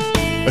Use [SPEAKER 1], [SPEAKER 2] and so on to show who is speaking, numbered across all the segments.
[SPEAKER 1] A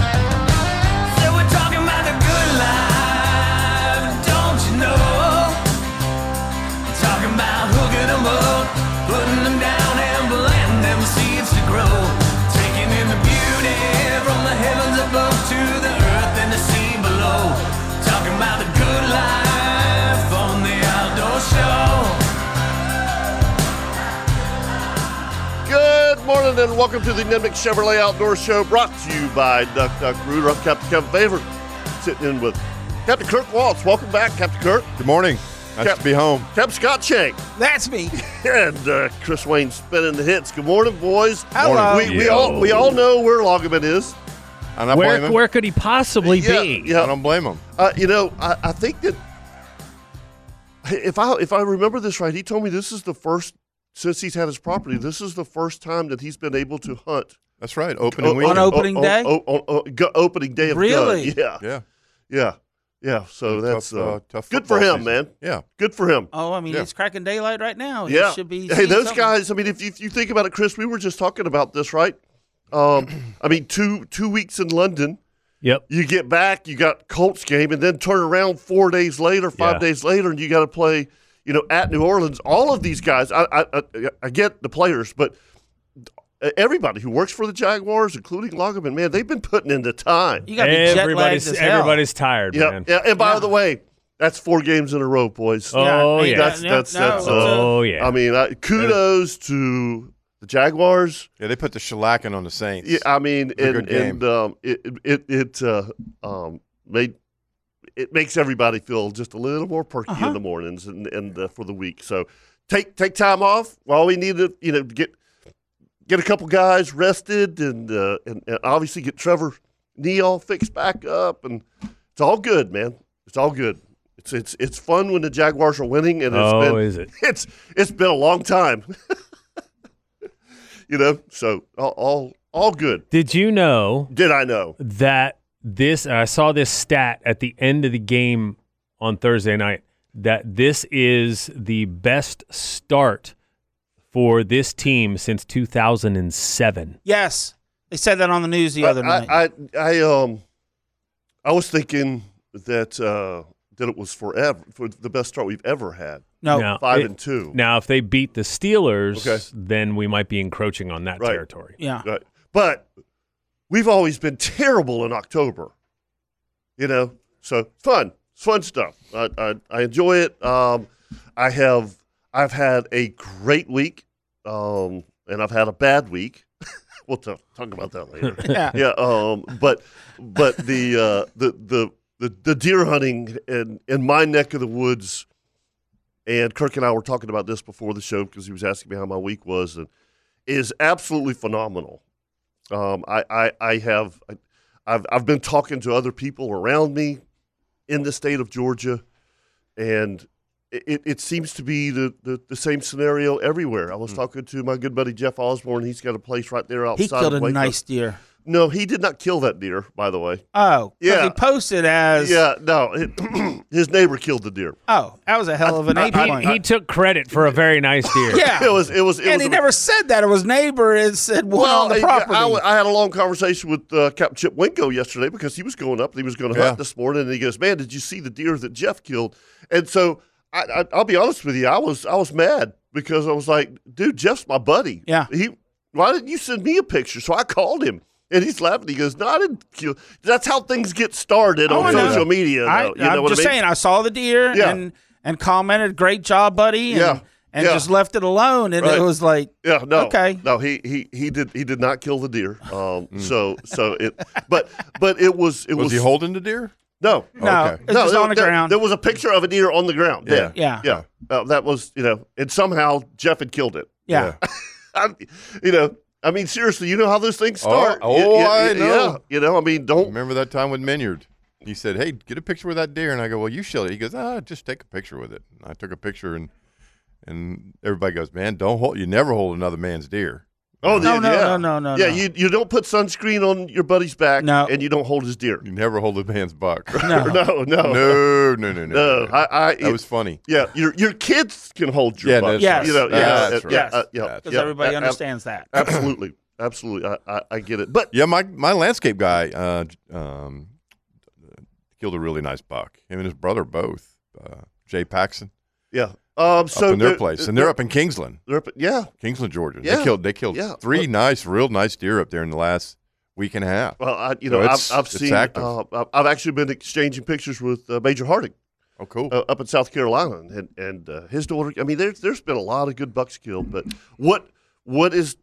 [SPEAKER 2] So we're talking about the good life, don't you know? Talking about hooking 'em up, putting them down and planting them seeds to grow. Taking in the beauty from the heavens above to the earth and the sea below. Talking about the good life on the outdoor show.
[SPEAKER 1] Good morning and welcome to the Nimnik Chevrolet Outdoor Show brought to you by Duck Duck Rooter. I'm Captain Kevin Favor sitting in with Captain Kirk Waltz. Welcome back, Captain Kirk.
[SPEAKER 3] Good morning. Nice
[SPEAKER 1] Cap-
[SPEAKER 3] to be home.
[SPEAKER 1] Captain Scott Shank
[SPEAKER 4] That's me.
[SPEAKER 1] and uh, Chris Wayne spinning the hits. Good morning, boys.
[SPEAKER 4] Hello.
[SPEAKER 1] We, we, all, we all know where Loggeman is.
[SPEAKER 3] I don't blame
[SPEAKER 5] Where,
[SPEAKER 3] him.
[SPEAKER 5] where could he possibly
[SPEAKER 1] Yeah,
[SPEAKER 5] be?
[SPEAKER 1] yeah.
[SPEAKER 3] I don't blame him.
[SPEAKER 1] Uh, you know, I, I think that if I if I remember this right, he told me this is the first since he's had his property. This is the first time that he's been able to hunt
[SPEAKER 3] That's right. Opening
[SPEAKER 1] Oh,
[SPEAKER 3] weekend.
[SPEAKER 1] oh,
[SPEAKER 4] opening
[SPEAKER 1] oh,
[SPEAKER 4] day?
[SPEAKER 1] Oh, oh, oh, go- opening day of gun.
[SPEAKER 4] Really?
[SPEAKER 1] Yeah,
[SPEAKER 3] yeah.
[SPEAKER 1] yeah, yeah. So
[SPEAKER 3] Tough,
[SPEAKER 1] that's uh,
[SPEAKER 3] uh, tough
[SPEAKER 1] good for
[SPEAKER 3] football
[SPEAKER 1] him,
[SPEAKER 3] season.
[SPEAKER 1] man.
[SPEAKER 3] Yeah.
[SPEAKER 1] Good for him.
[SPEAKER 4] Oh, I mean,
[SPEAKER 3] Yeah.
[SPEAKER 4] it's cracking daylight right now. He
[SPEAKER 1] yeah.
[SPEAKER 4] should be.
[SPEAKER 1] hey,
[SPEAKER 4] seeing
[SPEAKER 1] those
[SPEAKER 4] something.
[SPEAKER 1] guys. I mean, if you, if you think about it, Chris, we were just talking about this, right? Um, I mean, two two weeks in London.
[SPEAKER 5] Yep.
[SPEAKER 1] You get back, you got Colts game, and then turn around four days later, five
[SPEAKER 5] Yeah.
[SPEAKER 1] days later, and you got to play. You know, at New Orleans, all of these guys. I, I I I get the players, but everybody who works for the Jaguars, including Loggeman, man, they've been putting in the time.
[SPEAKER 4] You got to be jet lagged
[SPEAKER 5] Everybody's
[SPEAKER 4] as hell.
[SPEAKER 5] everybody's tired,
[SPEAKER 1] Yeah,
[SPEAKER 5] man.
[SPEAKER 1] yeah. And by the way, that's four games in a row, boys.
[SPEAKER 5] Oh
[SPEAKER 4] Yeah,
[SPEAKER 5] yeah.
[SPEAKER 1] that's
[SPEAKER 4] yeah,
[SPEAKER 1] that's
[SPEAKER 4] no,
[SPEAKER 1] that's.
[SPEAKER 4] it's a-
[SPEAKER 1] Uh,
[SPEAKER 5] oh yeah.
[SPEAKER 1] I mean, I, kudos to the Jaguars.
[SPEAKER 3] Yeah, they put the shellacking on the Saints.
[SPEAKER 1] Yeah, I mean,
[SPEAKER 3] a
[SPEAKER 1] and,
[SPEAKER 3] good game.
[SPEAKER 1] and um, it it it uh, um, made it makes everybody feel just a little more perky
[SPEAKER 4] Uh-huh.
[SPEAKER 1] in the mornings and and uh, for the week. So take take time off. All we need to you know get get a couple guys rested and uh, and, and obviously get Trevor knee all fixed back up and it's all good, man. It's all good. It's it's it's fun when the Jaguars are winning and it's
[SPEAKER 5] oh,
[SPEAKER 1] been
[SPEAKER 5] is it?
[SPEAKER 1] it's it's been a long time. you know, so all, all all good.
[SPEAKER 5] Did you know
[SPEAKER 1] Did I know?
[SPEAKER 5] that this? And I saw this stat at the end of the game on Thursday night that this is the best start for this team since 2007.
[SPEAKER 4] Yes, they said that on the news the other night.
[SPEAKER 1] I, I I um I was thinking that uh that it was forever for the best start we've ever had.
[SPEAKER 4] no,
[SPEAKER 5] Now,
[SPEAKER 1] Five
[SPEAKER 5] it-
[SPEAKER 1] and two.
[SPEAKER 5] Now, if they beat the Steelers,
[SPEAKER 1] Okay.
[SPEAKER 5] then we might be encroaching on that
[SPEAKER 1] Right.
[SPEAKER 5] territory.
[SPEAKER 4] yeah,
[SPEAKER 1] Right. But we've always been terrible in October. You know, so fun, it's fun stuff. I, I, I enjoy it. Um, I have I've had a great week, um, and I've had a bad week. we'll t- talk about that later.
[SPEAKER 4] yeah.
[SPEAKER 1] yeah. Um, but but the uh, the the the the deer hunting in in my neck of the woods, and Kirk and I were talking about this before the show because he was asking me how my week was, and is absolutely phenomenal. Um, I, I I have I, I've I've been talking to other people around me in the state of Georgia, and. It, it- it seems to be the, the, the same scenario everywhere. I was talking to my good buddy Jeff Osborne. He's got a place right there outside.
[SPEAKER 4] Hmm. He killed
[SPEAKER 1] of
[SPEAKER 4] a
[SPEAKER 1] Waco.
[SPEAKER 4] nice deer.
[SPEAKER 1] No, he did not kill that deer, by the way.
[SPEAKER 4] Oh, 'cause
[SPEAKER 1] Yeah.
[SPEAKER 4] He posted as.
[SPEAKER 1] Yeah, no, it- his neighbor killed the deer.
[SPEAKER 4] Oh, that was a hell of an eight point.
[SPEAKER 5] He took credit for a very nice deer.
[SPEAKER 4] yeah.
[SPEAKER 1] It was, it was, it
[SPEAKER 4] and
[SPEAKER 1] was
[SPEAKER 4] he
[SPEAKER 1] a-
[SPEAKER 4] never said that. It was neighbor and said one
[SPEAKER 1] Well,
[SPEAKER 4] on the
[SPEAKER 1] I-
[SPEAKER 4] property.
[SPEAKER 1] I, I had a long conversation with uh, Captain Chip Winko yesterday because he was going up and he was going to
[SPEAKER 3] Yeah.
[SPEAKER 1] hunt this morning, and he goes, "Man, did you see the deer that Jeff killed?" And so I, I, I'll be honest with you. I was I was mad because I was like, dude, Jeff's my buddy.
[SPEAKER 4] Yeah.
[SPEAKER 1] He. Why didn't you send me a picture? So I called him, and he's laughing. He goes, "No, I didn't kill." That's how things get started
[SPEAKER 4] Oh, I
[SPEAKER 1] on
[SPEAKER 4] know.
[SPEAKER 1] social media.
[SPEAKER 4] I,
[SPEAKER 1] though, you
[SPEAKER 4] am
[SPEAKER 1] know what
[SPEAKER 4] just
[SPEAKER 1] I mean?
[SPEAKER 4] saying, I saw the deer
[SPEAKER 1] Yeah.
[SPEAKER 4] and and commented, "Great job, buddy," and,
[SPEAKER 1] Yeah.
[SPEAKER 4] and
[SPEAKER 1] Yeah.
[SPEAKER 4] just left it alone. And
[SPEAKER 1] Right.
[SPEAKER 4] it was like,
[SPEAKER 1] Yeah, no,
[SPEAKER 4] Okay.
[SPEAKER 1] no, he he he did he did not kill the deer. Um, so so it, but but it was it
[SPEAKER 3] Mm.
[SPEAKER 1] was,
[SPEAKER 3] Was he holding the deer? Oh,
[SPEAKER 1] no
[SPEAKER 4] no,
[SPEAKER 3] Okay.
[SPEAKER 4] it's just
[SPEAKER 1] there-
[SPEAKER 4] on the
[SPEAKER 1] there,
[SPEAKER 4] ground.
[SPEAKER 1] There was a picture of a deer on the ground. Yeah,
[SPEAKER 4] Yeah.
[SPEAKER 1] yeah. Uh, that was you know, and somehow Jeff had killed it.
[SPEAKER 4] yeah.
[SPEAKER 1] I, you know, I mean, seriously, you know how those things
[SPEAKER 3] Oh,
[SPEAKER 1] start.
[SPEAKER 3] oh,
[SPEAKER 1] You- you-
[SPEAKER 3] I
[SPEAKER 1] you-
[SPEAKER 3] know.
[SPEAKER 1] Yeah, you know, I mean, don't.
[SPEAKER 3] Remember that time with Minyard? He said, "Hey, get a picture with that deer," and I go, "Well, you shot it." He goes, "Ah, just take a picture with it." And I took a picture, and and everybody goes, "Man, don't hold. You never hold another man's deer."
[SPEAKER 1] Oh,
[SPEAKER 4] No,
[SPEAKER 1] yeah,
[SPEAKER 4] no,
[SPEAKER 1] yeah.
[SPEAKER 4] no, no, no,
[SPEAKER 1] Yeah,
[SPEAKER 4] no.
[SPEAKER 1] you you don't put sunscreen on your buddy's back,
[SPEAKER 4] No.
[SPEAKER 1] and you don't hold his deer.
[SPEAKER 3] You never hold a man's buck.
[SPEAKER 4] No.
[SPEAKER 1] No, no,
[SPEAKER 3] no, no, no, no.
[SPEAKER 1] No, I, I
[SPEAKER 3] that was funny.
[SPEAKER 1] Yeah, your your kids can hold your
[SPEAKER 3] Yeah,
[SPEAKER 1] butt.
[SPEAKER 3] that's
[SPEAKER 4] Yes. right.
[SPEAKER 1] you know,
[SPEAKER 4] Yes.
[SPEAKER 1] yeah,
[SPEAKER 4] That's
[SPEAKER 1] uh,
[SPEAKER 4] right.
[SPEAKER 1] yeah, uh, yeah,
[SPEAKER 3] Yes.
[SPEAKER 4] because
[SPEAKER 1] yeah,
[SPEAKER 4] everybody
[SPEAKER 1] a- ab-
[SPEAKER 4] understands that.
[SPEAKER 1] Absolutely, absolutely. I, I, I get it, but
[SPEAKER 3] Yeah, my my landscape guy uh, j- um, killed a really nice buck. Him and his brother both. Uh, Jay Paxson
[SPEAKER 1] yeah. Um,
[SPEAKER 3] up
[SPEAKER 1] so
[SPEAKER 3] in their
[SPEAKER 1] they're-
[SPEAKER 3] place, and they're up in Kingsland,
[SPEAKER 1] they're up- yeah.
[SPEAKER 3] Kingsland, Georgia.
[SPEAKER 1] Yeah.
[SPEAKER 3] They killed they killed
[SPEAKER 1] Yeah.
[SPEAKER 3] three
[SPEAKER 1] Look-
[SPEAKER 3] nice, real nice deer up there in the last week and a half.
[SPEAKER 1] Well, I, you
[SPEAKER 3] So
[SPEAKER 1] know, I've,
[SPEAKER 3] it's-
[SPEAKER 1] I've
[SPEAKER 3] it's
[SPEAKER 1] seen.
[SPEAKER 3] active.
[SPEAKER 1] Uh, I've- I've actually been exchanging pictures with uh, Major Harding
[SPEAKER 3] Oh, cool.
[SPEAKER 1] uh, up in South Carolina, and and uh, his daughter. I mean, there's there's been a lot of good bucks killed, but what what is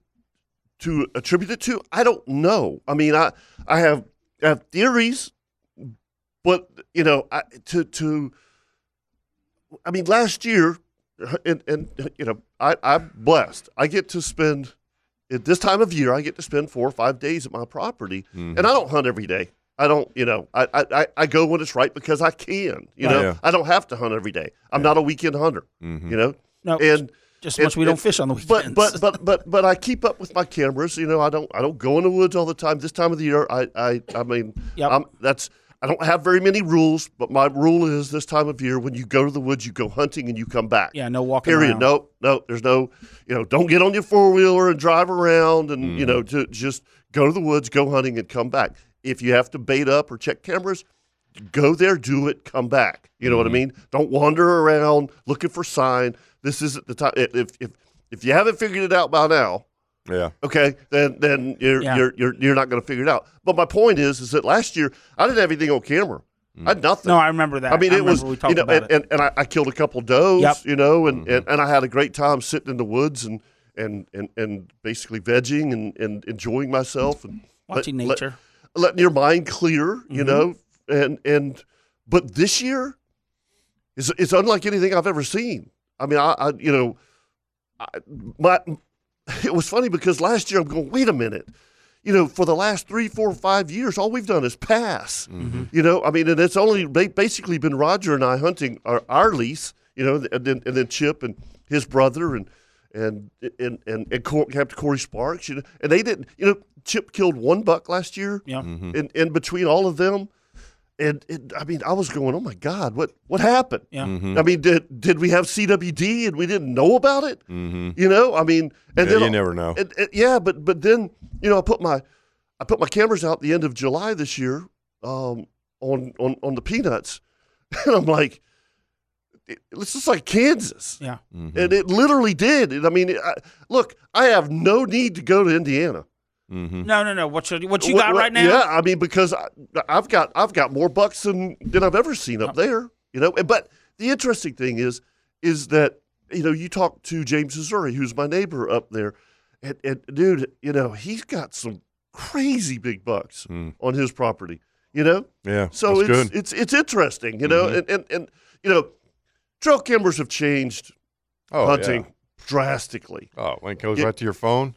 [SPEAKER 1] to attribute it to? I don't know. I mean, I I have I have theories, but you know, I, to to I mean, last year, and and you know, I I'm blessed. I get to spend. At this time of year, I get to spend four or five days at my property, and I don't hunt every day. I don't, you know, I, I, I- I go when it's right because I can. You know,
[SPEAKER 3] Yeah.
[SPEAKER 1] I don't have to hunt every day. I'm not a weekend hunter. You know,
[SPEAKER 4] No,
[SPEAKER 1] and
[SPEAKER 4] just much
[SPEAKER 1] it-
[SPEAKER 4] we don't
[SPEAKER 1] it-
[SPEAKER 4] fish on the weekends.
[SPEAKER 1] but but but but but I keep up with my cameras. You know, I don't I don't go in the woods all the time. This time of the year, I I I mean,
[SPEAKER 4] Yep.
[SPEAKER 1] I'm, that's I don't have very many rules, but my rule is this time of year when you go to the woods, you go hunting and you come back.
[SPEAKER 4] yeah, no walking.
[SPEAKER 1] Period.
[SPEAKER 4] around.
[SPEAKER 1] No, no. There's no, you know, don't get on your four wheeler and drive around, and you know, to just go to the woods, go hunting, and come back. If you have to bait up or check cameras, go there, do it, come back. You know what I mean? Don't wander around looking for sign. This isn't the time. If if if you haven't figured it out by now,
[SPEAKER 3] yeah.
[SPEAKER 1] okay, then then you're
[SPEAKER 4] Yeah.
[SPEAKER 1] you're, you're you're not going to figure it out. But my point is, is that last year I didn't have anything on camera. I had nothing.
[SPEAKER 4] No, I remember that.
[SPEAKER 1] I mean, it was
[SPEAKER 4] remember we
[SPEAKER 1] you
[SPEAKER 4] talked
[SPEAKER 1] know,
[SPEAKER 4] about
[SPEAKER 1] and,
[SPEAKER 4] it.
[SPEAKER 1] and, and I, I killed a couple does,
[SPEAKER 4] Yep.
[SPEAKER 1] you know, and, and, and I had a great time sitting in the woods and and and, and basically vegging and, and enjoying myself and let-
[SPEAKER 4] Watching
[SPEAKER 1] let-
[SPEAKER 4] nature.
[SPEAKER 1] letting your mind clear, you know, and and but this year is it's unlike anything I've ever seen. I mean, I, I you know, I, my it was funny because last year I'm going, wait a minute. You know, for the last three, four, five years, all we've done is pass. You know, I mean, and it's only ba- basically been Roger and I hunting our, our lease. You know, and then and then Chip and his brother and and and and, and Cor- Captain Corey Sparks. You know, and they didn't. You know, Chip killed one buck last year.
[SPEAKER 4] Yeah.
[SPEAKER 1] Mm-hmm. In in between all of them, and, and I mean, I was going, oh my God, what what happened?
[SPEAKER 4] Yeah.
[SPEAKER 3] Mm-hmm.
[SPEAKER 1] I mean, did did we have CWD and we didn't know about it? Mm-hmm. You know, I mean, and
[SPEAKER 3] Yeah,
[SPEAKER 1] then
[SPEAKER 3] you never know.
[SPEAKER 1] and- and- yeah, but but then you know, I put my I put my cameras out the end of July this year um, on on on the peanuts, and I'm like, it, it's just like Kansas,
[SPEAKER 4] Yeah.
[SPEAKER 3] Mm-hmm.
[SPEAKER 1] and it literally did. And I mean, I, look, I have no need to go to Indiana.
[SPEAKER 4] No, no, no. What you what you
[SPEAKER 1] What-
[SPEAKER 4] got
[SPEAKER 1] what-
[SPEAKER 4] right now?
[SPEAKER 1] Yeah, I mean because I, I've got I've got more bucks than than I've ever seen up there. You know, And- but the interesting thing is is that you know you talk to James Missouri, who's my neighbor up there, and, and dude, you know he's got some crazy big bucks on his property. You know,
[SPEAKER 3] Hmm. Yeah.
[SPEAKER 1] so
[SPEAKER 3] that's
[SPEAKER 1] it's
[SPEAKER 3] good. Mm-hmm.
[SPEAKER 1] it's it's interesting. You know, and, and and you know, trail cameras have changed
[SPEAKER 3] oh,
[SPEAKER 1] hunting drastically.
[SPEAKER 3] Yeah. Oh, when it goes
[SPEAKER 1] Yeah.
[SPEAKER 3] right to your phone.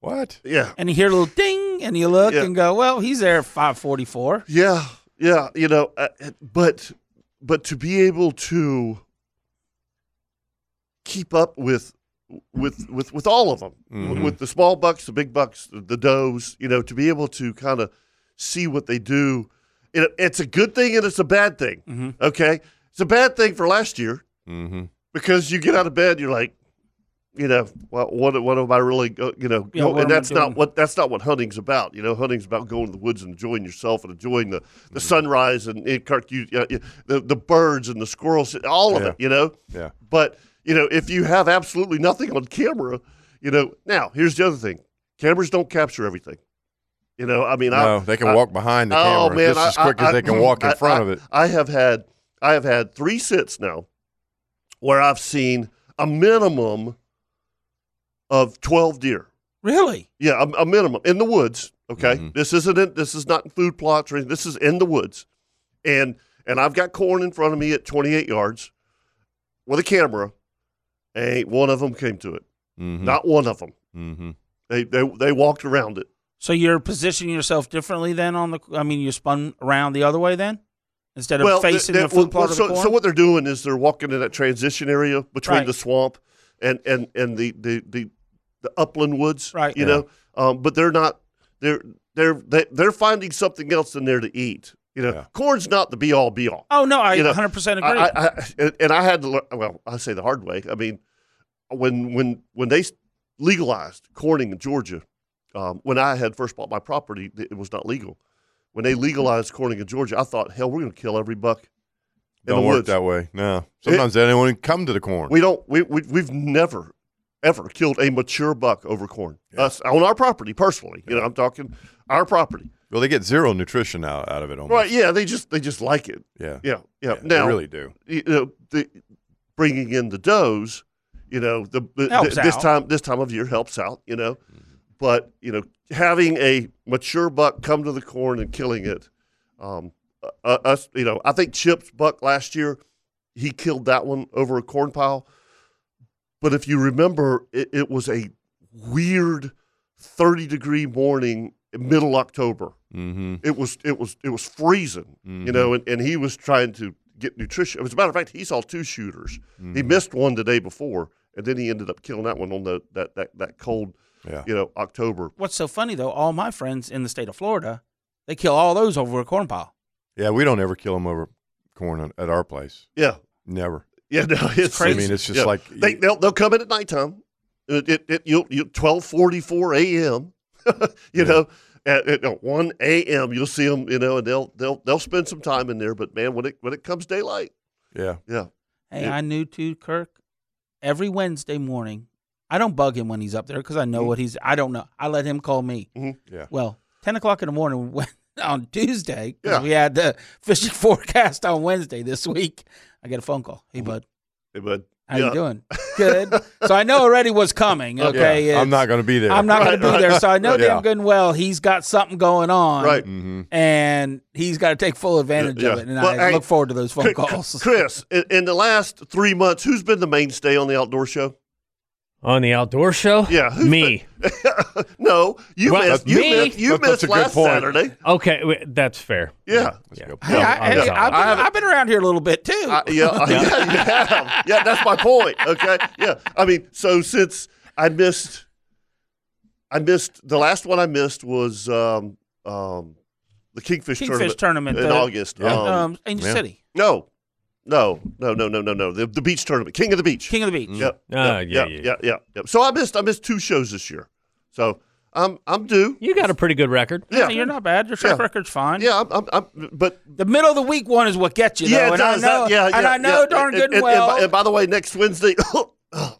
[SPEAKER 3] What?
[SPEAKER 1] Yeah,
[SPEAKER 4] And you hear a little ding, and you look
[SPEAKER 1] Yeah.
[SPEAKER 4] and go, "Well, he's there at 544."
[SPEAKER 1] Yeah, yeah, you know, uh, but but to be able to keep up with with with with all of them,
[SPEAKER 3] Mhm.
[SPEAKER 1] with the small bucks, the big bucks, the, the does, you know, to be able to kind of see what they do, it, it's a good thing and it's a bad thing. Okay, it's a bad thing for last year
[SPEAKER 3] Mm-hmm.
[SPEAKER 1] because you get out of bed, you're like, you know, what what, what am I really, go- you know,
[SPEAKER 4] Yeah,
[SPEAKER 1] go-
[SPEAKER 4] what
[SPEAKER 1] and
[SPEAKER 4] am I
[SPEAKER 1] that's not
[SPEAKER 4] doing?
[SPEAKER 1] what that's not what hunting's about. You know, hunting's about going to the woods and enjoying yourself and enjoying the,
[SPEAKER 3] Mm-hmm.
[SPEAKER 1] the sunrise and, and Kirk, you, uh, you- the the birds and the squirrels, all of
[SPEAKER 3] Yeah.
[SPEAKER 1] it. You know,
[SPEAKER 3] Yeah.
[SPEAKER 1] But you know, if you have absolutely nothing on camera, you know, now here's the other thing: cameras don't capture everything. You know, I mean,
[SPEAKER 3] No,
[SPEAKER 1] I,
[SPEAKER 3] they can
[SPEAKER 1] I- Oh,
[SPEAKER 3] walk behind the camera just as quick as they can walk in
[SPEAKER 1] I-
[SPEAKER 3] front
[SPEAKER 1] I-
[SPEAKER 3] of it.
[SPEAKER 1] I have had I have had three sits now where I've seen a minimum of twelve deer.
[SPEAKER 4] Really?
[SPEAKER 1] Yeah, a, a minimum in the woods. Okay,
[SPEAKER 3] Mm-hmm.
[SPEAKER 1] this isn't in, this is not in food plots or anything. This is in the woods, and and I've got corn in front of me at 28 yards with a camera. Ain't one of them came to it.
[SPEAKER 3] Mhm.
[SPEAKER 1] Not one of them.
[SPEAKER 3] Mhm.
[SPEAKER 1] They they they walked around it.
[SPEAKER 4] So you're positioning yourself differently then on the. I mean, you spun around the other way then, instead of
[SPEAKER 1] they-
[SPEAKER 4] facing
[SPEAKER 1] they-
[SPEAKER 4] the food
[SPEAKER 1] well,
[SPEAKER 4] part
[SPEAKER 1] so,
[SPEAKER 4] of the corn.
[SPEAKER 1] so what they're doing is they're walking in that transition area between
[SPEAKER 4] Right.
[SPEAKER 1] the swamp and and and the the the, the upland woods.
[SPEAKER 4] Right.
[SPEAKER 1] You know, um, but they're not they're they're they, they're finding something else in there to eat. You know,
[SPEAKER 3] Yeah.
[SPEAKER 1] corn's not the be all be all.
[SPEAKER 4] oh no, I
[SPEAKER 1] you know,
[SPEAKER 4] 100 percent agree.
[SPEAKER 1] I, I, I, and- and I had to learn. Well, I say the hard way. I mean, when when when they s- legalized corning in Georgia, um, when I had first bought my property, th- it was not legal. When they legalized corning in Georgia, I thought, hell, we're going to kill every buck in
[SPEAKER 3] Don't
[SPEAKER 1] the
[SPEAKER 3] work
[SPEAKER 1] woods.
[SPEAKER 3] that way. No. Sometimes they don't even come to the corn.
[SPEAKER 1] We don't. We, we we've never ever killed a mature buck over corn. Us on our property personally. You know, I'm talking our property.
[SPEAKER 3] well, they get zero nutrition out, out of it almost.
[SPEAKER 1] Right? Yeah. They just they just like it.
[SPEAKER 3] Yeah.
[SPEAKER 1] Yeah. Yeah.
[SPEAKER 3] Yeah,
[SPEAKER 1] now,
[SPEAKER 3] they really do.
[SPEAKER 1] you know, the, bringing in the does, you know, the, the-
[SPEAKER 4] Helps
[SPEAKER 1] this
[SPEAKER 4] out.
[SPEAKER 1] time this time of year helps out, you know,
[SPEAKER 3] Mm-hmm.
[SPEAKER 1] but you know, having a mature buck come to the corn and killing it, um, uh, uh, us, you know, I think Chip's buck last year, he killed that one over a corn pile, but if you remember, it, it was a weird thirty degree morning, in middle October
[SPEAKER 3] Mm-hmm.
[SPEAKER 1] it was it was it was freezing, you know, and, and he was trying to get nutrition. As a matter of fact, he saw two shooters.
[SPEAKER 3] Mm-hmm.
[SPEAKER 1] He missed one the day before, and then he ended up killing that one on the that that, that cold,
[SPEAKER 3] Yeah.
[SPEAKER 1] you know, October.
[SPEAKER 4] What's so funny though? All my friends in the state of Florida, they kill all those over a corn pile.
[SPEAKER 3] Yeah, we don't ever kill them over corn on, at our place.
[SPEAKER 1] Yeah,
[SPEAKER 3] Never.
[SPEAKER 1] yeah, no, it's,
[SPEAKER 4] crazy.
[SPEAKER 3] I mean, it's just
[SPEAKER 1] yeah.
[SPEAKER 3] like
[SPEAKER 1] they they'll, they'll come in at nighttime. It, it, it you'll you twelve forty four a.m. you know. At, at uh, one a.m., you'll see them, you know, and they'll they'll they'll spend some time in there. But man, when it when it comes daylight,
[SPEAKER 3] yeah.
[SPEAKER 1] yeah,
[SPEAKER 4] Hey,
[SPEAKER 1] Yeah.
[SPEAKER 4] I knew too, Kirk. Every Wednesday morning, I don't bug him when he's up there because I know what he's. I don't know. I let him call me.
[SPEAKER 1] Mhm.
[SPEAKER 3] Yeah.
[SPEAKER 4] Well, ten o'clock in the morning when, on Tuesday, 'cause
[SPEAKER 1] Yeah.
[SPEAKER 4] we had the fishing forecast on Wednesday this week. I get a phone call. Hey, bud,
[SPEAKER 1] but
[SPEAKER 4] how
[SPEAKER 1] yeah.
[SPEAKER 4] you doing? Good. so I know already what's coming. Okay.
[SPEAKER 3] yeah. I'm
[SPEAKER 4] It's-
[SPEAKER 3] not going to be there.
[SPEAKER 4] I'm not
[SPEAKER 1] Right,
[SPEAKER 4] going to
[SPEAKER 1] right.
[SPEAKER 4] be there. So I know
[SPEAKER 1] Right.
[SPEAKER 4] damn
[SPEAKER 3] Yeah.
[SPEAKER 4] good and well he's got something going on.
[SPEAKER 1] Right.
[SPEAKER 3] Mm-hmm.
[SPEAKER 4] And he's got to take full advantage
[SPEAKER 1] Yeah.
[SPEAKER 4] of it. And
[SPEAKER 1] Well,
[SPEAKER 4] I
[SPEAKER 1] hey,
[SPEAKER 4] look forward to those phone
[SPEAKER 1] Chris-
[SPEAKER 4] calls.
[SPEAKER 1] Chris, in, in the last three months, who's been the mainstay on the outdoor show?
[SPEAKER 5] On the outdoor show?
[SPEAKER 1] Yeah, who's
[SPEAKER 5] Me.
[SPEAKER 1] no, you
[SPEAKER 5] Well,
[SPEAKER 1] missed.
[SPEAKER 5] that's
[SPEAKER 1] You
[SPEAKER 5] me.
[SPEAKER 1] missed. You
[SPEAKER 3] That's- that's
[SPEAKER 1] missed
[SPEAKER 3] a good
[SPEAKER 1] last
[SPEAKER 3] point.
[SPEAKER 1] Saturday.
[SPEAKER 5] Okay, wait, that's fair.
[SPEAKER 1] Yeah.
[SPEAKER 3] Let's
[SPEAKER 5] Yeah.
[SPEAKER 3] go.
[SPEAKER 4] Hey, I,
[SPEAKER 5] I'm
[SPEAKER 4] hey,
[SPEAKER 5] sorry.
[SPEAKER 4] I've,
[SPEAKER 1] I
[SPEAKER 4] been,
[SPEAKER 1] haven't-
[SPEAKER 4] I've been around here a little bit too.
[SPEAKER 1] I- yeah, I- yeah, you have. Yeah, that's my point. Okay, yeah. I mean, so since I missed, I missed the last one. I missed was um, um, the Kingfish,
[SPEAKER 4] Kingfish
[SPEAKER 1] tournament,
[SPEAKER 4] tournament.
[SPEAKER 1] in
[SPEAKER 4] the,
[SPEAKER 1] August.
[SPEAKER 3] Yeah.
[SPEAKER 1] Um,
[SPEAKER 4] um, Angel
[SPEAKER 3] yeah.
[SPEAKER 4] City,
[SPEAKER 1] no, no, no, no, no, no, no. The, the beach tournament, King of the Beach.
[SPEAKER 4] King of the Beach.
[SPEAKER 1] Yep.
[SPEAKER 5] Ah,
[SPEAKER 1] yep,
[SPEAKER 5] yeah,
[SPEAKER 1] yep,
[SPEAKER 5] yeah,
[SPEAKER 1] yep, yep, yep. So I missed I missed two shows this year. So I'm I'm due.
[SPEAKER 5] You got a pretty good record.
[SPEAKER 1] Yeah,
[SPEAKER 4] Hey, You're not bad. Your track
[SPEAKER 1] Yeah.
[SPEAKER 4] record's fine.
[SPEAKER 1] yeah. I'm, I'm, I'm but
[SPEAKER 4] The middle of the week one is what gets you, though.
[SPEAKER 1] yeah, it
[SPEAKER 4] and I
[SPEAKER 1] does.
[SPEAKER 4] know,
[SPEAKER 1] That- yeah,
[SPEAKER 4] and
[SPEAKER 1] yeah,
[SPEAKER 4] I know
[SPEAKER 1] yeah.
[SPEAKER 4] darn good and,
[SPEAKER 1] and,
[SPEAKER 4] well.
[SPEAKER 1] And, by, and by the way, next Wednesday.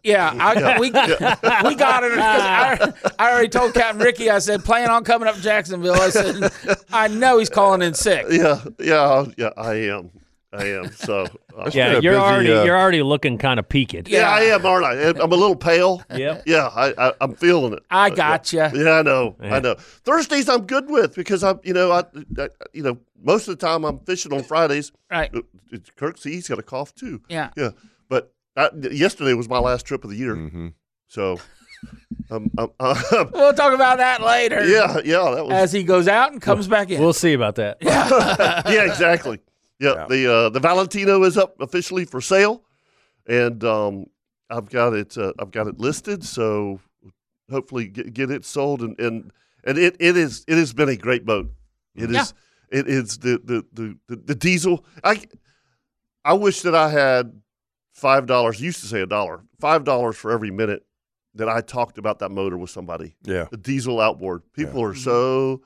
[SPEAKER 4] Yeah, I, we we got it. 'cause I, I already told Captain Ricky. I said, plan on coming up to Jacksonville. I said, I know he's calling in sick.
[SPEAKER 1] yeah, yeah, yeah. I am. I am. So uh,
[SPEAKER 3] been
[SPEAKER 5] Yeah,
[SPEAKER 3] a busy,
[SPEAKER 5] you're already
[SPEAKER 3] uh,
[SPEAKER 5] you're already looking kind of peaked.
[SPEAKER 1] yeah, I am, aren't I? I'm a little pale.
[SPEAKER 5] Yep.
[SPEAKER 1] Yeah, I, I I'm feeling it.
[SPEAKER 4] I got you.
[SPEAKER 1] Yeah, I know. I
[SPEAKER 5] Yeah.
[SPEAKER 1] know. Thursdays I'm good with because I'm, you know, I, I, you know, most of the time I'm fishing on Fridays.
[SPEAKER 4] Right.
[SPEAKER 1] Uh, it's- Kirk, see, he's got a cough too.
[SPEAKER 4] Yeah.
[SPEAKER 1] Yeah. But I, yesterday was my last trip of the year,
[SPEAKER 5] Mm-hmm.
[SPEAKER 3] Mhm.
[SPEAKER 1] so um, um,
[SPEAKER 4] We'll talk about that later.
[SPEAKER 1] yeah, yeah, that was
[SPEAKER 4] As he goes out and comes back in.
[SPEAKER 5] We'll see about that.
[SPEAKER 1] yeah, exactly. Yeah,
[SPEAKER 3] Yeah.
[SPEAKER 1] the uh, the Valentino is up officially for sale, and um, I've got it uh, I've got it listed, so hopefully get, get it sold and and and it it is it has been a great boat. It is
[SPEAKER 4] Yeah.
[SPEAKER 1] it is the the, the the the diesel. I I wish that I had five dollars. Used to say a dollar, five dollars for every minute that I talked about that motor with somebody.
[SPEAKER 3] Yeah.
[SPEAKER 1] The diesel outboard. People are so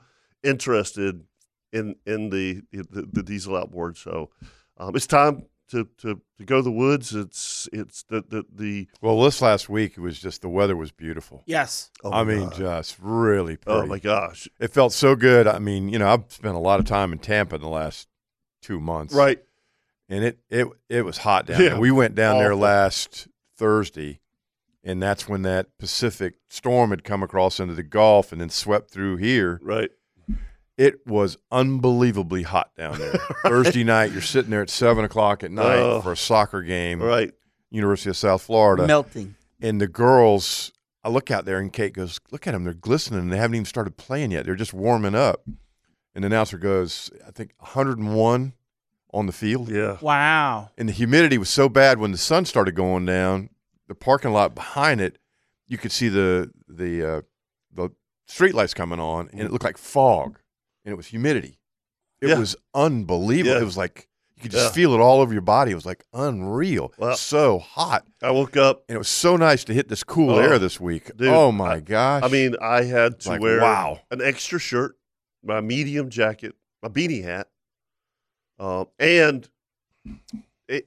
[SPEAKER 1] interested in in the the, the diesel outboard. So um, it's time to, to to go to the woods. It's it's the the, the
[SPEAKER 3] Well, this last week it was just the weather was beautiful.
[SPEAKER 4] Yes.
[SPEAKER 1] oh
[SPEAKER 3] I
[SPEAKER 1] my
[SPEAKER 3] mean,
[SPEAKER 1] God.
[SPEAKER 3] just really pretty.
[SPEAKER 1] oh my gosh,
[SPEAKER 3] It felt so good. I mean, you know, I've spent a lot of time in Tampa in the last two months,
[SPEAKER 1] right?
[SPEAKER 3] And it it it was hot down
[SPEAKER 1] Yeah.
[SPEAKER 3] there. We went down there
[SPEAKER 1] Awful.
[SPEAKER 3] last Thursday, and that's when that Pacific storm had come across into the Gulf and then swept through here.
[SPEAKER 1] Right.
[SPEAKER 3] It was unbelievably hot down there. Thursday night, you're sitting there at seven o'clock at night
[SPEAKER 1] Oh.
[SPEAKER 3] for a soccer game,
[SPEAKER 1] Right.
[SPEAKER 3] University of South Florida,
[SPEAKER 6] melting.
[SPEAKER 3] and the girls. I look out there, and Kate goes, "Look at them! They're glistening. and They haven't even started playing yet. They're just warming up." And the announcer goes, "I think 101 on the field."
[SPEAKER 1] Yeah.
[SPEAKER 4] Wow.
[SPEAKER 3] and the humidity was so bad when the sun started going down, the parking lot behind it, you could see the the uh, the street lights coming on, and it looked like fog, and it was humidity. It
[SPEAKER 1] Yeah.
[SPEAKER 3] was unbelievable.
[SPEAKER 1] Yeah.
[SPEAKER 3] It was like you could just
[SPEAKER 1] Yeah.
[SPEAKER 3] feel it all over your body. It was like unreal.
[SPEAKER 1] Wow.
[SPEAKER 3] So hot,
[SPEAKER 1] I woke up.
[SPEAKER 3] and it was so nice to hit this cool
[SPEAKER 1] Oh,
[SPEAKER 3] air this week.
[SPEAKER 1] dude,
[SPEAKER 3] oh my
[SPEAKER 1] I-
[SPEAKER 3] gosh!
[SPEAKER 1] I mean, I had to
[SPEAKER 3] Like,
[SPEAKER 1] wear
[SPEAKER 3] wow.
[SPEAKER 1] an extra shirt, my medium jacket, my beanie hat, um, and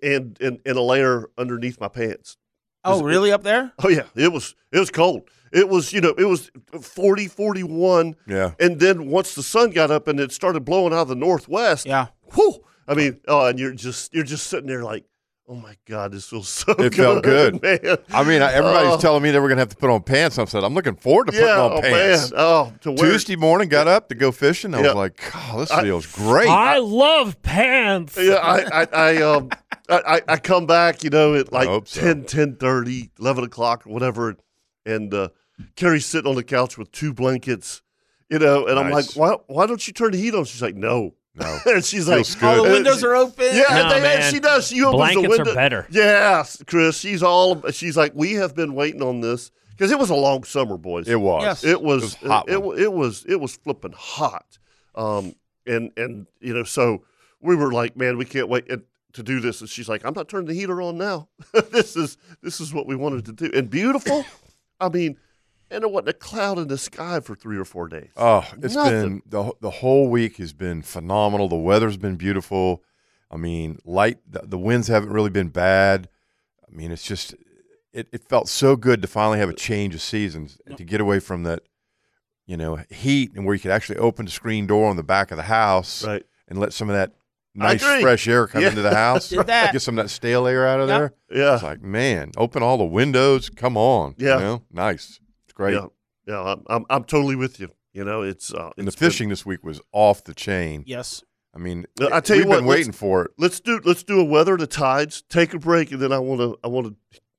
[SPEAKER 1] and and and a layer underneath my pants.
[SPEAKER 4] Oh,
[SPEAKER 1] Is it-
[SPEAKER 4] really? Up there?
[SPEAKER 1] Oh yeah, it was it was cold. It was you know it was 40, 41.
[SPEAKER 3] yeah,
[SPEAKER 1] and then once the sun got up and it started blowing out of the northwest,
[SPEAKER 4] Yeah.
[SPEAKER 1] whew, I mean, oh, and you're just you're just sitting there like, oh my god, this feels so
[SPEAKER 3] It
[SPEAKER 1] good,
[SPEAKER 3] felt good.
[SPEAKER 1] man.
[SPEAKER 3] I mean, I- everybody's
[SPEAKER 1] Oh.
[SPEAKER 3] telling me they were gonna have to put on pants. I said, I'm looking forward to putting
[SPEAKER 1] yeah,
[SPEAKER 3] on
[SPEAKER 1] oh
[SPEAKER 3] pants.
[SPEAKER 1] man, oh to wear
[SPEAKER 3] Tuesday morning, got up to go fishing. I
[SPEAKER 1] Yeah.
[SPEAKER 3] was like, "God, this
[SPEAKER 1] I-
[SPEAKER 3] feels great."
[SPEAKER 5] I love pants.
[SPEAKER 1] yeah, I, I, I, um, I, I I come back, you know, at like
[SPEAKER 3] hope so.
[SPEAKER 1] 10, 10.30, 11 o'clock, or whatever, and uh, Carrie's sitting on the couch with two blankets, you know, and I'm like,
[SPEAKER 3] Nice.
[SPEAKER 1] why, why don't you turn the heat on? She's like, no.
[SPEAKER 3] No.
[SPEAKER 1] and she's
[SPEAKER 3] Feels
[SPEAKER 1] like,
[SPEAKER 3] good.
[SPEAKER 4] All the
[SPEAKER 1] Uh,
[SPEAKER 4] windows are open.
[SPEAKER 1] yeah,
[SPEAKER 5] No,
[SPEAKER 1] they,
[SPEAKER 5] man.
[SPEAKER 1] she does. She opens the
[SPEAKER 5] Blankets are
[SPEAKER 1] window.
[SPEAKER 5] better.
[SPEAKER 1] Yeah, Chris. She's all. She's like, we have been waiting on this because it was a long summer, boys.
[SPEAKER 3] It was.
[SPEAKER 4] Yes.
[SPEAKER 1] It was
[SPEAKER 3] It was hot
[SPEAKER 1] it, it,
[SPEAKER 3] one.
[SPEAKER 1] wa- it was it was flipping hot. Um and and you know so we were like, man, we can't wait and- to do this. And she's like, I'm not turning the heater on now. this is this is what we wanted to do. And beautiful. I mean, and there wasn't a cloud in the sky for three or four days.
[SPEAKER 3] Oh, it's
[SPEAKER 1] Nothing.
[SPEAKER 3] been the the whole week has been phenomenal. The weather's been beautiful. I mean, light. The, the winds haven't really been bad. I mean, it's just it, it felt so good to finally have a change of seasons and to get away from that, you know, heat and where you could actually open the screen door on the back of the house
[SPEAKER 1] Right.
[SPEAKER 3] and let some of that
[SPEAKER 1] I
[SPEAKER 3] nice
[SPEAKER 1] agree.
[SPEAKER 3] fresh air come
[SPEAKER 1] Yeah.
[SPEAKER 3] into the house.
[SPEAKER 4] Did that.
[SPEAKER 3] Get some of that stale air out of
[SPEAKER 4] Yep.
[SPEAKER 3] there. It's
[SPEAKER 1] Yeah.
[SPEAKER 3] like, man, open all the windows. Come on. you
[SPEAKER 1] Yeah.
[SPEAKER 3] know? Nice. It's great.
[SPEAKER 1] Yeah. Yeah. I'm, I'm I'm totally with you. You know, it's uh
[SPEAKER 3] And the
[SPEAKER 1] it's been-
[SPEAKER 3] fishing this week was off the chain.
[SPEAKER 4] Yes.
[SPEAKER 3] I mean,
[SPEAKER 1] Uh, I tell you
[SPEAKER 3] we've
[SPEAKER 1] what,
[SPEAKER 3] been
[SPEAKER 1] let's-
[SPEAKER 3] waiting for it.
[SPEAKER 1] let's do let's do a weather and the tides, take a break, and then I wanna I wanna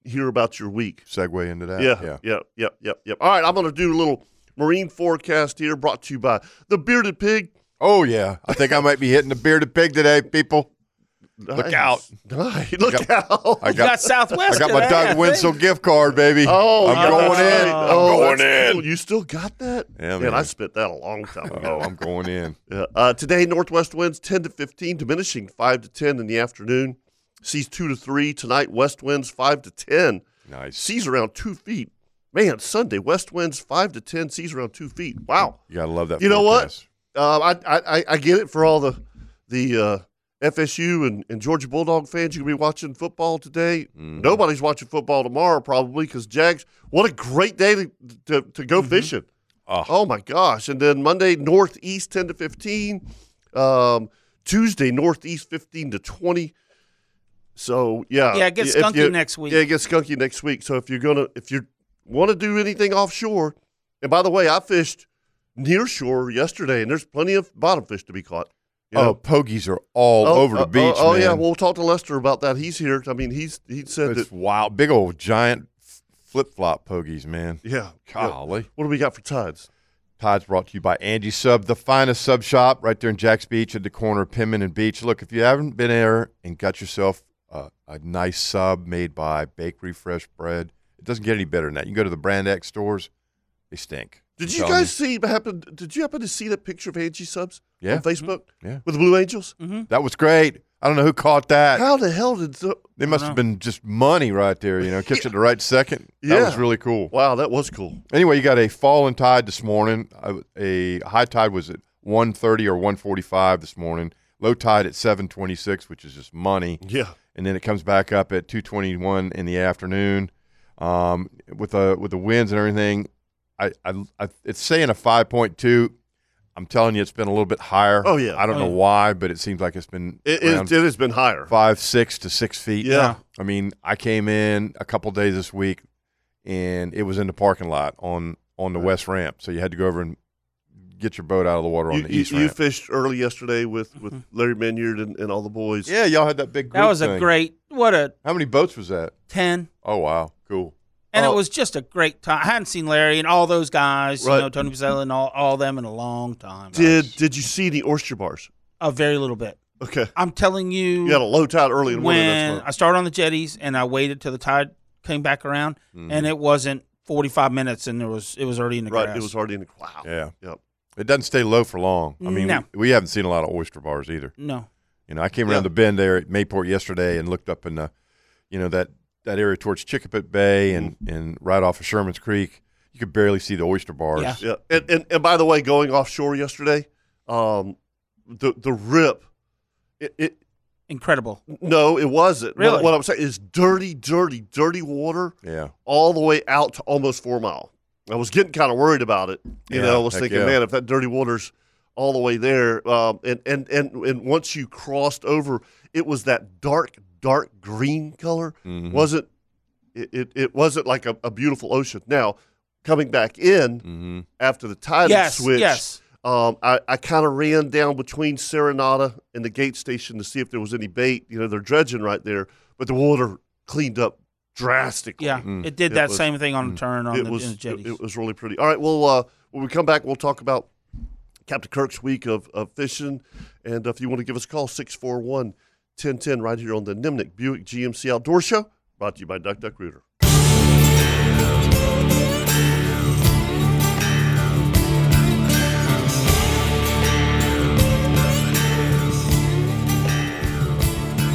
[SPEAKER 1] hear about your week.
[SPEAKER 3] Segue into that.
[SPEAKER 1] Yeah, yeah,
[SPEAKER 3] yeah.
[SPEAKER 1] yeah, yeah, yeah, All right, I'm going to do a little marine forecast here brought to you by The Bearded Pig.
[SPEAKER 3] Oh yeah. I think I might be hitting the bearded pig today, people. Look out.
[SPEAKER 1] Nice. Look out.
[SPEAKER 3] I
[SPEAKER 4] You got
[SPEAKER 3] got
[SPEAKER 4] Southwest.
[SPEAKER 3] I got my
[SPEAKER 4] today, I
[SPEAKER 3] Doug
[SPEAKER 4] think.
[SPEAKER 3] Winslow gift card, baby.
[SPEAKER 1] Oh,
[SPEAKER 3] I'm
[SPEAKER 1] yeah,
[SPEAKER 3] going
[SPEAKER 1] that's
[SPEAKER 3] in.
[SPEAKER 1] right.
[SPEAKER 3] I'm
[SPEAKER 1] Oh,
[SPEAKER 3] going
[SPEAKER 1] that's
[SPEAKER 3] in.
[SPEAKER 1] cool. You still got that?
[SPEAKER 3] Yeah,
[SPEAKER 1] man.
[SPEAKER 3] man.
[SPEAKER 1] I spent that a long time ago.
[SPEAKER 3] Oh, I'm going in.
[SPEAKER 1] Yeah. Uh, today, northwest winds 10 to 15, diminishing 5 to 10 in the afternoon. Seas 2 to 3. Tonight, west winds 5 to 10.
[SPEAKER 3] Nice.
[SPEAKER 1] Seas around 2 feet. Man, Sunday, west winds 5 to 10, seas around 2 feet. Wow.
[SPEAKER 3] You gotta love that.
[SPEAKER 1] You know what?
[SPEAKER 3] forecast.
[SPEAKER 1] Um, I, I I- I get it for all the the uh, FSU and, and Georgia Bulldog fans. You're gonna be watching football today.
[SPEAKER 3] Mm-hmm.
[SPEAKER 1] Nobody's watching football tomorrow probably because Jags. What a great day to to, to go fishing.
[SPEAKER 3] Oh.
[SPEAKER 1] my gosh! And then Monday northeast ten to fifteen. Um, Tuesday northeast fifteen to twenty. So yeah,
[SPEAKER 4] Yeah, it gets
[SPEAKER 1] if
[SPEAKER 4] skunky
[SPEAKER 1] you-
[SPEAKER 4] next week.
[SPEAKER 1] Yeah, it gets skunky next week. So if you're gonna if you want to do anything offshore, and by the way, I fished near shore yesterday, and there's plenty of bottom fish to be caught. you
[SPEAKER 3] Oh,
[SPEAKER 1] know?
[SPEAKER 3] pogies are all over
[SPEAKER 1] uh,
[SPEAKER 3] the beach,
[SPEAKER 1] Oh, oh, yeah,
[SPEAKER 3] man.
[SPEAKER 1] we'll talk to Lester about that. He's here. I mean, he's he said
[SPEAKER 3] it's
[SPEAKER 1] that.
[SPEAKER 3] wild. Big old giant flip flop pogies, man.
[SPEAKER 1] Yeah, yeah.
[SPEAKER 3] Golly.
[SPEAKER 1] What do we got for tides?
[SPEAKER 3] Todd's brought to you by Angie Sub, the finest sub shop right there in Jack's Beach at the corner of Pinman and Beach. Look, if you haven't been there and got yourself a, a nice sub made by Bakery Fresh Bread, it doesn't get any better than that. You can go to the Brand X stores, they stink.
[SPEAKER 1] Did
[SPEAKER 3] I'm
[SPEAKER 1] you
[SPEAKER 3] telling
[SPEAKER 1] guys see happen? Did you happen to see that picture of Angie Subs
[SPEAKER 3] Yeah. Mm-hmm.
[SPEAKER 1] on Facebook?
[SPEAKER 3] Yeah.
[SPEAKER 1] with the Blue Angels.
[SPEAKER 3] That was great. I don't know who caught that.
[SPEAKER 1] How the hell did so-
[SPEAKER 3] They must have been just money right there, you know, catch it the right second. That was
[SPEAKER 1] Yeah.
[SPEAKER 3] really cool.
[SPEAKER 1] Wow, that was cool.
[SPEAKER 3] Anyway, you got a falling tide this morning. I- A high tide was at 1:30 or 1:45 this morning. Low tide at 7:26, which is just money.
[SPEAKER 1] Yeah.
[SPEAKER 3] And then it comes back up at 2:21 in the afternoon. Um, with the with the winds and everything, I, I, I it's saying a 5.2. I'm telling you, it's been a little bit higher.
[SPEAKER 1] Oh, yeah.
[SPEAKER 3] I don't
[SPEAKER 4] Oh,
[SPEAKER 3] know
[SPEAKER 4] yeah.
[SPEAKER 3] why, but it seems like it's been
[SPEAKER 1] It, it,
[SPEAKER 3] around
[SPEAKER 1] it has been higher.
[SPEAKER 3] five, six to six feet.
[SPEAKER 1] Yeah.
[SPEAKER 3] I mean, I came in a couple days this week, and it was in the parking lot on on the west ramp. So you had to go over and get your boat out of the water on
[SPEAKER 1] You,
[SPEAKER 3] the
[SPEAKER 1] you,
[SPEAKER 3] east
[SPEAKER 1] you
[SPEAKER 3] ramp.
[SPEAKER 1] fished early yesterday with, with Larry Menyard and, and all the boys.
[SPEAKER 3] yeah, y'all had that big.
[SPEAKER 4] Mm-hmm. That
[SPEAKER 3] group
[SPEAKER 4] was a
[SPEAKER 3] thing.
[SPEAKER 4] great, what a
[SPEAKER 3] How many boats was that?
[SPEAKER 4] 10.
[SPEAKER 3] Oh wow, cool.
[SPEAKER 4] And
[SPEAKER 1] Oh.
[SPEAKER 4] it was just a great time. I hadn't seen Larry and all those guys,
[SPEAKER 1] Right.
[SPEAKER 4] you know, Tony Pizzella and all, all them in a long time.
[SPEAKER 1] Did did you see any oyster bars?
[SPEAKER 4] a very little bit.
[SPEAKER 1] Okay.
[SPEAKER 4] I'm telling you,
[SPEAKER 1] You had a low tide early in the morning. that's
[SPEAKER 4] when
[SPEAKER 1] fine.
[SPEAKER 4] I started on the jetties and I waited till the tide came back around, and it wasn't 45 minutes, and there was it was already in the
[SPEAKER 1] Mm-hmm. right.
[SPEAKER 4] grass.
[SPEAKER 1] It was already in the wow.
[SPEAKER 3] Yeah,
[SPEAKER 1] Yep.
[SPEAKER 3] it doesn't stay low for long. I mean,
[SPEAKER 4] No.
[SPEAKER 3] we, we haven't seen a lot of oyster bars either.
[SPEAKER 4] no,
[SPEAKER 3] You know, I came around the
[SPEAKER 1] Yeah.
[SPEAKER 3] bend there at Mayport yesterday and looked up in the, you know, that that area towards Chickapit Bay and and right off of Sherman's Creek. You could barely see the oyster bars.
[SPEAKER 4] Yeah.
[SPEAKER 1] Yeah. And, and and by the way, going offshore yesterday, um, the the rip, it, it
[SPEAKER 4] incredible.
[SPEAKER 1] no, it wasn't. What-
[SPEAKER 4] Really?
[SPEAKER 1] What, I'm saying is dirty, dirty, dirty water
[SPEAKER 3] yeah.
[SPEAKER 1] all the way out to almost four mile. I was getting kind of worried about it.
[SPEAKER 3] Yeah,
[SPEAKER 1] You know, I was
[SPEAKER 3] heck
[SPEAKER 1] thinking,
[SPEAKER 3] yeah.
[SPEAKER 1] man, if that dirty water's all the way there, um, and and and and once you crossed over, it was that dark, dark green color.
[SPEAKER 3] Mhm.
[SPEAKER 1] wasn't it, it, it wasn't like a, a beautiful ocean. Now, coming back in
[SPEAKER 3] Mm-hmm.
[SPEAKER 1] after the tide had
[SPEAKER 4] yes,
[SPEAKER 1] switched,
[SPEAKER 4] yes.
[SPEAKER 1] um, I, I kind of ran down between Serenata and the gate station to see if there was any bait. You know, they're dredging right there, but the water cleaned up drastically.
[SPEAKER 4] Yeah,
[SPEAKER 3] Mm.
[SPEAKER 4] it did
[SPEAKER 1] It
[SPEAKER 4] that
[SPEAKER 1] was-
[SPEAKER 4] same thing on the turn on
[SPEAKER 1] it
[SPEAKER 4] the,
[SPEAKER 1] was
[SPEAKER 4] in the
[SPEAKER 1] it,
[SPEAKER 4] jetties.
[SPEAKER 1] it was really pretty. All right, well, uh, when we come back, we'll talk about Captain Kirk's week of, of fishing, and if you want to give us a call, 641-1010 right here on the Nimnik Buick GMC Outdoor Show, brought to you by Duck Duck Rooter.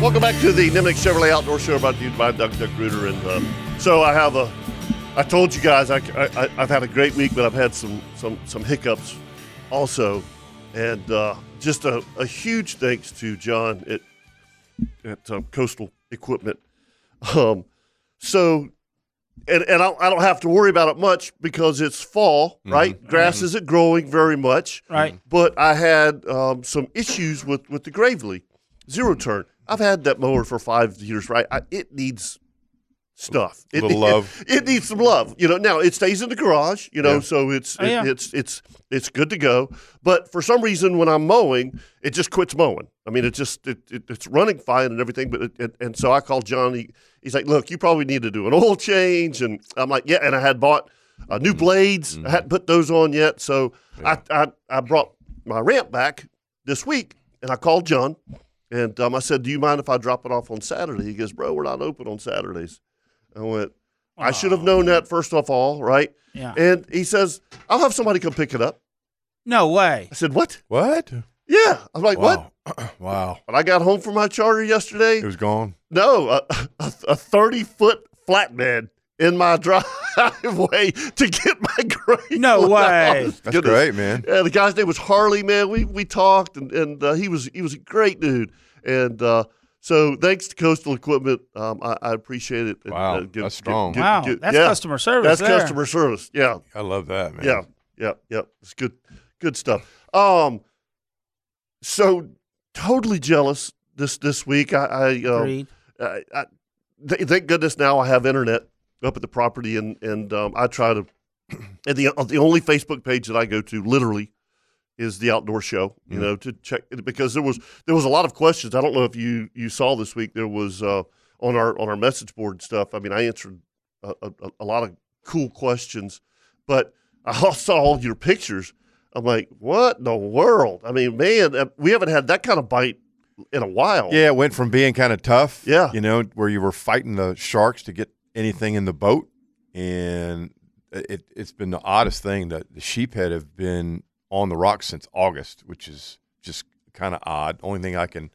[SPEAKER 1] Welcome back to the Nimnik Chevrolet Outdoor Show brought to you by Duck Duck Rooter. And um, so I have a, I told you guys I, I, have had a great week, but I've had some some some hiccups also, and uh, just a, a huge thanks to John at at um, Coastal Equipment. Um, so, and and I, I don't have to worry about it much because it's fall, right? Grass isn't growing very much,
[SPEAKER 4] Right.
[SPEAKER 1] But I had um, some issues with with the Gravely zero turn. I've had that mower for five years, right? I, it needs stuff. It,
[SPEAKER 3] Little love.
[SPEAKER 1] It, needs some love. You know, now it stays in the garage, you know,
[SPEAKER 3] Yeah.
[SPEAKER 1] so it's
[SPEAKER 4] Oh,
[SPEAKER 1] it-
[SPEAKER 4] yeah.
[SPEAKER 1] it's it's it's good to go. But for some reason when I'm mowing, it just quits mowing. I mean, it just it, it it's running fine and everything, but it, and- and so I called Johnny. He's like, "Look, you probably need to do an oil change." And I'm like, "Yeah," and I had bought uh, new blades. I hadn't put those on yet, so I, I I brought my ramp back this week, and I called John. And um, I said, "Do you mind if I drop it off on Saturday?" He goes, "Bro, we're not open on Saturdays." I went, "I should have known that first of all, right?"
[SPEAKER 4] Yeah.
[SPEAKER 1] And he says, "I'll have somebody come pick it up."
[SPEAKER 4] no way.
[SPEAKER 1] I said, "What?"
[SPEAKER 3] What?
[SPEAKER 1] Yeah. I'm like, "What?"
[SPEAKER 3] What? wow.
[SPEAKER 1] When I got home from my charter yesterday,
[SPEAKER 3] It was gone.
[SPEAKER 1] no, a, a, a 30 foot flatbed in my driveway to get my grain.
[SPEAKER 4] No way.
[SPEAKER 1] Goodness.
[SPEAKER 3] That's great, man.
[SPEAKER 1] Yeah, the guy's name was Harley. Man, we we talked, and and uh, he was he was a great dude. And uh, so, thanks to Coastal Equipment, um, I, I appreciate it. And,
[SPEAKER 3] Wow,
[SPEAKER 1] uh,
[SPEAKER 3] that's strong.
[SPEAKER 4] Wow, that's
[SPEAKER 1] yeah,
[SPEAKER 4] customer service.
[SPEAKER 1] That's
[SPEAKER 4] there.
[SPEAKER 1] customer service. Yeah,
[SPEAKER 3] I love that, man.
[SPEAKER 1] yeah, yeah, yeah. It's good, good stuff. Um, so totally jealous this this week. I, I um,
[SPEAKER 4] Agreed.
[SPEAKER 1] I, I, th- thank goodness now I have internet up at the property, and and um, I try to. And the uh, the only Facebook page that I go to literally is the outdoor show. You
[SPEAKER 3] Mm.
[SPEAKER 1] know to check because there was there was a lot of questions. I don't know if you you saw this week. There was uh, on our on our message board and stuff. I mean, I answered a, a, a lot of cool questions, but I saw all your pictures. I'm like, what in the world? I mean, man, uh, we haven't had that kind of bite in a while.
[SPEAKER 3] Yeah, it went from being kind of tough,
[SPEAKER 1] Yeah.
[SPEAKER 3] you know, where you were fighting the sharks to get anything in the boat, and it it's been the oddest thing that the sheephead have been on the rocks since August, which is just kind of odd. Only thing I can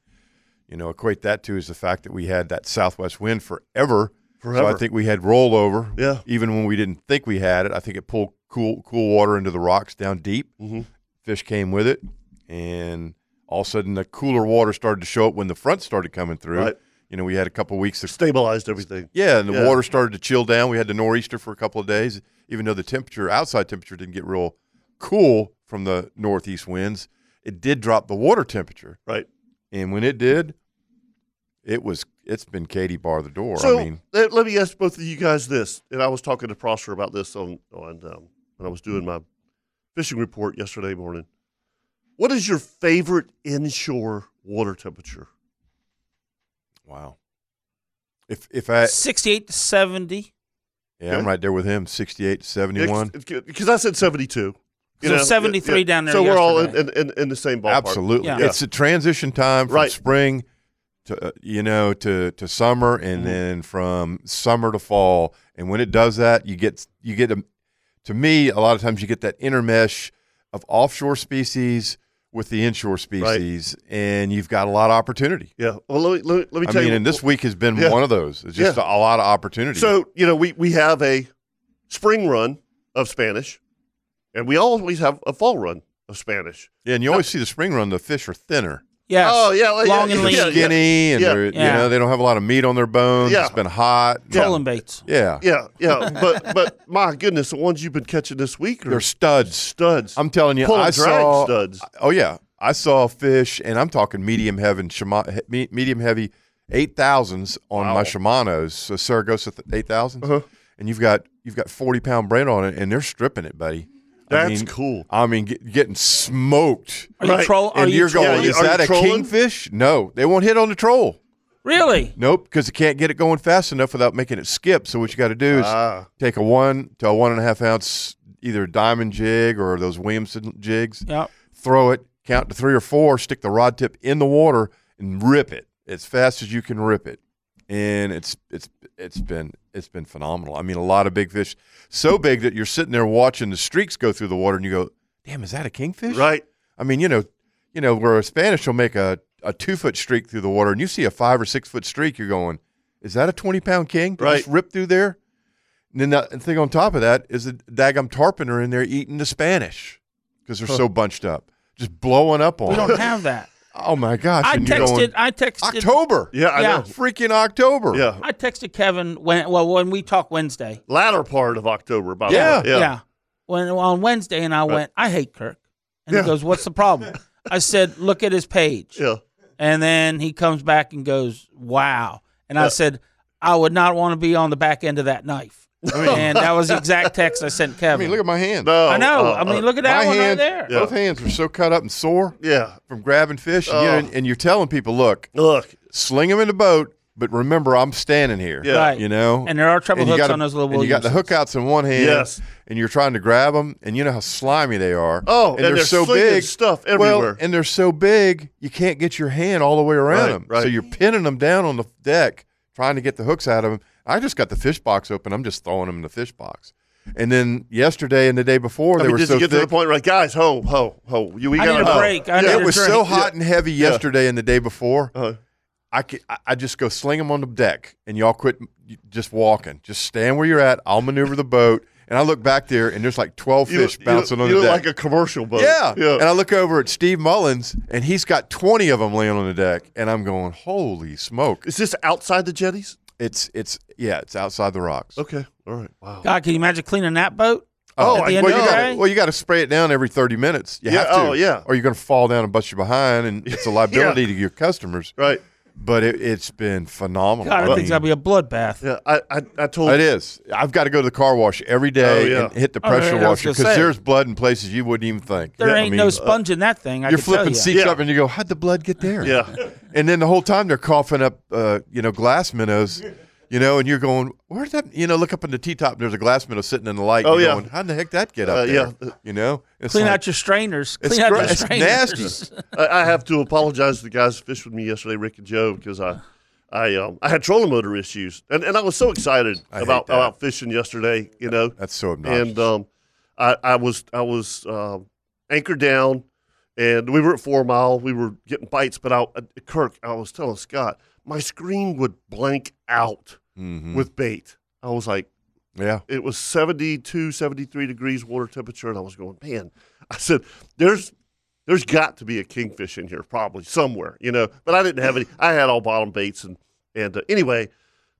[SPEAKER 3] You know, equate that to is the fact that we had that southwest wind forever. So
[SPEAKER 1] Forever.
[SPEAKER 3] I think we had rollover.
[SPEAKER 1] Yeah.
[SPEAKER 3] Even when we didn't think we had it, I think it pulled cool cool water into the rocks down deep.
[SPEAKER 1] Mhm.
[SPEAKER 3] Fish came with it, and all of a sudden the cooler water started to show up when the front started coming through.
[SPEAKER 1] Right.
[SPEAKER 3] You know, we had a couple weeks of
[SPEAKER 1] Stabilized everything.
[SPEAKER 3] yeah, and the
[SPEAKER 1] Yeah.
[SPEAKER 3] water started to chill down. We had the nor'easter for a couple of days, even though the temperature, outside temperature, didn't get real cool from the northeast winds. It did drop the water temperature,
[SPEAKER 1] Right.
[SPEAKER 3] and when it did, it was it's been Katie bar the door.
[SPEAKER 1] So
[SPEAKER 3] I mean,
[SPEAKER 1] let, let me ask both of you guys this, and I was talking to Prosser about this on on um, when I was doing my fishing report yesterday morning. What is your favorite inshore water temperature?
[SPEAKER 3] wow. If if I
[SPEAKER 4] Sixty-eight to seventy.
[SPEAKER 3] yeah, I'm right there with him, 68 to 71.
[SPEAKER 1] Because I said seventy-two.
[SPEAKER 4] So 73 down there
[SPEAKER 1] So we're all in,
[SPEAKER 4] yesterday.
[SPEAKER 1] in, in, in the same ballpark.
[SPEAKER 3] Absolutely,
[SPEAKER 4] Yeah.
[SPEAKER 3] it's a transition time from
[SPEAKER 1] Right.
[SPEAKER 3] spring to uh, you know to to summer,
[SPEAKER 1] Mm-hmm.
[SPEAKER 3] and then from summer to fall. And when it does that, you get you get a, to me a lot of times you get that intermesh of offshore species with the inshore species, and you've got a lot of opportunity.
[SPEAKER 1] Yeah. Well, let me let me, let me
[SPEAKER 3] I
[SPEAKER 1] tell
[SPEAKER 3] mean,
[SPEAKER 1] you.
[SPEAKER 3] and this week has been
[SPEAKER 1] Yeah.
[SPEAKER 3] one of those. It's just
[SPEAKER 1] Yeah.
[SPEAKER 3] a, lot of opportunity.
[SPEAKER 1] So you know, we we have a spring run of Spanish, and we always have a fall run of Spanish.
[SPEAKER 3] yeah, and you
[SPEAKER 1] uh,
[SPEAKER 3] always see the spring run; the fish are thinner.
[SPEAKER 4] Yes.
[SPEAKER 1] Oh, yeah, well,
[SPEAKER 4] Long
[SPEAKER 1] yeah,
[SPEAKER 4] and
[SPEAKER 1] yeah,
[SPEAKER 4] lean.
[SPEAKER 1] yeah,
[SPEAKER 3] skinny and
[SPEAKER 1] Yeah.
[SPEAKER 3] they're
[SPEAKER 4] Yeah.
[SPEAKER 3] you know they don't have a lot of meat on their bones.
[SPEAKER 1] Yeah.
[SPEAKER 3] It's been hot.
[SPEAKER 4] Trolling baits.
[SPEAKER 3] Yeah.
[SPEAKER 1] Yeah, yeah, but but my goodness, the ones you've been catching this week are
[SPEAKER 3] They're studs.
[SPEAKER 1] studs.
[SPEAKER 3] I'm telling you,
[SPEAKER 1] Pulling
[SPEAKER 3] I
[SPEAKER 1] drag
[SPEAKER 3] saw
[SPEAKER 1] studs.
[SPEAKER 3] Oh yeah, I saw fish, and I'm talking medium heavy, shima, he- me- medium heavy, eight thousands on my shamanos, so Saragossa eight
[SPEAKER 1] Uh-huh.
[SPEAKER 3] and you've got you've got forty pound braid on it, and they're stripping it, buddy.
[SPEAKER 1] That's
[SPEAKER 3] I mean,
[SPEAKER 1] cool.
[SPEAKER 3] I mean, get, getting smoked.
[SPEAKER 4] Are you
[SPEAKER 1] Right.
[SPEAKER 4] troll? Are
[SPEAKER 3] and
[SPEAKER 4] you
[SPEAKER 3] are
[SPEAKER 4] trolling?
[SPEAKER 3] going,
[SPEAKER 1] Yeah,
[SPEAKER 3] is
[SPEAKER 1] are you
[SPEAKER 3] that a
[SPEAKER 1] trolling?
[SPEAKER 3] kingfish? No, they won't hit on the troll.
[SPEAKER 4] Really?
[SPEAKER 3] Nope, because it can't get it going fast enough without making it skip. So what you got to do is
[SPEAKER 1] Ah.
[SPEAKER 3] take a one to a one and a half ounce either diamond jig or those Williamson jigs,
[SPEAKER 4] Yeah.
[SPEAKER 3] throw it, count to three or four, stick the rod tip in the water, and rip it as fast as you can rip it. And it's it's it's been it's been phenomenal. I mean, a lot of big fish, so big that you're sitting there watching the streaks go through the water, and you go, "Damn, is that a kingfish?"
[SPEAKER 1] right.
[SPEAKER 3] I mean, you know, you know, where a Spanish will make a, a two foot streak through the water, and you see a five or six foot streak, you're going, is that a twenty pound king? Did it
[SPEAKER 1] Right.
[SPEAKER 3] Just rip through there. And then the thing on top of that is the daggum tarpon are in there eating the Spanish because they're so bunched up, just blowing up on.
[SPEAKER 4] We
[SPEAKER 3] them.
[SPEAKER 4] don't have that.
[SPEAKER 3] oh my gosh!
[SPEAKER 4] I
[SPEAKER 3] and you're going,
[SPEAKER 4] texted. I texted.
[SPEAKER 3] October.
[SPEAKER 1] Yeah, I
[SPEAKER 4] Yeah.
[SPEAKER 1] know.
[SPEAKER 3] freaking October.
[SPEAKER 1] Yeah,
[SPEAKER 4] I texted Kevin when well when we talked Wednesday.
[SPEAKER 1] latter part of October. By the
[SPEAKER 3] Yeah.
[SPEAKER 1] way. yeah,
[SPEAKER 4] When on Wednesday, and I went, I hate Kirk, and
[SPEAKER 1] Yeah.
[SPEAKER 4] he goes, "What's the problem?" I said, "Look at his page,"
[SPEAKER 1] yeah.
[SPEAKER 4] and then he comes back and goes, "Wow," and I said, "I would not want to be on the back end of that knife," and that was the exact text I sent
[SPEAKER 3] I
[SPEAKER 4] Kevin.
[SPEAKER 3] mean, look at my hand.
[SPEAKER 1] No,
[SPEAKER 4] I know.
[SPEAKER 1] uh,
[SPEAKER 4] I mean,
[SPEAKER 1] uh,
[SPEAKER 4] look at
[SPEAKER 3] my
[SPEAKER 4] that one
[SPEAKER 3] hand.
[SPEAKER 4] right there.
[SPEAKER 1] Yeah.
[SPEAKER 3] Both hands are so cut up and sore
[SPEAKER 1] Yeah.
[SPEAKER 3] from grabbing fish, and, you know,
[SPEAKER 1] Oh.
[SPEAKER 3] and, and you're telling people, look,
[SPEAKER 1] Look.
[SPEAKER 3] sling them in the boat, but remember, I'm standing here.
[SPEAKER 1] Yeah. Right.
[SPEAKER 3] You know?
[SPEAKER 4] And there are treble
[SPEAKER 3] you
[SPEAKER 4] hooks
[SPEAKER 3] gotta-
[SPEAKER 4] on those little
[SPEAKER 3] and You got the hook
[SPEAKER 4] Williamsons.
[SPEAKER 3] outs in one hand.
[SPEAKER 1] Yes.
[SPEAKER 3] And you're trying to grab them, and you know how slimy they are.
[SPEAKER 1] Oh, and they're
[SPEAKER 3] so
[SPEAKER 1] slinging
[SPEAKER 3] big.
[SPEAKER 1] stuff
[SPEAKER 3] Well,
[SPEAKER 1] everywhere.
[SPEAKER 3] and they're so big, you can't get your hand all the way around
[SPEAKER 1] Right,
[SPEAKER 3] them. So
[SPEAKER 1] right.
[SPEAKER 3] you're pinning them down on the deck, trying to get the hooks out of them. I just got the fish box open. I'm just throwing them in the fish box. And then yesterday and the day before, they
[SPEAKER 1] I mean,
[SPEAKER 3] were
[SPEAKER 1] did
[SPEAKER 3] so
[SPEAKER 1] you get
[SPEAKER 3] thick.
[SPEAKER 1] to the point? Right, guys, home, home, home. You, we
[SPEAKER 4] I
[SPEAKER 1] got
[SPEAKER 4] need a break. I
[SPEAKER 1] yeah.
[SPEAKER 4] need a
[SPEAKER 3] it was
[SPEAKER 4] drink.
[SPEAKER 3] so hot and heavy yesterday and the day before.
[SPEAKER 1] Uh-huh.
[SPEAKER 3] I, ca- I I just go sling them on the deck, and y'all quit m- just walking. Just stand where you're at. I'll maneuver the boat, and I look back there, and there's like twelve
[SPEAKER 1] You,
[SPEAKER 3] fish
[SPEAKER 1] you-
[SPEAKER 3] bouncing on
[SPEAKER 1] you
[SPEAKER 3] the
[SPEAKER 1] look
[SPEAKER 3] deck.
[SPEAKER 1] like a commercial boat.
[SPEAKER 3] yeah.
[SPEAKER 1] yeah.
[SPEAKER 3] and I look over at Steve Mullins, and he's got twenty of them laying on the deck, and I'm going, "Holy smoke!"
[SPEAKER 1] Is this outside the jetties?
[SPEAKER 3] It's it's yeah, it's outside the rocks.
[SPEAKER 1] Okay. All right. Wow.
[SPEAKER 4] God, can you imagine cleaning that boat?
[SPEAKER 1] Oh,
[SPEAKER 4] at the
[SPEAKER 1] I-
[SPEAKER 4] end
[SPEAKER 3] Uh, well, you
[SPEAKER 4] of the
[SPEAKER 3] got
[SPEAKER 4] day?
[SPEAKER 3] to well, you got to spray it down every thirty minutes. You
[SPEAKER 1] Yeah,
[SPEAKER 3] have to,
[SPEAKER 1] oh, yeah.
[SPEAKER 3] or you're going to fall down and bust you behind, and it's a liability to your customers.
[SPEAKER 1] Right.
[SPEAKER 3] But it, it's been phenomenal.
[SPEAKER 4] God, I think
[SPEAKER 3] mean-
[SPEAKER 4] it's gonna be a bloodbath.
[SPEAKER 1] Yeah. I I, I told
[SPEAKER 3] It is. I've got to go to the car wash every day
[SPEAKER 1] Oh, yeah.
[SPEAKER 3] and hit the
[SPEAKER 4] Oh, yeah,
[SPEAKER 3] pressure
[SPEAKER 4] I was
[SPEAKER 3] washer
[SPEAKER 4] gonna
[SPEAKER 3] because
[SPEAKER 4] say.
[SPEAKER 3] there's blood in places you wouldn't even think.
[SPEAKER 4] There
[SPEAKER 3] I
[SPEAKER 4] ain't
[SPEAKER 3] mean, uh,
[SPEAKER 1] uh,
[SPEAKER 4] no sponge in that thing. I
[SPEAKER 3] You're
[SPEAKER 4] can tell
[SPEAKER 3] flipping
[SPEAKER 4] ya.
[SPEAKER 3] seats
[SPEAKER 1] Yeah.
[SPEAKER 3] up and you go, how'd the blood get there?
[SPEAKER 1] Yeah.
[SPEAKER 3] And then the whole time they're coughing up, uh, you know, glass minnows, you know, and you're going, where'd that, you know, look up in the T-top and there's a glass minnow sitting in the light.
[SPEAKER 1] Oh,
[SPEAKER 3] You're
[SPEAKER 1] yeah.
[SPEAKER 3] Going, How in the heck that get
[SPEAKER 1] Uh,
[SPEAKER 3] up there?
[SPEAKER 1] yeah.
[SPEAKER 3] You know? It's
[SPEAKER 4] Clean
[SPEAKER 3] like-
[SPEAKER 4] out your strainers.
[SPEAKER 3] it's,
[SPEAKER 4] Clean out
[SPEAKER 3] gr-
[SPEAKER 4] your
[SPEAKER 3] it's
[SPEAKER 4] strainers.
[SPEAKER 3] nasty.
[SPEAKER 1] I, I have to apologize to the guys who fished with me yesterday, Rick and Joe, because I, I, um, I had trolling motor issues, and, and I was so excited
[SPEAKER 3] hate
[SPEAKER 1] about
[SPEAKER 3] that.
[SPEAKER 1] about fishing yesterday, you know,
[SPEAKER 3] That's so obnoxious.
[SPEAKER 1] and um, I, I was I was um anchored down, and we were at four mile. We were getting bites, but I, uh, Kirk, I was telling Scott, my screen would blank out with bait. I was like,
[SPEAKER 3] Mm-hmm. yeah,
[SPEAKER 1] it was 72, 73 degrees water temperature, and I was going, man. I said, there's there's got to be a kingfish in here, probably somewhere, you know. But I didn't have any. I had all bottom baits, and and uh, anyway,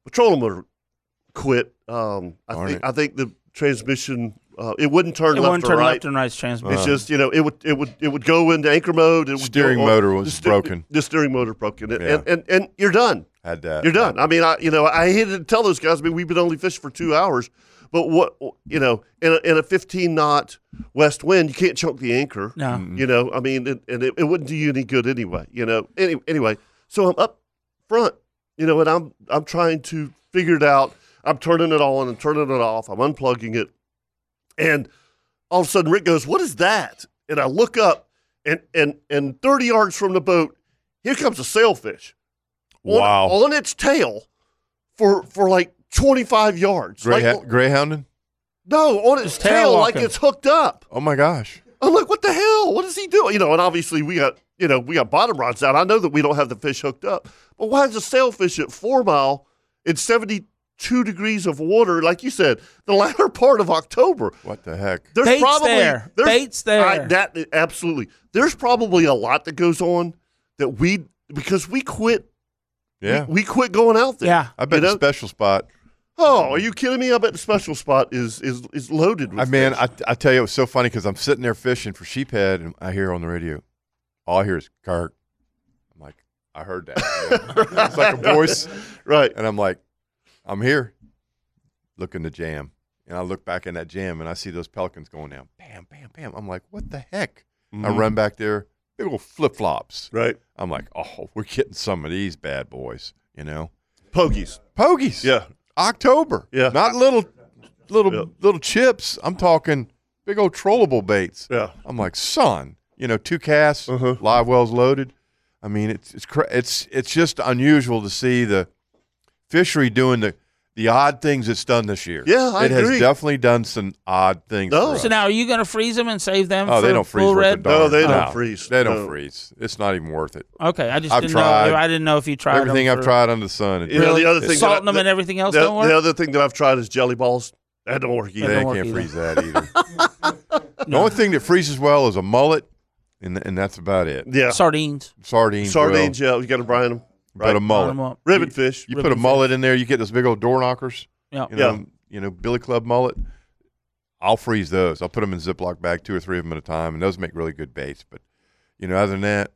[SPEAKER 1] petroleum motor quit. Um, I
[SPEAKER 3] Darn
[SPEAKER 1] think
[SPEAKER 3] it.
[SPEAKER 1] I think the transmission uh, it wouldn't turn
[SPEAKER 4] It
[SPEAKER 1] left
[SPEAKER 4] wouldn't
[SPEAKER 1] or
[SPEAKER 4] turn
[SPEAKER 1] right.
[SPEAKER 4] left and right's transmission.
[SPEAKER 1] It's just you know it would it would it would go into anchor mode. It would
[SPEAKER 3] Steering
[SPEAKER 1] go on-
[SPEAKER 3] motor was
[SPEAKER 1] the ste-
[SPEAKER 3] broken.
[SPEAKER 1] The steering motor broken, and,
[SPEAKER 3] Yeah.
[SPEAKER 1] and, and and you're done.
[SPEAKER 3] Had that.
[SPEAKER 1] You're done. I mean, I you know I hated to tell those guys. I mean, we've been only fishing for two hours, but what you know in a, in a 15 knot west wind, you can't choke the anchor.
[SPEAKER 4] No.
[SPEAKER 1] You know, I mean, and, and it, it wouldn't do you any good anyway. You know, any, anyway. So I'm up front, you know, and I'm I'm trying to figure it out. I'm turning it on and turning it off. I'm unplugging it, and all of a sudden Rick goes, "What is that?" And I look up, and and and 30 yards from the boat, here comes a sailfish. On,
[SPEAKER 3] Wow.
[SPEAKER 1] On its tail, for for like 25 yards.
[SPEAKER 3] Greyha-
[SPEAKER 1] like,
[SPEAKER 3] greyhounding.
[SPEAKER 1] no, on its
[SPEAKER 4] Tail
[SPEAKER 1] tail, like
[SPEAKER 4] walking.
[SPEAKER 1] it's hooked up.
[SPEAKER 3] Oh my gosh.
[SPEAKER 1] I'm like, what the hell? What is he doing? You know, and obviously we got you know we got bottom rods out. I know that we don't have the fish hooked up, but why is a sailfish at four mile in 72 degrees of water, like you said, the latter part of October?
[SPEAKER 3] What the heck?
[SPEAKER 1] There's
[SPEAKER 4] Bait's
[SPEAKER 1] probably
[SPEAKER 4] there.
[SPEAKER 1] There's,
[SPEAKER 4] Bait's there.
[SPEAKER 1] I- that absolutely. There's probably a lot that goes on that we because we quit.
[SPEAKER 3] Yeah.
[SPEAKER 1] We quit going out there.
[SPEAKER 4] Yeah.
[SPEAKER 3] I bet
[SPEAKER 1] you
[SPEAKER 3] the
[SPEAKER 1] know?
[SPEAKER 3] special spot.
[SPEAKER 1] Oh, are you kidding me? I bet the special spot is is is loaded. with
[SPEAKER 3] I man,
[SPEAKER 1] fish.
[SPEAKER 3] I, I tell you, it was so funny because I'm sitting there fishing for sheephead, and I hear on the radio, all I hear is Kirk. I'm like, I heard that. it's like a voice,
[SPEAKER 1] right.
[SPEAKER 3] and I'm like, I'm here, looking to jam, and I look back in that jam, and I see those pelicans going down, bam, bam, bam. I'm like, what the heck? I run back there, big old flip flops.
[SPEAKER 1] Mm-hmm. Right.
[SPEAKER 3] I'm like, oh, we're getting some of these bad boys, you know?
[SPEAKER 1] Pogies.
[SPEAKER 3] Pogies.
[SPEAKER 1] Yeah.
[SPEAKER 3] October.
[SPEAKER 1] Yeah.
[SPEAKER 3] Not little little
[SPEAKER 1] Yeah.
[SPEAKER 3] little chips. I'm talking big old trollable baits.
[SPEAKER 1] Yeah. Uh-huh.
[SPEAKER 3] I'm like, son, you know, two casts, live wells loaded. I mean, it's it's cra- it's it's just unusual to see the fishery doing the the odd things it's done this year.
[SPEAKER 1] Yeah, I
[SPEAKER 3] it
[SPEAKER 1] agree.
[SPEAKER 3] has definitely done some odd things.
[SPEAKER 1] No.
[SPEAKER 3] for us.
[SPEAKER 4] So now, are you going to freeze them and save them?
[SPEAKER 3] oh,
[SPEAKER 4] for
[SPEAKER 3] they don't freeze
[SPEAKER 4] full
[SPEAKER 3] worth a
[SPEAKER 4] red.
[SPEAKER 3] darn.
[SPEAKER 1] No, they don't freeze.
[SPEAKER 3] They don't
[SPEAKER 1] No.
[SPEAKER 3] freeze. It's not even worth it.
[SPEAKER 4] Okay, I just
[SPEAKER 3] I've
[SPEAKER 4] didn't
[SPEAKER 3] tried.
[SPEAKER 4] know. I didn't know if you tried
[SPEAKER 3] Everything
[SPEAKER 4] them
[SPEAKER 3] I've
[SPEAKER 4] for-
[SPEAKER 3] tried under the sun, it
[SPEAKER 1] You know, the other thing that
[SPEAKER 4] salting
[SPEAKER 1] I-
[SPEAKER 4] them and everything else
[SPEAKER 1] the,
[SPEAKER 4] don't work.
[SPEAKER 1] the other thing that I've tried is jelly balls. That don't work either.
[SPEAKER 3] They
[SPEAKER 4] don't
[SPEAKER 3] can't
[SPEAKER 4] work either.
[SPEAKER 3] freeze that either. The only thing that freezes well is a mullet, and and that's about it.
[SPEAKER 1] Yeah.
[SPEAKER 4] Sardines.
[SPEAKER 3] Sardines, will,
[SPEAKER 1] Sardines, yeah, you got to brine them.
[SPEAKER 3] but a
[SPEAKER 4] Line 'em
[SPEAKER 3] mullet.
[SPEAKER 4] up.
[SPEAKER 1] Ribbon fish.
[SPEAKER 3] You put a mullet in there, you get those big old door knockers.
[SPEAKER 4] Yeah.
[SPEAKER 3] You know, you know, Billy Club mullet. I'll freeze those. I'll put them in Ziploc bag, two or three of them at a time, and those make really good baits. But you know, other than that,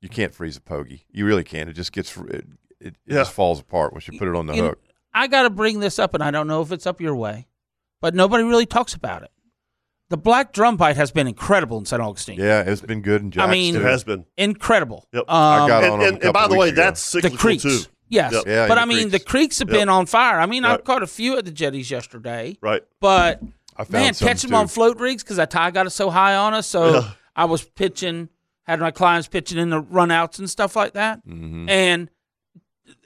[SPEAKER 3] you can't freeze a pogie. You really can't. It just gets it, it, it
[SPEAKER 1] Yeah.
[SPEAKER 3] just falls apart once you put it on the
[SPEAKER 4] You-
[SPEAKER 3] hook.
[SPEAKER 4] I got to bring this up, and I don't know if it's up your way, but nobody really talks about it. The black drum bite has been incredible in St. Augustine.
[SPEAKER 3] Yeah, it's been good in Jackson.
[SPEAKER 4] mean-
[SPEAKER 1] It has been.
[SPEAKER 4] Incredible. Um,
[SPEAKER 1] Yep.
[SPEAKER 3] I got on
[SPEAKER 1] and, and-
[SPEAKER 3] them a
[SPEAKER 1] and by
[SPEAKER 3] couple
[SPEAKER 1] the way,
[SPEAKER 3] weeks ago.
[SPEAKER 1] that's
[SPEAKER 4] the
[SPEAKER 1] cyclical
[SPEAKER 4] creeks.
[SPEAKER 1] too.
[SPEAKER 4] Yes.
[SPEAKER 1] Yep.
[SPEAKER 3] Yeah,
[SPEAKER 4] but
[SPEAKER 3] the
[SPEAKER 4] I mean, the
[SPEAKER 3] creeks.
[SPEAKER 4] creeks have
[SPEAKER 1] Yep.
[SPEAKER 4] been on fire. I mean, I
[SPEAKER 1] Right.
[SPEAKER 4] caught a few at the jetties yesterday,
[SPEAKER 1] Right.
[SPEAKER 4] but
[SPEAKER 3] I found
[SPEAKER 4] man,
[SPEAKER 3] some
[SPEAKER 4] catch them
[SPEAKER 3] too.
[SPEAKER 4] on float rigs because I tie got it so high on us. So I was pitching, had my clients pitching in the runouts and stuff like that,
[SPEAKER 1] Mm-hmm.
[SPEAKER 4] and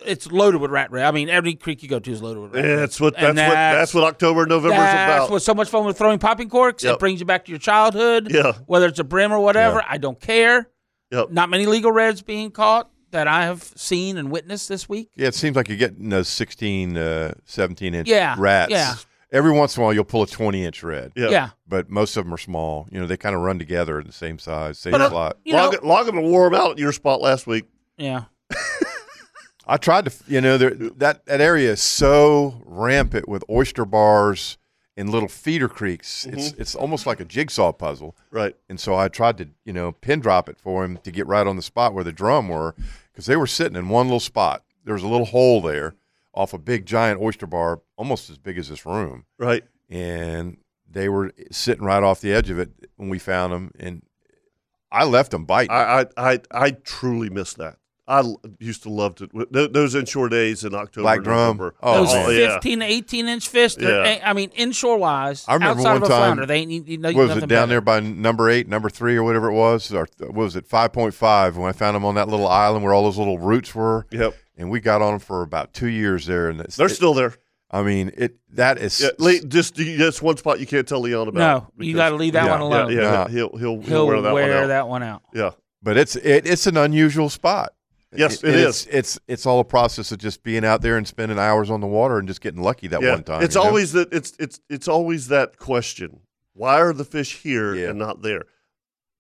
[SPEAKER 4] it's loaded with rat rail. I mean, every creek you go to is loaded with rat rail.
[SPEAKER 1] That's what that's,
[SPEAKER 4] And
[SPEAKER 1] what that's what October and November is
[SPEAKER 4] that's
[SPEAKER 1] about.
[SPEAKER 4] what's so much fun with throwing popping corks.
[SPEAKER 1] Yep.
[SPEAKER 4] It brings you back to your childhood.
[SPEAKER 1] Yeah.
[SPEAKER 4] Whether it's a brim or whatever, I don't care.
[SPEAKER 1] Yep.
[SPEAKER 4] Not many legal reds being caught that I have seen and witnessed this week.
[SPEAKER 3] Yeah, it seems like you're getting those 16, uh, 17 inch
[SPEAKER 4] Yeah,
[SPEAKER 3] rats.
[SPEAKER 4] yeah.
[SPEAKER 3] Every once in a while, you'll pull a 20 inch red.
[SPEAKER 1] Yeah.
[SPEAKER 4] Yeah.
[SPEAKER 3] But most of them are small. You know, they kind of run together at the same size, same
[SPEAKER 4] But, uh,
[SPEAKER 3] slot.
[SPEAKER 4] You know,
[SPEAKER 1] Log, log 'em and wore 'em out at your spot last week.
[SPEAKER 4] yeah.
[SPEAKER 3] I tried to, you know, there, that, that area is so rampant with oyster bars and little feeder creeks. It's, it's almost like a jigsaw puzzle.
[SPEAKER 1] Mm-hmm. Right.
[SPEAKER 3] And so I tried to, you know, pin drop it for him to get right on the spot where the drum were because they were sitting in one little spot. There was a little hole there off a big giant oyster bar, almost as big as this room.
[SPEAKER 1] Right.
[SPEAKER 3] and they were sitting right off the edge of it when we found them. And I left them biting.
[SPEAKER 1] I I I, I truly miss that. I l- used to love it. Th- Those inshore days in October,
[SPEAKER 3] Black
[SPEAKER 1] and
[SPEAKER 3] drum.
[SPEAKER 1] November.
[SPEAKER 3] Oh,
[SPEAKER 4] Those
[SPEAKER 3] man.
[SPEAKER 1] yeah.
[SPEAKER 4] 15 to 18 inch fish, they're-
[SPEAKER 1] Yeah.
[SPEAKER 4] I mean, inshore wise,
[SPEAKER 3] I remember
[SPEAKER 4] outside
[SPEAKER 3] one
[SPEAKER 4] of a
[SPEAKER 3] time-
[SPEAKER 4] flounder, they ain't you know,
[SPEAKER 3] what was
[SPEAKER 4] nothing
[SPEAKER 3] it down
[SPEAKER 4] better.
[SPEAKER 3] there by number eight, number three, or whatever it was? Or th- what was it, five point five? When I found them on that little island where all those little roots were.
[SPEAKER 1] Yep.
[SPEAKER 3] And we got on them for about two years there, and it's,
[SPEAKER 1] They're
[SPEAKER 3] it-
[SPEAKER 1] still there.
[SPEAKER 3] I mean, it that is
[SPEAKER 1] Yeah, Le- just you- that's one spot you can't tell Leon about.
[SPEAKER 4] No, you
[SPEAKER 1] because-
[SPEAKER 4] gotta leave that
[SPEAKER 1] Yeah,
[SPEAKER 4] one alone.
[SPEAKER 1] Yeah, yeah,
[SPEAKER 3] Nah.
[SPEAKER 1] he'll, he'll he'll
[SPEAKER 4] He'll
[SPEAKER 1] wear that one out.
[SPEAKER 4] out.
[SPEAKER 1] Yeah,
[SPEAKER 3] but it's it, it's an unusual spot.
[SPEAKER 1] Yes, it
[SPEAKER 3] it's, It's it's all a process of just being out there and spending hours on the water and just getting lucky that
[SPEAKER 1] yeah.
[SPEAKER 3] one time.
[SPEAKER 1] it's
[SPEAKER 3] you know?
[SPEAKER 1] always that it's it's it's always that question. Why are the fish here
[SPEAKER 3] Yeah.
[SPEAKER 1] and not there?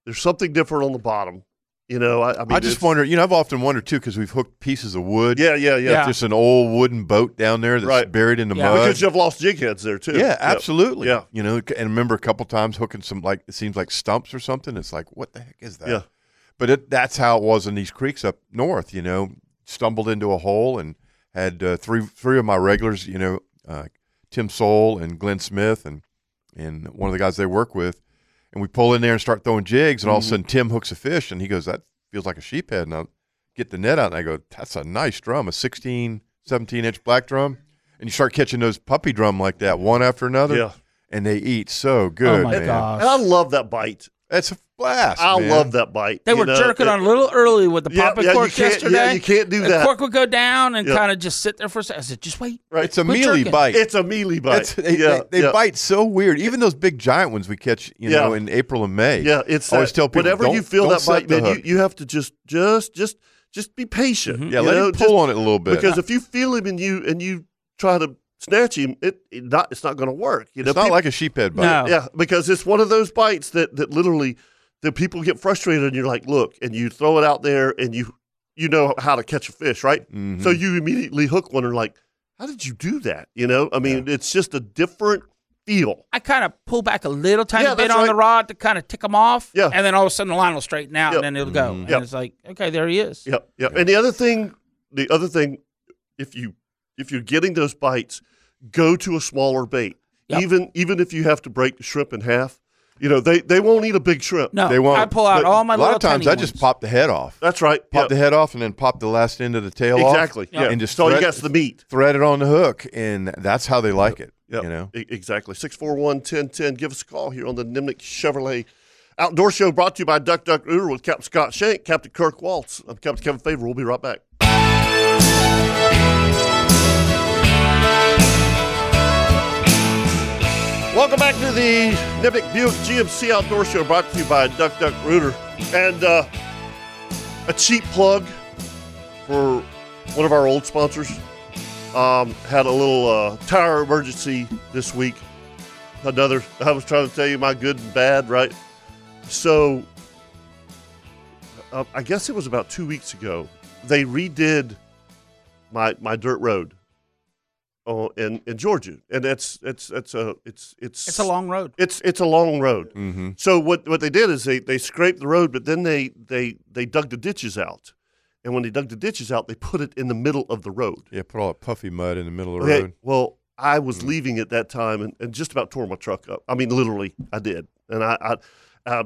[SPEAKER 1] There's something different on the bottom. You know, I, I mean,
[SPEAKER 3] I just
[SPEAKER 1] it's-
[SPEAKER 3] wonder. You know, I've often wondered too because we've hooked pieces of wood.
[SPEAKER 1] Yeah, yeah, yeah.
[SPEAKER 4] Yeah.
[SPEAKER 3] just an old wooden boat down there that's
[SPEAKER 1] Right.
[SPEAKER 3] buried in the
[SPEAKER 4] Yeah.
[SPEAKER 3] mud.
[SPEAKER 1] Because you've lost jig heads there too.
[SPEAKER 3] Yeah, absolutely.
[SPEAKER 1] Yeah.
[SPEAKER 3] you know, and remember a couple times hooking some like it seems like stumps or something. It's like what the heck is that?
[SPEAKER 1] Yeah.
[SPEAKER 3] but it, that's how it was in these creeks up north. You know, stumbled into a hole and had uh, three three of my regulars. You know, uh, Tim Soul and Glenn Smith and and one of the guys they work with, and we pull in there and start throwing jigs, and all of a
[SPEAKER 1] Mm-hmm.
[SPEAKER 3] sudden Tim hooks a fish, and he goes, "That feels like a sheep head." And I get the net out, and I go, "That's a nice drum, a 16, 17 inch black drum." And you start catching those puppy drum like that, one after another.
[SPEAKER 1] Yeah.
[SPEAKER 3] And they eat so good,
[SPEAKER 4] oh my
[SPEAKER 3] man.
[SPEAKER 1] And I
[SPEAKER 4] gosh.
[SPEAKER 1] love that bite.
[SPEAKER 3] That's a blast.
[SPEAKER 1] I
[SPEAKER 3] man.
[SPEAKER 1] love that bite.
[SPEAKER 4] They
[SPEAKER 1] you
[SPEAKER 4] were
[SPEAKER 1] know?
[SPEAKER 4] jerking
[SPEAKER 1] It-
[SPEAKER 4] on a little early with the
[SPEAKER 1] Yeah,
[SPEAKER 4] popping
[SPEAKER 1] yeah, you
[SPEAKER 4] cork
[SPEAKER 1] can't- yeah,
[SPEAKER 4] yesterday.
[SPEAKER 1] you can't do
[SPEAKER 4] the
[SPEAKER 1] that.
[SPEAKER 4] cork would go down and
[SPEAKER 1] Yeah.
[SPEAKER 4] kind of just sit there for a second. I said, just wait.
[SPEAKER 1] Right.
[SPEAKER 3] It's a
[SPEAKER 4] Quit
[SPEAKER 3] mealy
[SPEAKER 4] jerking.
[SPEAKER 3] bite.
[SPEAKER 1] It's a mealy bite.
[SPEAKER 3] That's- they
[SPEAKER 1] yeah,
[SPEAKER 3] they, they
[SPEAKER 1] yeah.
[SPEAKER 3] bite so weird. Even those big giant ones we catch, you
[SPEAKER 1] Yeah.
[SPEAKER 3] know, in April and May.
[SPEAKER 1] Yeah, it's
[SPEAKER 3] I always
[SPEAKER 1] that-
[SPEAKER 3] tell people
[SPEAKER 1] whenever
[SPEAKER 3] don't-
[SPEAKER 1] you feel
[SPEAKER 3] don't
[SPEAKER 1] that
[SPEAKER 3] set
[SPEAKER 1] bite,
[SPEAKER 3] the
[SPEAKER 1] man, you,
[SPEAKER 3] hook. Mm-hmm.
[SPEAKER 1] you have to just just just just be patient.
[SPEAKER 3] yeah,
[SPEAKER 1] you
[SPEAKER 3] let
[SPEAKER 1] know,
[SPEAKER 3] him pull
[SPEAKER 1] just-
[SPEAKER 3] on it a little bit.
[SPEAKER 1] because if you feel him and you and you try to snatch him, it, it not it's not going to work. You know,
[SPEAKER 3] it's not
[SPEAKER 1] Peop-
[SPEAKER 3] like a sheep head bite.
[SPEAKER 4] No.
[SPEAKER 1] yeah, because it's one of those bites that that literally that people get frustrated and you're like, look, and you throw it out there and you you know how to catch a fish, right?
[SPEAKER 3] Mhm.
[SPEAKER 1] So you immediately hook one and like, how did you do that? You know, I mean, it's just a different feel.
[SPEAKER 4] I kind of pull back a little tiny
[SPEAKER 1] Yeah,
[SPEAKER 4] bit
[SPEAKER 1] that's
[SPEAKER 4] on
[SPEAKER 1] right.
[SPEAKER 4] the rod to kind of tick them off.
[SPEAKER 1] Yeah.
[SPEAKER 4] And then all of a sudden the line will straighten out
[SPEAKER 1] Yep. Mm-hmm.
[SPEAKER 4] and then it'll go. And
[SPEAKER 1] Yep.
[SPEAKER 4] it's like, okay, there he is.
[SPEAKER 1] Yep, yep. And the other thing, the other thing, if you if you're getting those bites, go to a smaller bait.
[SPEAKER 4] Yep.
[SPEAKER 1] Even even if you have to break the shrimp in half, you know they they won't eat a big shrimp.
[SPEAKER 4] No,
[SPEAKER 3] They won't.
[SPEAKER 4] I pull out
[SPEAKER 1] But
[SPEAKER 4] all my
[SPEAKER 3] a lot
[SPEAKER 4] little
[SPEAKER 3] of times I
[SPEAKER 4] tiny
[SPEAKER 3] just
[SPEAKER 4] ones.
[SPEAKER 3] pop the head off, pop
[SPEAKER 1] that's right.
[SPEAKER 3] the head off, and then pop the last end of the tail off.
[SPEAKER 1] exactly.
[SPEAKER 4] Yeah.
[SPEAKER 1] Yeah,
[SPEAKER 3] And just
[SPEAKER 1] so you
[SPEAKER 3] thread-
[SPEAKER 1] got the meat.
[SPEAKER 3] Thread it on the hook, and that's how they like it.
[SPEAKER 1] Yep.
[SPEAKER 3] You know,
[SPEAKER 1] E- exactly. 641-1010. Give us a call here on the Nimnik Chevrolet Outdoor Show, brought to you by Duck Duck Rooter with Captain Scott Shank, Captain Kirk Waltz. I'm Captain Kevin Favor. We'll be right back. Welcome back to the Nimnik Buick GMC Outdoor Show, brought to you by Duck Duck Rooter. And uh, a cheap plug for one of our old sponsors. Um, had a little uh, tire emergency this week. Another, I was trying to tell you my good and bad, right? So, uh, I guess it was about two weeks ago. They redid my my dirt road, uh, in in Georgia, and that's that's that's a it's it's
[SPEAKER 4] It's a long road.
[SPEAKER 1] it's it's a long road.
[SPEAKER 3] Mhm.
[SPEAKER 1] So what what they did is they they scraped the road, but then they they they dug the ditches out, and when they dug the ditches out, they put it in the middle of the road.
[SPEAKER 3] yeah. Put all that puffy mud in the middle of the
[SPEAKER 1] Okay,
[SPEAKER 3] road. Mm.
[SPEAKER 1] well, I was leaving at that time and, and just about tore my truck up. I mean, literally, I did, and I I, I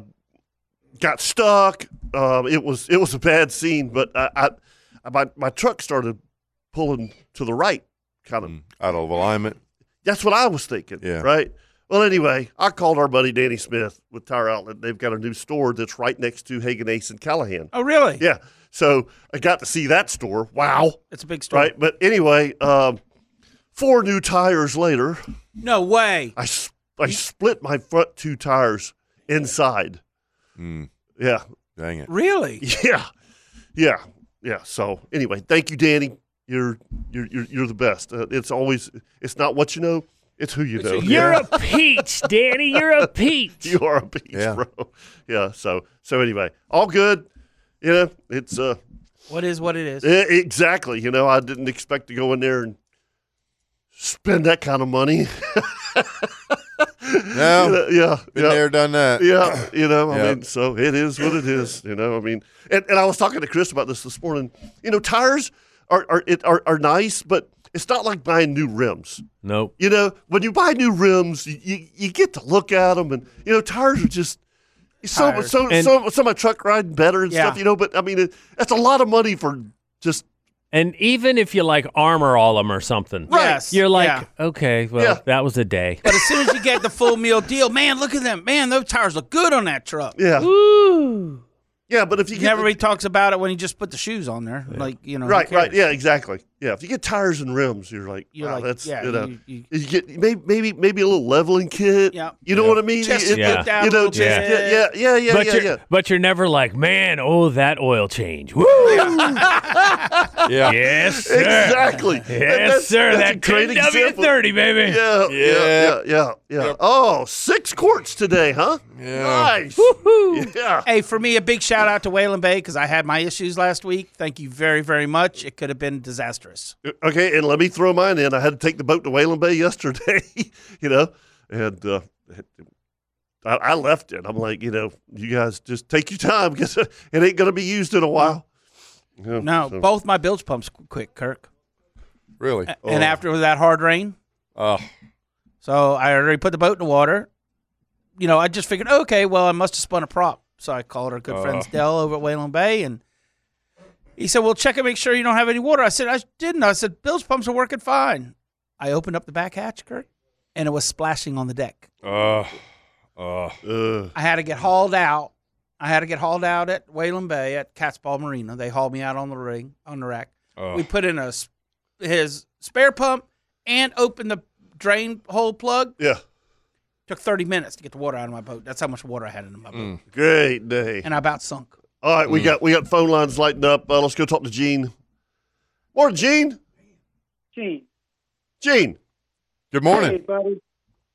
[SPEAKER 1] got stuck. Um, it was it was a bad scene, but I, I, I my my truck started pulling to the right, kind of
[SPEAKER 3] Out of alignment.
[SPEAKER 1] that's what I was thinking.
[SPEAKER 3] Yeah.
[SPEAKER 1] Right. Well, anyway, I called our buddy Danny Smith with Tire Outlet. They've got a new store that's right next to Hagen Ace and Callahan.
[SPEAKER 4] Oh, really?
[SPEAKER 1] Yeah. So I got to see that store. Wow.
[SPEAKER 4] It's a big story.
[SPEAKER 1] Right. But anyway, um, four new tires later,
[SPEAKER 4] No way.
[SPEAKER 1] I, s- I split my front two tires inside.
[SPEAKER 3] Mm.
[SPEAKER 1] Yeah.
[SPEAKER 3] Dang it.
[SPEAKER 4] Really?
[SPEAKER 1] Yeah. Yeah. Yeah. So anyway, thank you, Danny. You're you're you're, you're the best. Uh, it's always it's not what you know, it's who you know.
[SPEAKER 5] You're a peach, Danny. You're a peach.
[SPEAKER 1] you are a beast,
[SPEAKER 3] Yeah.
[SPEAKER 1] bro. Yeah. So so anyway, all good. You know, it's uh
[SPEAKER 4] What is what it is?
[SPEAKER 1] e- exactly. You know, I didn't expect to go in there and spend that kind of money.
[SPEAKER 3] No,
[SPEAKER 1] yeah.
[SPEAKER 3] been
[SPEAKER 1] yeah.
[SPEAKER 3] there, done that.
[SPEAKER 1] Yeah, you know, I
[SPEAKER 3] Yeah.
[SPEAKER 1] mean, so it is what it is, you know. I mean, and, and I was talking to Chris about this this morning. You know, tires are are it, are, are nice, but it's not like buying new rims.
[SPEAKER 5] Nope.
[SPEAKER 1] You know, when you buy new rims, you, you, you get to look at them, and you know tires are just so
[SPEAKER 4] Tires.
[SPEAKER 1] so
[SPEAKER 5] And-
[SPEAKER 1] so some of truck riding better and stuff.
[SPEAKER 4] Yeah.
[SPEAKER 1] You know, but I mean, it, that's a lot of money for just
[SPEAKER 5] And even if you like armor all them or something,
[SPEAKER 1] Right.
[SPEAKER 4] Yes.
[SPEAKER 5] you're like,
[SPEAKER 4] Yeah.
[SPEAKER 5] okay, well,
[SPEAKER 1] Yeah.
[SPEAKER 5] that was a day.
[SPEAKER 4] But as soon as you get the full meal deal, man, look at them. Man, those tires look good on that truck.
[SPEAKER 1] yeah yeah. But if you get
[SPEAKER 4] Everybody talks about it when he just put the shoes on there. Like, you know. who
[SPEAKER 1] right right
[SPEAKER 4] cares?
[SPEAKER 1] yeah exactly Yeah, if you get tires and rims, you're like,
[SPEAKER 4] You're
[SPEAKER 1] wow,
[SPEAKER 4] like,
[SPEAKER 1] that's
[SPEAKER 4] yeah,
[SPEAKER 1] you know,
[SPEAKER 4] you- you-
[SPEAKER 1] get maybe maybe maybe a little leveling kit.
[SPEAKER 4] Yeah.
[SPEAKER 1] you know what I mean.
[SPEAKER 4] Chest
[SPEAKER 1] It-
[SPEAKER 5] Yeah.
[SPEAKER 1] it-
[SPEAKER 4] down
[SPEAKER 1] you
[SPEAKER 4] a
[SPEAKER 1] know,
[SPEAKER 4] little
[SPEAKER 1] chest- yeah,
[SPEAKER 4] bit.
[SPEAKER 1] yeah, yeah, yeah,
[SPEAKER 5] but
[SPEAKER 1] yeah,
[SPEAKER 5] you're
[SPEAKER 1] yeah.
[SPEAKER 5] but you're never like, man, oh that oil change. Woo!
[SPEAKER 3] Yeah.
[SPEAKER 5] yes, sir.
[SPEAKER 1] Exactly. And
[SPEAKER 5] Yes,
[SPEAKER 1] that's-
[SPEAKER 5] sir.
[SPEAKER 1] that's a
[SPEAKER 5] That
[SPEAKER 1] great
[SPEAKER 5] W
[SPEAKER 1] example.
[SPEAKER 5] thirty, baby.
[SPEAKER 1] Yeah, yeah, yeah,
[SPEAKER 3] Yeah.
[SPEAKER 1] yeah, yeah. Oh, six quarts today, huh?
[SPEAKER 3] Yeah.
[SPEAKER 1] Nice. Yeah.
[SPEAKER 4] Hey, for me, a big shout out to Whalen Bay because I had my issues last week. Thank you very, very much. It could have been disastrous.
[SPEAKER 1] Okay, and let me throw mine in. I had to take the boat to Whalen Bay yesterday, you know, and uh, I, I left it. I'm like, you know, you guys just take your time because it ain't going to be used in a while. Yeah,
[SPEAKER 4] No,
[SPEAKER 1] so-
[SPEAKER 4] both my bilge pumps qu- quit, Kirk.
[SPEAKER 3] Really?
[SPEAKER 4] A-
[SPEAKER 1] Oh.
[SPEAKER 4] And after that hard rain,
[SPEAKER 3] Oh,
[SPEAKER 4] so I already put the boat in the water. You know, I just figured, okay, well, I must have spun a prop. So I called our good friend
[SPEAKER 3] Oh.
[SPEAKER 4] Dell over at Whalen Bay, and he said, "Well, check and make sure you don't have any water." I said, "I didn't." I said, "Bilge pumps are working fine." I opened up the back hatch, Kirk, and it was splashing on the deck.
[SPEAKER 3] oh, oh.
[SPEAKER 1] Uh,
[SPEAKER 4] I had to get hauled out. I had to get hauled out at Whalen Bay at Catspaw Marina. They hauled me out on the ring on the rack.
[SPEAKER 3] Oh.
[SPEAKER 4] We put in a s- his spare pump and opened the drain hole plug.
[SPEAKER 1] yeah,
[SPEAKER 4] Took thirty minutes to get the water out of my boat. That's how much water I had in my boat,
[SPEAKER 3] Mm.
[SPEAKER 1] great day.
[SPEAKER 4] and I about sunk.
[SPEAKER 1] All right, we got we got phone lines lighting up. Uh, let's go talk to Gene. Morning, Gene.
[SPEAKER 6] Gene.
[SPEAKER 1] Gene.
[SPEAKER 3] Good
[SPEAKER 6] Hey,
[SPEAKER 3] morning.
[SPEAKER 6] buddy.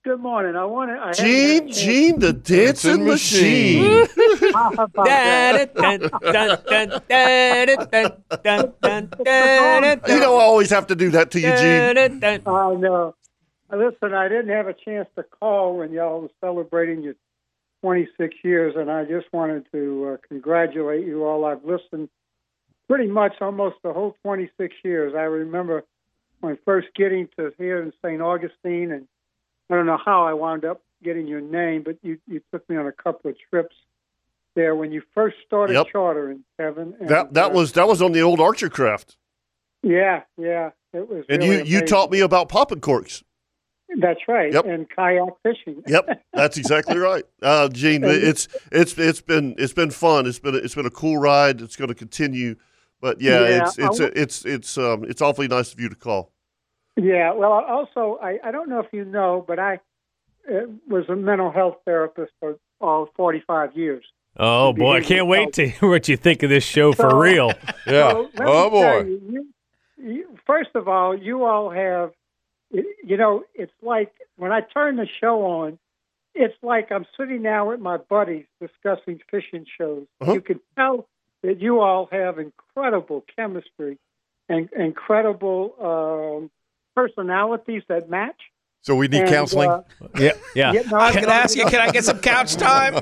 [SPEAKER 6] Good morning. I want to. I haven't had a
[SPEAKER 1] Gene.
[SPEAKER 6] chance-
[SPEAKER 1] Gene, the dancing
[SPEAKER 3] Dancing
[SPEAKER 1] machine.
[SPEAKER 3] machine.
[SPEAKER 6] How about that?
[SPEAKER 1] you know, I always have to do that to you, Gene.
[SPEAKER 6] I know. Listen, I didn't have a chance to call when y'all was celebrating your 26 years, and I just wanted to uh, congratulate you all. I've listened pretty much almost the whole 26 years. I remember when first getting to here in St. Augustine, and I don't know how I wound up getting your name, but you, you took me on a couple of trips there when you first started
[SPEAKER 1] Yep.
[SPEAKER 6] chartering, Kevin. And,
[SPEAKER 1] That that
[SPEAKER 6] uh,
[SPEAKER 1] was that was on the old Archer craft,
[SPEAKER 6] yeah, yeah. It was
[SPEAKER 1] and
[SPEAKER 6] really
[SPEAKER 1] you you
[SPEAKER 6] amazing.
[SPEAKER 1] taught me about popping corks.
[SPEAKER 6] That's right.
[SPEAKER 1] Yep.
[SPEAKER 6] And kayak fishing.
[SPEAKER 1] Yep, that's exactly right, uh, Gene. It's it's it's been it's been fun. It's been a, it's been a cool ride. It's going to continue, but yeah,
[SPEAKER 6] Yeah,
[SPEAKER 1] it's
[SPEAKER 6] I
[SPEAKER 1] it's
[SPEAKER 6] wa-
[SPEAKER 1] it's it's um it's awfully nice of you to call.
[SPEAKER 6] Yeah. Well, I also, I, I don't know if you know, but I uh, was a mental health therapist for all 45 years.
[SPEAKER 5] Oh boy, I can't wait to hear what you think of this show for
[SPEAKER 6] So-
[SPEAKER 5] real.
[SPEAKER 3] Yeah.
[SPEAKER 6] So, let me
[SPEAKER 3] oh
[SPEAKER 6] tell
[SPEAKER 3] boy.
[SPEAKER 6] You, you- you- first of all, you all have, you know, it's like when I turn the show on, it's like I'm sitting now with my buddies discussing fishing shows.
[SPEAKER 1] Uh-huh.
[SPEAKER 6] You can tell that you all have incredible chemistry and incredible um, personalities that match.
[SPEAKER 3] So we need
[SPEAKER 6] And,
[SPEAKER 3] counseling.
[SPEAKER 6] uh,
[SPEAKER 5] Yeah, yeah.
[SPEAKER 6] yeah, no,
[SPEAKER 4] I
[SPEAKER 6] I
[SPEAKER 4] was gonna ask you, can I get some couch time?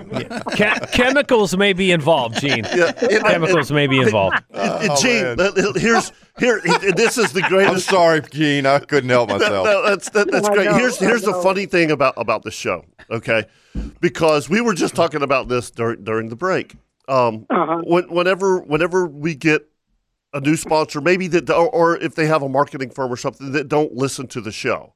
[SPEAKER 5] Che- chemicals may be involved, Gene.
[SPEAKER 1] Yeah, it-
[SPEAKER 5] Chemicals may be involved.
[SPEAKER 1] it-
[SPEAKER 3] Oh,
[SPEAKER 1] Gene,
[SPEAKER 3] man.
[SPEAKER 1] uh, here's here. This is the
[SPEAKER 3] I'm
[SPEAKER 1] greatest.
[SPEAKER 3] sorry, Gene. I couldn't help myself.
[SPEAKER 1] No, that's that, that's
[SPEAKER 6] I
[SPEAKER 1] great.
[SPEAKER 6] know,
[SPEAKER 1] here's
[SPEAKER 6] I
[SPEAKER 1] here's the
[SPEAKER 6] know.
[SPEAKER 1] funny thing about about the show, okay? Because we were just talking about this during during the break. Um,
[SPEAKER 6] Uh-huh.
[SPEAKER 1] when, whenever whenever we get a new sponsor, maybe that or, or if they have a marketing firm or something that don't listen to the show,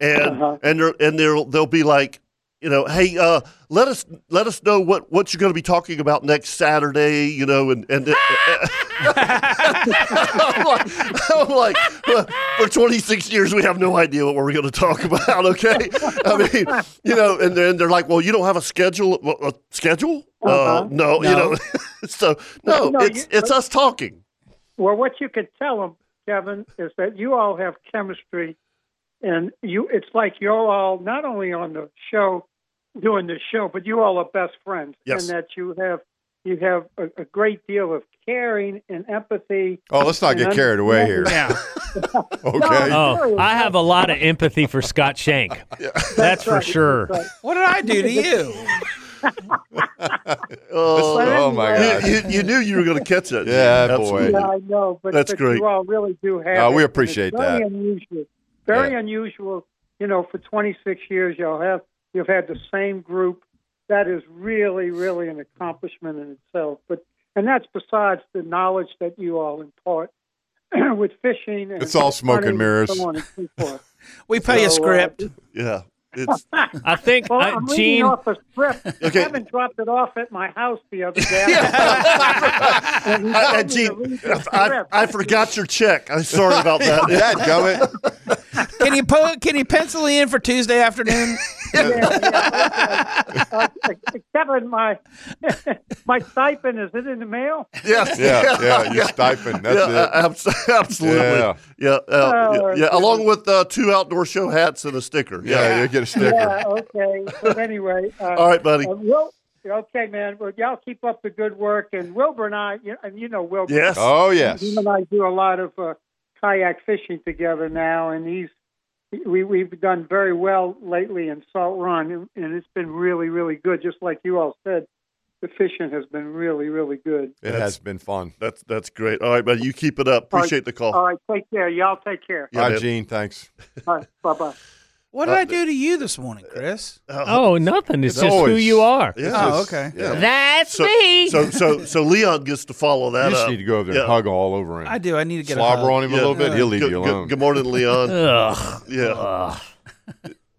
[SPEAKER 1] and
[SPEAKER 6] Uh-huh.
[SPEAKER 1] and they're, and they'll they'll be like. You know, hey, uh, let us let us know what, what you're going to be talking about next Saturday. You know, and and I'm like, I'm like well, for 26 years, we have no idea what we're going to talk about. Okay, I mean, you know, and then they're like, well, you don't have a schedule. well, A schedule? uh
[SPEAKER 6] Uh-huh.
[SPEAKER 1] no, you know. so no,
[SPEAKER 6] No,
[SPEAKER 1] it's
[SPEAKER 6] you-
[SPEAKER 1] it's us talking.
[SPEAKER 6] Well, what you can tell them, Kevin, is that you all have chemistry, and you—it's like you're all not only on the show, doing the show, but you all are best friends,
[SPEAKER 1] Yes.
[SPEAKER 6] and that you have you have a, a great deal of caring and empathy.
[SPEAKER 3] Oh, let's not get carried away here.
[SPEAKER 4] Yeah.
[SPEAKER 3] Okay.
[SPEAKER 5] Oh, I have a lot of empathy for Scott Shank. That's for sure.
[SPEAKER 4] What did I do to you?
[SPEAKER 1] Oh,
[SPEAKER 3] Oh my
[SPEAKER 1] you,
[SPEAKER 3] God.
[SPEAKER 1] you, you knew you were going to catch it.
[SPEAKER 3] Yeah, boy.
[SPEAKER 1] Absolutely.
[SPEAKER 6] Yeah, I know, but,
[SPEAKER 1] That's
[SPEAKER 6] but
[SPEAKER 1] great.
[SPEAKER 6] you all really do have.
[SPEAKER 3] No,
[SPEAKER 6] it,
[SPEAKER 3] we
[SPEAKER 6] and it's
[SPEAKER 3] appreciate
[SPEAKER 6] very
[SPEAKER 3] that.
[SPEAKER 6] unusual, very
[SPEAKER 3] Yeah.
[SPEAKER 6] unusual. You know, for 26 years, y'all have you've had the same group. That is really, really an accomplishment in itself. But and that's besides the knowledge that you all impart with fishing. And
[SPEAKER 3] It's all smoke and
[SPEAKER 6] hunting
[SPEAKER 3] mirrors.
[SPEAKER 6] so on and so forth.
[SPEAKER 4] We pay a
[SPEAKER 6] So, uh,
[SPEAKER 4] script.
[SPEAKER 1] Yeah, It's
[SPEAKER 5] I think
[SPEAKER 6] Well,
[SPEAKER 5] uh,
[SPEAKER 6] I'm reading
[SPEAKER 5] Gene.
[SPEAKER 6] off a script.
[SPEAKER 1] Okay.
[SPEAKER 6] Kevin dropped it off at my house the other day. And he
[SPEAKER 1] I, I,
[SPEAKER 6] told me to
[SPEAKER 1] Gene,
[SPEAKER 6] read the
[SPEAKER 1] I,
[SPEAKER 6] script.
[SPEAKER 1] I forgot your check. I'm sorry about that.
[SPEAKER 3] Dad, go it.
[SPEAKER 4] Can you po- can you pencil in for Tuesday afternoon?
[SPEAKER 6] Uh, Kevin, my my stipend is it in the mail?
[SPEAKER 1] yes.
[SPEAKER 3] Yeah, yeah, your stipend. That's
[SPEAKER 1] yeah,
[SPEAKER 3] it.
[SPEAKER 1] abs- absolutely.
[SPEAKER 3] Yeah.
[SPEAKER 1] Yeah, yeah, uh,
[SPEAKER 6] Oh,
[SPEAKER 1] yeah, yeah, Along with uh, two outdoor show hats and a sticker.
[SPEAKER 3] Yeah,
[SPEAKER 1] Yeah.
[SPEAKER 3] you get a sticker.
[SPEAKER 6] Yeah. Okay. But anyway. Uh,
[SPEAKER 1] All right, buddy.
[SPEAKER 6] uh, Wil- okay, man. Well, y'all keep up the good work. And Wilbur and I, you, and you know Wilbur.
[SPEAKER 1] Yes.
[SPEAKER 3] Oh yes.
[SPEAKER 6] Him and I do a lot of uh, kayak fishing together now, and he's we we've done very well lately in Salt Run, and, and it's been really really good. Just like you all said, the fishing has been really really good.
[SPEAKER 3] It has been fun.
[SPEAKER 1] That's that's great. All right, buddy. You keep it up. Appreciate the call.
[SPEAKER 6] All right, take care. Y'all take care.
[SPEAKER 1] Yeah,
[SPEAKER 3] Hi,
[SPEAKER 1] man.
[SPEAKER 3] Gene. Thanks.
[SPEAKER 6] All right, bye bye.
[SPEAKER 4] What did I do to you this morning, Chris?
[SPEAKER 5] oh, nothing. It's,
[SPEAKER 3] It's
[SPEAKER 5] just who
[SPEAKER 3] always-
[SPEAKER 5] you are.
[SPEAKER 1] Yeah.
[SPEAKER 4] Oh, okay.
[SPEAKER 1] Yeah.
[SPEAKER 5] That's
[SPEAKER 1] So, so so so Leon gets to follow that
[SPEAKER 3] You just
[SPEAKER 1] up.
[SPEAKER 3] need to go over there
[SPEAKER 1] Yeah.
[SPEAKER 3] and hug all over him.
[SPEAKER 4] I do. I need to get a
[SPEAKER 3] Slobber
[SPEAKER 4] hug.
[SPEAKER 3] on him a
[SPEAKER 1] Yeah.
[SPEAKER 3] little bit. He'll leave
[SPEAKER 1] Good-
[SPEAKER 3] you
[SPEAKER 1] good-
[SPEAKER 3] alone.
[SPEAKER 1] Good morning, Leon.
[SPEAKER 5] Ugh.
[SPEAKER 1] Yeah,
[SPEAKER 5] Ugh.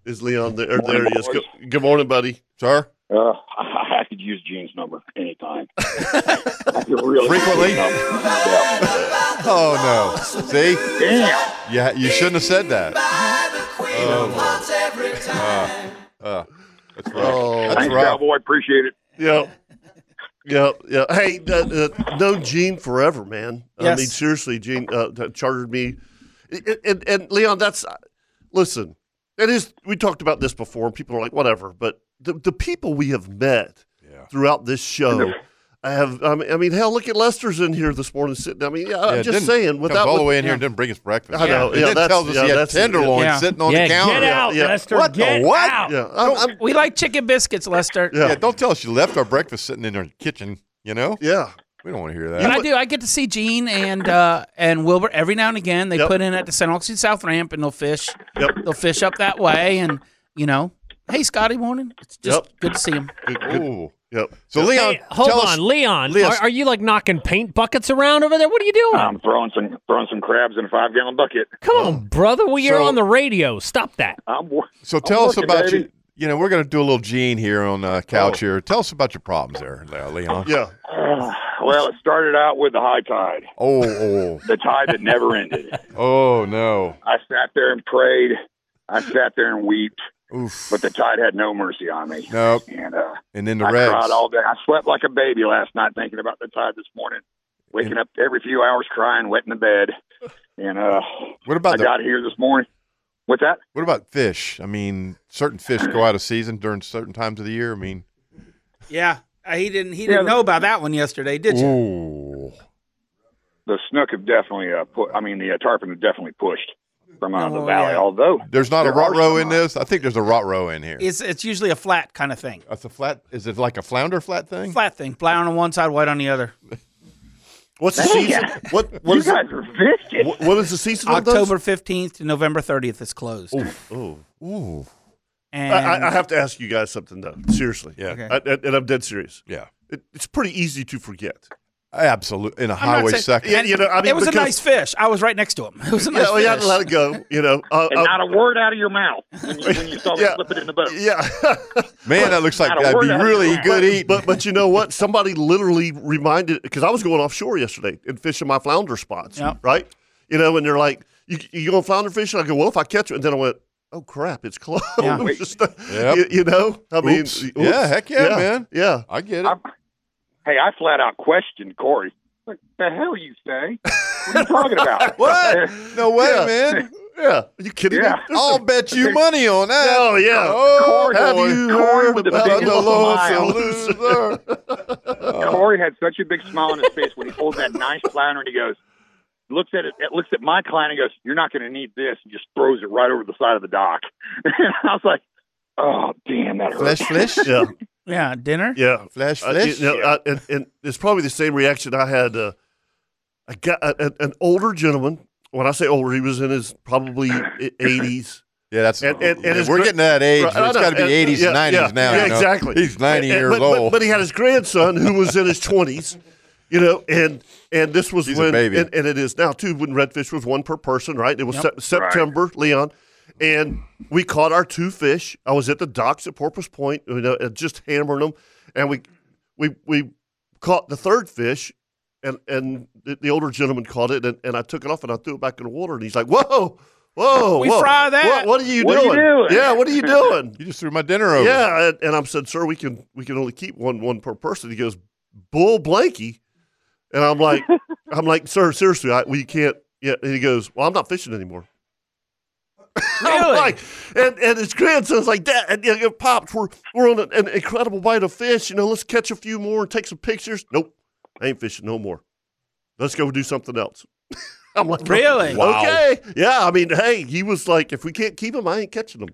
[SPEAKER 1] is Leon there? there he is. Good, good morning, buddy.
[SPEAKER 3] Sir,
[SPEAKER 7] Uh, I, I could use Gene's number anytime. I could really
[SPEAKER 3] Frequently?
[SPEAKER 7] use his number. Yeah.
[SPEAKER 3] oh no! See,
[SPEAKER 7] Damn.
[SPEAKER 3] yeah, you shouldn't have said that. Uh, that's rough.
[SPEAKER 1] Oh.
[SPEAKER 3] that's
[SPEAKER 7] Thanks,
[SPEAKER 3] rough.
[SPEAKER 7] cowboy. Appreciate it.
[SPEAKER 1] Yeah. Yeah, yeah. Hey, uh, uh, known Gene forever, man. I
[SPEAKER 4] Yes.
[SPEAKER 1] mean, seriously, Gene uh, t- chartered me, and, and, and Leon. That's uh, listen. It is. We talked about this before, and people are like, whatever. But the the people we have met
[SPEAKER 3] Yeah.
[SPEAKER 1] throughout this show, I have. I mean, I mean, hell, look at Lester's in here this morning sitting. I mean, yeah,
[SPEAKER 3] Yeah,
[SPEAKER 1] I'm just
[SPEAKER 3] didn't
[SPEAKER 1] saying.
[SPEAKER 3] come
[SPEAKER 1] Without
[SPEAKER 3] all the
[SPEAKER 1] with-
[SPEAKER 3] way in here and didn't bring us breakfast.
[SPEAKER 1] I know.
[SPEAKER 3] It
[SPEAKER 1] Yeah,
[SPEAKER 3] didn't
[SPEAKER 1] that's-
[SPEAKER 3] tell us
[SPEAKER 1] yeah,
[SPEAKER 3] he had
[SPEAKER 1] that's- yeah.
[SPEAKER 3] tenderloin
[SPEAKER 4] Yeah.
[SPEAKER 3] sitting on
[SPEAKER 5] yeah,
[SPEAKER 3] the counter.
[SPEAKER 5] get out,
[SPEAKER 1] Yeah, yeah.
[SPEAKER 5] Lester.
[SPEAKER 3] What the
[SPEAKER 5] get
[SPEAKER 3] what?
[SPEAKER 5] out.
[SPEAKER 1] yeah, I'm, I'm,
[SPEAKER 4] We like chicken biscuits, Lester.
[SPEAKER 1] yeah,
[SPEAKER 3] Yeah, don't tell us you left our breakfast sitting in our kitchen. You know,
[SPEAKER 1] yeah.
[SPEAKER 3] we don't want to hear
[SPEAKER 4] But
[SPEAKER 3] that.
[SPEAKER 4] I do. I get to see Gene and uh, and Wilbur every now and again. They
[SPEAKER 1] Yep.
[SPEAKER 4] put in at the St. Augustine South Ramp, and they'll fish.
[SPEAKER 1] Yep.
[SPEAKER 4] They'll fish up that way, and you know, hey Scotty, morning. It's just
[SPEAKER 1] Yep.
[SPEAKER 4] good to see him.
[SPEAKER 1] Good- good-
[SPEAKER 3] Ooh.
[SPEAKER 1] yep.
[SPEAKER 3] So Leon,
[SPEAKER 5] Hey, hold
[SPEAKER 3] tell
[SPEAKER 5] on,
[SPEAKER 3] us.
[SPEAKER 5] Leon.
[SPEAKER 3] Leon-
[SPEAKER 5] Are, are you like knocking paint buckets around over there? What are you doing?
[SPEAKER 7] I'm throwing some throwing some crabs in a five gallon bucket.
[SPEAKER 5] Come on, brother. We are
[SPEAKER 3] So-
[SPEAKER 5] on the radio. Stop that.
[SPEAKER 7] um, I'm wor-
[SPEAKER 3] So
[SPEAKER 7] I'm
[SPEAKER 3] tell us
[SPEAKER 7] working,
[SPEAKER 3] about
[SPEAKER 7] baby.
[SPEAKER 3] you. You know, we're going to do a little Gene here on uh, couch here. Tell us about your problems there, uh, Leon.
[SPEAKER 1] Yeah.
[SPEAKER 7] Well, it started out with the high tide,
[SPEAKER 3] Oh, oh,
[SPEAKER 7] the tide that never ended.
[SPEAKER 3] oh no.
[SPEAKER 7] I sat there and prayed. I sat there and wept,
[SPEAKER 3] Oof.
[SPEAKER 7] but the tide had no mercy on me.
[SPEAKER 3] Nope.
[SPEAKER 7] And uh,
[SPEAKER 3] And then the
[SPEAKER 7] I
[SPEAKER 3] Reds.
[SPEAKER 7] cried all day. I slept like a baby last night thinking about the tide this morning. Waking up every few hours crying, wet in the bed. And uh
[SPEAKER 3] What about
[SPEAKER 7] I
[SPEAKER 3] the,
[SPEAKER 7] got here this morning. What's that?
[SPEAKER 3] what about fish? I mean, certain fish go out of season during certain times of the year. I mean,
[SPEAKER 4] Yeah, he didn't. He didn't know about that one yesterday, did you?
[SPEAKER 3] ooh,
[SPEAKER 7] The snook have definitely uh pu- I mean the uh, tarpon have definitely pushed from out of the
[SPEAKER 4] Oh,
[SPEAKER 7] valley.
[SPEAKER 4] yeah.
[SPEAKER 7] Although
[SPEAKER 3] there's not a
[SPEAKER 7] There are
[SPEAKER 3] rot row in
[SPEAKER 7] some.
[SPEAKER 3] this. I think there's a rot row in here.
[SPEAKER 4] It's it's usually a flat kind of thing.
[SPEAKER 3] That's a flat. Is it like a flounder flat thing?
[SPEAKER 4] Flat thing, flat on one side, white on the other.
[SPEAKER 1] What's the season? What what
[SPEAKER 7] you
[SPEAKER 1] is it?
[SPEAKER 7] guys are vicious.
[SPEAKER 1] What, what is the season? on those?
[SPEAKER 4] October fifteenth to November thirtieth is closed.
[SPEAKER 1] Oh.
[SPEAKER 3] Ooh,
[SPEAKER 4] And
[SPEAKER 1] I, I- I have to ask you guys something though. Seriously.
[SPEAKER 3] yeah,
[SPEAKER 4] Okay.
[SPEAKER 1] I, I- and I'm dead serious.
[SPEAKER 3] yeah,
[SPEAKER 1] It, it's pretty easy to forget.
[SPEAKER 3] absolutely. In a highway
[SPEAKER 4] saying-
[SPEAKER 3] second.
[SPEAKER 1] Yeah, you know, I mean,
[SPEAKER 4] it was
[SPEAKER 1] because-
[SPEAKER 4] a nice fish. I was right next to him. It was a
[SPEAKER 1] Yeah,
[SPEAKER 4] nice
[SPEAKER 1] well, yeah,
[SPEAKER 4] fish.
[SPEAKER 1] let it go. You know, uh,
[SPEAKER 7] And
[SPEAKER 1] uh,
[SPEAKER 7] not a word out of your mouth when you, when you saw them
[SPEAKER 1] Yeah.
[SPEAKER 7] slip it in the boat.
[SPEAKER 1] yeah.
[SPEAKER 3] Man, that looks like
[SPEAKER 7] Not a
[SPEAKER 3] that'd
[SPEAKER 7] word
[SPEAKER 3] be
[SPEAKER 7] out of
[SPEAKER 3] really
[SPEAKER 7] your mouth.
[SPEAKER 3] good eating.
[SPEAKER 1] but but you know what? Somebody literally reminded because I was going offshore yesterday and fishing my flounder spots.
[SPEAKER 4] Yep.
[SPEAKER 1] Right. You know, and they're like, "You, you going flounder fishing?" I go, "Well, if I catch it," and then I went. Oh crap! It's closed.
[SPEAKER 4] Yeah.
[SPEAKER 3] uh, Yep.
[SPEAKER 1] you, you know, I mean,
[SPEAKER 3] Oops. Yeah, heck yeah, man.
[SPEAKER 1] Yeah,
[SPEAKER 3] I get it.
[SPEAKER 7] I, hey, I flat out questioned Corey. What the hell you say? What are you talking about?
[SPEAKER 3] What? No way,
[SPEAKER 1] Yeah.
[SPEAKER 3] man.
[SPEAKER 1] yeah. Are you kidding me?
[SPEAKER 7] Yeah.
[SPEAKER 3] I'll bet you money on that.
[SPEAKER 1] Oh, yeah.
[SPEAKER 3] Oh,
[SPEAKER 7] Corey,
[SPEAKER 1] Have
[SPEAKER 3] boy.
[SPEAKER 1] you
[SPEAKER 7] Corey
[SPEAKER 1] heard
[SPEAKER 7] with the
[SPEAKER 1] about
[SPEAKER 7] biggest
[SPEAKER 1] the
[SPEAKER 7] smile.
[SPEAKER 1] lonesome loser?
[SPEAKER 7] Corey had such a big smile on his face when he holds that nice flounder and he goes, looks at it, looks at my client and goes, "You're not going to need this," and just throws it right over the side of the dock. and I was like, "Oh, damn, that hurt."
[SPEAKER 3] Flesh, flesh,
[SPEAKER 1] yeah,
[SPEAKER 4] Yeah, dinner.
[SPEAKER 1] yeah.
[SPEAKER 3] flesh,
[SPEAKER 1] I- Uh, you
[SPEAKER 3] flesh.
[SPEAKER 1] know, I- and, and it's probably the same reaction I had. Uh, I got a, a- an older gentleman. When I say older, he was in his probably eighties.
[SPEAKER 3] Yeah, that's
[SPEAKER 1] And- and- and his
[SPEAKER 3] we're
[SPEAKER 1] gra-
[SPEAKER 3] getting to that age.
[SPEAKER 1] Right,
[SPEAKER 3] where it's
[SPEAKER 1] I know,
[SPEAKER 3] got to be
[SPEAKER 1] and-
[SPEAKER 3] eighties,
[SPEAKER 1] yeah,
[SPEAKER 3] nineties
[SPEAKER 1] yeah,
[SPEAKER 3] now.
[SPEAKER 1] yeah,
[SPEAKER 3] you know?
[SPEAKER 1] exactly.
[SPEAKER 3] He's ninety
[SPEAKER 1] And-
[SPEAKER 3] years
[SPEAKER 1] but,
[SPEAKER 3] old.
[SPEAKER 1] But, but he had his grandson who was in his twenties, you know, and and this was
[SPEAKER 3] He's a
[SPEAKER 1] when
[SPEAKER 3] baby.
[SPEAKER 1] And, and it is now too when redfish was one per person, right? It was Sep- September, Leon, and we caught our two fish. I was at the docks at Porpoise Point, you know, and just hammering them, and we we we caught the third fish, and and the, the older gentleman caught it, and, and I took it off and I threw it back in the water, and he's like, "Whoa, whoa,
[SPEAKER 4] We
[SPEAKER 1] Oh, whoa.
[SPEAKER 4] fry that.
[SPEAKER 1] What, what are you
[SPEAKER 7] What are you
[SPEAKER 1] doing?
[SPEAKER 7] doing?
[SPEAKER 1] Yeah, what are you doing?
[SPEAKER 3] You just threw my dinner over.
[SPEAKER 1] Yeah, and, and I'm said, sir, we can we can only keep one one per person. He goes, bull blanky, and I'm like, I'm like, sir, seriously, I, we can't. Yeah, and he goes, well, I'm not fishing anymore. I'm
[SPEAKER 4] Really?
[SPEAKER 1] like, and and his grandson's like that, and you know, pops, we're we're on an, an incredible bite of fish. You know, let's catch a few more and take some pictures. Nope, I ain't fishing no more. Let's go do something else. I'm like,
[SPEAKER 4] Really?
[SPEAKER 3] Wow.
[SPEAKER 1] Okay. Yeah. I mean, hey, he was like, if we can't keep him, I ain't catching him.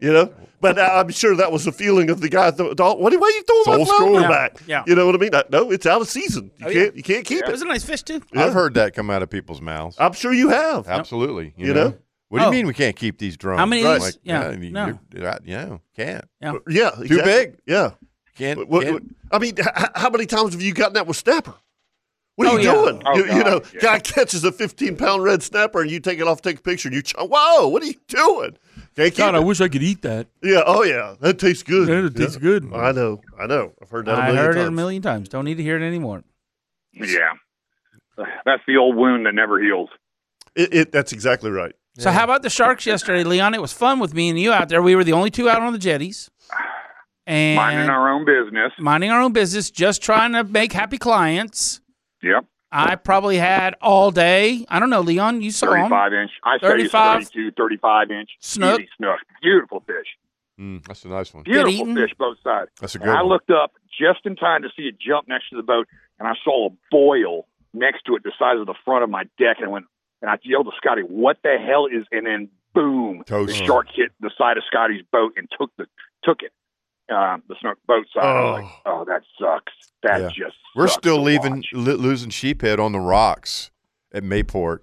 [SPEAKER 1] You know, but I- I'm sure that was the feeling of the guy. Th- "Dog, what? Why are you throwing my
[SPEAKER 3] old school.
[SPEAKER 1] floater
[SPEAKER 3] Yeah,
[SPEAKER 1] back?
[SPEAKER 4] yeah.
[SPEAKER 1] You know what I mean? I, no, it's out of season. You
[SPEAKER 4] Oh, yeah.
[SPEAKER 1] can't. You can't keep
[SPEAKER 4] It
[SPEAKER 1] it.
[SPEAKER 4] was a nice fish too.
[SPEAKER 1] Yeah.
[SPEAKER 3] I've heard that come out of people's mouths.
[SPEAKER 1] I'm sure you have.
[SPEAKER 3] Absolutely. You,
[SPEAKER 1] You
[SPEAKER 3] know?
[SPEAKER 1] know?
[SPEAKER 3] What do you
[SPEAKER 4] Oh.
[SPEAKER 3] mean we can't keep these drones?
[SPEAKER 4] How many of
[SPEAKER 3] Right.
[SPEAKER 4] these? Yeah.
[SPEAKER 3] you-
[SPEAKER 4] No.
[SPEAKER 3] you're- I- yeah, can't.
[SPEAKER 1] Yeah.
[SPEAKER 3] Too big.
[SPEAKER 1] Yeah.
[SPEAKER 3] Can't.
[SPEAKER 1] What- what-
[SPEAKER 3] can't-
[SPEAKER 1] I mean, h- h- how many times have you gotten that with snapper? What are
[SPEAKER 4] Oh,
[SPEAKER 1] you
[SPEAKER 4] yeah.
[SPEAKER 1] doing?
[SPEAKER 7] Oh,
[SPEAKER 1] you, you
[SPEAKER 7] God,
[SPEAKER 1] know,
[SPEAKER 7] yeah.
[SPEAKER 1] guy catches a 15 pound red snapper and you take it off, take a picture, and you, ch- whoa, what are you doing? Can't keep it.
[SPEAKER 4] wish I could eat that.
[SPEAKER 1] Yeah. Oh, yeah. That tastes good. Yeah.
[SPEAKER 4] good.
[SPEAKER 1] I know. I know. I've heard that. a
[SPEAKER 4] I
[SPEAKER 1] million
[SPEAKER 4] heard
[SPEAKER 1] times.
[SPEAKER 4] it a million times. Don't need to hear it anymore.
[SPEAKER 7] Yeah. That's the old wound that never heals.
[SPEAKER 1] It, it, that's exactly right.
[SPEAKER 4] So how about the sharks yesterday, Leon? It was fun with me and you out there. We were the only two out on the jetties, and
[SPEAKER 7] Minding our own business.
[SPEAKER 4] minding our own business, just trying to make happy clients.
[SPEAKER 7] Yep.
[SPEAKER 4] I probably had all day. I don't know, Leon. You saw 'em.
[SPEAKER 7] 35 inch. I say he's
[SPEAKER 4] 35.
[SPEAKER 7] 32, 35 inch.
[SPEAKER 4] Snook.
[SPEAKER 7] Easy snook. Beautiful fish.
[SPEAKER 3] Mm, that's a nice one.
[SPEAKER 7] Beautiful
[SPEAKER 4] eating.
[SPEAKER 7] fish both sides.
[SPEAKER 3] That's a
[SPEAKER 7] And
[SPEAKER 3] good
[SPEAKER 7] I
[SPEAKER 3] one.
[SPEAKER 7] looked up just in time to see it jump next to the boat, and I saw a boil next to it the size of the front of my deck, and I went and I yelled to Scotty, "What the hell is?" And then boom,
[SPEAKER 3] Toast.
[SPEAKER 7] the shark hit the side of Scotty's boat and took the took it. Um, the snook boat side. I was like, oh, that sucks. That
[SPEAKER 3] Yeah.
[SPEAKER 7] just
[SPEAKER 3] We're
[SPEAKER 7] sucks
[SPEAKER 3] still
[SPEAKER 7] to
[SPEAKER 3] leaving,
[SPEAKER 7] watch."
[SPEAKER 3] li- losing sheephead on the rocks at Mayport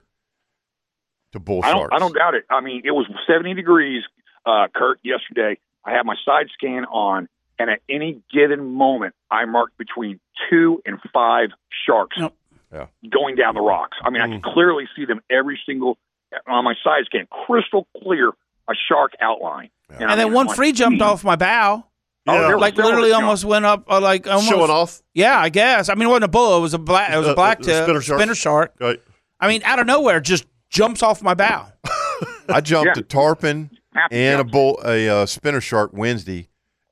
[SPEAKER 3] to bull
[SPEAKER 7] I
[SPEAKER 3] sharks.
[SPEAKER 7] don't, I don't doubt it. I mean, it was 70 degrees, uh, Kurt, yesterday. I had my side scan on, and at any given moment, I marked between two and five sharks
[SPEAKER 4] Yep.
[SPEAKER 3] Yeah. Mm.
[SPEAKER 7] going down the rocks. I mean, I could clearly see them every single on my side scan, crystal clear, a shark outline. I
[SPEAKER 4] And then
[SPEAKER 7] mean,
[SPEAKER 4] one
[SPEAKER 7] I'm like,
[SPEAKER 4] free jumped
[SPEAKER 7] "Hmm."
[SPEAKER 4] off my bow.
[SPEAKER 7] Oh, there were
[SPEAKER 4] Like
[SPEAKER 7] several
[SPEAKER 4] literally
[SPEAKER 7] that
[SPEAKER 4] almost
[SPEAKER 7] jumped.
[SPEAKER 4] went up. Uh, like almost.
[SPEAKER 1] Showing off.
[SPEAKER 4] Yeah, I guess. I mean, it wasn't a bull. It was a black. It was
[SPEAKER 1] Uh,
[SPEAKER 4] a
[SPEAKER 1] uh,
[SPEAKER 4] black
[SPEAKER 1] a
[SPEAKER 4] tail-
[SPEAKER 1] spinner shark.
[SPEAKER 4] Spinner shark.
[SPEAKER 1] Right.
[SPEAKER 4] I mean, out of nowhere, just jumps off my bow.
[SPEAKER 3] I jumped a tarpon
[SPEAKER 7] Happy
[SPEAKER 3] and a
[SPEAKER 7] jumps.
[SPEAKER 3] bull, a uh, spinner shark Wednesday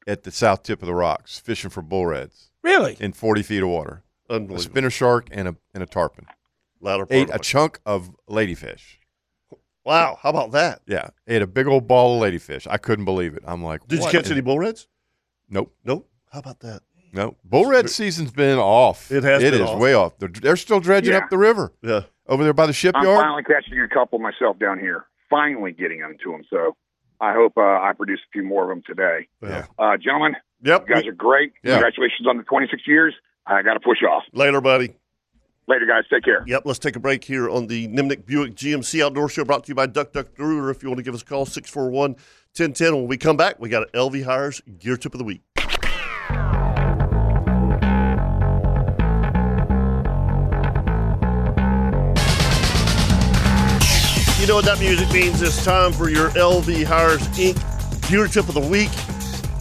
[SPEAKER 3] at the south tip of the rocks, fishing for bull reds
[SPEAKER 4] Really?
[SPEAKER 3] in 40 feet of water. A
[SPEAKER 1] Unbelievable.
[SPEAKER 3] spinner shark and a and a tarpon
[SPEAKER 1] Louder part
[SPEAKER 3] ate a
[SPEAKER 1] of it.
[SPEAKER 3] chunk of ladyfish.
[SPEAKER 1] wow. How about that?
[SPEAKER 3] Yeah, ate a big old ball of ladyfish. I couldn't believe it. I'm like,
[SPEAKER 1] Did
[SPEAKER 3] what
[SPEAKER 1] you catch
[SPEAKER 3] is-
[SPEAKER 1] any bull reds?
[SPEAKER 3] Nope,
[SPEAKER 1] No. How about that?
[SPEAKER 3] nope. Bull red season's been off.
[SPEAKER 1] It has
[SPEAKER 3] It
[SPEAKER 1] been
[SPEAKER 3] is
[SPEAKER 1] off.
[SPEAKER 3] way off. They're, they're still dredging
[SPEAKER 7] Yeah.
[SPEAKER 3] up the river
[SPEAKER 1] Yeah.
[SPEAKER 3] over there by the
[SPEAKER 7] I'm
[SPEAKER 3] shipyard.
[SPEAKER 7] finally catching a couple myself down here. Finally getting them to them. So I hope uh, I produce a few more of them today.
[SPEAKER 3] Yeah.
[SPEAKER 7] Uh, gentlemen,
[SPEAKER 1] Yep.
[SPEAKER 7] You guys are great.
[SPEAKER 3] Yeah.
[SPEAKER 7] Congratulations on the 26 years. I got to push off.
[SPEAKER 1] Later, buddy.
[SPEAKER 7] Later, guys. Take care.
[SPEAKER 1] Yep, let's take a break here on the Nimnik Buick GMC Outdoor Show brought to you by Duck Duck Drew. Or if you want to give us a call, 641 1010. When we come back, we got an LV Hires Gear Tip of the Week. You know what that music means? It's time for your LV Hires Inc. Gear Tip of the Week.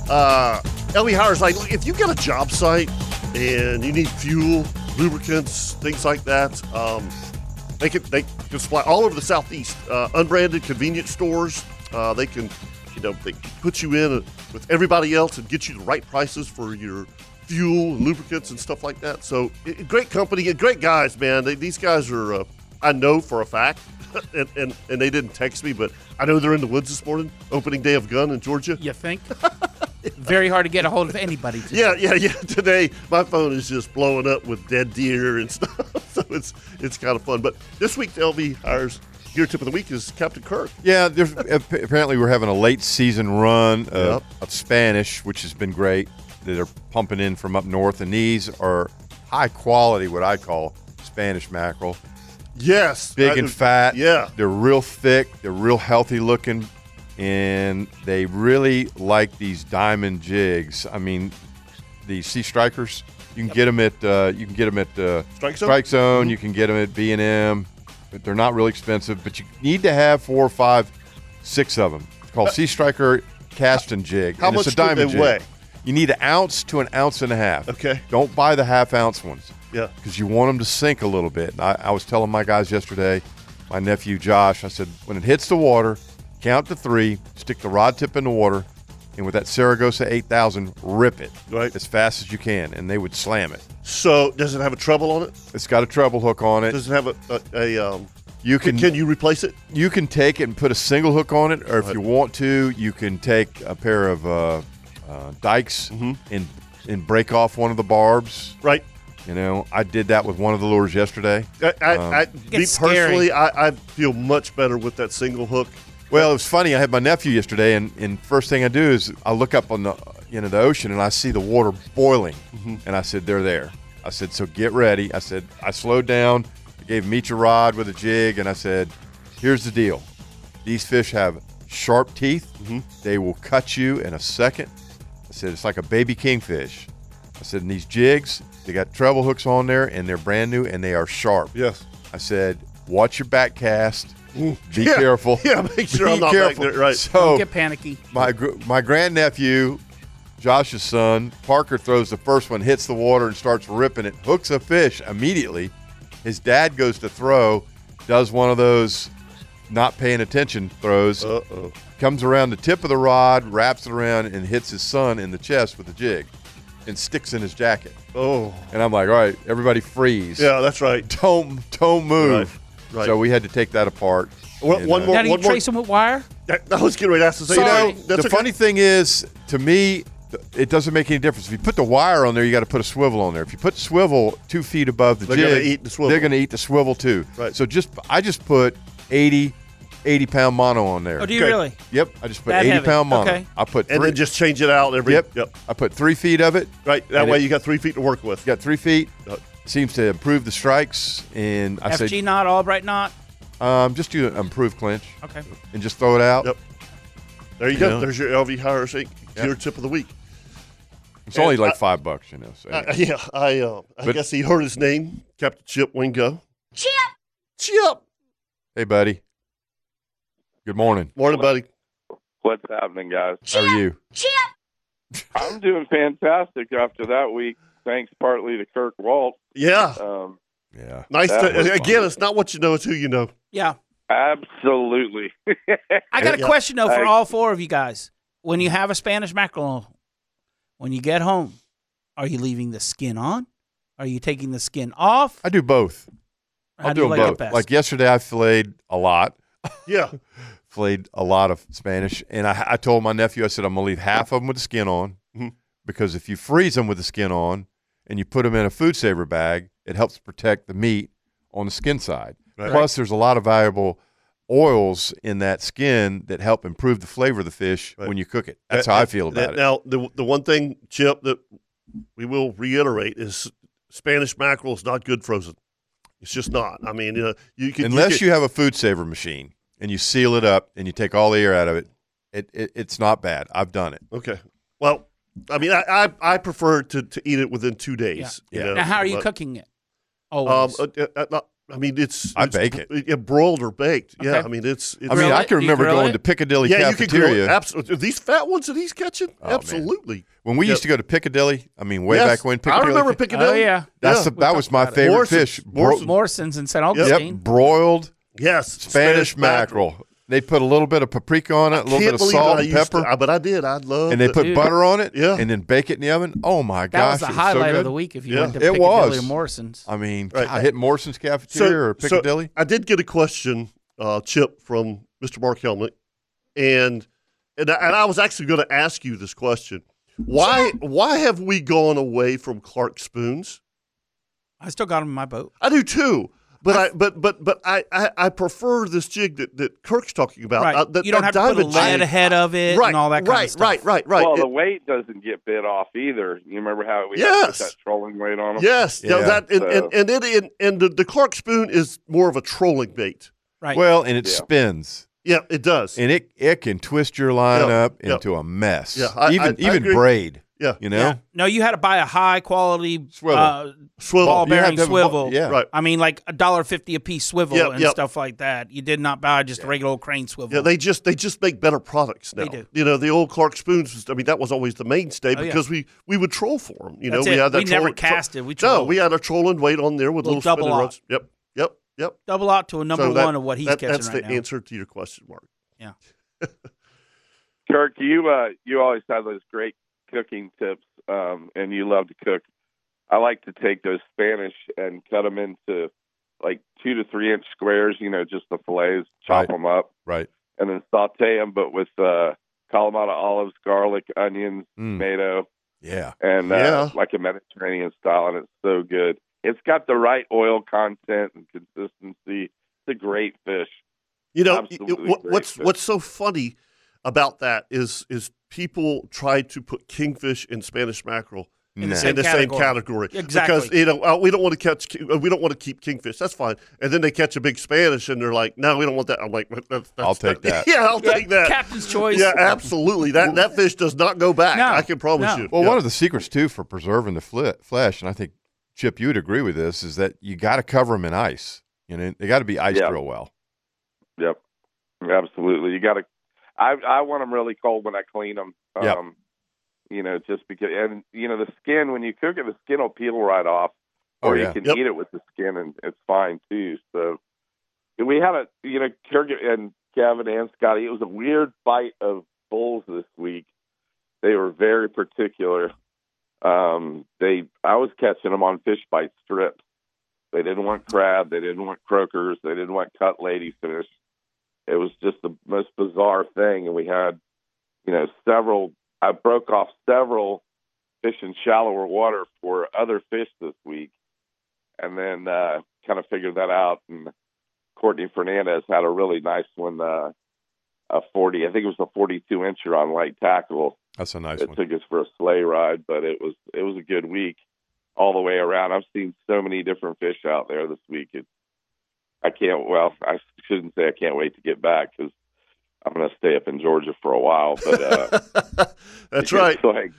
[SPEAKER 1] Uh, LV Hires, like, look, if you've got a job site and you need fuel, lubricants, things like that, um, they can they can supply all over the southeast. Uh, unbranded convenience stores. Uh, they can, you know, they can put you in with everybody else and get you the right prices for your fuel and lubricants and stuff like that. So i- great company and great guys, man. They, these guys are. Uh, I know for a fact, and, and and they didn't text me, but I know they're in the woods this morning, opening day of gun in Georgia.
[SPEAKER 4] You think? Very hard to get a hold of anybody. Today.
[SPEAKER 1] Yeah, yeah, yeah. Today my phone is just blowing up with dead deer and stuff, so it's it's kind of fun. But this week's LV hires gear tip of the week is Captain Kirk.
[SPEAKER 3] Yeah, there's ap- apparently we're having a late season run of,
[SPEAKER 1] Yep.
[SPEAKER 3] of Spanish, which has been great. That are pumping in from up north, and these are high quality, what I call Spanish mackerel,
[SPEAKER 1] Yes,
[SPEAKER 3] big
[SPEAKER 1] I-
[SPEAKER 3] and fat.
[SPEAKER 1] Yeah,
[SPEAKER 3] they're real thick. They're real healthy looking, and they really like these diamond jigs. I mean, the sea strikers. You can get 'em get them at uh, you can get them at uh,
[SPEAKER 1] Strike Zone? Mm-hmm.
[SPEAKER 3] Strike Zone. You can get them at B and M. They're not real expensive, but you need to have four or five Six of them. It's called Sea Striker Cast and Jig.
[SPEAKER 1] Uh, How
[SPEAKER 3] and
[SPEAKER 1] much
[SPEAKER 3] it's a
[SPEAKER 1] do
[SPEAKER 3] diamond
[SPEAKER 1] they
[SPEAKER 3] jig.
[SPEAKER 1] weigh?
[SPEAKER 3] You need an ounce to an ounce and a half.
[SPEAKER 1] Okay.
[SPEAKER 3] Don't buy the half ounce ones.
[SPEAKER 1] Yeah.
[SPEAKER 3] Because you want them to sink a little bit. And I, I was telling my guys yesterday, my nephew Josh, I said, when it hits the water, count to three, stick the rod tip in the water, and with that Saragossa 8000, rip it
[SPEAKER 1] Right.
[SPEAKER 3] as fast as you can. And they would slam it.
[SPEAKER 1] So does it have a treble on it?
[SPEAKER 3] It's got a treble hook on it.
[SPEAKER 1] Does it have a, a, a um?
[SPEAKER 3] You
[SPEAKER 1] Can,
[SPEAKER 3] can,
[SPEAKER 1] can you replace it?
[SPEAKER 3] you can take it and put a single hook on it, or if you want to, you can take a pair of uh, uh, dikes and and break off one of the barbs.
[SPEAKER 1] Mm-hmm. Right.
[SPEAKER 3] You know, I did that with one of the lures yesterday. Um,
[SPEAKER 1] I, I, I me
[SPEAKER 4] It's scary.
[SPEAKER 1] personally, I, I feel much better with that single hook.
[SPEAKER 3] Well, it was funny. I had my nephew yesterday, and, and first thing I do is I look up on the you know the ocean and I see the water boiling, and I said they're there. I said so get ready. I said I slowed down, I gave him each a rod with a jig, and I said, here's the deal: these fish have sharp teeth.
[SPEAKER 1] Mm-hmm.
[SPEAKER 3] They will cut you in a second. I said it's like a baby kingfish. I said and these jigs, they got treble hooks on there, and they're brand new, and they are sharp.
[SPEAKER 1] Yes.
[SPEAKER 3] I said, watch your back cast. Be
[SPEAKER 1] Yeah.
[SPEAKER 3] careful.
[SPEAKER 1] Yeah, make sure
[SPEAKER 3] Be
[SPEAKER 1] I'm not back
[SPEAKER 3] careful.
[SPEAKER 1] there, right.
[SPEAKER 4] Don't
[SPEAKER 3] So
[SPEAKER 4] get panicky.
[SPEAKER 3] my gr- my grandnephew, Josh's son, Parker throws the first one, hits the water, and starts ripping it. Hooks a fish immediately. His dad goes to throw, does one of those not paying attention throws.
[SPEAKER 1] Uh oh.
[SPEAKER 3] Comes around the tip of the rod, wraps it around, and hits his son in the chest with a jig, and sticks in his jacket.
[SPEAKER 1] Oh.
[SPEAKER 3] And I'm like, all right, everybody freeze.
[SPEAKER 1] Yeah, that's right.
[SPEAKER 3] Don't don't move.
[SPEAKER 1] Right, right.
[SPEAKER 3] So we had to take that apart.
[SPEAKER 1] Well,
[SPEAKER 3] And,
[SPEAKER 1] one
[SPEAKER 3] uh,
[SPEAKER 1] more-
[SPEAKER 4] Now, do you
[SPEAKER 1] one more-
[SPEAKER 4] trace them with wire?
[SPEAKER 1] I, I was getting ready to ask the same.
[SPEAKER 4] Sorry.
[SPEAKER 1] thing. that's
[SPEAKER 3] the
[SPEAKER 1] okay.
[SPEAKER 3] funny thing is, to me, th- it doesn't make any difference. If you put the wire on there, you got to put a swivel on there. If you put the swivel two feet above the
[SPEAKER 1] They're
[SPEAKER 3] jig,
[SPEAKER 1] gonna eat the swivel.
[SPEAKER 3] they're going to eat the swivel too.
[SPEAKER 1] Right.
[SPEAKER 3] So just I just put 80, 80 pound mono on there.
[SPEAKER 4] Oh, do you
[SPEAKER 1] Okay.
[SPEAKER 4] really?
[SPEAKER 3] Yep, I just put
[SPEAKER 4] That
[SPEAKER 3] eighty
[SPEAKER 4] heavy.
[SPEAKER 3] pound mono.
[SPEAKER 4] Okay.
[SPEAKER 3] I put three,
[SPEAKER 1] And then just change it out every.
[SPEAKER 3] yep, I put three feet of it.
[SPEAKER 1] Right. That
[SPEAKER 3] And
[SPEAKER 1] way
[SPEAKER 3] it-
[SPEAKER 1] you got three feet to work with.
[SPEAKER 3] Got three feet.
[SPEAKER 1] Uh,
[SPEAKER 3] Seems to improve the strikes, and I
[SPEAKER 4] FG knot, Albright knot.
[SPEAKER 3] say um, just do an improved clinch
[SPEAKER 4] Okay.
[SPEAKER 3] and just throw it out.
[SPEAKER 1] Yep. There you
[SPEAKER 3] You
[SPEAKER 1] go.
[SPEAKER 3] know.
[SPEAKER 1] There's your LV hire shake.
[SPEAKER 3] Yep.
[SPEAKER 1] Your tip of the week.
[SPEAKER 3] It's only
[SPEAKER 1] And
[SPEAKER 3] like
[SPEAKER 1] I-
[SPEAKER 3] five bucks, you know. So
[SPEAKER 1] I, yeah, I uh, I
[SPEAKER 3] But-
[SPEAKER 1] guess he heard his name, Captain Chip Wingo. Chip, Chip.
[SPEAKER 3] hey, buddy. Good morning.
[SPEAKER 1] Morning, buddy.
[SPEAKER 8] What's happening, guys?
[SPEAKER 3] How are you?
[SPEAKER 8] I'm doing fantastic after that week, thanks partly to Kirk Walt.
[SPEAKER 1] Yeah,
[SPEAKER 8] Um,
[SPEAKER 3] Yeah.
[SPEAKER 1] nice.
[SPEAKER 8] that was
[SPEAKER 1] To, uh, again,
[SPEAKER 8] fun.
[SPEAKER 1] it's not what you know; it's who you know.
[SPEAKER 4] Yeah.
[SPEAKER 8] absolutely.
[SPEAKER 4] I got a
[SPEAKER 1] Yeah.
[SPEAKER 4] question though for
[SPEAKER 8] I-
[SPEAKER 4] all four of you guys. When you have a Spanish mackerel, when you get home, are you leaving the skin on? Are you taking the skin off?
[SPEAKER 3] I do both.
[SPEAKER 4] Or
[SPEAKER 3] I'll
[SPEAKER 4] how
[SPEAKER 3] do,
[SPEAKER 4] you
[SPEAKER 3] them
[SPEAKER 4] like it
[SPEAKER 3] both.
[SPEAKER 4] best?
[SPEAKER 3] Like yesterday, I filleted a lot,
[SPEAKER 1] Yeah,
[SPEAKER 3] filleted a lot of Spanish, and I, I told my nephew, I said I'm gonna leave half of them with the skin on,
[SPEAKER 1] Mhm.
[SPEAKER 3] because if you freeze them with the skin on and you put them in a food saver bag, it helps protect the meat on the skin side.
[SPEAKER 1] Right.
[SPEAKER 3] Plus, there's a lot of valuable oils in that skin that help improve the flavor of the fish
[SPEAKER 1] Right.
[SPEAKER 3] when you cook it. That's how I feel about
[SPEAKER 1] That-
[SPEAKER 3] it.
[SPEAKER 1] Now, the the one thing, Chip, that we will reiterate is Spanish mackerel is not good frozen. It's just not. I mean, you know, you can
[SPEAKER 3] Unless
[SPEAKER 1] can-
[SPEAKER 3] you have a food saver machine and you seal it up and you take all the air out of it, it, it it's not bad. I've done it.
[SPEAKER 1] Okay. Well, I mean, I I, I prefer to, to eat it within two days.
[SPEAKER 3] Yeah.
[SPEAKER 1] you
[SPEAKER 3] Yeah.
[SPEAKER 1] know,
[SPEAKER 4] now, how are you
[SPEAKER 1] but-
[SPEAKER 4] cooking it?
[SPEAKER 1] Um,
[SPEAKER 4] Always.
[SPEAKER 1] uh, uh, uh, I mean, it's
[SPEAKER 3] I
[SPEAKER 1] it's
[SPEAKER 3] bake it.
[SPEAKER 1] yeah, broiled or baked. Yeah,
[SPEAKER 4] Okay.
[SPEAKER 1] I mean, it's. it's
[SPEAKER 3] I mean,
[SPEAKER 4] Grill
[SPEAKER 3] I
[SPEAKER 4] it?
[SPEAKER 3] can
[SPEAKER 4] You
[SPEAKER 3] remember
[SPEAKER 4] grill
[SPEAKER 3] going
[SPEAKER 4] it?
[SPEAKER 3] to Piccadilly
[SPEAKER 1] yeah, you could grill
[SPEAKER 3] Cafeteria Oh,
[SPEAKER 1] it. Absolutely. These fat ones in East Kitchen,
[SPEAKER 3] man.
[SPEAKER 1] absolutely.
[SPEAKER 3] when we
[SPEAKER 1] Yeah.
[SPEAKER 3] used to go to Piccadilly. I mean, way
[SPEAKER 1] Yes,
[SPEAKER 3] back when.
[SPEAKER 1] I
[SPEAKER 3] Piccadilly,
[SPEAKER 1] remember
[SPEAKER 3] Piccadilly.
[SPEAKER 1] Piccadilly.
[SPEAKER 4] Oh, yeah.
[SPEAKER 3] That's the,
[SPEAKER 1] Yeah.
[SPEAKER 3] that was my
[SPEAKER 4] about it.
[SPEAKER 3] favorite
[SPEAKER 1] Morrison's-
[SPEAKER 3] fish. Bro-
[SPEAKER 1] Morrison's
[SPEAKER 4] Morrison's in St.
[SPEAKER 3] yep,
[SPEAKER 4] Augustine.
[SPEAKER 3] broiled
[SPEAKER 1] Yes,
[SPEAKER 3] Spanish, mackerel. They put a little bit of paprika on it, a little
[SPEAKER 1] Can't
[SPEAKER 3] bit of
[SPEAKER 1] believe
[SPEAKER 3] salt
[SPEAKER 1] I
[SPEAKER 3] and
[SPEAKER 1] used to-
[SPEAKER 3] pepper,
[SPEAKER 1] I- but I did. I love.
[SPEAKER 3] and they put
[SPEAKER 4] Dude.
[SPEAKER 3] butter on it.
[SPEAKER 1] Yeah.
[SPEAKER 3] and then bake it in the oven. Oh my
[SPEAKER 4] that
[SPEAKER 3] gosh,
[SPEAKER 4] was the
[SPEAKER 3] it so
[SPEAKER 4] highlight
[SPEAKER 3] good.
[SPEAKER 4] of the week if you
[SPEAKER 1] Yeah.
[SPEAKER 4] went to
[SPEAKER 3] It
[SPEAKER 4] Piccadilly
[SPEAKER 3] was.
[SPEAKER 4] or Morrison's.
[SPEAKER 3] I mean,
[SPEAKER 1] Right.
[SPEAKER 3] I hit Morrison's Cafeteria or Piccadilly.
[SPEAKER 1] I did get a question, uh, Chip, from Mr. Mark Helmut, and and I, and I was actually going to ask you this question. Why why have we gone away from Clark spoons?
[SPEAKER 4] I still got them in my boat.
[SPEAKER 1] I do too, but I, but but but I, I I prefer this jig that, that Kirk's talking about.
[SPEAKER 4] right.
[SPEAKER 1] Uh, that,
[SPEAKER 4] you don't have
[SPEAKER 1] that
[SPEAKER 4] to put a
[SPEAKER 1] diamond
[SPEAKER 4] lead
[SPEAKER 1] jig.
[SPEAKER 4] ahead of it
[SPEAKER 1] right,
[SPEAKER 4] and all that kind
[SPEAKER 1] right,
[SPEAKER 4] of stuff.
[SPEAKER 1] Right, right, right,
[SPEAKER 8] well, the
[SPEAKER 1] It-
[SPEAKER 8] weight doesn't get bit off either. You remember how we had to
[SPEAKER 1] Yes.
[SPEAKER 8] put that trolling weight on them?
[SPEAKER 1] yes, yeah.
[SPEAKER 3] Yeah.
[SPEAKER 1] that and,
[SPEAKER 8] So-
[SPEAKER 1] and and it and, and the, the Clark spoon is more of a trolling bait.
[SPEAKER 4] Right.
[SPEAKER 3] Well, and it
[SPEAKER 8] Yeah.
[SPEAKER 3] spins.
[SPEAKER 1] Yeah, it does.
[SPEAKER 3] and it it can twist your line
[SPEAKER 1] Yeah,
[SPEAKER 3] up
[SPEAKER 1] yeah.
[SPEAKER 3] into a mess.
[SPEAKER 1] Yeah, I-
[SPEAKER 3] even
[SPEAKER 1] I- I
[SPEAKER 3] even
[SPEAKER 1] agree.
[SPEAKER 3] braid.
[SPEAKER 1] Yeah.
[SPEAKER 3] You know?
[SPEAKER 4] No, you had to buy a high quality
[SPEAKER 3] Swivel.
[SPEAKER 4] uh,
[SPEAKER 1] Swivel.
[SPEAKER 4] ball
[SPEAKER 3] You had
[SPEAKER 4] bearing
[SPEAKER 3] to have a ball-
[SPEAKER 4] swivel.
[SPEAKER 3] yeah.
[SPEAKER 1] Right.
[SPEAKER 4] I mean, like a dollar fifty a piece swivel
[SPEAKER 1] Yep,
[SPEAKER 4] and
[SPEAKER 1] yep.
[SPEAKER 4] stuff like that. You did not buy just a regular old crane swivel.
[SPEAKER 1] Yeah, they just they just make better products now.
[SPEAKER 4] They do. Oh,
[SPEAKER 1] You know, the old Clark spoons. Was, I mean, that was always the mainstay
[SPEAKER 4] yeah.
[SPEAKER 1] because we we would troll for them. You
[SPEAKER 4] That's
[SPEAKER 1] know, we
[SPEAKER 4] it.
[SPEAKER 1] had that.
[SPEAKER 4] We never
[SPEAKER 1] trolling- tro-
[SPEAKER 4] casted,
[SPEAKER 1] no,
[SPEAKER 4] we trolled.
[SPEAKER 1] we had a trolling weight on there with
[SPEAKER 4] Little
[SPEAKER 1] little, spinning
[SPEAKER 4] double
[SPEAKER 1] rods. Yep, yep, yep.
[SPEAKER 4] Double out to a number
[SPEAKER 1] So that-
[SPEAKER 4] one of what he's
[SPEAKER 1] that-
[SPEAKER 4] catching
[SPEAKER 1] That's
[SPEAKER 4] right
[SPEAKER 1] the
[SPEAKER 4] now.
[SPEAKER 1] answer to your question, Mark.
[SPEAKER 8] Kirk, you uh, you always have those great cooking tips, um, and you love to cook. I like to take those Spanish and cut them into like two to three inch squares. You know, just the fillets, chop
[SPEAKER 3] Right.
[SPEAKER 8] them up,
[SPEAKER 3] Right.
[SPEAKER 8] and then saute them, but with uh, Kalamata olives, garlic, onions,
[SPEAKER 3] Mm.
[SPEAKER 8] tomato,
[SPEAKER 3] Yeah.
[SPEAKER 8] and uh,
[SPEAKER 1] Yeah.
[SPEAKER 8] like a Mediterranean style, and it's so good. It's got the right oil content and consistency. It's a great fish.
[SPEAKER 1] You know,
[SPEAKER 8] Absolutely
[SPEAKER 1] it- what,
[SPEAKER 8] great
[SPEAKER 1] what's
[SPEAKER 8] fish.
[SPEAKER 1] what's so funny about that is is people try to put kingfish and Spanish mackerel
[SPEAKER 4] In the
[SPEAKER 3] Nah.
[SPEAKER 1] in
[SPEAKER 4] same
[SPEAKER 1] the same category
[SPEAKER 4] category. Exactly.
[SPEAKER 1] because you know uh, we don't want to catch ki- uh, we don't want to keep kingfish. That's fine. And then they catch a big Spanish and they're like, no, we don't want that. I'm like, that's, that's,
[SPEAKER 3] I'll take that.
[SPEAKER 1] yeah, I'll take that.
[SPEAKER 4] Captain's choice.
[SPEAKER 1] Yeah, absolutely. That that fish does not go back.
[SPEAKER 4] No,
[SPEAKER 1] I can promise
[SPEAKER 4] no.
[SPEAKER 1] you.
[SPEAKER 3] Well,
[SPEAKER 1] yeah.
[SPEAKER 3] one of the secrets too for preserving the fle- flesh, and I think Chip, you would agree with this, is that you got to cover them in ice. You know, they got to be iced
[SPEAKER 8] Yeah.
[SPEAKER 3] real well.
[SPEAKER 8] Yep, absolutely. You got to. I I want them really cold when I clean them. Um,
[SPEAKER 3] Yep.
[SPEAKER 8] You know, just because, and you know, the skin when you cook it, the skin will peel right off,
[SPEAKER 3] Oh,
[SPEAKER 8] or
[SPEAKER 3] yeah.
[SPEAKER 8] you can
[SPEAKER 1] Yep.
[SPEAKER 8] eat it with the skin, and it's fine too. So we had a, you know, Kirk and Kevin and Scotty. It was a weird bite of bulls this week. They were very particular. Um, they, I was catching them on fish bite strips. They didn't want crab. They didn't want croakers. They didn't want cut ladyfish. It was just the most bizarre thing. And we had, you know, several, I broke off several fish in shallower water for other fish this week. And then uh, kind of figured that out. And Courtney Fernandez had a really nice one, uh, a 40, I think it was a 42 incher on light tackle
[SPEAKER 3] That's a nice
[SPEAKER 8] it
[SPEAKER 3] one.
[SPEAKER 8] took us for a sleigh ride, but it was it was a good week all the way around. I've seen so many different fish out there this week. It, I can't. Well, I shouldn't say I can't wait to get back because I'm going to stay up in Georgia for a while. But uh,
[SPEAKER 1] That's right.
[SPEAKER 8] It's like,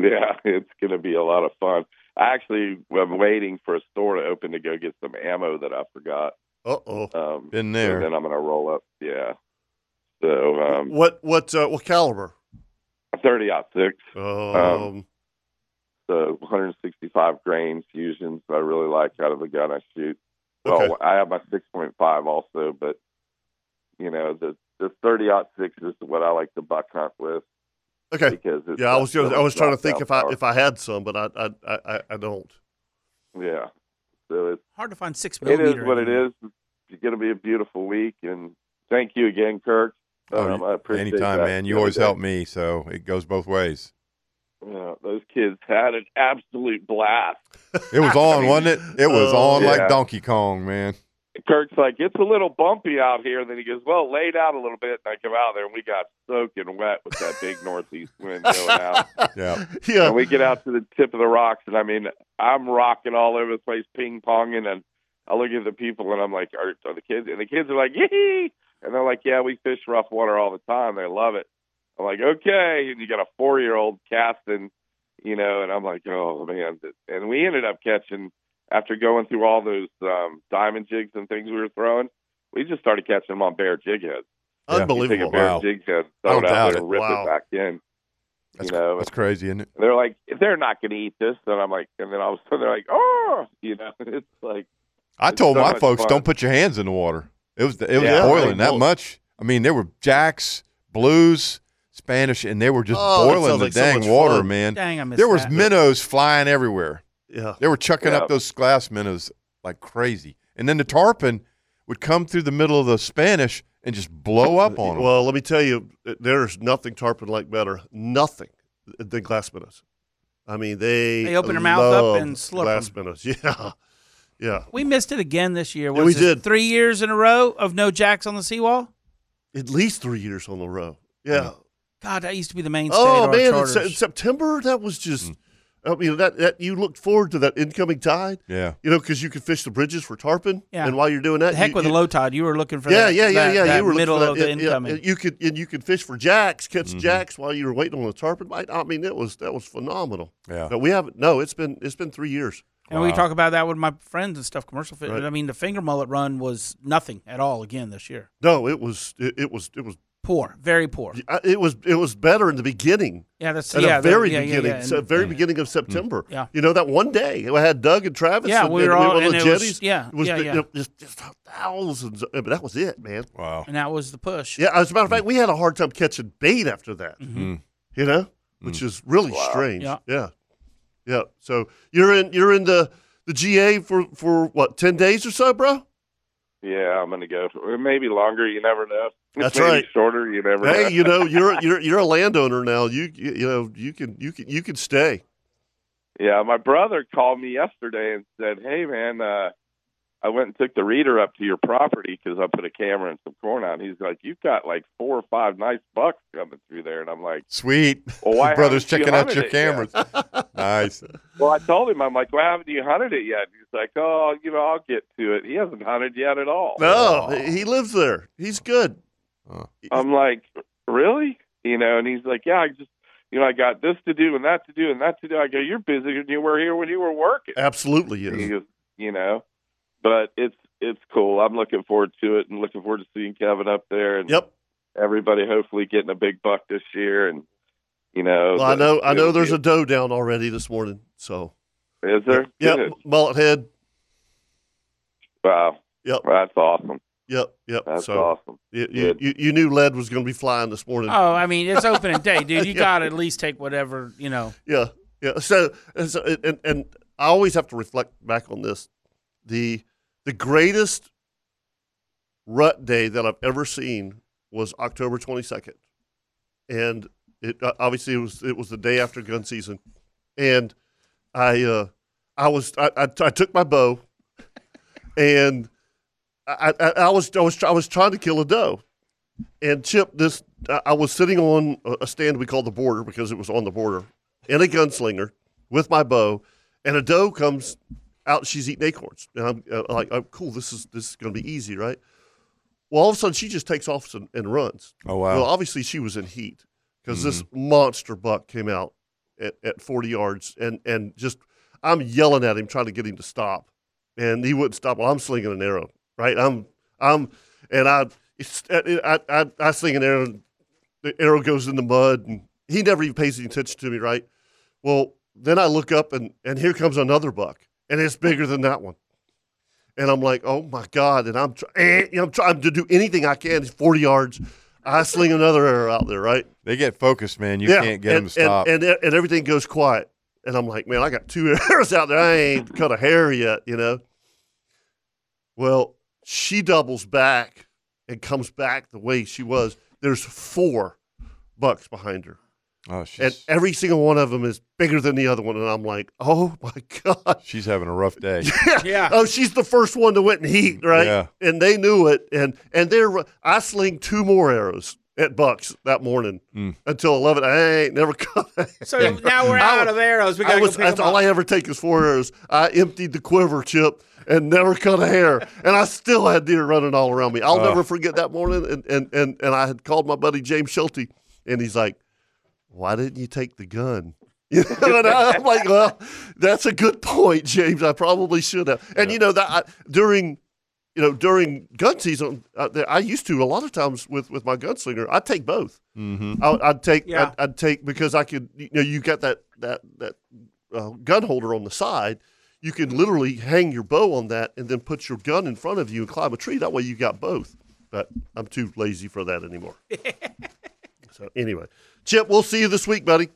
[SPEAKER 8] yeah, it's going to be a lot of fun. I actually am waiting for a store to open to go get some ammo that I forgot.
[SPEAKER 1] Uh oh.
[SPEAKER 8] Um,
[SPEAKER 3] Been
[SPEAKER 8] and
[SPEAKER 3] there.
[SPEAKER 8] then I'm going to roll up. Yeah. So um,
[SPEAKER 1] What what uh, what caliber?
[SPEAKER 8] 30 out six.
[SPEAKER 1] Um,
[SPEAKER 8] the 165 grain fusions I really like out of the gun I shoot. Well,
[SPEAKER 1] Okay.
[SPEAKER 8] I have my 6.5 also, but you know the the 30 six is what I like to buck hunt with
[SPEAKER 1] okay.
[SPEAKER 8] because it's
[SPEAKER 1] Yeah, I was gonna, I was trying to think if I
[SPEAKER 8] power.
[SPEAKER 1] if I had some, but I I I, I- I don't.
[SPEAKER 8] yeah. So it's
[SPEAKER 4] Hard to find six
[SPEAKER 8] it
[SPEAKER 4] millimeter.
[SPEAKER 8] is what it
[SPEAKER 4] anymore.
[SPEAKER 8] is. It's going to be a beautiful week, and thank you again, Kirk.
[SPEAKER 3] Oh,
[SPEAKER 8] um, I appreciate
[SPEAKER 3] Anytime,
[SPEAKER 8] that.
[SPEAKER 3] man.
[SPEAKER 8] The
[SPEAKER 3] You
[SPEAKER 8] other
[SPEAKER 3] always
[SPEAKER 8] day,
[SPEAKER 3] help me, so it goes both ways.
[SPEAKER 8] You know, those kids had an absolute blast.
[SPEAKER 3] It was on, wasn't it? It was
[SPEAKER 1] Oh,
[SPEAKER 3] on like
[SPEAKER 8] yeah.
[SPEAKER 3] Donkey Kong, man.
[SPEAKER 8] Kirk's like, it's a little bumpy out here. Then he goes, well, lay down a little bit. And I come out there and we got soaking wet with that big northeast wind going out.
[SPEAKER 3] Yeah.
[SPEAKER 1] Yeah.
[SPEAKER 8] And we get out to the tip of the rocks. And I mean, I'm rocking all over the place, ping ponging. And I look at the people and I'm like, are, are the kids? And the kids are like, yee. And they're like, yeah, we fish rough water all the time. They love it. I'm like, okay. And you got a four year old casting, you know, and I'm like, oh, man. And we ended up catching after going through all those um, diamond jigs and things we were throwing, we just started catching them on bare jig heads. You take a
[SPEAKER 1] Unbelievable.
[SPEAKER 8] bare
[SPEAKER 3] Wow.
[SPEAKER 8] jig head, throw it
[SPEAKER 3] I don't doubt
[SPEAKER 8] out there,
[SPEAKER 3] it.
[SPEAKER 8] and rip
[SPEAKER 1] Wow.
[SPEAKER 8] it back in.
[SPEAKER 3] That's,
[SPEAKER 8] you know,
[SPEAKER 3] that's crazy, isn't it?
[SPEAKER 8] they're like, they're not going to eat this. And I'm like, and then all of a sudden they're like, oh, you know, it's like,
[SPEAKER 3] I
[SPEAKER 8] It's
[SPEAKER 3] told
[SPEAKER 8] so
[SPEAKER 3] my
[SPEAKER 8] much
[SPEAKER 3] folks,
[SPEAKER 8] fun.
[SPEAKER 3] don't put your hands in the water. It was it was
[SPEAKER 8] Yeah.
[SPEAKER 3] boiling that
[SPEAKER 1] Well-
[SPEAKER 3] much. I mean, there were jacks, blues, Spanish, and they were just
[SPEAKER 1] Oh, that
[SPEAKER 3] boiling
[SPEAKER 1] sounds
[SPEAKER 3] the
[SPEAKER 1] like so
[SPEAKER 3] dang
[SPEAKER 1] much
[SPEAKER 3] water,
[SPEAKER 1] fun.
[SPEAKER 3] man.
[SPEAKER 4] Dang, I missed
[SPEAKER 3] There was
[SPEAKER 4] that.
[SPEAKER 3] minnows flying everywhere.
[SPEAKER 1] Yeah.
[SPEAKER 3] They were chucking
[SPEAKER 8] Yeah.
[SPEAKER 3] up those glass minnows like crazy, and then the tarpon would come through the middle of the Spanish and just blow up on them.
[SPEAKER 1] Well, let me tell you, there's nothing tarpon like better. Nothing than glass minnows. I mean, they
[SPEAKER 4] They open their mouth up
[SPEAKER 1] love
[SPEAKER 4] and slurp
[SPEAKER 1] glass
[SPEAKER 4] 'em.
[SPEAKER 1] minnows. Yeah. Yeah.
[SPEAKER 4] We missed it again this year.
[SPEAKER 1] Yeah,
[SPEAKER 4] Was
[SPEAKER 1] we
[SPEAKER 4] this
[SPEAKER 1] did.
[SPEAKER 4] three years in a row of no jacks on the seawall.
[SPEAKER 1] At least three years on the row. Yeah.
[SPEAKER 4] God, that used to be the mainstay.
[SPEAKER 1] Oh
[SPEAKER 4] to our
[SPEAKER 1] man, in,
[SPEAKER 4] charters.
[SPEAKER 3] Mm.
[SPEAKER 1] Se- in September that was just I mean, that, that you looked forward to that incoming tide.
[SPEAKER 3] Yeah.
[SPEAKER 1] You know, because you could fish the bridges for tarpon.
[SPEAKER 4] Yeah.
[SPEAKER 1] And while you're doing that,
[SPEAKER 4] heck
[SPEAKER 1] you,
[SPEAKER 4] with
[SPEAKER 1] you,
[SPEAKER 4] the low tide. You were looking for
[SPEAKER 1] yeah,
[SPEAKER 4] that,
[SPEAKER 1] yeah, yeah,
[SPEAKER 4] that-
[SPEAKER 1] yeah.
[SPEAKER 4] that
[SPEAKER 1] you were looking
[SPEAKER 4] middle
[SPEAKER 1] for
[SPEAKER 4] of
[SPEAKER 1] that.
[SPEAKER 4] the
[SPEAKER 1] Yeah, yeah.
[SPEAKER 4] incoming. Mm-hmm.
[SPEAKER 1] You could and you could fish for jacks, catch jacks while you were waiting on the tarpon bite. I mean, that was that was phenomenal.
[SPEAKER 3] Yeah.
[SPEAKER 1] But we haven't. No, it's been it's been three years.
[SPEAKER 4] And we talk about that with my friends and stuff. Commercial fit.
[SPEAKER 1] Right.
[SPEAKER 4] I mean, the finger mullet run was nothing at all again this year.
[SPEAKER 1] No, it was it, it was it was
[SPEAKER 4] Poor, very poor.
[SPEAKER 1] I- uh, it was it was better in the beginning.
[SPEAKER 4] Yeah, that's
[SPEAKER 1] At
[SPEAKER 4] yeah,
[SPEAKER 1] the
[SPEAKER 4] the-
[SPEAKER 1] very
[SPEAKER 4] yeah, yeah,
[SPEAKER 1] beginning,
[SPEAKER 4] yeah,
[SPEAKER 1] so
[SPEAKER 4] and-
[SPEAKER 1] very beginning of September.
[SPEAKER 4] Yeah.
[SPEAKER 1] you know that one day I had Doug and Travis.
[SPEAKER 4] Yeah,
[SPEAKER 1] and,
[SPEAKER 4] we
[SPEAKER 1] and
[SPEAKER 4] were all-
[SPEAKER 1] on
[SPEAKER 4] and
[SPEAKER 1] the
[SPEAKER 4] it was-
[SPEAKER 1] jetties.
[SPEAKER 4] yeah,
[SPEAKER 1] It was
[SPEAKER 4] yeah,
[SPEAKER 1] the-
[SPEAKER 4] yeah.
[SPEAKER 1] just, just thousands. uh, But that was it, man.
[SPEAKER 3] Wow.
[SPEAKER 4] and that was the push. Mm-hmm.
[SPEAKER 1] Yeah, as a matter of fact, we had a hard time catching bait after that. You know, which is really strange.
[SPEAKER 4] Yeah.
[SPEAKER 1] yeah, Yeah. So you're in you're in the the GA for for what ten days or so, bro?
[SPEAKER 8] Yeah, I'm gonna go. For, maybe longer. You never know.
[SPEAKER 1] That's
[SPEAKER 8] Maybe
[SPEAKER 1] right.
[SPEAKER 8] Shorter. You never. know.
[SPEAKER 1] Hey, you know you're you're you're a landowner now. You you you know you can you can you can stay.
[SPEAKER 8] Yeah, my brother called me yesterday and said, "Hey, man, uh, I went and took the reader up to your property because I put a camera and some corn out." He's like, "You've got like four or five nice bucks coming through there," and I'm like,
[SPEAKER 3] Sweet.
[SPEAKER 8] Well, why
[SPEAKER 3] Your brother's
[SPEAKER 8] haven't you
[SPEAKER 3] checking out your
[SPEAKER 8] hunted it
[SPEAKER 3] cameras. nice.
[SPEAKER 8] "Well, I told him, I'm like, well, haven't you hunted it yet?" He's like, "Oh, you know, I'll get to it." He hasn't hunted yet at all.
[SPEAKER 1] No, he lives there. He's good.
[SPEAKER 8] I'm like, "Really?" You know, and he's like, "Yeah, I just." You know, I got this to do and that to do and that to do. I go, you're busier than you were here when you were working.
[SPEAKER 1] Absolutely is.
[SPEAKER 8] you, you know. But it's it's cool. I'm looking forward to it and looking forward to seeing Kevin up there and
[SPEAKER 1] Yep.
[SPEAKER 8] everybody hopefully getting a big buck this year and you know.
[SPEAKER 1] Well, I
[SPEAKER 8] the-
[SPEAKER 1] know I know
[SPEAKER 8] it'll
[SPEAKER 1] there's a
[SPEAKER 8] be-
[SPEAKER 1] doe down already this morning. So
[SPEAKER 8] is there?
[SPEAKER 1] yeah,
[SPEAKER 8] Good.
[SPEAKER 1] mullet head.
[SPEAKER 8] Wow.
[SPEAKER 1] Yep.
[SPEAKER 8] That's awesome.
[SPEAKER 1] Yep. Yep.
[SPEAKER 8] That's
[SPEAKER 1] so
[SPEAKER 8] awesome.
[SPEAKER 1] you, you,
[SPEAKER 8] Good.
[SPEAKER 1] you you knew lead was going to be flying this morning.
[SPEAKER 4] Oh, I mean, it's opening day, dude. You got to at least take whatever you know.
[SPEAKER 1] Yeah, yeah. So, and so and, and I always have to reflect back on this. The the greatest rut day that I've ever seen was October 22nd, and it uh, obviously it was it was the day after gun season, and I uh, I was I, I, I took my bow, and I, I, I was I was I was trying to kill a doe, and Chip, this I I was sitting on a- a stand we call the border because it was on the border, and a gunslinger with my bow, and a doe comes out. She's eating acorns, and I'm uh, like, oh, "Cool, this is this is going to be easy, right?" Well, all of a sudden, she just takes off and, and runs.
[SPEAKER 3] Oh, wow.
[SPEAKER 1] Well, obviously, she was in heat because this monster buck came out at, at 40 yards, and and just I'm yelling at him, trying to get him to stop, and he wouldn't stop. Well, I'm slinging an arrow, right? I'm I'm, and I it's, I, I I sling an arrow, and the arrow goes in the mud, and he never even pays any attention to me, right? Well, then I look up and and here comes another buck, and it's bigger than that one. And I'm like, oh my god! And I'm tr- eh, you know, I'm trying to do anything I can. It's 40 yards. I sling another arrow out there, right?
[SPEAKER 3] They get focused, man. You can't get
[SPEAKER 1] and,
[SPEAKER 3] them to stop.
[SPEAKER 1] And, and and everything goes quiet. And I'm like, man, I got two arrows out there. I ain't cut a hair yet, you know. Well, she doubles back and comes back the way she was. There's four bucks behind her
[SPEAKER 3] oh, she's,
[SPEAKER 1] and every single one of them is bigger than the other one. And I'm like, oh my gosh.
[SPEAKER 3] she's having a rough day.
[SPEAKER 4] Yeah.
[SPEAKER 1] Oh, she's the first one to win heat, right?
[SPEAKER 3] Yeah.
[SPEAKER 1] And they knew it. And and they're I sling two more arrows at Bucks that morning until eleven. I ain't never cut.
[SPEAKER 4] So now we're out of arrows. We got
[SPEAKER 1] I
[SPEAKER 4] to
[SPEAKER 1] was that's all I ever take is four arrows. I emptied the quiver chip and never cut a hair. And I still had deer running all around me. I'll never forget that morning and, and, and, and I had called my buddy James Schulte and he's like, Why didn't you take the gun? You know, and I- uh, I'm like, well, that's a good point, James. I probably should have. And you know that I, during, you know, during gun season, I, I used to a lot of times with with my gunslinger, I take both. Mm-hmm. I, I'd take,
[SPEAKER 4] Yeah.
[SPEAKER 1] I'd, I'd take because I could, you know, you got that that that uh, gun holder on the side. You can literally hang your bow on that and then put your gun in front of you and climb a tree. That way, you got both. But I'm too lazy for that anymore. so anyway, Chip, we'll see you this week, buddy.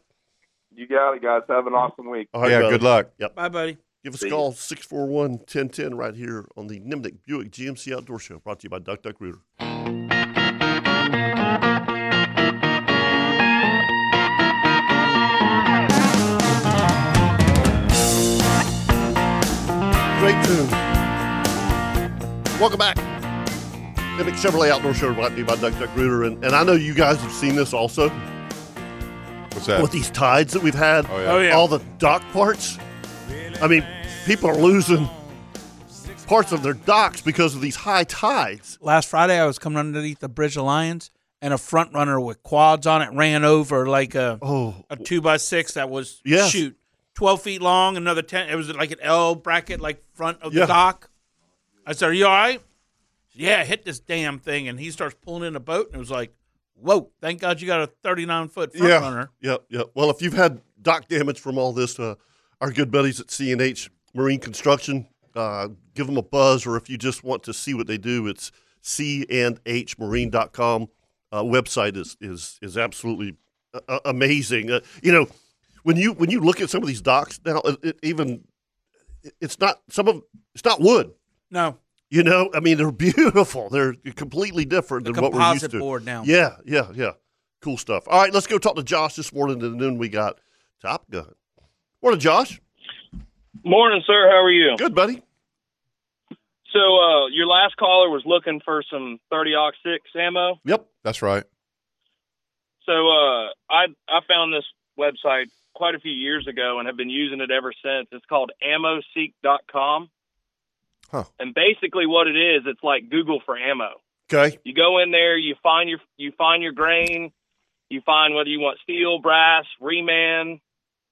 [SPEAKER 8] You got it, guys. Have an awesome week.
[SPEAKER 1] All
[SPEAKER 3] yeah,
[SPEAKER 1] brother.
[SPEAKER 3] good luck.
[SPEAKER 4] Bye, buddy.
[SPEAKER 1] Give us a call, 641 1010, right here on the Nimnik Buick GMC Outdoor Show, brought to you by Duck Duck Rooter. Great tune. Welcome back. Nimnik Chevrolet Outdoor Show, brought to you by Duck Duck Rooter. And, and I know you guys have seen this also.
[SPEAKER 3] What's that?
[SPEAKER 1] With these tides that we've had,
[SPEAKER 3] yeah. Oh,
[SPEAKER 4] yeah.
[SPEAKER 1] all the dock parts. I mean, people are losing parts of their docks because of these high tides.
[SPEAKER 4] last Friday, I was coming underneath the Bridge of Lions, and a front runner with quads on it ran over like a
[SPEAKER 1] Oh,
[SPEAKER 4] a two by six that was
[SPEAKER 1] Yes.
[SPEAKER 4] shoot twelve feet long, another ten. It was like an L bracket, like front of
[SPEAKER 1] Yeah.
[SPEAKER 4] the dock. I said, "Are you all right?" She said, yeah, I hit this damn thing, and he starts pulling in a boat, and it was like, "Whoa! Thank God you got a thirty-nine foot front
[SPEAKER 1] yeah,
[SPEAKER 4] runner."
[SPEAKER 1] yeah, yeah. Well, if you've had dock damage from all this, uh, our good buddies at CNH Marine Construction, uh, give them a buzz, or if you just want to see what they do, it's cnhmarine.com. Uh, website is is is absolutely uh, uh, amazing. Uh, you know, when you when you look at some of these docks now, it, it even it- it's not some of it's not wood.
[SPEAKER 4] No,
[SPEAKER 1] You know, I mean, they're beautiful. They're completely different
[SPEAKER 4] the
[SPEAKER 1] than what we're used
[SPEAKER 4] composite
[SPEAKER 1] to.
[SPEAKER 4] board now.
[SPEAKER 1] Yeah, yeah, yeah. Cool stuff. All right, let's go talk to Josh this morning, and then we got Top Gun. Morning, Josh.
[SPEAKER 9] Morning, sir. How are you?
[SPEAKER 1] Good, buddy.
[SPEAKER 9] So, uh, your last caller was looking for some 30 six ammo.
[SPEAKER 1] Yep.
[SPEAKER 3] That's right.
[SPEAKER 9] So, uh, I I found this website quite a few years ago and have been using it ever since. It's called AmmoSeek.com.
[SPEAKER 3] Huh.
[SPEAKER 9] And basically, what it is, it's like Google for ammo.
[SPEAKER 1] Okay.
[SPEAKER 9] You go in there, you find your you find your grain, you find whether you want steel, brass, reman,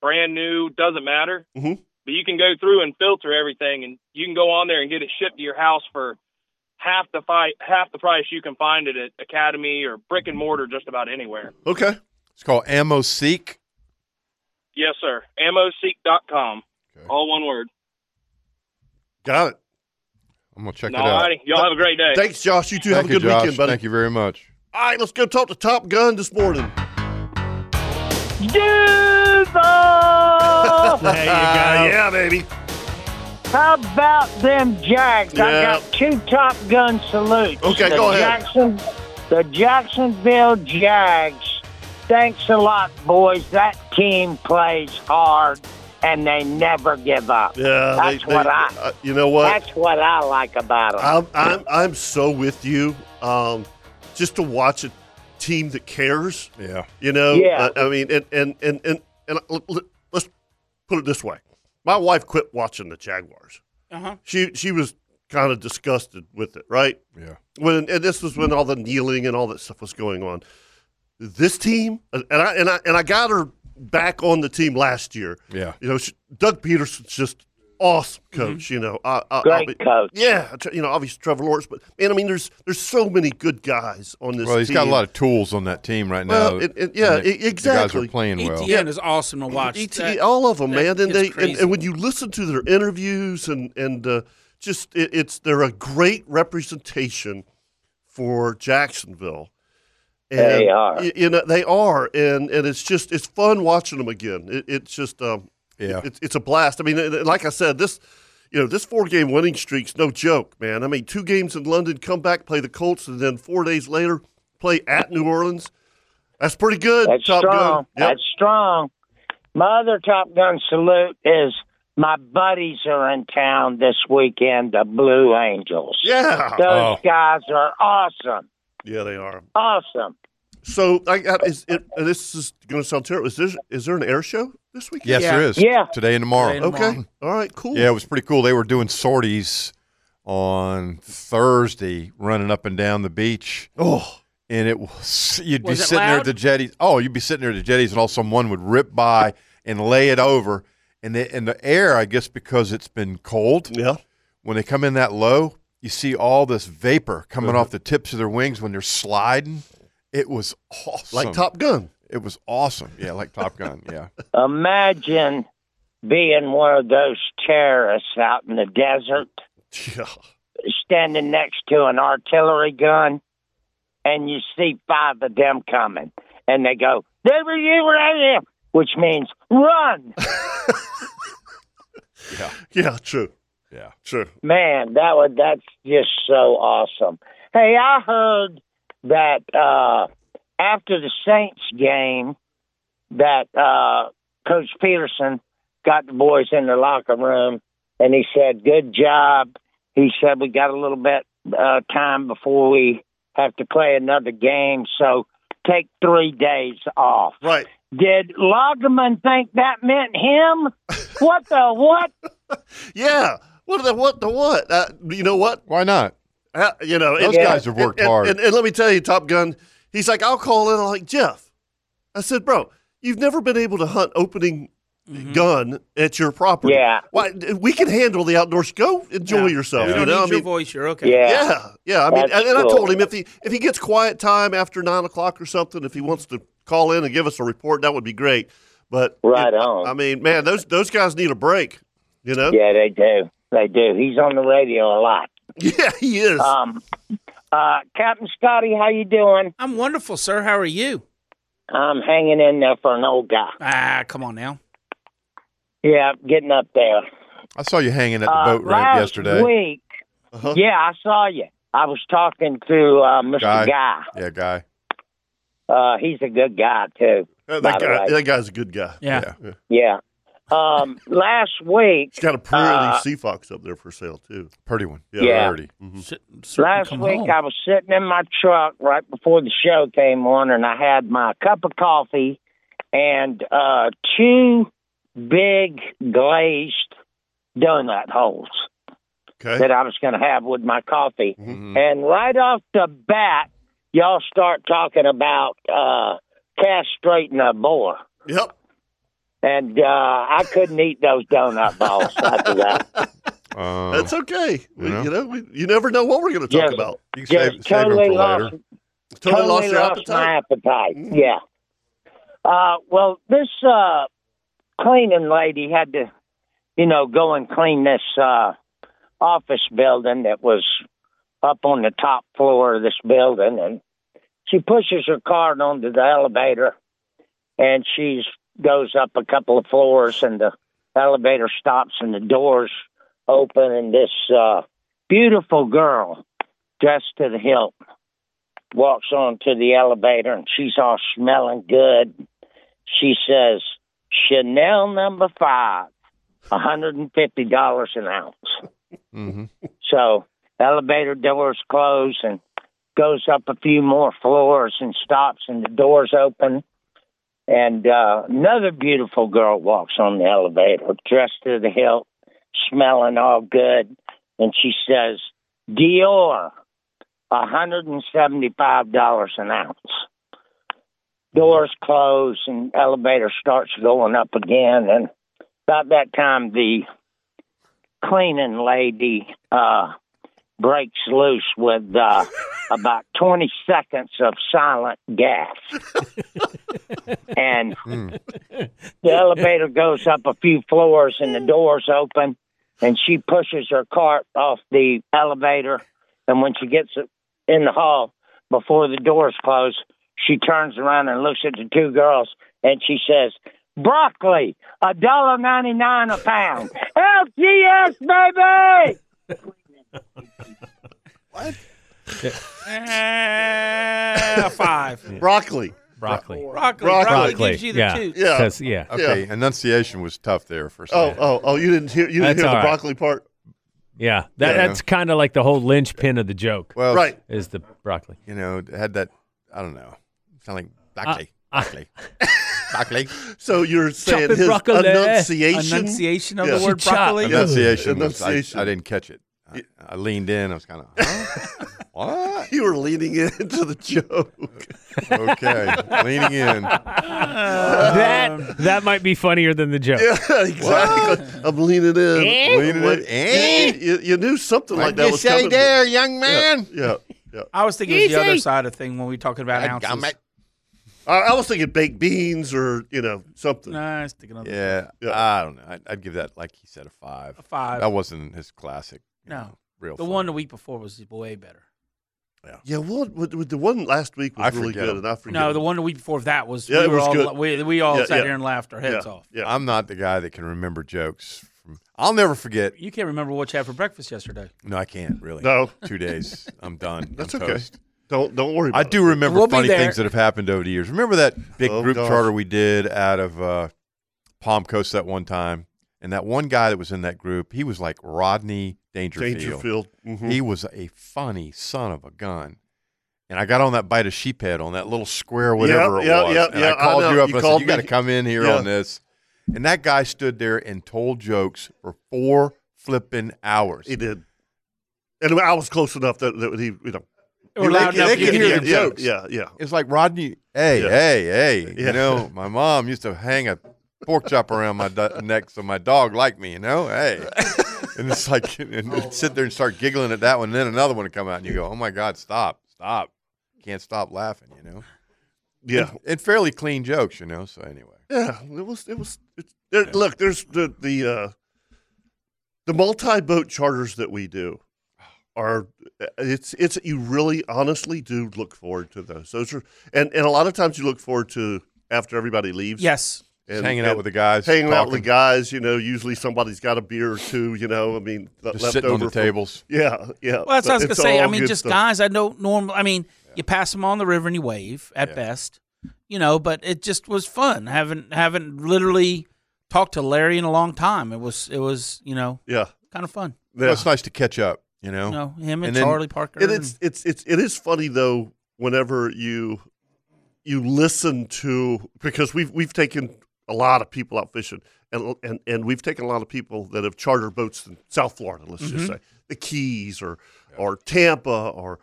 [SPEAKER 9] brand new, doesn't matter.
[SPEAKER 1] Mhm.
[SPEAKER 9] But you can go through and filter everything, and you can go on there and get it shipped to your house for half the fight, half the price you can find it at Academy or brick and mortar, just about anywhere.
[SPEAKER 1] Okay.
[SPEAKER 3] It's called Ammo Seek.
[SPEAKER 9] Yes, sir. Ammoseek.com.
[SPEAKER 3] Okay.
[SPEAKER 9] All one word.
[SPEAKER 1] Got it.
[SPEAKER 3] I'm gonna check
[SPEAKER 9] All
[SPEAKER 3] it out.
[SPEAKER 9] righty. Y'all have a great day.
[SPEAKER 1] Thanks, Josh. You two
[SPEAKER 3] Thank
[SPEAKER 1] have a
[SPEAKER 3] you,
[SPEAKER 1] good
[SPEAKER 3] Josh.
[SPEAKER 1] weekend, buddy.
[SPEAKER 3] Thank you very much.
[SPEAKER 1] All right, let's go talk to Top Gun this morning.
[SPEAKER 10] Diesel!
[SPEAKER 1] uh, There you go. yeah, baby.
[SPEAKER 10] How about them Jags? I
[SPEAKER 1] Yeah.
[SPEAKER 10] got two Top Gun salutes.
[SPEAKER 1] Okay,
[SPEAKER 10] the
[SPEAKER 1] go ahead.
[SPEAKER 10] Jackson, the Jacksonville Jags. Thanks a lot, boys. That team plays hard and they never give up.
[SPEAKER 1] Yeah.
[SPEAKER 10] That's
[SPEAKER 1] they- they-
[SPEAKER 10] what I-
[SPEAKER 1] uh, you know what?
[SPEAKER 10] That's what I like about them.
[SPEAKER 1] I'm, I'm I'm so with you. Um, just to watch a team that cares.
[SPEAKER 3] Yeah.
[SPEAKER 1] You know,
[SPEAKER 10] Yeah.
[SPEAKER 1] I, I mean, and and and and, and l- l- let's put it this way: my wife quit watching the Jaguars.
[SPEAKER 4] Uh-huh.
[SPEAKER 1] She she was kind of disgusted with it, right?
[SPEAKER 3] Yeah.
[SPEAKER 1] When and this was when all the kneeling and all that stuff was going on. This team, and I and I and I got her back on the team last year.
[SPEAKER 3] Yeah.
[SPEAKER 1] You know, she, Doug Peterson's just awesome coach. You know, I, I, I'll
[SPEAKER 10] Great
[SPEAKER 1] be-
[SPEAKER 10] coach.
[SPEAKER 1] yeah, tr- you know, obviously Trevor Lawrence, but man, I mean, there's there's so many good guys on this.
[SPEAKER 3] Well, he's
[SPEAKER 1] team.
[SPEAKER 3] got a lot of tools on that team right now.
[SPEAKER 1] Well, it- it- yeah,
[SPEAKER 3] and the-
[SPEAKER 1] it-
[SPEAKER 3] The guys
[SPEAKER 1] exactly.
[SPEAKER 3] are playing well.
[SPEAKER 4] ETN E is awesome to watch.
[SPEAKER 1] ET,
[SPEAKER 4] That-
[SPEAKER 1] all of them,
[SPEAKER 4] that
[SPEAKER 1] man. And
[SPEAKER 4] kid's
[SPEAKER 1] they and,
[SPEAKER 4] crazy.
[SPEAKER 1] and when you listen to their interviews and and uh, just it, it's they're a great representation for Jacksonville. And,
[SPEAKER 10] They are.
[SPEAKER 1] y- You, know they are, and and it's just it's fun watching them again. It, it's just um,
[SPEAKER 3] Yeah.
[SPEAKER 1] it's, it's a blast. I mean, and- and like I said, this. You know, this four game winning streak's no joke, man. I mean, two games in London, come back, play the Colts, and then four days later, play at New Orleans. That's pretty good.
[SPEAKER 10] That's
[SPEAKER 1] Top
[SPEAKER 10] strong.
[SPEAKER 1] Gun. Yep.
[SPEAKER 10] That's strong. My other Top Gun salute is my buddies are in town this weekend, the Blue Angels.
[SPEAKER 1] yeah.
[SPEAKER 10] Those
[SPEAKER 3] Oh.
[SPEAKER 10] guys are awesome.
[SPEAKER 1] Yeah, they are.
[SPEAKER 10] Awesome.
[SPEAKER 1] So I, I is it, and this is going to sound terrible. Is there is there an air show this weekend?
[SPEAKER 3] Yes,
[SPEAKER 4] Yeah.
[SPEAKER 3] there is.
[SPEAKER 10] Yeah.
[SPEAKER 3] Today and tomorrow.
[SPEAKER 4] Today and
[SPEAKER 1] Okay. All right. Cool.
[SPEAKER 3] Yeah, it was pretty cool. They were doing sorties on Thursday, running up and down the beach,
[SPEAKER 1] Oh,
[SPEAKER 3] and it was you'd
[SPEAKER 4] Was
[SPEAKER 3] be
[SPEAKER 4] it
[SPEAKER 3] sitting there at
[SPEAKER 4] loud?
[SPEAKER 3] the jetties. Oh, you'd be sitting there at the jetties, and all someone would rip by and lay it over, and the and the air, I guess, because it's been cold.
[SPEAKER 1] yeah.
[SPEAKER 3] When they come in that low, you see all this vapor coming
[SPEAKER 1] Uh-huh.
[SPEAKER 3] off the tips of their wings when they're sliding. It was awesome.
[SPEAKER 1] Like Top Gun.
[SPEAKER 3] It was awesome. Yeah, like Top Gun. Yeah.
[SPEAKER 10] Imagine being one of those terrorists out in the desert,
[SPEAKER 1] Yeah.
[SPEAKER 10] standing next to an artillery gun, and you see five of them coming, and they go, "There were you, where I am," which means run.
[SPEAKER 1] Yeah. True.
[SPEAKER 3] Yeah.
[SPEAKER 1] True.
[SPEAKER 10] Man, that would that's just so awesome. Hey, I heard that uh, after the Saints game, that uh, Coach Peterson got the boys in the locker room and he said, "Good job." He said, "We got a little bit uh, time before we have to play another game, so take three days off."
[SPEAKER 1] Right.
[SPEAKER 10] Did Loggeman think that meant him? What the what?
[SPEAKER 1] Yeah. What the what the what? Uh, you know what?
[SPEAKER 3] Why not?
[SPEAKER 1] Uh, you know
[SPEAKER 3] Those guys have worked
[SPEAKER 1] and-
[SPEAKER 3] hard.
[SPEAKER 1] And, and let me tell you, Top Gun. He's like, I'll call in. I'm like, Jeff. I said, bro, you've never been able to hunt opening
[SPEAKER 4] Mm-hmm.
[SPEAKER 1] gun at your property.
[SPEAKER 10] Yeah.
[SPEAKER 1] Why? We can handle the outdoors. Go enjoy yourself.
[SPEAKER 4] You
[SPEAKER 1] You
[SPEAKER 4] don't
[SPEAKER 1] know.
[SPEAKER 4] need
[SPEAKER 1] I
[SPEAKER 4] your
[SPEAKER 1] mean,
[SPEAKER 4] voice. You're okay.
[SPEAKER 10] Yeah.
[SPEAKER 1] yeah, yeah. I mean, and,
[SPEAKER 10] That's
[SPEAKER 1] and I
[SPEAKER 10] cool.
[SPEAKER 1] told him if he if he gets quiet time after nine o'clock or something, if he wants to call in and give us a report, that would be great. But
[SPEAKER 10] Right
[SPEAKER 1] it-
[SPEAKER 10] on.
[SPEAKER 1] I mean, man, those those guys need a break. You know.
[SPEAKER 10] Yeah, they do. They do. He's on the radio a lot.
[SPEAKER 1] Yeah, he is.
[SPEAKER 10] Um, uh, Captain Scotty, how you doing?
[SPEAKER 4] I'm wonderful, sir. How are you?
[SPEAKER 10] I'm hanging in there for an old guy.
[SPEAKER 4] Ah, come on now.
[SPEAKER 10] Yeah, getting up there.
[SPEAKER 3] I saw you hanging at the
[SPEAKER 10] Uh,
[SPEAKER 3] boat ramp
[SPEAKER 10] last
[SPEAKER 3] yesterday.
[SPEAKER 10] Week,
[SPEAKER 1] Uh-huh.
[SPEAKER 10] Yeah, I saw you. I was talking to uh, Mr.
[SPEAKER 3] Guy.
[SPEAKER 10] Guy.
[SPEAKER 3] Yeah, guy.
[SPEAKER 10] Uh, he's a good guy too.
[SPEAKER 1] Uh, that,
[SPEAKER 10] by the
[SPEAKER 1] guy,
[SPEAKER 10] way.
[SPEAKER 1] that guy's a good guy.
[SPEAKER 4] Yeah.
[SPEAKER 10] Yeah. Um, last week,
[SPEAKER 1] He's got a pretty
[SPEAKER 10] Uh,
[SPEAKER 1] sea fox up there for sale too.
[SPEAKER 3] Purdy one.
[SPEAKER 1] Yeah. Mm-hmm.
[SPEAKER 10] Yeah.
[SPEAKER 3] Purdy.
[SPEAKER 4] S- sir,
[SPEAKER 10] last
[SPEAKER 4] come
[SPEAKER 10] week
[SPEAKER 4] home.
[SPEAKER 10] I was sitting in my truck right before the show came on, and I had my cup of coffee and uh, two big glazed donut holes
[SPEAKER 1] Okay. Mm-hmm.
[SPEAKER 10] that I was going to have with my coffee.
[SPEAKER 3] Mhm.
[SPEAKER 10] And right off the bat, y'all start talking about uh, castrating a boar.
[SPEAKER 1] Yep.
[SPEAKER 10] and uh, I couldn't eat those donut balls after that.
[SPEAKER 3] Um,
[SPEAKER 1] That's okay. We,
[SPEAKER 3] Yeah.
[SPEAKER 1] You know, we, you never know what we're going to talk
[SPEAKER 10] Yeah.
[SPEAKER 1] about.
[SPEAKER 3] you can save,
[SPEAKER 10] Just
[SPEAKER 3] save them
[SPEAKER 10] totally
[SPEAKER 3] for
[SPEAKER 10] lost,
[SPEAKER 3] later.
[SPEAKER 1] Totally, lost your
[SPEAKER 10] my
[SPEAKER 1] appetite. Mm.
[SPEAKER 10] appetite. Yeah. Uh, well, this uh, cleaning lady had to, you know, go and clean this uh, office building that was up on the top floor of this building, and she pushes her cart onto the elevator, and she goes up a couple of floors, and the elevator stops, and the doors open, and this uh, beautiful girl, dressed to the hilt, walks onto the elevator and she's all smelling good. She says, Chanel number five, $150 an ounce.
[SPEAKER 3] Mhm.
[SPEAKER 10] So elevator doors close and goes up a few more floors and stops and the doors open. And uh, another beautiful girl walks on the elevator, dressed to the hilt, smelling all good. And she says, Dior, $175 an ounce. Doors close and elevator starts going up again. And about that time, the cleaning lady uh, breaks loose with uh, about 20 seconds of silent gas. and the elevator goes up a few floors and the doors open. And she pushes her cart off the elevator. And when she gets in the hall before the doors close, she turns around and looks at the two girls and she says, Broccoli, a dollar ninety nine a pound. LGS baby
[SPEAKER 4] Ah, five.
[SPEAKER 1] Broccoli.
[SPEAKER 5] Broccoli.
[SPEAKER 4] Broccoli.
[SPEAKER 1] Broccoli.
[SPEAKER 4] Broccoli.
[SPEAKER 5] Broccoli.
[SPEAKER 4] gives you the
[SPEAKER 5] yeah.
[SPEAKER 4] toots.
[SPEAKER 1] Yeah.
[SPEAKER 5] Says- yeah.
[SPEAKER 3] Okay, enunciation was tough there for a
[SPEAKER 1] Oh,
[SPEAKER 3] second.
[SPEAKER 1] oh, oh! You didn't hear. You didn't
[SPEAKER 5] That's
[SPEAKER 1] hear the
[SPEAKER 5] all right.
[SPEAKER 1] broccoli part,
[SPEAKER 5] Yeah. That,
[SPEAKER 3] Yeah.
[SPEAKER 5] That's kind of like the whole linchpin of the joke
[SPEAKER 3] Well,
[SPEAKER 1] right?
[SPEAKER 5] is the broccoli.
[SPEAKER 3] You know, it had that, I don't know, sound like Buckley.
[SPEAKER 5] uh.
[SPEAKER 3] Buckley. Buckley.
[SPEAKER 1] So you're saying
[SPEAKER 5] Chopping
[SPEAKER 1] his
[SPEAKER 5] broccoli.
[SPEAKER 1] enunciation?
[SPEAKER 4] eh? Enunciation of
[SPEAKER 1] Yeah.
[SPEAKER 4] the word
[SPEAKER 5] She chopped.
[SPEAKER 4] broccoli.
[SPEAKER 3] Enunciation. was- I-
[SPEAKER 1] Enunciation.
[SPEAKER 3] I, didn't catch it. I, I leaned in. I was kind of, huh? what?
[SPEAKER 1] You were leaning into the joke.
[SPEAKER 3] Okay, leaning in.
[SPEAKER 1] Uh,
[SPEAKER 5] that that might be funnier than the joke.
[SPEAKER 1] Um, Yeah, exactly. I'm leaning in.
[SPEAKER 3] Leaning
[SPEAKER 1] Eh? What-
[SPEAKER 3] in. Eh?
[SPEAKER 1] You, you- you knew something like
[SPEAKER 3] What'd
[SPEAKER 1] that
[SPEAKER 3] you
[SPEAKER 1] was
[SPEAKER 3] say
[SPEAKER 1] coming.
[SPEAKER 3] there, young man?
[SPEAKER 1] Yeah, yeah.
[SPEAKER 4] I was thinking it was the other side of thing when we talking about
[SPEAKER 3] I got
[SPEAKER 4] ounces.
[SPEAKER 3] it.
[SPEAKER 1] I, I was thinking baked beans or you know something.
[SPEAKER 4] No, I was thinking of
[SPEAKER 3] Yeah,
[SPEAKER 1] Yeah.
[SPEAKER 3] I don't know. I'd, I'd give that, like he said, a five.
[SPEAKER 4] a five.
[SPEAKER 3] That wasn't his classic. you
[SPEAKER 4] No.
[SPEAKER 3] know, real.
[SPEAKER 4] the
[SPEAKER 3] fun.
[SPEAKER 4] one the week before was way better.
[SPEAKER 1] Yeah, what, what, what- the one last week was
[SPEAKER 3] I
[SPEAKER 1] really
[SPEAKER 3] forget them.
[SPEAKER 1] good, and I forget.
[SPEAKER 4] No, the one the week before that was.
[SPEAKER 1] Yeah,
[SPEAKER 4] we
[SPEAKER 1] it
[SPEAKER 4] were
[SPEAKER 1] was
[SPEAKER 4] all,
[SPEAKER 1] good.
[SPEAKER 4] We, we all
[SPEAKER 1] Yeah,
[SPEAKER 4] sat
[SPEAKER 1] yeah.
[SPEAKER 4] here and laughed our
[SPEAKER 1] yeah,
[SPEAKER 4] heads off.
[SPEAKER 1] yeah.
[SPEAKER 3] I'm not the guy that can remember jokes. From, I'll never forget.
[SPEAKER 4] You can't remember what you had for breakfast yesterday.
[SPEAKER 3] No, I can't really.
[SPEAKER 1] No.
[SPEAKER 3] two days. I'm done. I'm
[SPEAKER 1] That's okay. Uh,
[SPEAKER 3] toast.
[SPEAKER 1] Don't don't worry. About
[SPEAKER 3] I do
[SPEAKER 1] It.
[SPEAKER 3] remember
[SPEAKER 4] We'll be
[SPEAKER 3] funny
[SPEAKER 4] there.
[SPEAKER 3] things that have happened over the years. Remember that big
[SPEAKER 1] Oh,
[SPEAKER 3] group
[SPEAKER 1] gosh.
[SPEAKER 3] charter we did out of uh, Palm Coast that one time, and that one guy that was in that group, he was like Rodney Dangerfield.
[SPEAKER 1] Dangerfield. Mhm.
[SPEAKER 3] He was a funny son of a gun, and and I got on that bite of sheephead on that little square, whatever
[SPEAKER 1] Yeah, yeah,
[SPEAKER 3] it was.
[SPEAKER 1] yeah,
[SPEAKER 3] and
[SPEAKER 1] yeah,
[SPEAKER 3] I
[SPEAKER 1] I
[SPEAKER 3] called
[SPEAKER 1] know.
[SPEAKER 3] you up
[SPEAKER 1] You
[SPEAKER 3] and I
[SPEAKER 1] called
[SPEAKER 3] said, "You got to
[SPEAKER 1] me."
[SPEAKER 3] come in here
[SPEAKER 1] Yeah.
[SPEAKER 3] on this." And that guy stood there and told jokes for four flipping hours.
[SPEAKER 1] He did. And I was close enough that, that he, you know,
[SPEAKER 4] Or
[SPEAKER 3] they
[SPEAKER 4] loud
[SPEAKER 3] could-
[SPEAKER 4] enough
[SPEAKER 3] they
[SPEAKER 4] you
[SPEAKER 3] could
[SPEAKER 4] could
[SPEAKER 3] hear
[SPEAKER 4] hear
[SPEAKER 3] the
[SPEAKER 1] yeah,
[SPEAKER 3] jokes.
[SPEAKER 1] yeah, yeah.
[SPEAKER 3] It's like Rodney. Hey,
[SPEAKER 1] Yeah.
[SPEAKER 3] hey, hey!
[SPEAKER 1] Yeah.
[SPEAKER 3] You know, my mom used to hang a pork chop around my do- neck so my dog liked me. You know, hey. And it's like, and you'd sit there and start giggling at that one, and then another one would come out, and you go, "Oh my God, stop, stop! Can't stop laughing." You know,
[SPEAKER 1] Yeah.
[SPEAKER 3] and, and fairly clean jokes. You know, so anyway,
[SPEAKER 1] Yeah, it was. It was. It, there, Look, there's the the uh, the multi boat charters that we do are. It's it's you really honestly do look forward to those. Those are and and a lot of times you look forward to after everybody leaves.
[SPEAKER 4] Yes.
[SPEAKER 1] and,
[SPEAKER 3] Just hanging
[SPEAKER 1] and
[SPEAKER 3] out with the guys,
[SPEAKER 1] hanging out with the
[SPEAKER 3] talking,
[SPEAKER 1] guys. You know, usually somebody's got a beer or two. You know, I mean, that
[SPEAKER 3] just
[SPEAKER 1] left
[SPEAKER 3] sitting on
[SPEAKER 1] over
[SPEAKER 3] the
[SPEAKER 1] uh, from-
[SPEAKER 3] tables.
[SPEAKER 1] Yeah, yeah.
[SPEAKER 4] Well, that's what I was gonna
[SPEAKER 1] It's
[SPEAKER 4] say. I
[SPEAKER 1] all
[SPEAKER 4] mean,
[SPEAKER 1] good
[SPEAKER 4] just
[SPEAKER 1] stuff.
[SPEAKER 4] guys I don't normal. I mean, you pass them on the river and you wave at best, you know. But it just was fun. Haven't haven't literally talked to Larry in a long time. It was it was you know
[SPEAKER 1] Yeah,
[SPEAKER 4] kind of fun.
[SPEAKER 1] yeah.
[SPEAKER 3] It's nice to catch up. You know,
[SPEAKER 4] You know him and,
[SPEAKER 3] And then-
[SPEAKER 4] Charlie Parker.
[SPEAKER 1] it, it's it's it's it is funny though whenever you you listen to because we've we've taken a lot of people out fishing and and and we've taken a lot of people that have charter boats in South Florida let's just
[SPEAKER 4] Mm-hmm.
[SPEAKER 1] say the Keys or or Tampa or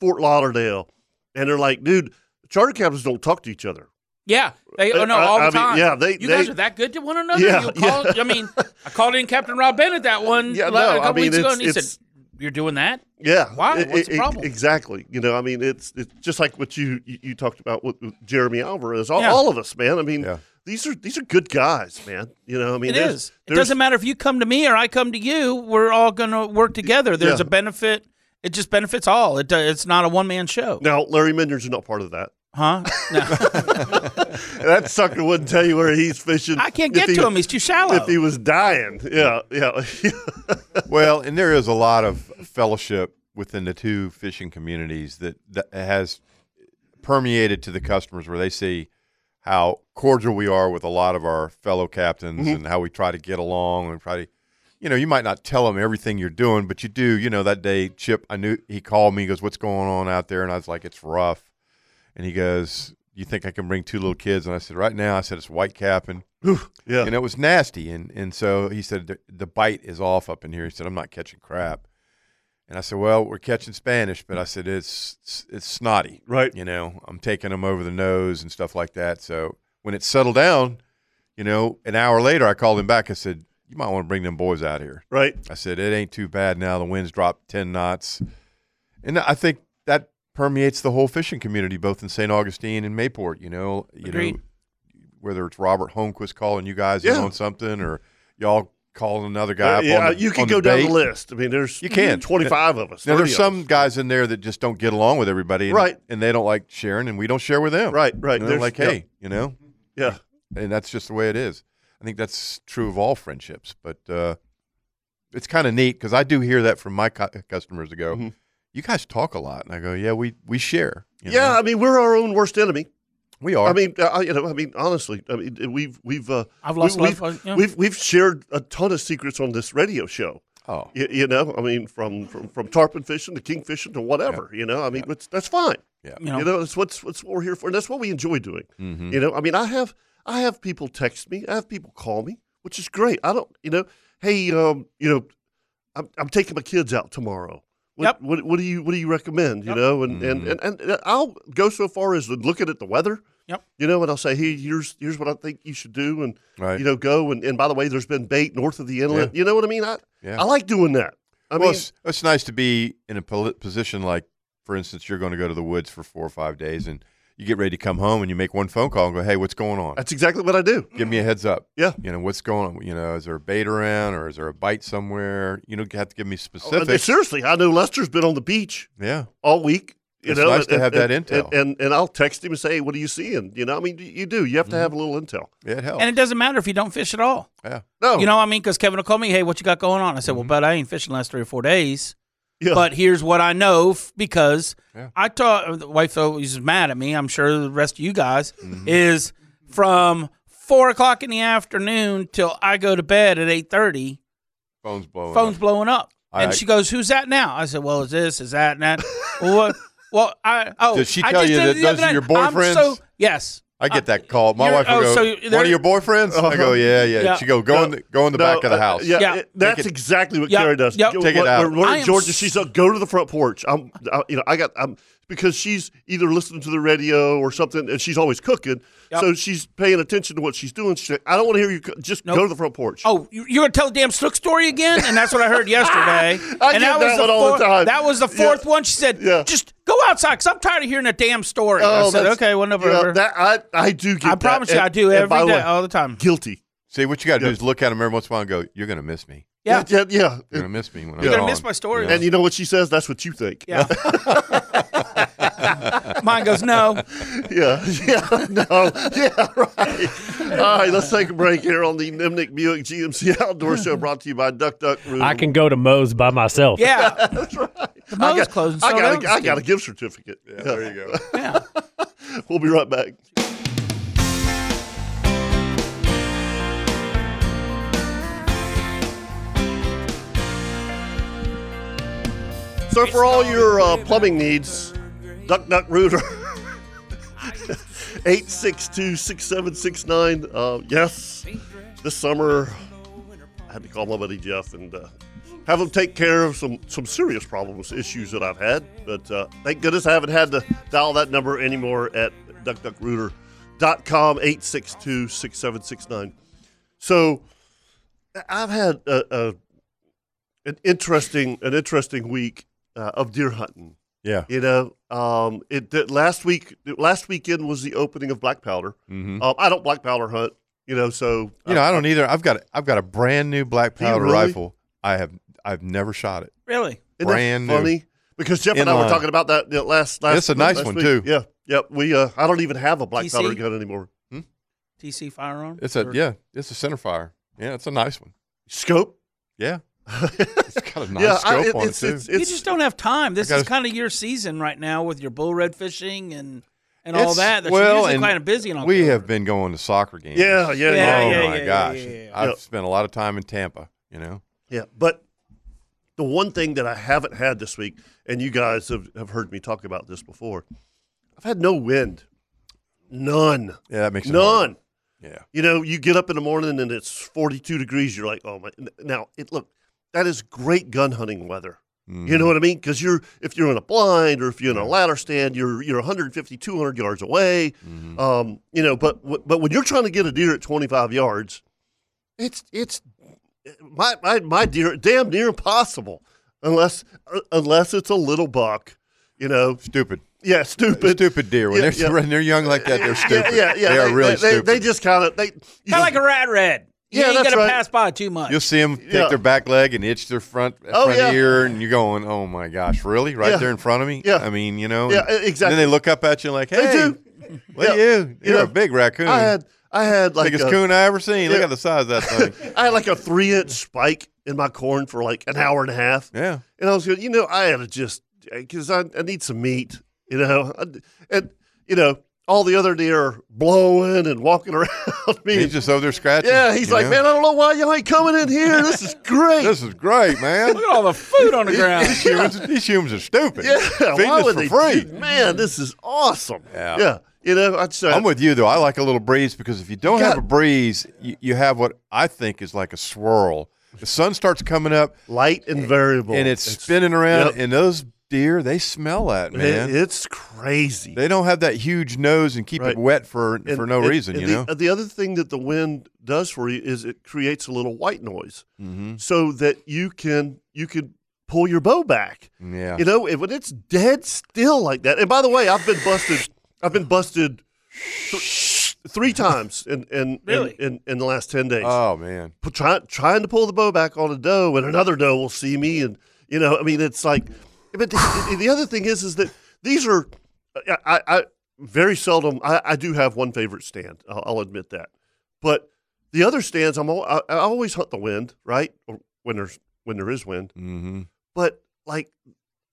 [SPEAKER 1] Fort Lauderdale and they're like dude charter captains don't talk to each other
[SPEAKER 4] yeah, they oh, no
[SPEAKER 1] I-
[SPEAKER 4] all
[SPEAKER 1] I
[SPEAKER 4] the
[SPEAKER 1] mean,
[SPEAKER 4] time.
[SPEAKER 1] yeah, they-
[SPEAKER 4] you
[SPEAKER 1] they-
[SPEAKER 4] guys are that good to one another.
[SPEAKER 1] Yeah,
[SPEAKER 4] you call, I mean, I called in Captain Rob Bennett that one
[SPEAKER 1] Yeah,
[SPEAKER 4] la-
[SPEAKER 1] no,
[SPEAKER 4] a couple
[SPEAKER 1] I mean,
[SPEAKER 4] weeks ago,
[SPEAKER 1] it's-
[SPEAKER 4] and he
[SPEAKER 1] it's-
[SPEAKER 4] said, "You're doing that."
[SPEAKER 1] Yeah.
[SPEAKER 4] Why?
[SPEAKER 1] E-
[SPEAKER 4] What's the
[SPEAKER 1] e-
[SPEAKER 4] problem?
[SPEAKER 1] Exactly. You know, I mean, it's it's just like what you you, you talked about with with Jeremy Alvarez. All,
[SPEAKER 4] Yeah.
[SPEAKER 1] all of us, man. I mean,
[SPEAKER 3] Yeah.
[SPEAKER 1] these are these are good guys, man. You know, I mean,
[SPEAKER 4] It
[SPEAKER 1] there's-
[SPEAKER 4] is. It
[SPEAKER 1] there's-
[SPEAKER 4] doesn't matter if you come to me or I come to you. We're all going to work together. There's
[SPEAKER 1] Yeah.
[SPEAKER 4] a benefit. It just benefits all. It do- it's not a one man show,
[SPEAKER 1] Now, Larry Minder's not part of that.
[SPEAKER 4] huh? No.
[SPEAKER 1] That sucker wouldn't tell you where he's fishing.
[SPEAKER 4] I can't
[SPEAKER 1] if
[SPEAKER 4] get
[SPEAKER 1] he-
[SPEAKER 4] to him. He's too shallow.
[SPEAKER 1] If he was dying, yeah, yeah,
[SPEAKER 3] well, and there is a lot of fellowship within the two fishing communities that, that has permeated to the customers where they see how cordial we are with a lot of our fellow captains and how we try to get along and try to you know you might not tell them everything you're doing but you do you know that day chip i knew he called me he goes what's going on out there and i was like it's rough and he goes you think i can bring two little kids and i said right now i said it's white capping
[SPEAKER 1] yeah.
[SPEAKER 3] and it was nasty. And and so he said the, the bite is off up in here. He said I'm not catching crab, and I said, well, we're catching Spanish, but I said it's it's, snotty,
[SPEAKER 1] Right.
[SPEAKER 3] You know, I'm taking them over the nose and stuff like that. So when it settled down, you know, an hour later, I called him back. I said, you might want to bring them boys out here.
[SPEAKER 1] right.
[SPEAKER 3] I said it ain't too bad now. The wind's dropped ten knots, and I think that permeates the whole fishing community, both in St. Augustine and Mayport. You know, you
[SPEAKER 4] Agreed.
[SPEAKER 3] know, whether it's Robert Holmquist calling you guys
[SPEAKER 1] Yeah.
[SPEAKER 3] in on something, or y'all calling another guy up.
[SPEAKER 1] yeah,
[SPEAKER 3] on the,
[SPEAKER 1] you can
[SPEAKER 3] on
[SPEAKER 1] go
[SPEAKER 3] the
[SPEAKER 1] down
[SPEAKER 3] bait.
[SPEAKER 1] the list. I mean, there's
[SPEAKER 3] You can.
[SPEAKER 1] 25 of us.
[SPEAKER 3] Now
[SPEAKER 1] 30
[SPEAKER 3] there's
[SPEAKER 1] of
[SPEAKER 3] some
[SPEAKER 1] us.
[SPEAKER 3] guys in there that just don't get along with everybody, and,
[SPEAKER 1] Right.
[SPEAKER 3] And they don't like sharing, and we don't share with them,
[SPEAKER 1] Right, right.
[SPEAKER 3] And they're
[SPEAKER 1] There's-
[SPEAKER 3] like,
[SPEAKER 1] yeah.
[SPEAKER 3] hey, you know,
[SPEAKER 1] Yeah,
[SPEAKER 3] and that's just the way it is. I think that's true of all friendships, but uh, it's kind of neat because I do hear that from my cu- customers. To go,
[SPEAKER 1] Mm-hmm.
[SPEAKER 3] you guys talk a lot, and I go, yeah, we we share. you
[SPEAKER 1] yeah.
[SPEAKER 3] know?
[SPEAKER 1] I mean, we're our own worst enemy.
[SPEAKER 3] we are.
[SPEAKER 1] I mean, uh, you know, I mean, honestly, I mean, we've we've uh,
[SPEAKER 4] I've lost
[SPEAKER 1] we,
[SPEAKER 4] love,
[SPEAKER 1] We've,
[SPEAKER 4] uh, yeah.
[SPEAKER 1] we've we've shared a ton of secrets on this radio show.
[SPEAKER 3] oh,
[SPEAKER 1] You, you know, I mean, from, from from tarpon fishing to king fishing to whatever. You know, I mean, it's, that's fine.
[SPEAKER 3] yeah, Mm-hmm.
[SPEAKER 4] you know,
[SPEAKER 1] You know, that's what's what's what we're here for, and that's what we enjoy doing. You know, I mean, I have I have people text me, I have people call me, which is great. I don't, you know, hey, um, you know, I'm, I'm taking my kids out tomorrow. What,
[SPEAKER 4] Yep.
[SPEAKER 1] what, what do you what do you recommend? You know, and,
[SPEAKER 3] Mm-hmm.
[SPEAKER 1] and, and and I'll go so far as looking at the weather.
[SPEAKER 4] Yep.
[SPEAKER 1] You know, and I'll say, hey, here's here's what I think you should do, and
[SPEAKER 3] Right.
[SPEAKER 1] you know, go and, and by the way, there's been bait north of the inlet. You know what I mean? I
[SPEAKER 3] Yeah.
[SPEAKER 1] I like doing that. I
[SPEAKER 3] well,
[SPEAKER 1] mean,
[SPEAKER 3] it's, it's nice to be in a poli- position like, for instance, you're going to go to the woods for four or five days, and you get ready to come home, and you make one phone call and go, hey, what's going on?
[SPEAKER 1] that's exactly what I do.
[SPEAKER 3] Give me a heads up.
[SPEAKER 1] Yeah.
[SPEAKER 3] you know what's going on. You know, is there a bait around, or is there a bite somewhere? You don't have to give me
[SPEAKER 1] I mean,
[SPEAKER 3] specifics.
[SPEAKER 1] seriously, I know Lester's been on the beach.
[SPEAKER 3] yeah,
[SPEAKER 1] all week. You
[SPEAKER 3] It's
[SPEAKER 1] know,
[SPEAKER 3] nice to have that intel.
[SPEAKER 1] and, and and I'll text him and say, hey, "What are you seeing?" You know, I mean, y- you do. You have to have a little intel.
[SPEAKER 3] Mm-hmm. it helps.
[SPEAKER 4] and it doesn't matter if you don't fish at all.
[SPEAKER 3] yeah.
[SPEAKER 1] No,
[SPEAKER 4] You know, what I mean, because Kevin will call me, "Hey, what you got going on?" I said, "Well,
[SPEAKER 3] Mm-hmm.
[SPEAKER 4] but I ain't fishing the last three or four days."
[SPEAKER 1] yeah,
[SPEAKER 4] But here's what I know f- because
[SPEAKER 3] Yeah.
[SPEAKER 4] I taught the wife always is mad at me. I'm sure the rest of you guys
[SPEAKER 3] Mm-hmm.
[SPEAKER 4] is from four o'clock in the afternoon till I go to bed at eight thirty.
[SPEAKER 3] Phone's blowing.
[SPEAKER 4] phone's blowing up.
[SPEAKER 3] Oh, I-
[SPEAKER 4] and she goes, "Who's that now?" I said, "Well, it's this, is that, and that." well, what? Well, I oh,
[SPEAKER 3] Did she
[SPEAKER 4] I
[SPEAKER 3] tell
[SPEAKER 4] just
[SPEAKER 3] you
[SPEAKER 4] did it
[SPEAKER 3] that
[SPEAKER 4] the
[SPEAKER 3] those
[SPEAKER 4] other
[SPEAKER 3] are your
[SPEAKER 4] night. I'm
[SPEAKER 3] boyfriends?
[SPEAKER 4] so- yes,
[SPEAKER 3] I
[SPEAKER 1] Uh,
[SPEAKER 3] get that call. My
[SPEAKER 4] you're-
[SPEAKER 3] wife will
[SPEAKER 4] oh,
[SPEAKER 3] go,
[SPEAKER 4] so you're-
[SPEAKER 3] "One
[SPEAKER 4] they're- Uh-huh.
[SPEAKER 3] of your boyfriends?" I
[SPEAKER 1] Uh-huh.
[SPEAKER 3] go, "Yeah, yeah."
[SPEAKER 4] Yeah. uh,
[SPEAKER 3] She go, "Go in the go in the back of the house."
[SPEAKER 1] uh, Yeah,
[SPEAKER 4] Yeah.
[SPEAKER 1] it- that's
[SPEAKER 3] Take it-
[SPEAKER 1] exactly what
[SPEAKER 4] Yep.
[SPEAKER 1] Carrie does.
[SPEAKER 4] Yep.
[SPEAKER 3] Take it
[SPEAKER 1] What-
[SPEAKER 3] out.
[SPEAKER 1] When we're
[SPEAKER 4] I
[SPEAKER 1] in
[SPEAKER 4] am
[SPEAKER 1] Georgia,
[SPEAKER 4] s-
[SPEAKER 1] she's like, "Go to the front porch." I'm, I, you know, I got, I'm because she's either listening to the radio or something, and she's always cooking,
[SPEAKER 4] Yep.
[SPEAKER 1] so she's paying attention to what she's doing. She's like, "I don't want to hear you. cook. Just go to the front porch."
[SPEAKER 4] Oh, you- you're gonna tell the damn Snook story again? And that's what I heard yesterday.
[SPEAKER 1] I
[SPEAKER 4] and
[SPEAKER 1] get that one all the
[SPEAKER 4] four-
[SPEAKER 1] time.
[SPEAKER 4] That was the
[SPEAKER 1] Yeah.
[SPEAKER 4] fourth one. She said,
[SPEAKER 1] Yeah. Oh,
[SPEAKER 4] "Just go outside, because I'm tired of hearing a damn story." I said,
[SPEAKER 1] that's-
[SPEAKER 4] "Okay, whatever."
[SPEAKER 1] you know,
[SPEAKER 4] whatever."
[SPEAKER 1] that I, I do get.
[SPEAKER 4] I
[SPEAKER 1] that.
[SPEAKER 4] promise you,
[SPEAKER 1] And-
[SPEAKER 4] I do
[SPEAKER 1] and
[SPEAKER 4] every
[SPEAKER 1] by
[SPEAKER 4] day,
[SPEAKER 1] the way,
[SPEAKER 4] all the time.
[SPEAKER 1] guilty.
[SPEAKER 3] See what you got to
[SPEAKER 1] Yeah.
[SPEAKER 3] do is look at them every once in a while and go, "You're going to miss me.
[SPEAKER 4] Yeah.
[SPEAKER 1] yeah, yeah.
[SPEAKER 3] You're going to miss me when I'm
[SPEAKER 4] You're gonna
[SPEAKER 3] gone."
[SPEAKER 4] miss my story.
[SPEAKER 3] Yeah.
[SPEAKER 1] And you know what she says? That's what you think.
[SPEAKER 4] Yeah. Mine goes no.
[SPEAKER 1] Yeah, yeah, no, yeah, right. All right, let's take a break here on the Nimnik Buick GMC Outdoor Show brought to you by Duck Duck Room.
[SPEAKER 5] I can go to Moe's by myself.
[SPEAKER 4] Yeah, that's right.
[SPEAKER 1] I
[SPEAKER 4] The mall's
[SPEAKER 1] got,
[SPEAKER 4] closing.
[SPEAKER 1] I
[SPEAKER 4] so
[SPEAKER 1] got,
[SPEAKER 4] that
[SPEAKER 1] a,
[SPEAKER 4] was
[SPEAKER 1] I got a gift certificate.
[SPEAKER 3] Yeah, there you go.
[SPEAKER 4] good. Yeah.
[SPEAKER 1] We'll be right back. So for all your uh, plumbing needs, Duck Duck Rooter. 862-6769. Uh, yes, this summer I had to call my buddy Jeff and uh, have him take care of some some serious problems, issues that I've had. But uh, thank goodness I haven't had to dial that number anymore at duckduckrooter.com 862-6769. So I've had a, a an interesting an interesting week uh, of deer hunting.
[SPEAKER 3] Yeah.
[SPEAKER 1] You know, um, it the, last week last weekend was the opening of black powder.
[SPEAKER 3] Mhm.
[SPEAKER 1] Um, I don't black powder hunt. You know, so
[SPEAKER 3] You know, I don't either. I've got I've got a brand new black
[SPEAKER 1] Do you
[SPEAKER 3] powder
[SPEAKER 1] really?
[SPEAKER 3] rifle. I have I've never shot it.
[SPEAKER 4] Really?
[SPEAKER 1] Isn't that
[SPEAKER 3] Brand new.
[SPEAKER 1] funny? Because Jeff and
[SPEAKER 3] In
[SPEAKER 1] I were
[SPEAKER 3] line.
[SPEAKER 1] talking about that the last last.
[SPEAKER 3] It's a nice
[SPEAKER 1] last
[SPEAKER 3] one,
[SPEAKER 1] week.
[SPEAKER 3] too.
[SPEAKER 1] Yeah, yeah. We uh, I don't even have a black
[SPEAKER 4] TC?
[SPEAKER 1] powder gun anymore. Hmm?
[SPEAKER 4] TC firearm.
[SPEAKER 3] It's a
[SPEAKER 4] Or-
[SPEAKER 3] yeah, it's a center fire. Yeah, it's a nice one.
[SPEAKER 1] Scope.
[SPEAKER 3] Yeah, it's got a nice
[SPEAKER 1] yeah, I-
[SPEAKER 3] scope
[SPEAKER 1] it-
[SPEAKER 3] on
[SPEAKER 1] it's,
[SPEAKER 3] it too.
[SPEAKER 1] it's,
[SPEAKER 4] You
[SPEAKER 1] it's-
[SPEAKER 4] just don't have time. This
[SPEAKER 3] gotta-
[SPEAKER 4] is kind of your season right now with your bull red fishing and and all
[SPEAKER 3] It's-
[SPEAKER 4] that. That
[SPEAKER 3] well,
[SPEAKER 4] you're usually
[SPEAKER 3] and
[SPEAKER 4] kind of busy. In
[SPEAKER 3] we
[SPEAKER 4] October.
[SPEAKER 3] have been going to soccer games.
[SPEAKER 1] yeah, yeah,
[SPEAKER 3] Oh
[SPEAKER 1] yeah,
[SPEAKER 4] Yeah,
[SPEAKER 1] yeah,
[SPEAKER 4] yeah,
[SPEAKER 3] my
[SPEAKER 4] yeah,
[SPEAKER 3] gosh,
[SPEAKER 4] yeah, yeah, yeah.
[SPEAKER 3] I've
[SPEAKER 1] Yeah.
[SPEAKER 3] spent a lot of time in Tampa. You know,
[SPEAKER 1] yeah. But the one thing that I haven't had this week, and you guys have, have heard me talk about this before, I've had no wind, none,
[SPEAKER 3] yeah, that makes it hard.
[SPEAKER 1] none.
[SPEAKER 3] Yeah,
[SPEAKER 1] You know, you get up in the morning and it's 42 degrees. You're like, oh my. Now, it look, that is great gun hunting weather. You
[SPEAKER 3] Mm.
[SPEAKER 1] know what I mean? Because you're if you're in a blind or if you're in a ladder stand, you're you're 150, 200 yards away.
[SPEAKER 3] Mm-hmm.
[SPEAKER 1] Um, you know, but w- but when you're trying to get a deer at 25 yards, it's it's my my, my deer damn near impossible unless uh, unless it's a little buck. You know,
[SPEAKER 3] stupid,
[SPEAKER 1] yeah, stupid.
[SPEAKER 3] stupid deer. When
[SPEAKER 1] Yeah,
[SPEAKER 3] they're
[SPEAKER 1] yeah.
[SPEAKER 3] when they're young like that, they're stupid.
[SPEAKER 1] Yeah, yeah, yeah.
[SPEAKER 3] they are
[SPEAKER 1] they,
[SPEAKER 3] really
[SPEAKER 1] they,
[SPEAKER 3] stupid.
[SPEAKER 1] They, they just kind of they. you
[SPEAKER 4] kind
[SPEAKER 1] know,
[SPEAKER 4] of like a rat red. You
[SPEAKER 1] Yeah,
[SPEAKER 4] ain't
[SPEAKER 1] that's
[SPEAKER 4] gonna
[SPEAKER 1] right.
[SPEAKER 4] pass by too much.
[SPEAKER 3] You'll see them take
[SPEAKER 1] Yeah.
[SPEAKER 3] their back leg and itch their front,
[SPEAKER 1] Oh,
[SPEAKER 3] front
[SPEAKER 1] yeah.
[SPEAKER 3] ear, and you're going, "Oh my gosh, really? Right
[SPEAKER 1] Yeah.
[SPEAKER 3] there in front of me?
[SPEAKER 1] Yeah.
[SPEAKER 3] I mean, you know,
[SPEAKER 1] Yeah,
[SPEAKER 3] and-
[SPEAKER 1] e-
[SPEAKER 3] and
[SPEAKER 1] exactly.
[SPEAKER 3] then they look up at you like, "Hey,
[SPEAKER 1] They do.
[SPEAKER 3] look at
[SPEAKER 1] Yeah.
[SPEAKER 3] you, you're
[SPEAKER 1] know,
[SPEAKER 3] a big raccoon,
[SPEAKER 1] I had I had like
[SPEAKER 3] biggest
[SPEAKER 1] a-
[SPEAKER 3] coon I ever seen. Look
[SPEAKER 1] yeah.
[SPEAKER 3] at the size of that thing.
[SPEAKER 1] I had like a three inch spike in my corn for like an hour and a half.
[SPEAKER 3] yeah,
[SPEAKER 1] And I was going, you know, I had to just, because I, I need some meat, you know. I- and, you know, all the other deer are blowing and walking around me.
[SPEAKER 3] he's just over there scratching.
[SPEAKER 1] yeah, he's
[SPEAKER 3] you
[SPEAKER 1] like,
[SPEAKER 3] know?
[SPEAKER 1] man, I don't know why y'all ain't coming in here. This is great.
[SPEAKER 3] this is great, man.
[SPEAKER 4] Look at all the food on the ground.
[SPEAKER 3] these, humans, these humans are stupid.
[SPEAKER 1] yeah,
[SPEAKER 3] feeding
[SPEAKER 1] why
[SPEAKER 3] us
[SPEAKER 1] would
[SPEAKER 3] for
[SPEAKER 1] they?
[SPEAKER 3] free.
[SPEAKER 1] do- man, this is awesome.
[SPEAKER 3] Yeah.
[SPEAKER 1] you know, uh, I'd say,
[SPEAKER 3] I'm with you though. I like a little breeze because if you don't have
[SPEAKER 1] got-
[SPEAKER 3] a breeze, you, you have what I think is like a swirl. The sun starts coming up,
[SPEAKER 1] light and variable,
[SPEAKER 3] and it's, spinning around.
[SPEAKER 1] yep.
[SPEAKER 3] And those deer, they smell that
[SPEAKER 1] it-
[SPEAKER 3] man.
[SPEAKER 1] it's crazy.
[SPEAKER 3] they don't have that huge nose and keep
[SPEAKER 1] Right.
[SPEAKER 3] it wet for
[SPEAKER 1] And-
[SPEAKER 3] for no
[SPEAKER 1] and-
[SPEAKER 3] reason.
[SPEAKER 1] and
[SPEAKER 3] you
[SPEAKER 1] the, uh,
[SPEAKER 3] know,
[SPEAKER 1] The other thing that the wind does for you is it creates a little white noise,
[SPEAKER 3] Mm-hmm.
[SPEAKER 1] so that you can you can pull your bow back.
[SPEAKER 3] yeah.
[SPEAKER 1] You know, and when it's dead still like that. And by the way, I've been busted. I've been busted th- three times in in,
[SPEAKER 4] Really?
[SPEAKER 1] in, in in the last ten days.
[SPEAKER 3] oh man,
[SPEAKER 1] P- try, trying to pull the bow back on a doe, and another doe will see me, and you know, I mean, it's like. But the, the other thing is, is that these are, I, I, I very seldom. I, I do have one favorite stand. I'll, I'll admit that, but the other stands, I'm al- I, I always hunt the wind, right? Or when there's when there is wind,
[SPEAKER 3] hmm
[SPEAKER 1] but like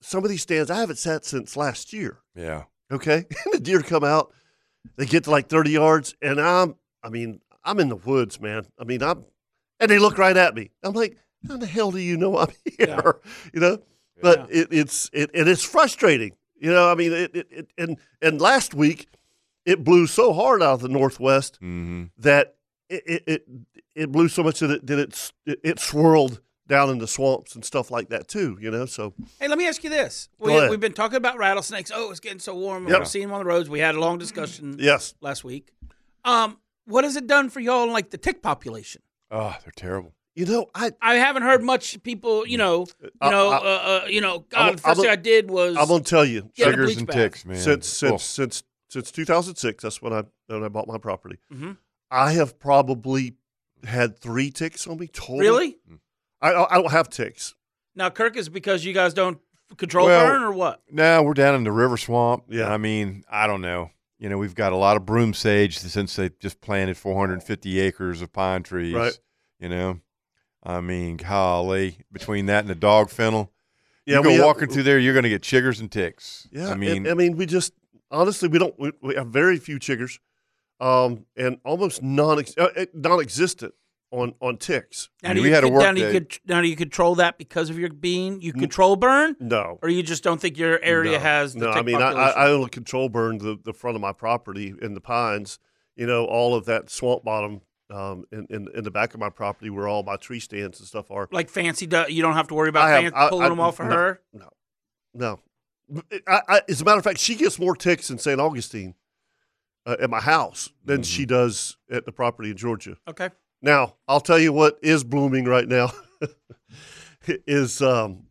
[SPEAKER 1] some of these stands, I haven't sat since last year.
[SPEAKER 3] yeah.
[SPEAKER 1] Okay, and the deer come out, they get to like thirty yards, and I'm, I mean, I'm in the woods, man. I mean, I'm, and they look right at me. I'm like, how the hell do you know I'm here? You know, but it, it's it, and it's frustrating. You know, I mean, it, it, it and and last week it blew so hard out of the northwest that it, it it it blew so much that it that it, it it swirled down into swamps and stuff like that too. You know, so
[SPEAKER 4] Hey, let me ask you this.
[SPEAKER 1] Go
[SPEAKER 4] We,
[SPEAKER 1] ahead.
[SPEAKER 4] we've been talking about rattlesnakes. Oh, it's getting so warm. and
[SPEAKER 1] Yep.
[SPEAKER 4] We're seeing them on the roads. We had a long discussion
[SPEAKER 1] Yes.
[SPEAKER 4] last week. Um, what has it done for y'all in like the tick population?
[SPEAKER 3] Oh, they're terrible.
[SPEAKER 1] You know, I
[SPEAKER 4] I haven't heard much people, you know, you
[SPEAKER 1] I-
[SPEAKER 4] know,
[SPEAKER 1] I-
[SPEAKER 4] uh, uh, you know,
[SPEAKER 1] I'm
[SPEAKER 4] God,
[SPEAKER 1] a-
[SPEAKER 4] the 1st
[SPEAKER 1] I'm a-
[SPEAKER 4] thing I did was
[SPEAKER 1] I'm gonna tell you,
[SPEAKER 4] Get a Sugars bleach and bath.
[SPEAKER 3] ticks, man.
[SPEAKER 1] Since since
[SPEAKER 3] Oof.
[SPEAKER 1] since since 2006, that's when I when I bought my property.
[SPEAKER 4] Mhm.
[SPEAKER 1] I have probably had three ticks on me total.
[SPEAKER 4] really
[SPEAKER 1] I I don't have ticks.
[SPEAKER 4] now Kirk is because you guys don't control
[SPEAKER 3] Well-
[SPEAKER 4] burn or what?
[SPEAKER 3] No, we're down in the river swamp.
[SPEAKER 1] Yeah.
[SPEAKER 3] I mean, I don't know. You know, we've got a lot of broom sage since they just planted 450 acres of pine trees.
[SPEAKER 1] Right.
[SPEAKER 3] You know, I mean, golly, between that and the dog fennel,
[SPEAKER 1] Yeah,
[SPEAKER 3] you go
[SPEAKER 1] we have-
[SPEAKER 3] walking through there, you're going to get chiggers and ticks.
[SPEAKER 1] Yeah,
[SPEAKER 3] I
[SPEAKER 1] and-
[SPEAKER 3] mean,
[SPEAKER 1] I mean, we just honestly we don't we, we have very few chiggers, um, and almost non uh, non-existent on on ticks.
[SPEAKER 4] Now,
[SPEAKER 3] Yeah,
[SPEAKER 4] do
[SPEAKER 3] we
[SPEAKER 4] you,
[SPEAKER 3] had a
[SPEAKER 4] con-
[SPEAKER 3] work
[SPEAKER 4] now, do you
[SPEAKER 3] day.
[SPEAKER 4] could, now do you control that because of your being? You control burn,
[SPEAKER 1] No,
[SPEAKER 4] or you just don't think your area
[SPEAKER 1] no,
[SPEAKER 4] has the
[SPEAKER 1] no.
[SPEAKER 4] tick
[SPEAKER 1] I mean, I,
[SPEAKER 4] population?
[SPEAKER 1] I I only control burn the, the front of my property in the pines. You know, all of that swamp bottom um, in, in in the back of my property where all my tree stands and stuff are.
[SPEAKER 4] like fancy, do- you don't have to worry about
[SPEAKER 1] I have-
[SPEAKER 4] fan-
[SPEAKER 1] I-
[SPEAKER 4] pulling
[SPEAKER 1] I-
[SPEAKER 4] them off of
[SPEAKER 1] no.
[SPEAKER 4] her.
[SPEAKER 1] No, I, I, as a matter of fact, she gets more ticks in St. Augustine uh, at my house than she does at the property in Georgia.
[SPEAKER 4] Okay.
[SPEAKER 1] Now, I'll tell you what is blooming right now is um,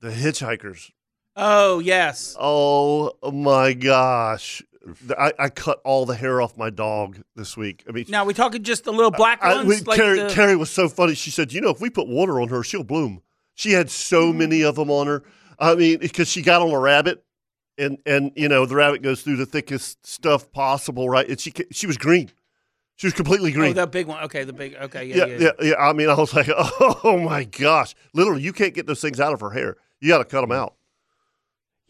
[SPEAKER 1] the hitchhikers.
[SPEAKER 4] Oh yes.
[SPEAKER 1] Oh my gosh. The- I, I cut all the hair off my dog this week. I mean,
[SPEAKER 4] Now we talking just the little black
[SPEAKER 1] I-
[SPEAKER 4] ones.
[SPEAKER 1] we-
[SPEAKER 4] like
[SPEAKER 1] Carrie,
[SPEAKER 4] the-
[SPEAKER 1] Carrie was so funny. She said, You know, if we put water on her, she'll bloom. She had
[SPEAKER 4] Mm.
[SPEAKER 1] so many of them on her. I mean, because she got on a rabbit. And, and you know the rabbit goes through the thickest stuff possible, right? And she ca- she was green, she was completely
[SPEAKER 4] oh,
[SPEAKER 1] green
[SPEAKER 4] that big one. Okay, the big. Okay, yeah,
[SPEAKER 1] yeah, yeah, yeah. I mean, I was like, oh my gosh, literally, you can't get those things out of her hair. You got to cut them out.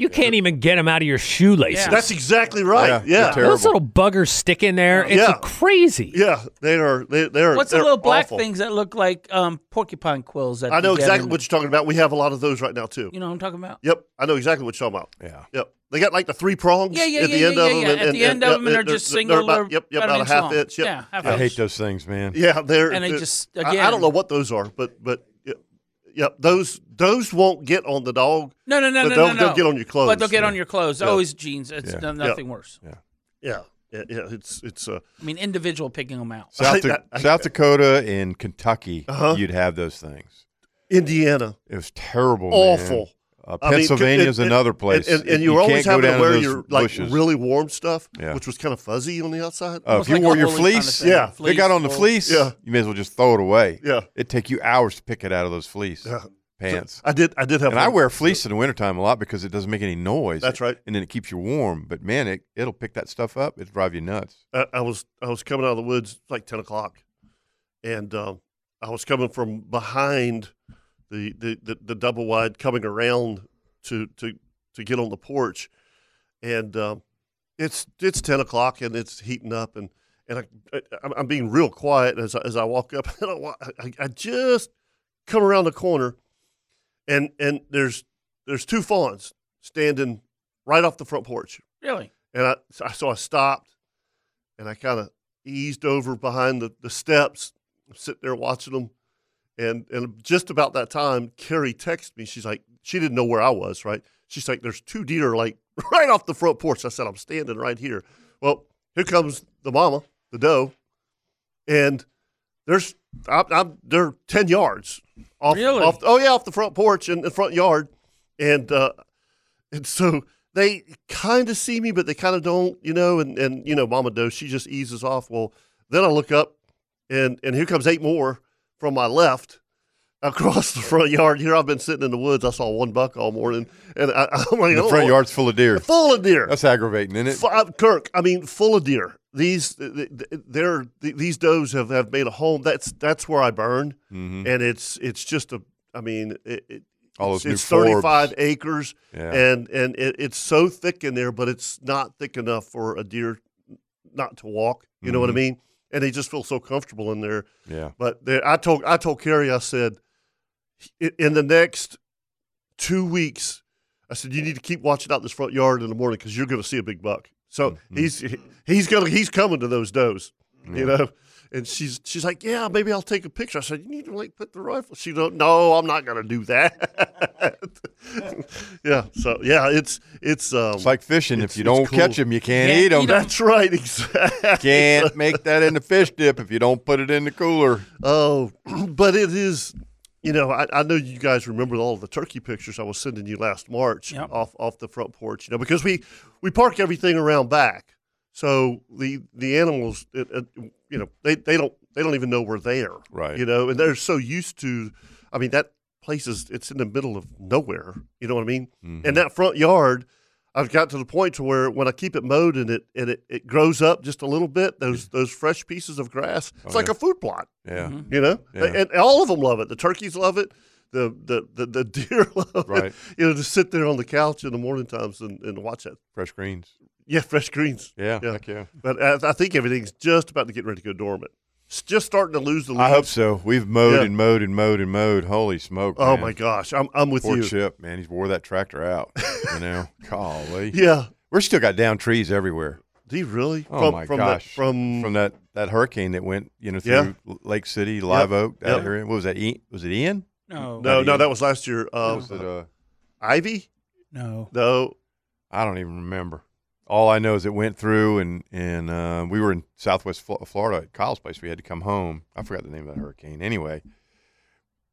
[SPEAKER 5] You can't even get them out of your shoelaces.
[SPEAKER 4] Yeah.
[SPEAKER 1] That's exactly right.
[SPEAKER 3] Yeah,
[SPEAKER 1] Yeah,
[SPEAKER 3] they're
[SPEAKER 1] yeah,
[SPEAKER 5] Those little buggers stick in there. It's
[SPEAKER 1] Yeah.
[SPEAKER 5] crazy.
[SPEAKER 1] they are. They, they're.
[SPEAKER 4] What's the
[SPEAKER 1] they're
[SPEAKER 4] little black
[SPEAKER 1] awful.
[SPEAKER 4] things that look like um, porcupine quills? That
[SPEAKER 1] I know
[SPEAKER 4] you get
[SPEAKER 1] exactly
[SPEAKER 4] in-
[SPEAKER 1] what you're talking about. We have a lot of those right now too.
[SPEAKER 4] You know what I'm talking about?
[SPEAKER 1] Yep, I know exactly what you're talking about.
[SPEAKER 3] yeah.
[SPEAKER 1] Yep, they got like the three prongs
[SPEAKER 4] Yeah, yeah,
[SPEAKER 1] at the
[SPEAKER 4] yeah,
[SPEAKER 1] end
[SPEAKER 4] yeah,
[SPEAKER 1] of
[SPEAKER 4] yeah,
[SPEAKER 1] them,
[SPEAKER 4] yeah.
[SPEAKER 1] and,
[SPEAKER 4] At the end of them, and they're just
[SPEAKER 1] they're
[SPEAKER 4] single
[SPEAKER 1] about-
[SPEAKER 4] or
[SPEAKER 1] yep, yep,
[SPEAKER 4] about an
[SPEAKER 1] about a
[SPEAKER 4] inch
[SPEAKER 1] half
[SPEAKER 4] long.
[SPEAKER 1] inch. Yep.
[SPEAKER 4] Yeah, half
[SPEAKER 3] I hate
[SPEAKER 4] Ouch.
[SPEAKER 3] those things, man.
[SPEAKER 1] Yeah, they're
[SPEAKER 4] And they
[SPEAKER 1] they're-
[SPEAKER 4] just-
[SPEAKER 1] I- I,
[SPEAKER 4] again-
[SPEAKER 1] don't know what those are, but but yeah, yeah, those those won't get on the dog.
[SPEAKER 4] No, no, no,
[SPEAKER 1] But
[SPEAKER 4] no,
[SPEAKER 1] they'll-
[SPEAKER 4] no, no.
[SPEAKER 1] they'll get on your clothes,
[SPEAKER 4] But they'll get
[SPEAKER 1] yeah.
[SPEAKER 4] on your clothes.
[SPEAKER 1] Yeah.
[SPEAKER 4] Always jeans. It's
[SPEAKER 3] Yeah.
[SPEAKER 4] no- nothing worse.
[SPEAKER 1] Yeah, yeah, yeah it's it's uh,
[SPEAKER 4] I mean, individual picking them out.
[SPEAKER 3] South,
[SPEAKER 1] I- I-
[SPEAKER 3] South Dakota and Kentucky,
[SPEAKER 1] Uh-huh.
[SPEAKER 3] you'd have those things.
[SPEAKER 1] Indiana.
[SPEAKER 3] It was terrible, man.
[SPEAKER 1] awful.
[SPEAKER 3] Uh,
[SPEAKER 1] I mean,
[SPEAKER 3] Pennsylvania's
[SPEAKER 1] it- it-
[SPEAKER 3] another place,
[SPEAKER 1] and, and,
[SPEAKER 3] It-
[SPEAKER 1] and you, were always
[SPEAKER 3] can't go
[SPEAKER 1] having
[SPEAKER 3] down
[SPEAKER 1] to wear
[SPEAKER 3] those
[SPEAKER 1] your like
[SPEAKER 3] bushes.
[SPEAKER 1] really warm stuff,
[SPEAKER 3] Yeah.
[SPEAKER 1] which was kind of fuzzy on the outside.
[SPEAKER 3] Oh, if
[SPEAKER 4] Almost
[SPEAKER 3] you
[SPEAKER 4] like
[SPEAKER 3] wore
[SPEAKER 4] a
[SPEAKER 3] your
[SPEAKER 4] woolly kind of
[SPEAKER 3] fleece,
[SPEAKER 4] thing.
[SPEAKER 1] Yeah.
[SPEAKER 3] if they got on the
[SPEAKER 4] wool.
[SPEAKER 3] fleece,
[SPEAKER 1] Yeah.
[SPEAKER 3] you may as well just throw it away.
[SPEAKER 1] Yeah.
[SPEAKER 3] It'd take you hours to pick it out of those fleece
[SPEAKER 1] Yeah.
[SPEAKER 3] pants.
[SPEAKER 1] I did. I did have.
[SPEAKER 3] and I
[SPEAKER 1] one.
[SPEAKER 3] wear fleece in the wintertime a lot because it doesn't make any noise.
[SPEAKER 1] That's right.
[SPEAKER 3] And then it keeps you warm. But man, it, it'll pick that stuff up. It'll drive you nuts.
[SPEAKER 1] I, I was. I was coming out of the woods like ten o'clock, and um, I was coming from behind the the, the, the double wide, coming around to to to get on the porch, and um, it's it's ten o'clock and it's heating up and. And I, I, I'm- I'm being real quiet as I, as I walk up, and I, wa- I, I just come around the corner, and and there's there's two fawns standing right off the front porch,
[SPEAKER 4] Really?
[SPEAKER 1] and I so I, so I stopped, and I kind of eased over behind the, the steps, sit there watching them, and and just about that time, Carrie texted me. She's like, she didn't know where I was, right? She's like, there's two deer like right off the front porch. I said, I'm standing right here. Well, here comes the mama, the doe, and there's I'm, I'm they're ten yards off,
[SPEAKER 4] Really?
[SPEAKER 1] off. Oh yeah, off the front porch and the front yard, and uh, and so they kind of see me, but they kind of don't, you know. And and you know, Mama Doe, she just eases off. Well, then I look up, and and here comes eight more from my left across the front yard. Here I've been sitting in the woods. I saw one buck all morning, and I, I'm like,
[SPEAKER 3] And the
[SPEAKER 1] "Oh,
[SPEAKER 3] front yard's full of deer.
[SPEAKER 1] full of deer.
[SPEAKER 3] That's aggravating, isn't it?
[SPEAKER 1] Fu- uh, Kirk, I mean, full of deer. These th- th- they're th- these does have, have made a home. That's that's where I burn,
[SPEAKER 3] Mhm.
[SPEAKER 1] and it's it's just a. I mean, it, it,
[SPEAKER 3] All
[SPEAKER 1] it's,
[SPEAKER 3] those new
[SPEAKER 1] it's 35
[SPEAKER 3] forbs.
[SPEAKER 1] acres,
[SPEAKER 3] Yeah.
[SPEAKER 1] and and it, it's so thick in there, but it's not thick enough for a deer not to walk. You know what I mean? And they just feel so comfortable in there.
[SPEAKER 3] Mm-hmm. Yeah.
[SPEAKER 1] But there, I told I told Carrie, I said, "I- in the next two weeks, I said, you need to keep watching out this front yard in the morning because you're going to see a big buck. So he's he- he's gonna he's coming to those does,
[SPEAKER 3] Mm-hmm. Yeah.
[SPEAKER 1] you know. And she's she's like, yeah, maybe I'll take a picture. I said, you need to like put the rifle. She don't. No, I'm not going to do that. yeah. So yeah, it's it's um,
[SPEAKER 3] It's like fishing.
[SPEAKER 1] it's-
[SPEAKER 3] if you
[SPEAKER 1] it's
[SPEAKER 3] don't
[SPEAKER 1] cool.
[SPEAKER 3] catch them, you can't, eat them.
[SPEAKER 1] That's right. Exactly.
[SPEAKER 3] Can't make that into fish dip if you don't put it in the cooler.
[SPEAKER 1] Oh, but it is. You know, I, I know you guys remember all the turkey pictures I was sending you last March
[SPEAKER 4] Yep.
[SPEAKER 1] off off the front porch. You know, because we we park everything around back, so the the animals, it, it, you know, they, they don't they don't even know we're there,
[SPEAKER 3] Right.
[SPEAKER 1] You know, and they're so used to. I mean, that place is it's in the middle of nowhere. You know what I mean?
[SPEAKER 3] Mm-hmm.
[SPEAKER 1] And that front yard, I've got to the point to where when I keep it mowed and it and it, it grows up just a little bit, those those fresh pieces of grass, it's like a food plot.
[SPEAKER 3] Oh, Yeah.
[SPEAKER 1] You know,
[SPEAKER 3] Yeah.
[SPEAKER 1] and all of them love it. The turkeys love it. The the the, the deer love
[SPEAKER 3] Right.
[SPEAKER 1] it. You know, to sit there on the couch in the morning times and, and watch it.
[SPEAKER 3] Fresh greens.
[SPEAKER 1] Yeah, fresh greens.
[SPEAKER 3] Yeah, heck yeah.
[SPEAKER 1] But I, I think everything's just about to get ready to go dormant. It's just starting to lose the. Leaves.
[SPEAKER 3] I hope so. We've mowed
[SPEAKER 1] Yeah.
[SPEAKER 3] and mowed and mowed and mowed. Holy smoke!
[SPEAKER 1] Oh
[SPEAKER 3] man.
[SPEAKER 1] my gosh, I'm I'm with
[SPEAKER 3] Poor
[SPEAKER 1] you.
[SPEAKER 3] Chip, man, he's wore that tractor out. You know, golly.
[SPEAKER 1] Yeah.
[SPEAKER 3] we're still got down trees everywhere.
[SPEAKER 1] Do you really?
[SPEAKER 3] Oh
[SPEAKER 1] from
[SPEAKER 3] my
[SPEAKER 1] from
[SPEAKER 3] gosh!
[SPEAKER 1] The, from
[SPEAKER 3] from that that hurricane that went, you know, through
[SPEAKER 1] Yeah.
[SPEAKER 3] L- Lake City, Live
[SPEAKER 1] Yep.
[SPEAKER 3] Oak, that
[SPEAKER 1] Yep.
[SPEAKER 3] area. What was that? Ian? Was it Ian?
[SPEAKER 4] No,
[SPEAKER 1] no no
[SPEAKER 3] Ian.
[SPEAKER 1] that was last year.
[SPEAKER 3] Or
[SPEAKER 1] Um,
[SPEAKER 3] was it? Uh,
[SPEAKER 1] Ivy?
[SPEAKER 4] no.
[SPEAKER 1] No.
[SPEAKER 3] I don't even remember. All I know is it went through, and and uh, we were in Southwest Flo- Florida at Kyle's place. We had to come home. I forgot the name of that hurricane. Anyway,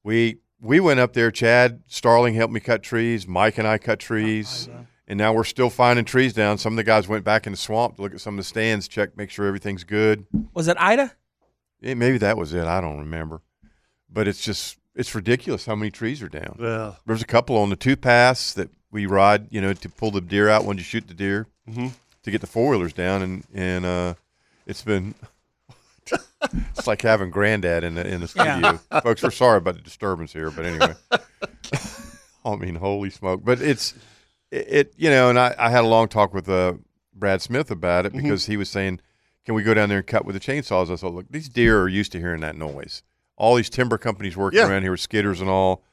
[SPEAKER 3] we we went up there. Chad Starling helped me cut trees. Mike and I cut trees, and now we're still finding trees down. Some of the guys went back in the swamp to look at some of the stands, check, make sure everything's good.
[SPEAKER 4] Was it Ida?
[SPEAKER 3] Eh, maybe that was it. I don't remember, but it's just it's ridiculous how many trees are down.
[SPEAKER 1] Yeah.
[SPEAKER 3] There's a couple on the two paths that we ride, you know, to pull the deer out when you shoot the deer to get the four wheelers down, and and uh, it's been it's like having granddad in the in the studio, folks. We're sorry about the disturbance here, but anyway, I mean, holy smoke! But it's it, it you know, and I, I had a long talk with uh, Brad Smith about it
[SPEAKER 1] Mm-hmm.
[SPEAKER 3] because he was saying, can we go down there and cut with the chainsaws? I said, look, these deer are used to hearing that noise. All these timber companies working
[SPEAKER 1] Yeah.
[SPEAKER 3] around here with skidders and all.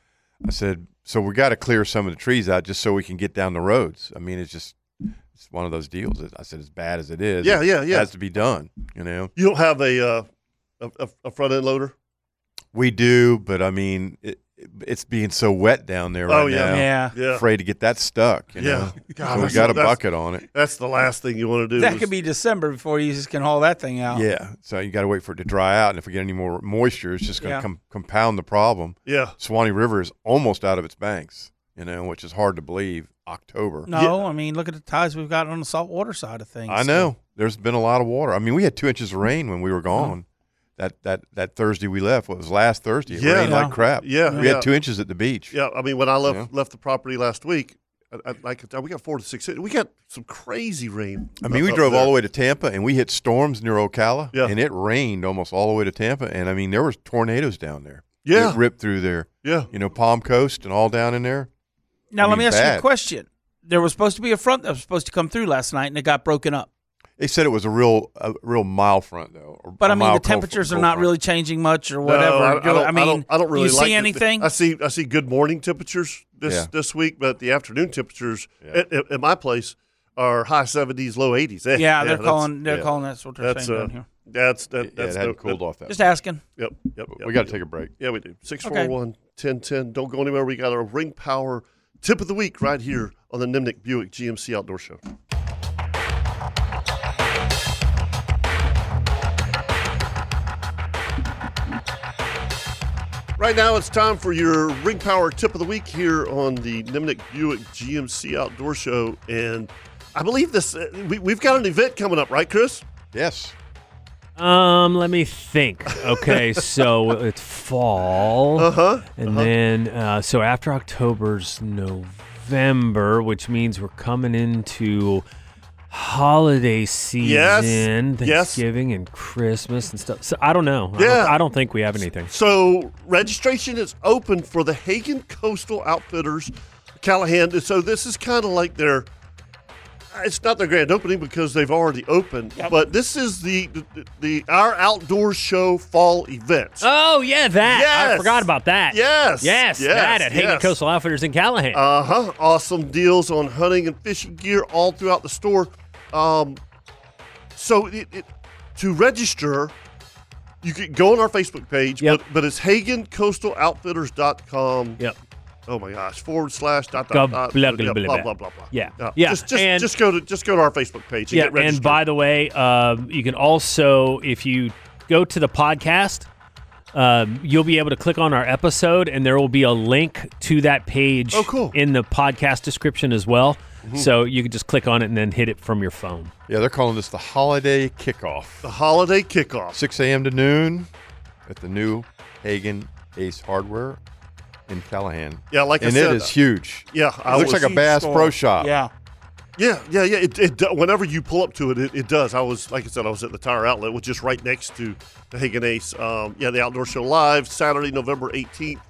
[SPEAKER 3] I said, so we got to clear some of the trees out just so we can get down the roads. I mean, it's just it's one of those deals. I said, as bad as it is,
[SPEAKER 1] Yeah, yeah, yeah.
[SPEAKER 3] it has to be done. You know,
[SPEAKER 1] You don't have a uh, a, a, a front end loader.
[SPEAKER 3] we do, but I mean, it, it's being so wet down there right
[SPEAKER 1] oh yeah.
[SPEAKER 3] now.
[SPEAKER 4] Yeah.
[SPEAKER 1] Yeah.
[SPEAKER 3] Afraid to get that stuck. You
[SPEAKER 1] Yeah.
[SPEAKER 3] know?
[SPEAKER 1] God,
[SPEAKER 3] so we
[SPEAKER 1] that's-
[SPEAKER 3] got a
[SPEAKER 1] that's-
[SPEAKER 3] bucket on it.
[SPEAKER 1] That's the last thing you want to do.
[SPEAKER 4] That
[SPEAKER 1] is-
[SPEAKER 4] could be December before you just can haul that thing out.
[SPEAKER 3] Yeah, so you got to wait for it to dry out, and if we get any more moisture, it's just going to
[SPEAKER 4] Yeah.
[SPEAKER 3] com- compound the problem.
[SPEAKER 1] Yeah.
[SPEAKER 3] Swanee River is almost out of its banks, you know, which is hard to believe. October,
[SPEAKER 4] No, I mean, look at the tides we've got on the saltwater side of things.
[SPEAKER 3] I know there's been a lot of water. I mean, we had two inches of rain when we
[SPEAKER 4] Oh.
[SPEAKER 3] were gone. That that that Thursday we left, what was last Thursday? It
[SPEAKER 1] Yeah.
[SPEAKER 3] rained like
[SPEAKER 4] Yeah.
[SPEAKER 3] crap.
[SPEAKER 1] Yeah,
[SPEAKER 3] we
[SPEAKER 1] yeah.
[SPEAKER 3] had two inches at the beach.
[SPEAKER 1] Yeah, I mean, when I left
[SPEAKER 3] Yeah.
[SPEAKER 1] left the property last week, I, I, like we got four to six. We got some crazy rain.
[SPEAKER 3] I mean, we drove all the way to Tampa, and we hit storms near Ocala,
[SPEAKER 1] Yeah.
[SPEAKER 3] and it rained almost all the way to Tampa. And I mean, there was tornadoes down there.
[SPEAKER 1] Yeah.
[SPEAKER 3] it ripped through there.
[SPEAKER 1] Yeah,
[SPEAKER 3] You know, Palm Coast and all down in there.
[SPEAKER 4] Now,
[SPEAKER 3] I mean,
[SPEAKER 4] let me ask you
[SPEAKER 3] bad.
[SPEAKER 4] a question. There was supposed to be a front that was supposed to come through last night, and it got broken up.
[SPEAKER 3] They said it was a real, a real mild front though. or
[SPEAKER 4] But
[SPEAKER 3] a
[SPEAKER 4] I mean, the
[SPEAKER 3] mild cold-
[SPEAKER 4] temperatures are
[SPEAKER 3] cold
[SPEAKER 4] not
[SPEAKER 3] front.
[SPEAKER 4] really changing much or whatever.
[SPEAKER 1] No, I, I
[SPEAKER 4] Do-
[SPEAKER 1] don't,
[SPEAKER 4] I mean,
[SPEAKER 1] don't, I don't really
[SPEAKER 4] do you
[SPEAKER 1] like
[SPEAKER 4] see
[SPEAKER 1] it.
[SPEAKER 4] anything?
[SPEAKER 1] I see, I see good morning temperatures this
[SPEAKER 3] Yeah.
[SPEAKER 1] this week, but the afternoon temperatures
[SPEAKER 3] Yeah.
[SPEAKER 1] at, at, at my place are high seventies, low eighties.
[SPEAKER 4] yeah, they're calling. They're calling. That's what they're
[SPEAKER 1] That's
[SPEAKER 4] saying
[SPEAKER 1] uh,
[SPEAKER 4] down here.
[SPEAKER 1] that's
[SPEAKER 3] Yeah,
[SPEAKER 1] that, that's
[SPEAKER 3] it hadn't
[SPEAKER 1] no-
[SPEAKER 3] cooled
[SPEAKER 1] that-
[SPEAKER 3] off that.
[SPEAKER 4] Just asking.
[SPEAKER 1] Yep, yep,
[SPEAKER 3] much.
[SPEAKER 1] yep.
[SPEAKER 3] we got to take a break.
[SPEAKER 1] Yeah, we do. 641
[SPEAKER 4] Okay.
[SPEAKER 1] 1010. Don't go anywhere. We got our Ring Power tip of the week right here on the Nimnik Buick GMC Outdoor Show. Right now, it's time for your Ring Power tip of the week here on the Nimnik Buick GMC Outdoor Show. And I believe this, uh, we, we've got an event coming up, right, Chris?
[SPEAKER 3] Yes.
[SPEAKER 5] Um, let me think. Okay, so it's fall,
[SPEAKER 1] Uh-huh,
[SPEAKER 5] and then uh, so after October's November, which means we're coming into holiday season,
[SPEAKER 1] yes.
[SPEAKER 5] Thanksgiving and Christmas and stuff. So I don't know. I don't-
[SPEAKER 1] Yeah.
[SPEAKER 5] I don't think we have anything.
[SPEAKER 1] So registration is open for the Hagen Coastal Outfitters, Callahan. So this is kind of like their It's not their grand opening because they've already opened, but this is the, the the our outdoor show fall event.
[SPEAKER 5] Oh yeah, that I forgot about that.
[SPEAKER 1] Yes,
[SPEAKER 5] yes,
[SPEAKER 1] yes,
[SPEAKER 5] that at Hagan
[SPEAKER 1] yes.
[SPEAKER 5] Coastal Outfitters in Callahan.
[SPEAKER 1] Uh huh. Awesome deals on hunting and fishing gear all throughout the store. Um, so it, it, to register, you can go on our Facebook page, but, but it's HagenCoastalOutfitters.com.
[SPEAKER 5] Yep.
[SPEAKER 1] Oh my gosh! Forward slash dot
[SPEAKER 5] Go
[SPEAKER 1] dot dot
[SPEAKER 5] blah,
[SPEAKER 1] blah blah
[SPEAKER 5] blah, blah,
[SPEAKER 1] blah
[SPEAKER 5] blah.
[SPEAKER 1] blah blah.
[SPEAKER 5] Yeah. Yeah,
[SPEAKER 1] Just just,
[SPEAKER 5] and-
[SPEAKER 1] just go to just go to our Facebook page. And
[SPEAKER 5] yeah,
[SPEAKER 1] get
[SPEAKER 5] and
[SPEAKER 1] registered.
[SPEAKER 5] by the way, um, you can also if you go to the podcast, um, you'll be able to click on our episode, and there will be a link to that page.
[SPEAKER 1] Oh, cool.
[SPEAKER 5] In the podcast description as well,
[SPEAKER 1] Mhm.
[SPEAKER 5] so you can just click on it and then hit it from your phone.
[SPEAKER 3] Yeah, they're calling this the holiday kickoff.
[SPEAKER 1] The holiday kickoff.
[SPEAKER 3] 6 a.m. to noon at the new Hagen Ace Hardware in Callahan.
[SPEAKER 1] Yeah, like I
[SPEAKER 3] and
[SPEAKER 1] said, uh,
[SPEAKER 3] it is huge.
[SPEAKER 1] Yeah,
[SPEAKER 3] it looks like a Bass Pro Shop.
[SPEAKER 1] yeah, yeah, yeah. It, it do- whenever you pull up to it, it, it does. I was like I said, I was at the tire outlet, which is right next to the Hagen Ace. Um, yeah, the outdoor show live Saturday, November eighteenth.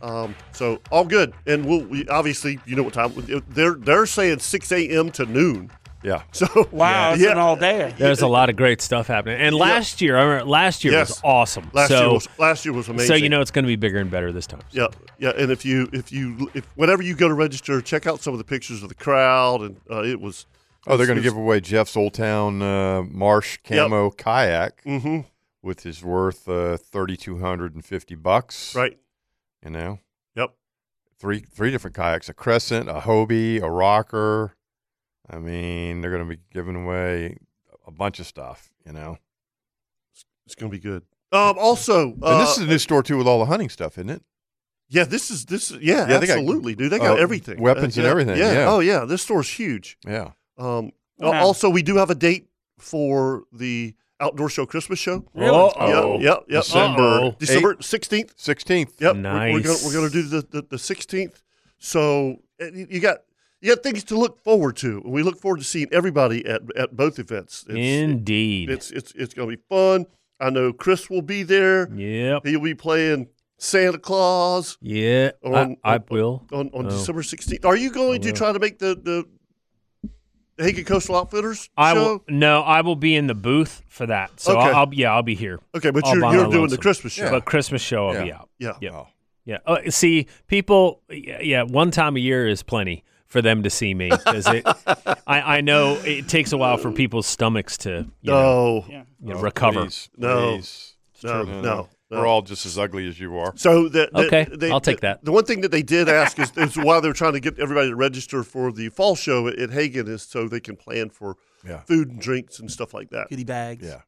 [SPEAKER 1] Um, so all good, and we'll we, obviously you know what time it- they're they're saying six a.m. to noon.
[SPEAKER 3] Yeah.
[SPEAKER 1] So
[SPEAKER 4] Wow, it's
[SPEAKER 1] yeah.
[SPEAKER 4] an all day.
[SPEAKER 5] There's a lot of great stuff happening. And
[SPEAKER 1] Yeah.
[SPEAKER 5] last year, I remember last year
[SPEAKER 1] Yes.
[SPEAKER 5] was awesome.
[SPEAKER 1] Last
[SPEAKER 5] so,
[SPEAKER 1] year was- last year was
[SPEAKER 5] So you
[SPEAKER 1] amazing.
[SPEAKER 5] know it's going to be bigger and better this time.
[SPEAKER 1] Yeah, yeah, and if you if you if whenever you go to register, check out some of the pictures of the crowd, and uh, it was.
[SPEAKER 3] Oh, they're
[SPEAKER 1] it
[SPEAKER 3] going to
[SPEAKER 1] was-
[SPEAKER 3] give away Jeff's Old Town uh, Marsh
[SPEAKER 1] Yep.
[SPEAKER 3] Camo kayak,
[SPEAKER 1] Mhm.
[SPEAKER 3] which is worth uh, thirty two hundred and fifty bucks.
[SPEAKER 1] Right.
[SPEAKER 3] You know.
[SPEAKER 1] Yep.
[SPEAKER 3] Three three different kayaks: a Crescent, a Hobie, a Rocker. I mean, they're going to be giving away a bunch of stuff. You know.
[SPEAKER 1] It's going to be good. Um, also,
[SPEAKER 3] and this
[SPEAKER 1] uh,
[SPEAKER 3] is a new store too with all the hunting stuff, isn't it?
[SPEAKER 1] Yeah, this is this. is- Yeah,
[SPEAKER 3] Yeah, they got,
[SPEAKER 1] absolutely, dude. They got
[SPEAKER 3] uh,
[SPEAKER 1] everything,
[SPEAKER 3] weapons
[SPEAKER 1] Uh,
[SPEAKER 3] and
[SPEAKER 1] yeah,
[SPEAKER 3] everything, yeah.
[SPEAKER 1] Oh yeah, this store's huge.
[SPEAKER 3] Yeah.
[SPEAKER 1] Um.
[SPEAKER 4] Wow.
[SPEAKER 1] al- Also, we do have a date for the outdoor show, Christmas show.
[SPEAKER 4] Really?
[SPEAKER 3] Uh-oh.
[SPEAKER 1] Yep. Yep. yep.
[SPEAKER 3] December
[SPEAKER 1] Uh-oh.
[SPEAKER 3] eight-
[SPEAKER 1] December sixteenth.
[SPEAKER 3] Sixteenth.
[SPEAKER 1] Yep. we're- We're, gonna
[SPEAKER 5] Nice.
[SPEAKER 1] we're gonna do the the- the sixteenth. So uh, you you got you got things to look forward to, and we look forward to seeing everybody at at both events.
[SPEAKER 5] Indeed.
[SPEAKER 1] It's it's it's gonna be fun. I know Chris will be there.
[SPEAKER 5] Yep.
[SPEAKER 1] He'll be playing Santa Claus.
[SPEAKER 5] yeah,
[SPEAKER 1] On-
[SPEAKER 5] I, I will.
[SPEAKER 1] on, on
[SPEAKER 5] Oh.
[SPEAKER 1] December 16th. Are you going to try to make the the, the Hagen Coastal Outfitters
[SPEAKER 5] I
[SPEAKER 1] show?
[SPEAKER 5] will. No, I will be in the booth for that. So
[SPEAKER 1] Okay.
[SPEAKER 5] I'll, I'll- yeah, I'll be here.
[SPEAKER 1] Okay, but
[SPEAKER 5] All
[SPEAKER 1] you're-
[SPEAKER 5] by
[SPEAKER 1] you're
[SPEAKER 5] my
[SPEAKER 1] doing the
[SPEAKER 5] lonesome.
[SPEAKER 1] Christmas show.
[SPEAKER 5] But Christmas show, I'll be
[SPEAKER 1] Yeah.
[SPEAKER 5] out.
[SPEAKER 1] Yeah.
[SPEAKER 5] yeah, yeah. Oh, see, people. Yeah, yeah, one time a year is plenty for them to see me because it. I, I know it takes a while for people's stomachs to you know,
[SPEAKER 1] No. Yeah.
[SPEAKER 5] you know,
[SPEAKER 3] Oh,
[SPEAKER 5] recover.
[SPEAKER 3] please,
[SPEAKER 1] No.
[SPEAKER 3] please. It's
[SPEAKER 1] No,
[SPEAKER 3] true.
[SPEAKER 1] no,
[SPEAKER 3] We're
[SPEAKER 1] no.
[SPEAKER 3] all just as ugly as you are.
[SPEAKER 1] So the, the-
[SPEAKER 5] Okay,
[SPEAKER 1] they-
[SPEAKER 5] I'll take
[SPEAKER 1] the-
[SPEAKER 5] that.
[SPEAKER 1] The one thing that they did ask is, is why they're trying to get everybody to register for the fall show at, at Hagen is so they can plan for
[SPEAKER 3] Yeah.
[SPEAKER 1] food and drinks and stuff like that.
[SPEAKER 4] Goodie bags.
[SPEAKER 3] Yeah.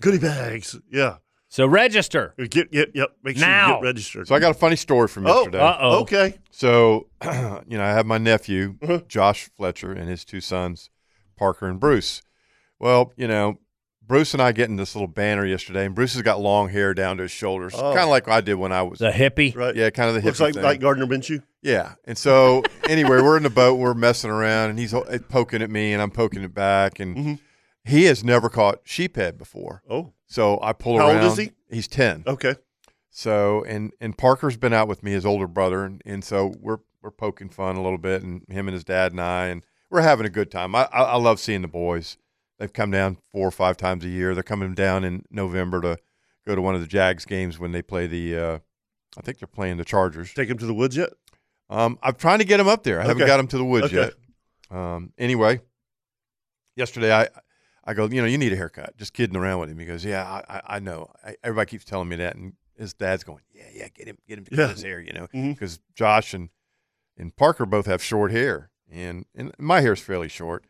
[SPEAKER 1] Goodie bags. Yeah.
[SPEAKER 5] So register.
[SPEAKER 1] Get, yep, yep. Make sure you
[SPEAKER 5] Now.
[SPEAKER 1] get registered.
[SPEAKER 3] So I got a funny story from
[SPEAKER 1] Oh,
[SPEAKER 3] yesterday.
[SPEAKER 5] uh-oh.
[SPEAKER 1] Okay. Uh-huh.
[SPEAKER 3] So, you know, I have my nephew, Josh Fletcher, and his two sons, Parker and Bruce. Well, you know, Bruce and I get in this little banner yesterday, and Bruce has got long hair down to his shoulders,
[SPEAKER 1] Oh.
[SPEAKER 3] kind of like I did when I was.
[SPEAKER 5] The hippie.
[SPEAKER 1] Right.
[SPEAKER 3] yeah, kind of the hippie
[SPEAKER 1] Looks like,
[SPEAKER 3] thing.
[SPEAKER 1] like Gardner Minshew.
[SPEAKER 3] Yeah. And so anyway, we're in the boat, we're messing around, and he's uh, poking at me, and I'm poking it back, and he has never caught sheephead before.
[SPEAKER 1] Mm-hmm. Oh.
[SPEAKER 3] So I pull
[SPEAKER 1] How
[SPEAKER 3] around.
[SPEAKER 1] old is he?
[SPEAKER 3] He's ten.
[SPEAKER 1] Okay.
[SPEAKER 3] So and and Parker's been out with me, his older brother, and, and so we're we're poking fun a little bit, and him and his dad and I, and we're having a good time. I I, I love seeing the boys. They've come down four or five times a year. They're coming down in November to go to one of the Jags games when they play the. Uh, I think they're playing the Chargers.
[SPEAKER 1] Take him to the woods yet?
[SPEAKER 3] Um, I'm trying to get him up there. I haven't
[SPEAKER 1] Okay.
[SPEAKER 3] got him to the woods
[SPEAKER 1] Okay.
[SPEAKER 3] yet. Um, anyway, yesterday I, I go, you know, you need a haircut. Just kidding around with him. He goes, yeah, I- I, I know. I, everybody keeps telling me that, and his dad's going, yeah, yeah, get him, get him to cut
[SPEAKER 1] Yeah.
[SPEAKER 3] his hair, you know,
[SPEAKER 1] Mhm.
[SPEAKER 3] because Josh and and Parker both have short hair, and and my hair's fairly short,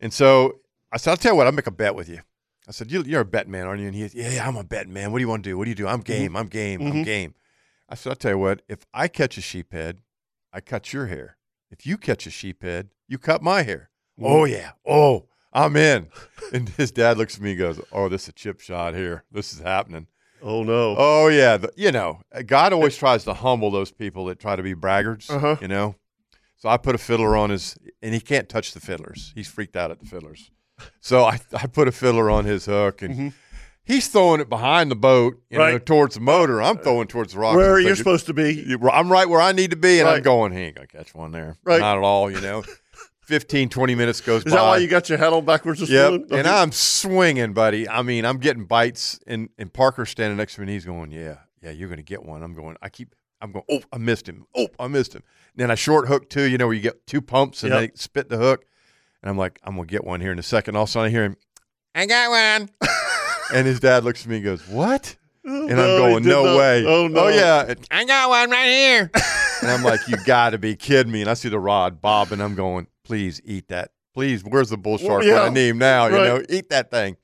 [SPEAKER 3] and so I said, I'll tell you what, I'll make a bet with you. I said, you, you're a bet man, aren't you? And he, yeah, yeah, I'm a bet man. What do you want to do? What do you do? I'm game. I'm game. I'm
[SPEAKER 1] Mhm.
[SPEAKER 3] game. I said, I'll tell you what, if I catch a sheephead, I cut your hair. If you catch a sheephead, you cut my hair. Oh, yeah. Oh, I'm in. And his dad looks at me and goes, Oh, this is a chip shot here. This is happening.
[SPEAKER 1] Oh, no.
[SPEAKER 3] Oh, yeah. The- you know, God always tries to humble those people that try to be braggarts,
[SPEAKER 1] Uh-huh.
[SPEAKER 3] you know? So I put a fiddler on his, and he can't touch the fiddlers. He's freaked out at the fiddlers. So I, I put a fiddler on his hook, and he's throwing it behind the boat, you know,
[SPEAKER 1] Mm-hmm. Right.
[SPEAKER 3] towards the motor. I'm throwing towards the rock.
[SPEAKER 1] Where you're supposed to be.
[SPEAKER 3] I'm right where I need to be, and I'm
[SPEAKER 1] Right.
[SPEAKER 3] going, he ain't going to catch one there.
[SPEAKER 1] Right.
[SPEAKER 3] Not at all, you know. 15, 20 minutes goes by.
[SPEAKER 1] Is that why you got your hat on backwards this
[SPEAKER 3] Yep.
[SPEAKER 1] morning?
[SPEAKER 3] And
[SPEAKER 1] Okay.
[SPEAKER 3] I'm swinging, buddy. I mean, I'm getting bites, and and Parker's standing next to me, and he's going, "Yeah, yeah, you're going to get one." I'm going, I keep, I'm going, oh, I missed him. Oh, I missed him. And then I short hook too. You know, where you get two pumps and
[SPEAKER 1] Yep.
[SPEAKER 3] they spit the hook, and I'm like, I'm going to get one here in a second. All of a sudden, I hear him, I got one. and his dad looks at me and goes, "What?" And
[SPEAKER 1] Oh, No, he
[SPEAKER 3] I'm going,
[SPEAKER 1] did
[SPEAKER 3] "No
[SPEAKER 1] not.
[SPEAKER 3] way."
[SPEAKER 1] Oh, no.
[SPEAKER 3] Oh yeah. And,
[SPEAKER 2] I got one right here.
[SPEAKER 3] and I'm like, "You got to be kidding me!" And I see the rod bob, and I'm going, "Please eat that. Please, where's the bull shark
[SPEAKER 1] yeah.
[SPEAKER 3] that I need him now? You
[SPEAKER 1] Right.
[SPEAKER 3] know, eat that thing."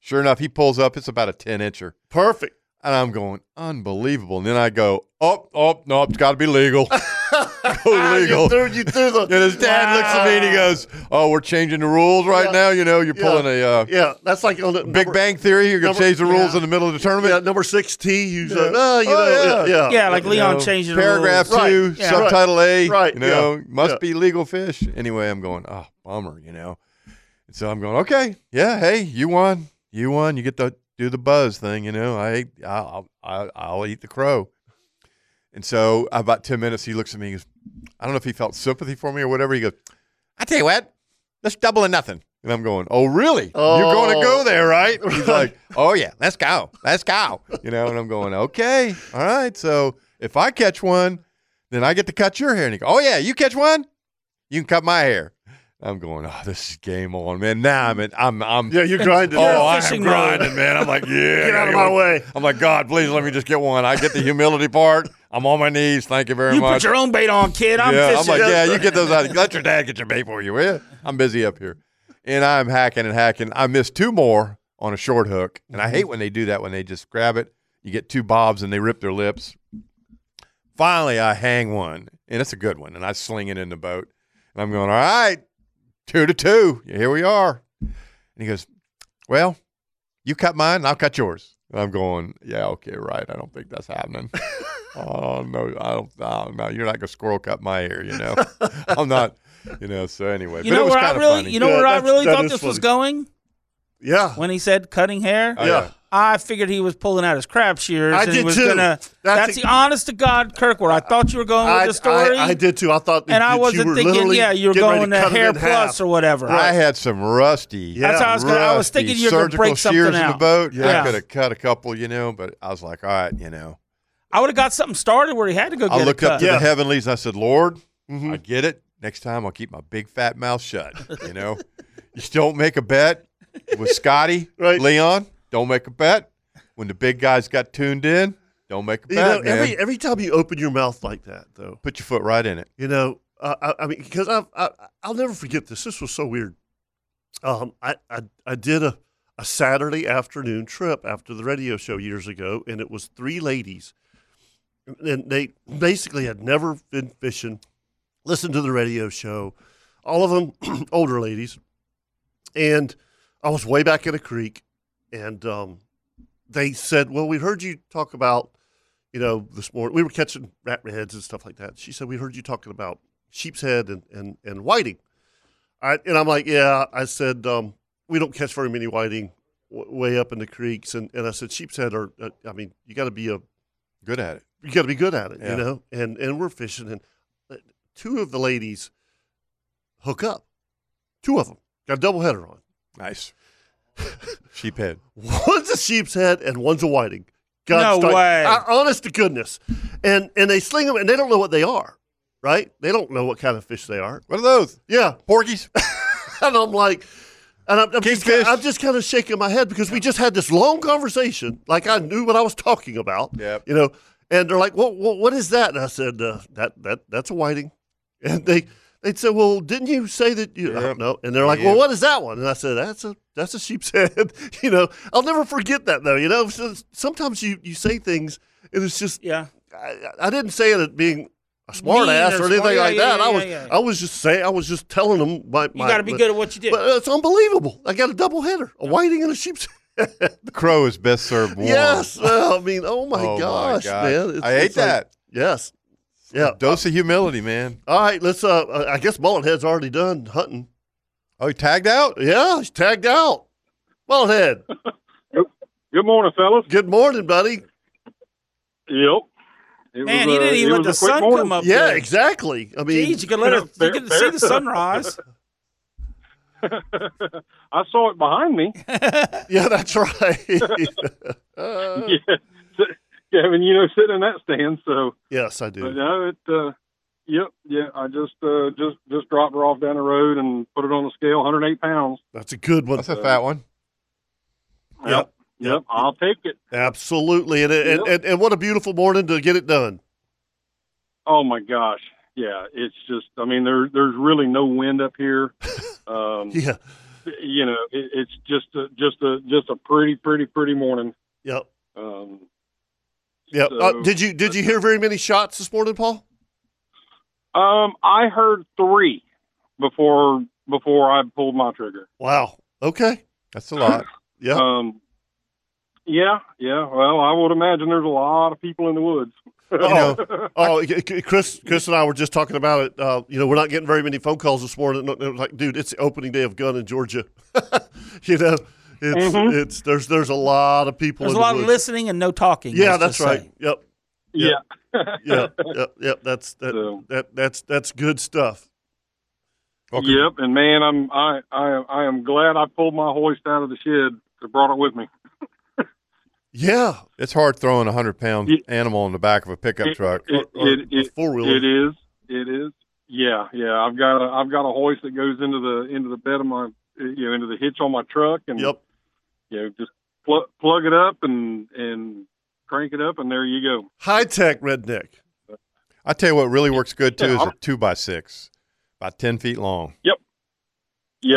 [SPEAKER 3] Sure enough, he pulls up. It's about a ten incher,
[SPEAKER 1] Perfect.
[SPEAKER 3] and I'm going, "Unbelievable!" And then I go, "Oh, oh, no, it's got to be legal." go
[SPEAKER 1] You
[SPEAKER 3] legal.
[SPEAKER 1] threw, you threw the.
[SPEAKER 3] And his dad looks at me and he goes, "Oh, we're changing the rules right
[SPEAKER 1] Yeah.
[SPEAKER 3] now. You know, you're
[SPEAKER 1] Yeah.
[SPEAKER 3] pulling a uh,
[SPEAKER 1] Yeah, that's like on the
[SPEAKER 3] Big Bang Theory. You're going to
[SPEAKER 1] number-
[SPEAKER 3] change the rules
[SPEAKER 1] yeah.
[SPEAKER 3] in the middle of the tournament."
[SPEAKER 1] Yeah, number six T. You said,
[SPEAKER 3] Yeah.
[SPEAKER 1] oh, you
[SPEAKER 3] Oh,
[SPEAKER 1] know, yeah,
[SPEAKER 3] yeah.
[SPEAKER 1] yeah,
[SPEAKER 4] Yeah, like Leon
[SPEAKER 3] know,
[SPEAKER 4] changed the
[SPEAKER 3] paragraph
[SPEAKER 4] rules.
[SPEAKER 1] Right,
[SPEAKER 3] two,
[SPEAKER 4] yeah.
[SPEAKER 3] subtitle A.
[SPEAKER 1] Right,
[SPEAKER 3] You know,
[SPEAKER 1] yeah,
[SPEAKER 3] must
[SPEAKER 1] yeah.
[SPEAKER 3] be legal fish. Anyway, I'm going. Oh, bummer. You know. And so I'm going. Okay, yeah. Hey, you won. You won. You get to do the buzz thing. You know, I ate- I'll I'll, I'll eat the crow. And so about ten minutes, he looks at me. He goes, I don't know if he felt sympathy for me or whatever. He goes, I tell you what, let's double or nothing. And I'm going, oh really? You're going to
[SPEAKER 1] Oh.
[SPEAKER 3] go there, right? He's like, oh yeah, let's go, let's go. You know, and I'm going, okay, all right. So if I catch one, then I get to cut your hair. And he goes, oh yeah, you catch one, you can cut my hair. I'm going, oh, this is game on, man. Now I'm, in, I'm, I'm,
[SPEAKER 1] yeah. You're grinding.
[SPEAKER 3] oh, I am
[SPEAKER 4] fishing mode.
[SPEAKER 3] grinding, man. I'm like, yeah,
[SPEAKER 1] Get out
[SPEAKER 3] I
[SPEAKER 1] of
[SPEAKER 3] gotta
[SPEAKER 1] my
[SPEAKER 3] go.
[SPEAKER 1] way.
[SPEAKER 3] I'm like, God, please let me just get one. I get the humility part. I'm on my knees. Thank you very
[SPEAKER 4] You
[SPEAKER 3] much
[SPEAKER 4] put your own bait on, kid. I'm
[SPEAKER 3] yeah,
[SPEAKER 4] fishing.
[SPEAKER 3] I'm like, yeah, you get those out. Let your dad get your bait for you. Yeah, I'm busy up here, and I'm hacking and hacking. I missed two more on a short hook, and
[SPEAKER 4] Mm-hmm.
[SPEAKER 3] I hate when they do that. When they just grab it, you get two bobs and they rip their lips. Finally, I hang one, and it's a good one, and I sling it in the boat, and I'm going, all right, two to two. Here we are. And he goes, well, you cut mine, and I'll cut yours. And I'm going, yeah, okay, right. I don't think that's happening. oh no, I don't. Oh, no, you're not gonna squirrel cut my hair. You know, I'm not. You know. So anyway,
[SPEAKER 4] You
[SPEAKER 3] but it
[SPEAKER 4] know
[SPEAKER 3] was
[SPEAKER 4] where I
[SPEAKER 3] kinda
[SPEAKER 4] really,
[SPEAKER 3] funny.
[SPEAKER 4] you know
[SPEAKER 1] Yeah,
[SPEAKER 4] where I
[SPEAKER 1] that's-
[SPEAKER 4] really
[SPEAKER 1] that
[SPEAKER 4] thought
[SPEAKER 1] is
[SPEAKER 4] this was
[SPEAKER 1] funny.
[SPEAKER 4] going
[SPEAKER 1] Yeah,
[SPEAKER 4] when he said cutting hair.
[SPEAKER 3] Oh,
[SPEAKER 1] yeah.
[SPEAKER 4] I figured he was pulling out his crap shears.
[SPEAKER 1] I
[SPEAKER 4] and
[SPEAKER 1] did
[SPEAKER 4] was
[SPEAKER 1] too.
[SPEAKER 4] Gonna,
[SPEAKER 1] That's
[SPEAKER 4] that's the
[SPEAKER 1] a-
[SPEAKER 4] honest to God Kirkwood. I thought you were going with
[SPEAKER 1] I,
[SPEAKER 4] the story.
[SPEAKER 1] I, I did too. I thought, that
[SPEAKER 4] and I
[SPEAKER 1] you
[SPEAKER 4] wasn't
[SPEAKER 1] were
[SPEAKER 4] thinking,
[SPEAKER 1] literally
[SPEAKER 4] yeah, you were
[SPEAKER 1] getting ready
[SPEAKER 4] going
[SPEAKER 1] to
[SPEAKER 4] to
[SPEAKER 1] cut it
[SPEAKER 4] hair
[SPEAKER 1] in
[SPEAKER 4] plus
[SPEAKER 1] half.
[SPEAKER 4] or whatever.
[SPEAKER 3] I had some rusty.
[SPEAKER 1] Yeah.
[SPEAKER 4] That's how I was gonna, I was
[SPEAKER 3] rusty
[SPEAKER 4] thinking you were going
[SPEAKER 3] surgical
[SPEAKER 4] to break something
[SPEAKER 3] shears in the
[SPEAKER 4] out.
[SPEAKER 3] boat.
[SPEAKER 4] Yeah.
[SPEAKER 3] I could have cut a couple, you know, but I was like, all right, you know.
[SPEAKER 4] I would have got something started where he had to go get
[SPEAKER 3] I
[SPEAKER 4] it
[SPEAKER 3] looked up
[SPEAKER 4] cut.
[SPEAKER 3] to
[SPEAKER 1] Yeah. Mm-hmm.
[SPEAKER 3] the heavenlies and I said, Lord, I get it. Next time I'll keep my big fat mouth shut. You know, you don't make a bet with Scotty,
[SPEAKER 1] Right.
[SPEAKER 3] Leon. Don't make a bet when the big guys got tuned in. Don't make a
[SPEAKER 1] You
[SPEAKER 3] bet,
[SPEAKER 1] know,
[SPEAKER 3] man.
[SPEAKER 1] every every time you open your mouth like that, though,
[SPEAKER 3] Put your foot right in it.
[SPEAKER 1] you know, uh, I, I mean, because I, I I'll never forget this. This was so weird. Um, I I, I did a, a Saturday afternoon trip after the radio show years ago, and it was three ladies, and they basically had never been fishing, listened to the radio show, all of them older ladies, and I was way back in a creek, and um, they said, "Well, we heard you talk about." you know, this morning we were catching rat heads and stuff like that. She said, "We heard you talking about sheep's head and and and whiting." I, and I'm like, "Yeah." I said, um, "We don't catch very many whiting w- way up in the creeks." And and I said, "Sheep's head are, uh, I mean, you got to be a
[SPEAKER 3] Good at it.
[SPEAKER 1] you got to be good at it,
[SPEAKER 3] Yeah.
[SPEAKER 1] you know." And and we're fishing, and uh, two of the ladies hook up, two of them got a double header on.
[SPEAKER 3] Nice. Sheephead.
[SPEAKER 1] One's a sheep's head and one's a whiting. God
[SPEAKER 4] No
[SPEAKER 1] strike-
[SPEAKER 4] way.
[SPEAKER 1] I- honest to goodness. And and they sling them and they don't know what they are, right? They don't know what kind of fish they are.
[SPEAKER 3] What are those?
[SPEAKER 1] Yeah.
[SPEAKER 3] Porgies?
[SPEAKER 1] And I'm like, and I'm, I'm just
[SPEAKER 3] Kingfish.
[SPEAKER 1] kinda, I'm just kind of shaking my head because we just had this long conversation, like I knew what I was talking about.
[SPEAKER 3] Yep.
[SPEAKER 1] You know, and they're like, "Well, well what is that?" And I said, uh, "That that that's a whiting." And they they said, "Well, didn't you say that you?"
[SPEAKER 3] Yep.
[SPEAKER 1] I don't know. And they're like,
[SPEAKER 3] Yep.
[SPEAKER 1] "Well, what is that one?" And I said, "That's a that's a sheep's head." you know, I'll never forget that though. You know, so sometimes you you say things and it's just
[SPEAKER 4] Yeah.
[SPEAKER 1] I, I didn't say it at being a smart
[SPEAKER 4] Mean
[SPEAKER 1] ass
[SPEAKER 4] or
[SPEAKER 1] or
[SPEAKER 4] smart-
[SPEAKER 1] anything
[SPEAKER 4] yeah,
[SPEAKER 1] like
[SPEAKER 4] yeah,
[SPEAKER 1] that.
[SPEAKER 4] yeah,
[SPEAKER 1] I was
[SPEAKER 4] yeah, yeah.
[SPEAKER 1] I was just saying I was just telling them my,
[SPEAKER 4] You got to be good at what you did.
[SPEAKER 1] But it's unbelievable. I got a double header, a whiting and a sheep's head.
[SPEAKER 3] The crow is best served warm.
[SPEAKER 1] yes. Well, I mean, oh my
[SPEAKER 3] Oh, my
[SPEAKER 1] gosh,
[SPEAKER 3] God.
[SPEAKER 1] man.
[SPEAKER 3] I hate
[SPEAKER 1] like-
[SPEAKER 3] that.
[SPEAKER 1] yes. Yeah.
[SPEAKER 3] Dose of humility, man.
[SPEAKER 1] All right, let's uh I guess Mullethead's already done hunting.
[SPEAKER 3] Oh, you tagged out?
[SPEAKER 1] Yeah, he's tagged out. Mullethead.
[SPEAKER 7] Good morning, fellas.
[SPEAKER 1] Good morning, buddy.
[SPEAKER 7] Yep. It
[SPEAKER 4] Man,
[SPEAKER 7] was,
[SPEAKER 4] he
[SPEAKER 7] uh,
[SPEAKER 4] didn't even
[SPEAKER 7] it
[SPEAKER 4] let
[SPEAKER 7] was
[SPEAKER 4] the
[SPEAKER 7] a quick
[SPEAKER 4] sun
[SPEAKER 7] morning.
[SPEAKER 4] come up.
[SPEAKER 1] yeah,
[SPEAKER 4] there.
[SPEAKER 1] exactly. I mean
[SPEAKER 4] Jeez, you could let it, you
[SPEAKER 7] Fair-
[SPEAKER 4] could
[SPEAKER 7] fair
[SPEAKER 4] see the
[SPEAKER 7] enough.
[SPEAKER 4] sunrise.
[SPEAKER 11] I saw it behind me.
[SPEAKER 1] yeah, that's right.
[SPEAKER 11] yeah. So, Kevin, you know, sitting in that stand, so
[SPEAKER 1] Yes, I
[SPEAKER 11] But
[SPEAKER 1] do.
[SPEAKER 11] no, it. Uh, yep, yeah. I just uh, just just dropped her off down the road and put it on the scale, 108 pounds.
[SPEAKER 1] That's a good one.
[SPEAKER 11] That's a fat
[SPEAKER 3] one.
[SPEAKER 1] Yep.
[SPEAKER 11] Yep, I'll take it.
[SPEAKER 1] Absolutely. And, it- and,
[SPEAKER 11] Yep.
[SPEAKER 1] and and what a beautiful morning to get it done.
[SPEAKER 11] Oh my gosh, yeah. It's just, I mean, there there's really no wind up here. Um,
[SPEAKER 1] yeah.
[SPEAKER 11] You know, it, it's just a, just a just a pretty pretty pretty morning.
[SPEAKER 1] Yep.
[SPEAKER 11] Um,
[SPEAKER 1] Yep.
[SPEAKER 11] So-
[SPEAKER 1] uh, did you did you hear very many shots this morning, Paul?
[SPEAKER 11] um, I heard three before before I pulled my trigger.
[SPEAKER 1] Wow. Okay.
[SPEAKER 3] That's a lot.
[SPEAKER 1] Yeah.
[SPEAKER 11] Um, yeah, yeah. Well, I would imagine there's a lot of people in the woods.
[SPEAKER 1] oh, oh, c- c- Chris, Chris and I were just talking about it. Uh, you know, we're not getting very many phone calls this morning. It was like, dude, it's the opening day of gun in Georgia. you know, it's
[SPEAKER 4] Mhm.
[SPEAKER 11] Mm-hmm.
[SPEAKER 1] it's there's there's a lot of people.
[SPEAKER 4] There's
[SPEAKER 1] in
[SPEAKER 4] a lot
[SPEAKER 1] the
[SPEAKER 4] of
[SPEAKER 1] woods.
[SPEAKER 4] listening and no talking.
[SPEAKER 1] Yeah, that's
[SPEAKER 4] let's just
[SPEAKER 1] right.
[SPEAKER 4] say.
[SPEAKER 1] Yep.
[SPEAKER 11] Yeah.
[SPEAKER 1] yep. Yep. Yep. That's that, that that's that's good stuff.
[SPEAKER 11] Yep, and man, I'm I, I I am glad I pulled my hoist out of the shed and brought it with me.
[SPEAKER 1] Yeah.
[SPEAKER 3] It's hard throwing a 100 pound animal in the back of a pickup
[SPEAKER 11] It-
[SPEAKER 3] truck.
[SPEAKER 11] it- it- it-
[SPEAKER 1] four-wheeler.
[SPEAKER 11] It is. It is. Yeah, yeah. I've got a I've got a hoist that goes into the into the bed of my you know into the hitch on my truck and
[SPEAKER 1] Yep.
[SPEAKER 11] you know just pl- plug it up and and crank it up and there you go.
[SPEAKER 1] High tech redneck.
[SPEAKER 3] I tell you what really works good too
[SPEAKER 11] Yeah,
[SPEAKER 3] is
[SPEAKER 11] I'm-
[SPEAKER 3] a two by six, about ten feet long.
[SPEAKER 11] Yep.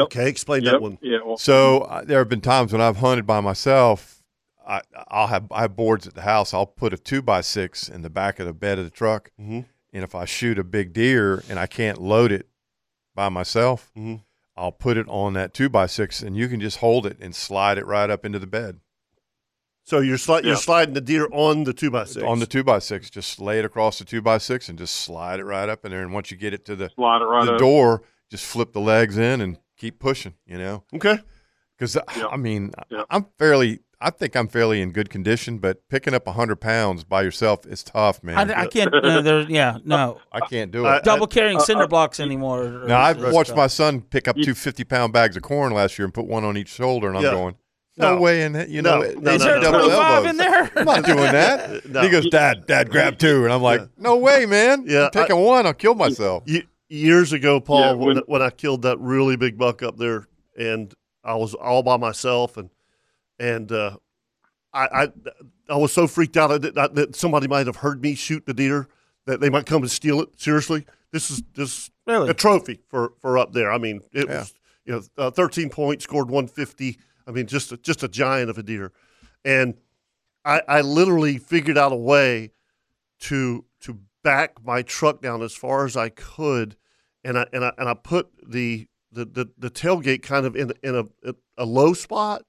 [SPEAKER 1] Okay, explain
[SPEAKER 11] Yep.
[SPEAKER 1] that one.
[SPEAKER 11] Yeah. Well,
[SPEAKER 3] So uh, there have been times when I've hunted by myself. I, I'll have I have boards at the house. I'll put a two by six in the back of the bed of the truck,
[SPEAKER 1] Mhm.
[SPEAKER 3] and if I shoot a big deer and I can't load it by myself,
[SPEAKER 1] Mhm.
[SPEAKER 3] I'll put it on that two by six, and you can just hold it and slide it right up into the bed
[SPEAKER 1] So you're sli-
[SPEAKER 3] Yeah.
[SPEAKER 1] you're sliding the deer on the two by six.
[SPEAKER 3] on the two by six. Just lay it across the two by six and just slide it right up in there. And once you get it to the
[SPEAKER 11] Slide it right
[SPEAKER 3] the
[SPEAKER 11] up.
[SPEAKER 3] door, just flip the legs in and keep pushing. You know.
[SPEAKER 1] Okay.
[SPEAKER 3] Because I mean, I- I'm fairly. I think I'm fairly in good condition, but picking up 100 pounds by yourself is tough, man.
[SPEAKER 4] I, I can't. no, there- yeah, no.
[SPEAKER 3] I can't do it.
[SPEAKER 4] Double carrying
[SPEAKER 3] I- I-
[SPEAKER 4] cinder blocks anymore. or-
[SPEAKER 3] Now I've
[SPEAKER 4] or
[SPEAKER 3] watched
[SPEAKER 4] stuff.
[SPEAKER 3] my son pick up two 50 pound bags of corn last year and put one on each shoulder, and I'm
[SPEAKER 5] Yeah.
[SPEAKER 3] going, no,
[SPEAKER 5] No.
[SPEAKER 3] way in that. You know,
[SPEAKER 5] No,
[SPEAKER 3] it-
[SPEAKER 5] no,
[SPEAKER 3] these
[SPEAKER 5] no,
[SPEAKER 3] are
[SPEAKER 5] no,
[SPEAKER 3] double
[SPEAKER 5] no. 25
[SPEAKER 3] elbows.
[SPEAKER 5] in there?
[SPEAKER 3] I'm not doing that.
[SPEAKER 1] No.
[SPEAKER 3] He goes, Dad, Dad, grab two, and I'm like, No way, man.
[SPEAKER 1] Yeah,
[SPEAKER 3] I'm taking one. I'll kill myself.
[SPEAKER 1] Y- years ago, Paul,
[SPEAKER 3] Yeah,
[SPEAKER 1] when, when I killed that really big buck up there, and I was all by myself, and and uh, I, I I was so freaked out I did, I, that somebody might have heard me shoot the deer that they might come and steal it. Seriously, this is this
[SPEAKER 4] really
[SPEAKER 1] a trophy for for up there. I mean, it
[SPEAKER 3] Yeah.
[SPEAKER 1] was you know uh, 13 points, scored 150. I mean, just a, just a giant of a deer, and I, I literally figured out a way to to back my truck down as far as I could, and I and I and I put the the the, the tailgate kind of in in a a low spot,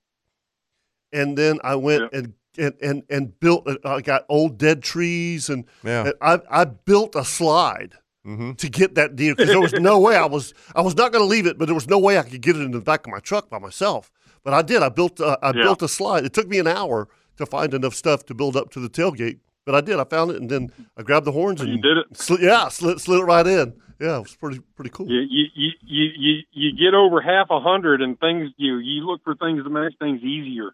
[SPEAKER 1] and then I went and. And, and and built. uh, I got old dead trees, and,
[SPEAKER 3] Yeah.
[SPEAKER 1] and I I built a slide
[SPEAKER 11] Mm-hmm.
[SPEAKER 1] to get that deer because there was no way I was I was not going to leave it, but there was no way I could get it in the back of my truck by myself. But I did. I built uh, I
[SPEAKER 12] Yeah.
[SPEAKER 1] built a slide. It took me an hour to find enough stuff to build up to the tailgate, but I did. I found it, and then I grabbed the horns and
[SPEAKER 11] You did it.
[SPEAKER 1] Sli- yeah, slid, slid it right in. Yeah, it was pretty pretty cool.
[SPEAKER 11] You you, you, you, you you get over half a hundred and things you you look for things to make things easier.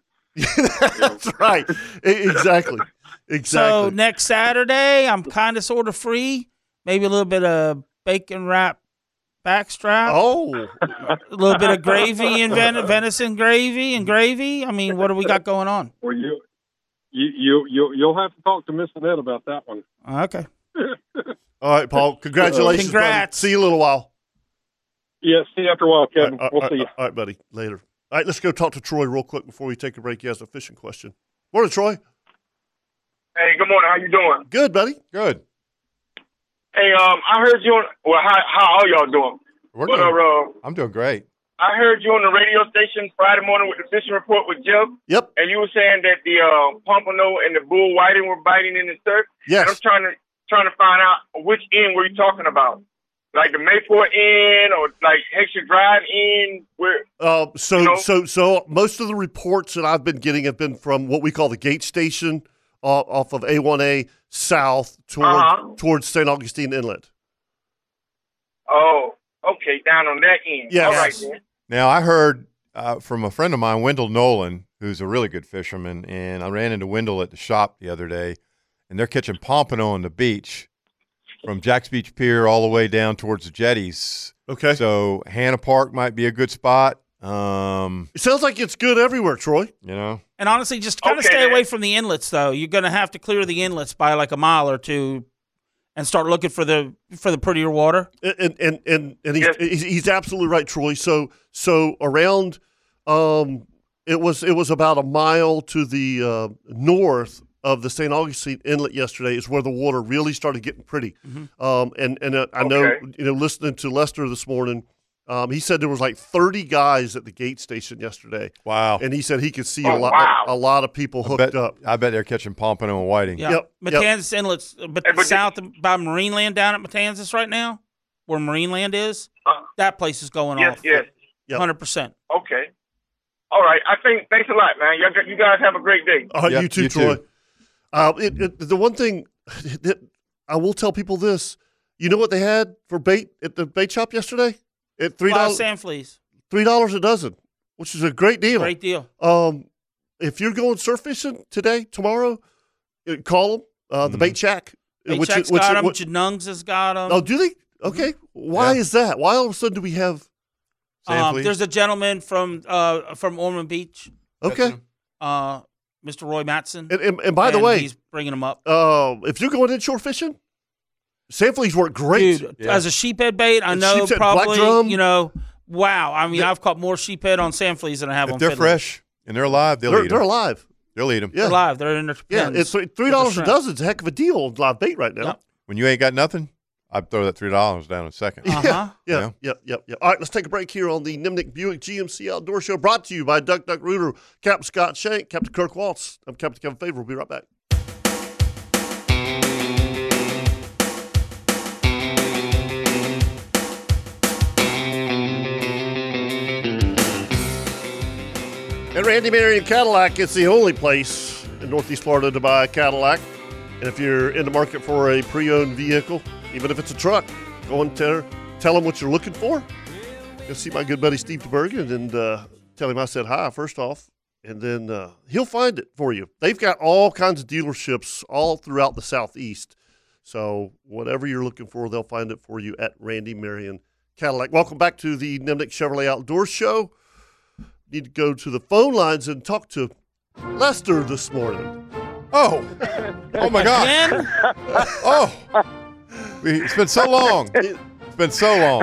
[SPEAKER 1] That's right. E- exactly.
[SPEAKER 4] So
[SPEAKER 1] Exactly.
[SPEAKER 4] next Saturday, I'm kind of sort of free. Maybe a little bit of bacon wrap backstrap.
[SPEAKER 1] Oh,
[SPEAKER 4] a little bit of gravy and ven- venison gravy and gravy. I mean, what do we got going on?
[SPEAKER 11] Or you you you you you'll have to talk to Miss Annette about that one.
[SPEAKER 4] Okay.
[SPEAKER 1] All right, Paul. Congratulations. buddy.
[SPEAKER 11] Congrats.
[SPEAKER 1] See you in a little while.
[SPEAKER 11] Yeah, see you after a while, Kevin.
[SPEAKER 1] All right,
[SPEAKER 11] we'll
[SPEAKER 1] all
[SPEAKER 11] see
[SPEAKER 1] right,
[SPEAKER 11] you.
[SPEAKER 1] All right, buddy. Later. All right, let's go talk to Troy real quick before we take a break. He has a fishing question. Morning, Troy.
[SPEAKER 13] Hey, good morning. How you doing?
[SPEAKER 1] Good, buddy.
[SPEAKER 3] Good.
[SPEAKER 13] Hey, um, I heard you on. Well, how how are y'all doing?
[SPEAKER 3] We're
[SPEAKER 13] But,
[SPEAKER 3] doing,
[SPEAKER 13] uh,
[SPEAKER 3] I'm doing great.
[SPEAKER 13] I heard you on the radio station Friday morning with the fishing report with Jim.
[SPEAKER 1] Yep.
[SPEAKER 13] And you were saying that the uh, pompano and the bull whiting were biting in the surf.
[SPEAKER 1] Yes.
[SPEAKER 13] And I'm trying to trying to find out which end were you talking about, like the Mayport end or like Hexer Drive end? Where?
[SPEAKER 1] Uh, so,
[SPEAKER 13] You know?
[SPEAKER 1] so, so most of the reports that I've been getting have been from what we call the gate station uh, off of A1A south toward,
[SPEAKER 13] Uh-huh.
[SPEAKER 1] towards St. Augustine Inlet.
[SPEAKER 13] Oh, okay, down on that end.
[SPEAKER 1] Yes.
[SPEAKER 13] All right then.
[SPEAKER 3] Now, I heard uh, from a friend of mine, Wendell Nolan, who's a really good fisherman, and I ran into Wendell at the shop the other day, and they're catching pompano on the beach from Jacks Beach Pier all the way down towards the jetties.
[SPEAKER 1] Okay.
[SPEAKER 3] So Hannah Park might be a good spot. Um,
[SPEAKER 1] it sounds like it's good everywhere, Troy.
[SPEAKER 3] You know,
[SPEAKER 4] And honestly, just kind of
[SPEAKER 1] Okay,
[SPEAKER 4] stay
[SPEAKER 1] man.
[SPEAKER 4] away from the inlets, though. You're going to have to clear the inlets by like a mile or two, and start looking for the for the prettier water.
[SPEAKER 1] And and and, and he's, he's he's absolutely right, Troy. So so around, um, it was it was about a mile to the uh, north of the St. Augustine Inlet yesterday is where the water really started getting pretty.
[SPEAKER 3] Mm-hmm.
[SPEAKER 1] Um, and and uh, I know
[SPEAKER 12] Okay.
[SPEAKER 1] you know listening to Lester this morning. Um, he said there was like 30 guys at the gate station yesterday.
[SPEAKER 3] Wow!
[SPEAKER 1] And he said he could see a
[SPEAKER 3] Oh,
[SPEAKER 1] lot,
[SPEAKER 3] wow.
[SPEAKER 1] a, lot of people
[SPEAKER 3] I
[SPEAKER 1] hooked
[SPEAKER 3] bet-
[SPEAKER 1] up.
[SPEAKER 3] I bet they're catching pompano and whiting.
[SPEAKER 4] Yeah, Matanzas Inlet's uh, but south of- by Marineland down at Matanzas right now, where Marineland is. that place is going
[SPEAKER 13] yes,
[SPEAKER 4] off.
[SPEAKER 13] yes.
[SPEAKER 4] hundred percent.
[SPEAKER 13] Okay. All right. I think. Thanks a lot, man. Y'all, you guys have a great day.
[SPEAKER 1] Uh, you too, Troy. Uh, it, it, the one thing that I will tell people this: you know what they had for bait at the bait shop yesterday? At three
[SPEAKER 4] Live
[SPEAKER 1] dollars,
[SPEAKER 4] sand fleas.
[SPEAKER 1] three dollars a dozen, which is a great deal.
[SPEAKER 4] Great deal.
[SPEAKER 1] Um, if you're going surf fishing today, tomorrow, uh, call them uh, the bait shack. uh,
[SPEAKER 4] Which,
[SPEAKER 1] which is-
[SPEAKER 4] has
[SPEAKER 1] which is-
[SPEAKER 4] got them.
[SPEAKER 1] which-
[SPEAKER 4] Janungs has got them.
[SPEAKER 1] oh, do they? Okay, why is that? Why all of a sudden do we have?
[SPEAKER 4] Um, there's a gentleman from uh, from Ormond Beach.
[SPEAKER 1] Okay.
[SPEAKER 4] Uh, Mr. Roy Matson.
[SPEAKER 1] And, and, and by the way,
[SPEAKER 4] he's bringing them up.
[SPEAKER 1] Uh, if you're going inshore fishing, sand fleas work great.
[SPEAKER 4] Dude, as a sheephead bait, I
[SPEAKER 1] And
[SPEAKER 4] know
[SPEAKER 1] sheephead, black
[SPEAKER 4] probably
[SPEAKER 1] drum.
[SPEAKER 4] you know. Wow, I mean, I've caught more sheephead on sand fleas than I have
[SPEAKER 3] If
[SPEAKER 4] on.
[SPEAKER 3] they're
[SPEAKER 4] fiddlers.
[SPEAKER 3] fresh and they're alive, they'll
[SPEAKER 1] They're-
[SPEAKER 3] eat
[SPEAKER 1] they're
[SPEAKER 3] them.
[SPEAKER 1] alive.
[SPEAKER 3] They'll eat them.
[SPEAKER 1] Yeah.
[SPEAKER 4] they're live. They're in their
[SPEAKER 1] Yeah,
[SPEAKER 4] pens
[SPEAKER 1] it's three
[SPEAKER 4] with the
[SPEAKER 1] three dollars a
[SPEAKER 4] shrimp.
[SPEAKER 1] dozen. It's a heck of a deal on live bait right now.
[SPEAKER 3] When you ain't got nothing, I'd throw that three dollars down in a second.
[SPEAKER 4] Uh-huh.
[SPEAKER 1] Yeah,
[SPEAKER 3] You
[SPEAKER 1] yeah,
[SPEAKER 3] know?
[SPEAKER 1] yeah, yeah, yeah. All right, let's take a break here on the Nimnik Buick GMC Outdoor Show, brought to you by Duck Duck Rooter, Captain Scott Shank, Captain Kirk Waltz. I'm Captain Kevin Favor. We'll be right back. At Randy Marion Cadillac, it's the only place in Northeast Florida to buy a Cadillac. And if you're in the market for a pre owned vehicle, even if it's a truck, go and tell, tell them what you're looking for. Go see my good buddy Steve DeBergen and uh, tell him I said hi, first off. And then uh, he'll find it for you. They've got all kinds of dealerships all throughout the Southeast. So whatever you're looking for, they'll find it for you at Randy Marion Cadillac. Welcome back to the Nimnik Chevrolet Outdoor Show need to go to the phone lines and talk to Lester this morning.
[SPEAKER 3] Oh, oh my God! oh, we- it's been so long. It's been so long.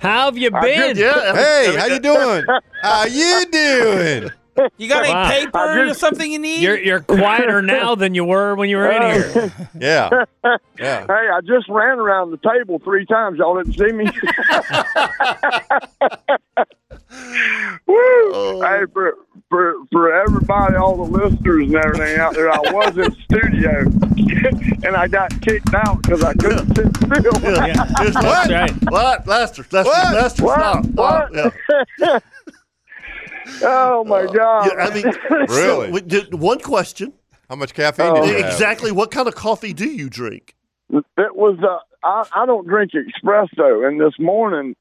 [SPEAKER 5] How have you
[SPEAKER 3] I'm
[SPEAKER 5] been?
[SPEAKER 3] good, yeah. Hey, how you doing? How you doing?
[SPEAKER 4] You got
[SPEAKER 5] Wow.
[SPEAKER 4] any paper or something you need?
[SPEAKER 5] You're you're quieter now than you were when you were in here.
[SPEAKER 3] Yeah. Yeah.
[SPEAKER 12] Hey, I just ran around the table three times. Y'all didn't see me.
[SPEAKER 13] Woo!
[SPEAKER 1] Oh.
[SPEAKER 13] Hey, for, for for everybody, all the listeners and everything out there, I was in studio and I got kicked out because I couldn't sit still.
[SPEAKER 1] Just- what? What? Lester, Lester,
[SPEAKER 13] What?
[SPEAKER 1] Lester,
[SPEAKER 13] What?
[SPEAKER 1] stop. stop. Yeah.
[SPEAKER 12] oh my God!
[SPEAKER 1] Uh, Yeah, I mean, so,
[SPEAKER 3] Really?
[SPEAKER 1] we did- one question. Oh.
[SPEAKER 3] How much caffeine did you have?
[SPEAKER 1] Exactly. What kind of coffee do you drink?
[SPEAKER 12] It was. Uh, I I don't drink espresso, and this morning.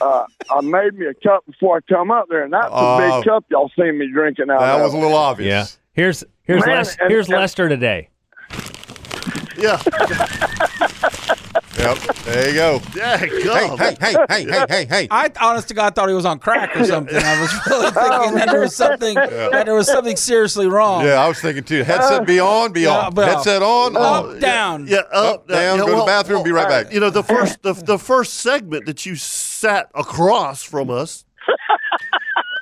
[SPEAKER 12] Uh, I made me a cup before I come up there, and that's a
[SPEAKER 3] Oh.
[SPEAKER 12] big cup y'all seen me drinking out of.
[SPEAKER 3] That was a little obvious.
[SPEAKER 5] Yeah. Here's here's
[SPEAKER 12] Man,
[SPEAKER 5] Les,
[SPEAKER 12] and-
[SPEAKER 5] here's
[SPEAKER 12] and-
[SPEAKER 5] Lester today.
[SPEAKER 1] Yeah.
[SPEAKER 3] Yep. There you go. Hey, hey, hey, hey, hey, hey, hey.
[SPEAKER 4] I honest to God thought he was on crack or something. I was really thinking that there was something
[SPEAKER 3] Yeah.
[SPEAKER 4] that there was something seriously wrong.
[SPEAKER 3] Yeah, I was thinking too.
[SPEAKER 1] Uh,
[SPEAKER 3] Headset be on, be
[SPEAKER 4] Yeah,
[SPEAKER 3] on.
[SPEAKER 4] but-
[SPEAKER 3] Headset on,
[SPEAKER 4] Up,
[SPEAKER 3] on.
[SPEAKER 4] down.
[SPEAKER 1] Oh, Yeah, up,
[SPEAKER 3] Up, down,
[SPEAKER 1] yeah,
[SPEAKER 3] go to the bathroom, be right
[SPEAKER 1] all
[SPEAKER 3] back.
[SPEAKER 1] You know, the first the, the first segment that you sat across from us.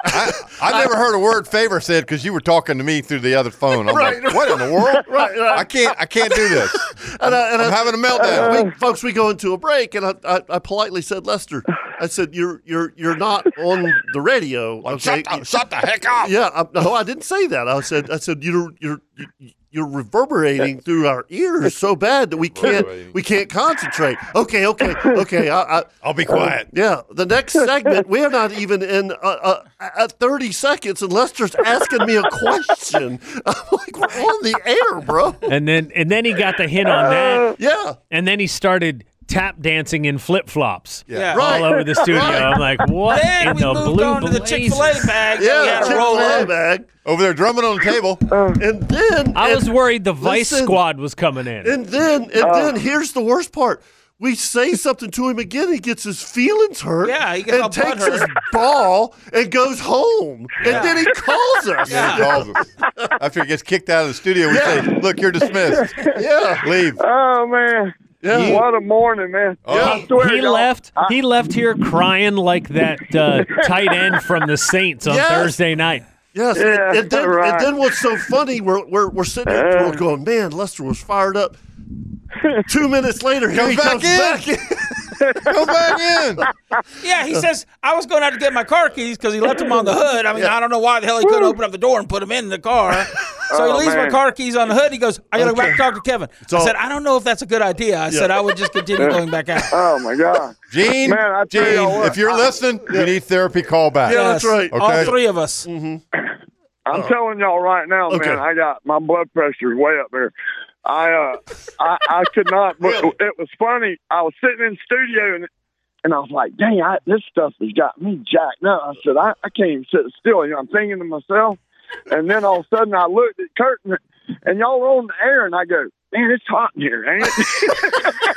[SPEAKER 3] I never heard a word Favor said because you were talking to me through the other phone. I'm
[SPEAKER 1] Right,
[SPEAKER 3] like, what in the world?
[SPEAKER 1] Right, right.
[SPEAKER 3] I can't. I can't do this.
[SPEAKER 1] And I, and
[SPEAKER 3] I'm having a meltdown.
[SPEAKER 1] and we- folks. We go into a break, and I, I, I politely said, "Lester, I said you're you're you're not on the radio. okay?
[SPEAKER 3] shut the- shut the heck up."
[SPEAKER 1] Yeah, I, no, I didn't say that. I said I said you're you're you're reverberating through our ears so bad that we can't we can't concentrate. Okay, okay, okay. I, I,
[SPEAKER 3] I'll be quiet.
[SPEAKER 1] yeah, the next segment we're not even in uh, uh, uh, thirty seconds, and Lester's asking me a question. I'm like, we're on the air, bro.
[SPEAKER 5] And then and then he got the hint on that.
[SPEAKER 1] Yeah.
[SPEAKER 5] And then he started tap dancing in flip flops.
[SPEAKER 4] Yeah.
[SPEAKER 5] all
[SPEAKER 4] Right.
[SPEAKER 5] over the studio.
[SPEAKER 4] Right.
[SPEAKER 5] I'm like, what
[SPEAKER 4] Then
[SPEAKER 5] in
[SPEAKER 4] we
[SPEAKER 5] the
[SPEAKER 4] moved
[SPEAKER 5] blue
[SPEAKER 4] on to the
[SPEAKER 5] blazes?
[SPEAKER 4] Chick-fil-A bag that we had to roll in.
[SPEAKER 1] bag
[SPEAKER 3] over there drumming on the table.
[SPEAKER 1] and then
[SPEAKER 5] I
[SPEAKER 1] and-
[SPEAKER 5] was worried the Vice
[SPEAKER 1] Listen.
[SPEAKER 5] Squad was coming in.
[SPEAKER 1] And then, and
[SPEAKER 4] Oh.
[SPEAKER 1] then, here's the worst part. We say something to him again. He gets his feelings hurt.
[SPEAKER 4] Yeah, he gets all
[SPEAKER 1] and takes
[SPEAKER 4] butthurt.
[SPEAKER 1] his ball and goes home.
[SPEAKER 3] Yeah.
[SPEAKER 1] And then he calls us.
[SPEAKER 3] Yeah, he calls us. After he gets kicked out of the studio, we say, "Look, you're dismissed.
[SPEAKER 1] yeah,
[SPEAKER 3] leave."
[SPEAKER 12] Oh man,
[SPEAKER 1] Yeah.
[SPEAKER 12] what a morning, man! I swear to
[SPEAKER 5] He
[SPEAKER 12] God,
[SPEAKER 5] left.
[SPEAKER 12] I-
[SPEAKER 5] He left here crying like that uh, tight end from the Saints on
[SPEAKER 1] Yes.
[SPEAKER 5] Thursday night.
[SPEAKER 1] Yes, and- and, then, and then what's so funny? We're we're, we're sitting
[SPEAKER 4] Uh.
[SPEAKER 1] there we're going, man, Lester was fired up. Two minutes later, here
[SPEAKER 4] Come
[SPEAKER 1] he
[SPEAKER 4] back
[SPEAKER 1] comes
[SPEAKER 4] in.
[SPEAKER 1] back in.
[SPEAKER 3] Go back in.
[SPEAKER 4] Yeah, he says I was going out to get my car keys because he left them on the hood. I mean,
[SPEAKER 1] Yeah.
[SPEAKER 4] I don't know why the hell he couldn't open up the door and put them in the car. So he
[SPEAKER 1] Oh,
[SPEAKER 4] leaves my
[SPEAKER 1] man.
[SPEAKER 4] car keys on the hood. He goes, I gotta go back and talk to Kevin. I
[SPEAKER 1] all-
[SPEAKER 4] said, I don't know if that's a good idea. I
[SPEAKER 1] Yeah.
[SPEAKER 4] said I would just continue going back out.
[SPEAKER 12] Oh my God,
[SPEAKER 3] Gene,
[SPEAKER 12] Man, I
[SPEAKER 3] Gene,
[SPEAKER 12] tell y'all what,
[SPEAKER 3] if you're
[SPEAKER 12] I-
[SPEAKER 3] listening, you need therapy. Call back.
[SPEAKER 12] Yeah, that's right.
[SPEAKER 3] Okay.
[SPEAKER 4] All three of us.
[SPEAKER 3] Mm-hmm.
[SPEAKER 12] I'm telling y'all right now,
[SPEAKER 3] Okay.
[SPEAKER 12] man, I got my blood pressure's way up there. I uh, I, I could not. But it was funny. I was sitting in the studio and and I was like, dang, I, this stuff has got me jacked up. I said, I, I can't even sit still. You know, I'm thinking to myself, and then all of a sudden I looked at Kurt and, and y'all were on the air, and I go, man, it's hot in here, ain't it?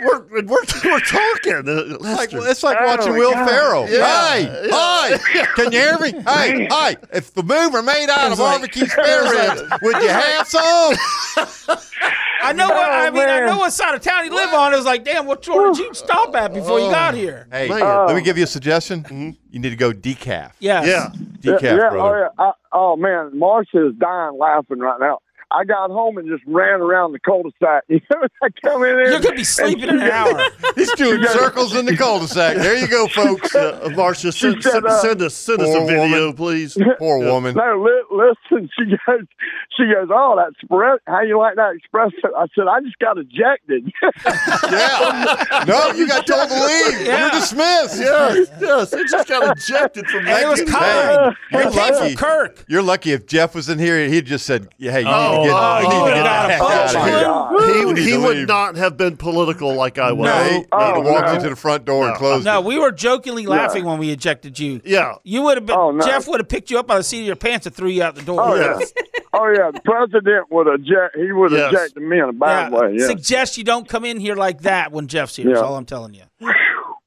[SPEAKER 1] we're, we're, we're talking. Uh,
[SPEAKER 3] Like,
[SPEAKER 1] Lester.
[SPEAKER 3] it's like
[SPEAKER 1] Oh,
[SPEAKER 3] watching
[SPEAKER 1] my
[SPEAKER 3] Will
[SPEAKER 1] God.
[SPEAKER 3] Ferrell.
[SPEAKER 1] Yeah.
[SPEAKER 3] Hey,
[SPEAKER 1] Yeah.
[SPEAKER 3] hey, can you hear me? Hey, hey, if the moon were made out of
[SPEAKER 1] It's like-
[SPEAKER 3] barbecue spare ribs, would you have some?
[SPEAKER 4] I know what I mean. I
[SPEAKER 3] man.
[SPEAKER 4] know what side of town he lived on. It was like, damn, what store did you stop at before you got here?
[SPEAKER 3] Hey,
[SPEAKER 12] Man.
[SPEAKER 3] let me give you a suggestion.
[SPEAKER 1] Mm-hmm.
[SPEAKER 3] You need to go decaf.
[SPEAKER 4] Yes.
[SPEAKER 1] Yeah.
[SPEAKER 3] Decaf,
[SPEAKER 12] yeah, yeah,
[SPEAKER 3] brother.
[SPEAKER 12] Oh, yeah. I, oh man, Marsha's dying laughing right now. I got home and just ran around the cul-de-sac. You know, I come in there.
[SPEAKER 4] You could be sleeping an hour.
[SPEAKER 3] He's doing circles in the cul-de-sac. There you go, folks.
[SPEAKER 1] Uh, Marcia, send,
[SPEAKER 12] said,
[SPEAKER 1] send,
[SPEAKER 12] uh,
[SPEAKER 1] send us send us a
[SPEAKER 3] Poor
[SPEAKER 1] video,
[SPEAKER 3] woman.
[SPEAKER 1] please.
[SPEAKER 3] Poor
[SPEAKER 1] Yeah.
[SPEAKER 3] woman.
[SPEAKER 12] No, li- listen. She goes. She goes. Oh, that express. How you like that express? I said I just got ejected.
[SPEAKER 3] Yeah. No, you got told to leave.
[SPEAKER 4] Yeah.
[SPEAKER 3] You're dismissed.
[SPEAKER 1] Yes, yes. It just got ejected from
[SPEAKER 4] And it was
[SPEAKER 1] Mexico.
[SPEAKER 4] kind.
[SPEAKER 3] You're
[SPEAKER 4] It came
[SPEAKER 3] lucky.
[SPEAKER 4] from Kirk.
[SPEAKER 3] You're lucky if Jeff was in here, he'd just said, yeah, "Hey, you
[SPEAKER 5] Oh,
[SPEAKER 3] need to get, you
[SPEAKER 5] oh, he
[SPEAKER 3] need to
[SPEAKER 5] would've
[SPEAKER 3] get the
[SPEAKER 5] got a
[SPEAKER 3] heck
[SPEAKER 4] punch
[SPEAKER 3] out of here."
[SPEAKER 12] God.
[SPEAKER 3] You need
[SPEAKER 1] He, he
[SPEAKER 3] to
[SPEAKER 1] would
[SPEAKER 3] leave.
[SPEAKER 1] not have been political like I was.
[SPEAKER 3] No, he he'd have
[SPEAKER 12] Oh,
[SPEAKER 3] walked
[SPEAKER 12] no.
[SPEAKER 3] you to the front door and closed.
[SPEAKER 4] No,
[SPEAKER 3] it.
[SPEAKER 4] we were jokingly laughing when we ejected you.
[SPEAKER 1] Yeah.
[SPEAKER 4] You would have been.
[SPEAKER 12] Oh, no.
[SPEAKER 4] Jeff would have picked you up by the seat of your pants and threw you out the door.
[SPEAKER 12] Oh yeah. oh yeah. The president would eject. He would
[SPEAKER 1] Yes.
[SPEAKER 12] ejected me in a
[SPEAKER 4] Yeah,
[SPEAKER 12] bad way. Yeah.
[SPEAKER 4] Suggest you don't come in here like that when Jeff's here. That's
[SPEAKER 12] Yeah.
[SPEAKER 4] all I'm telling you.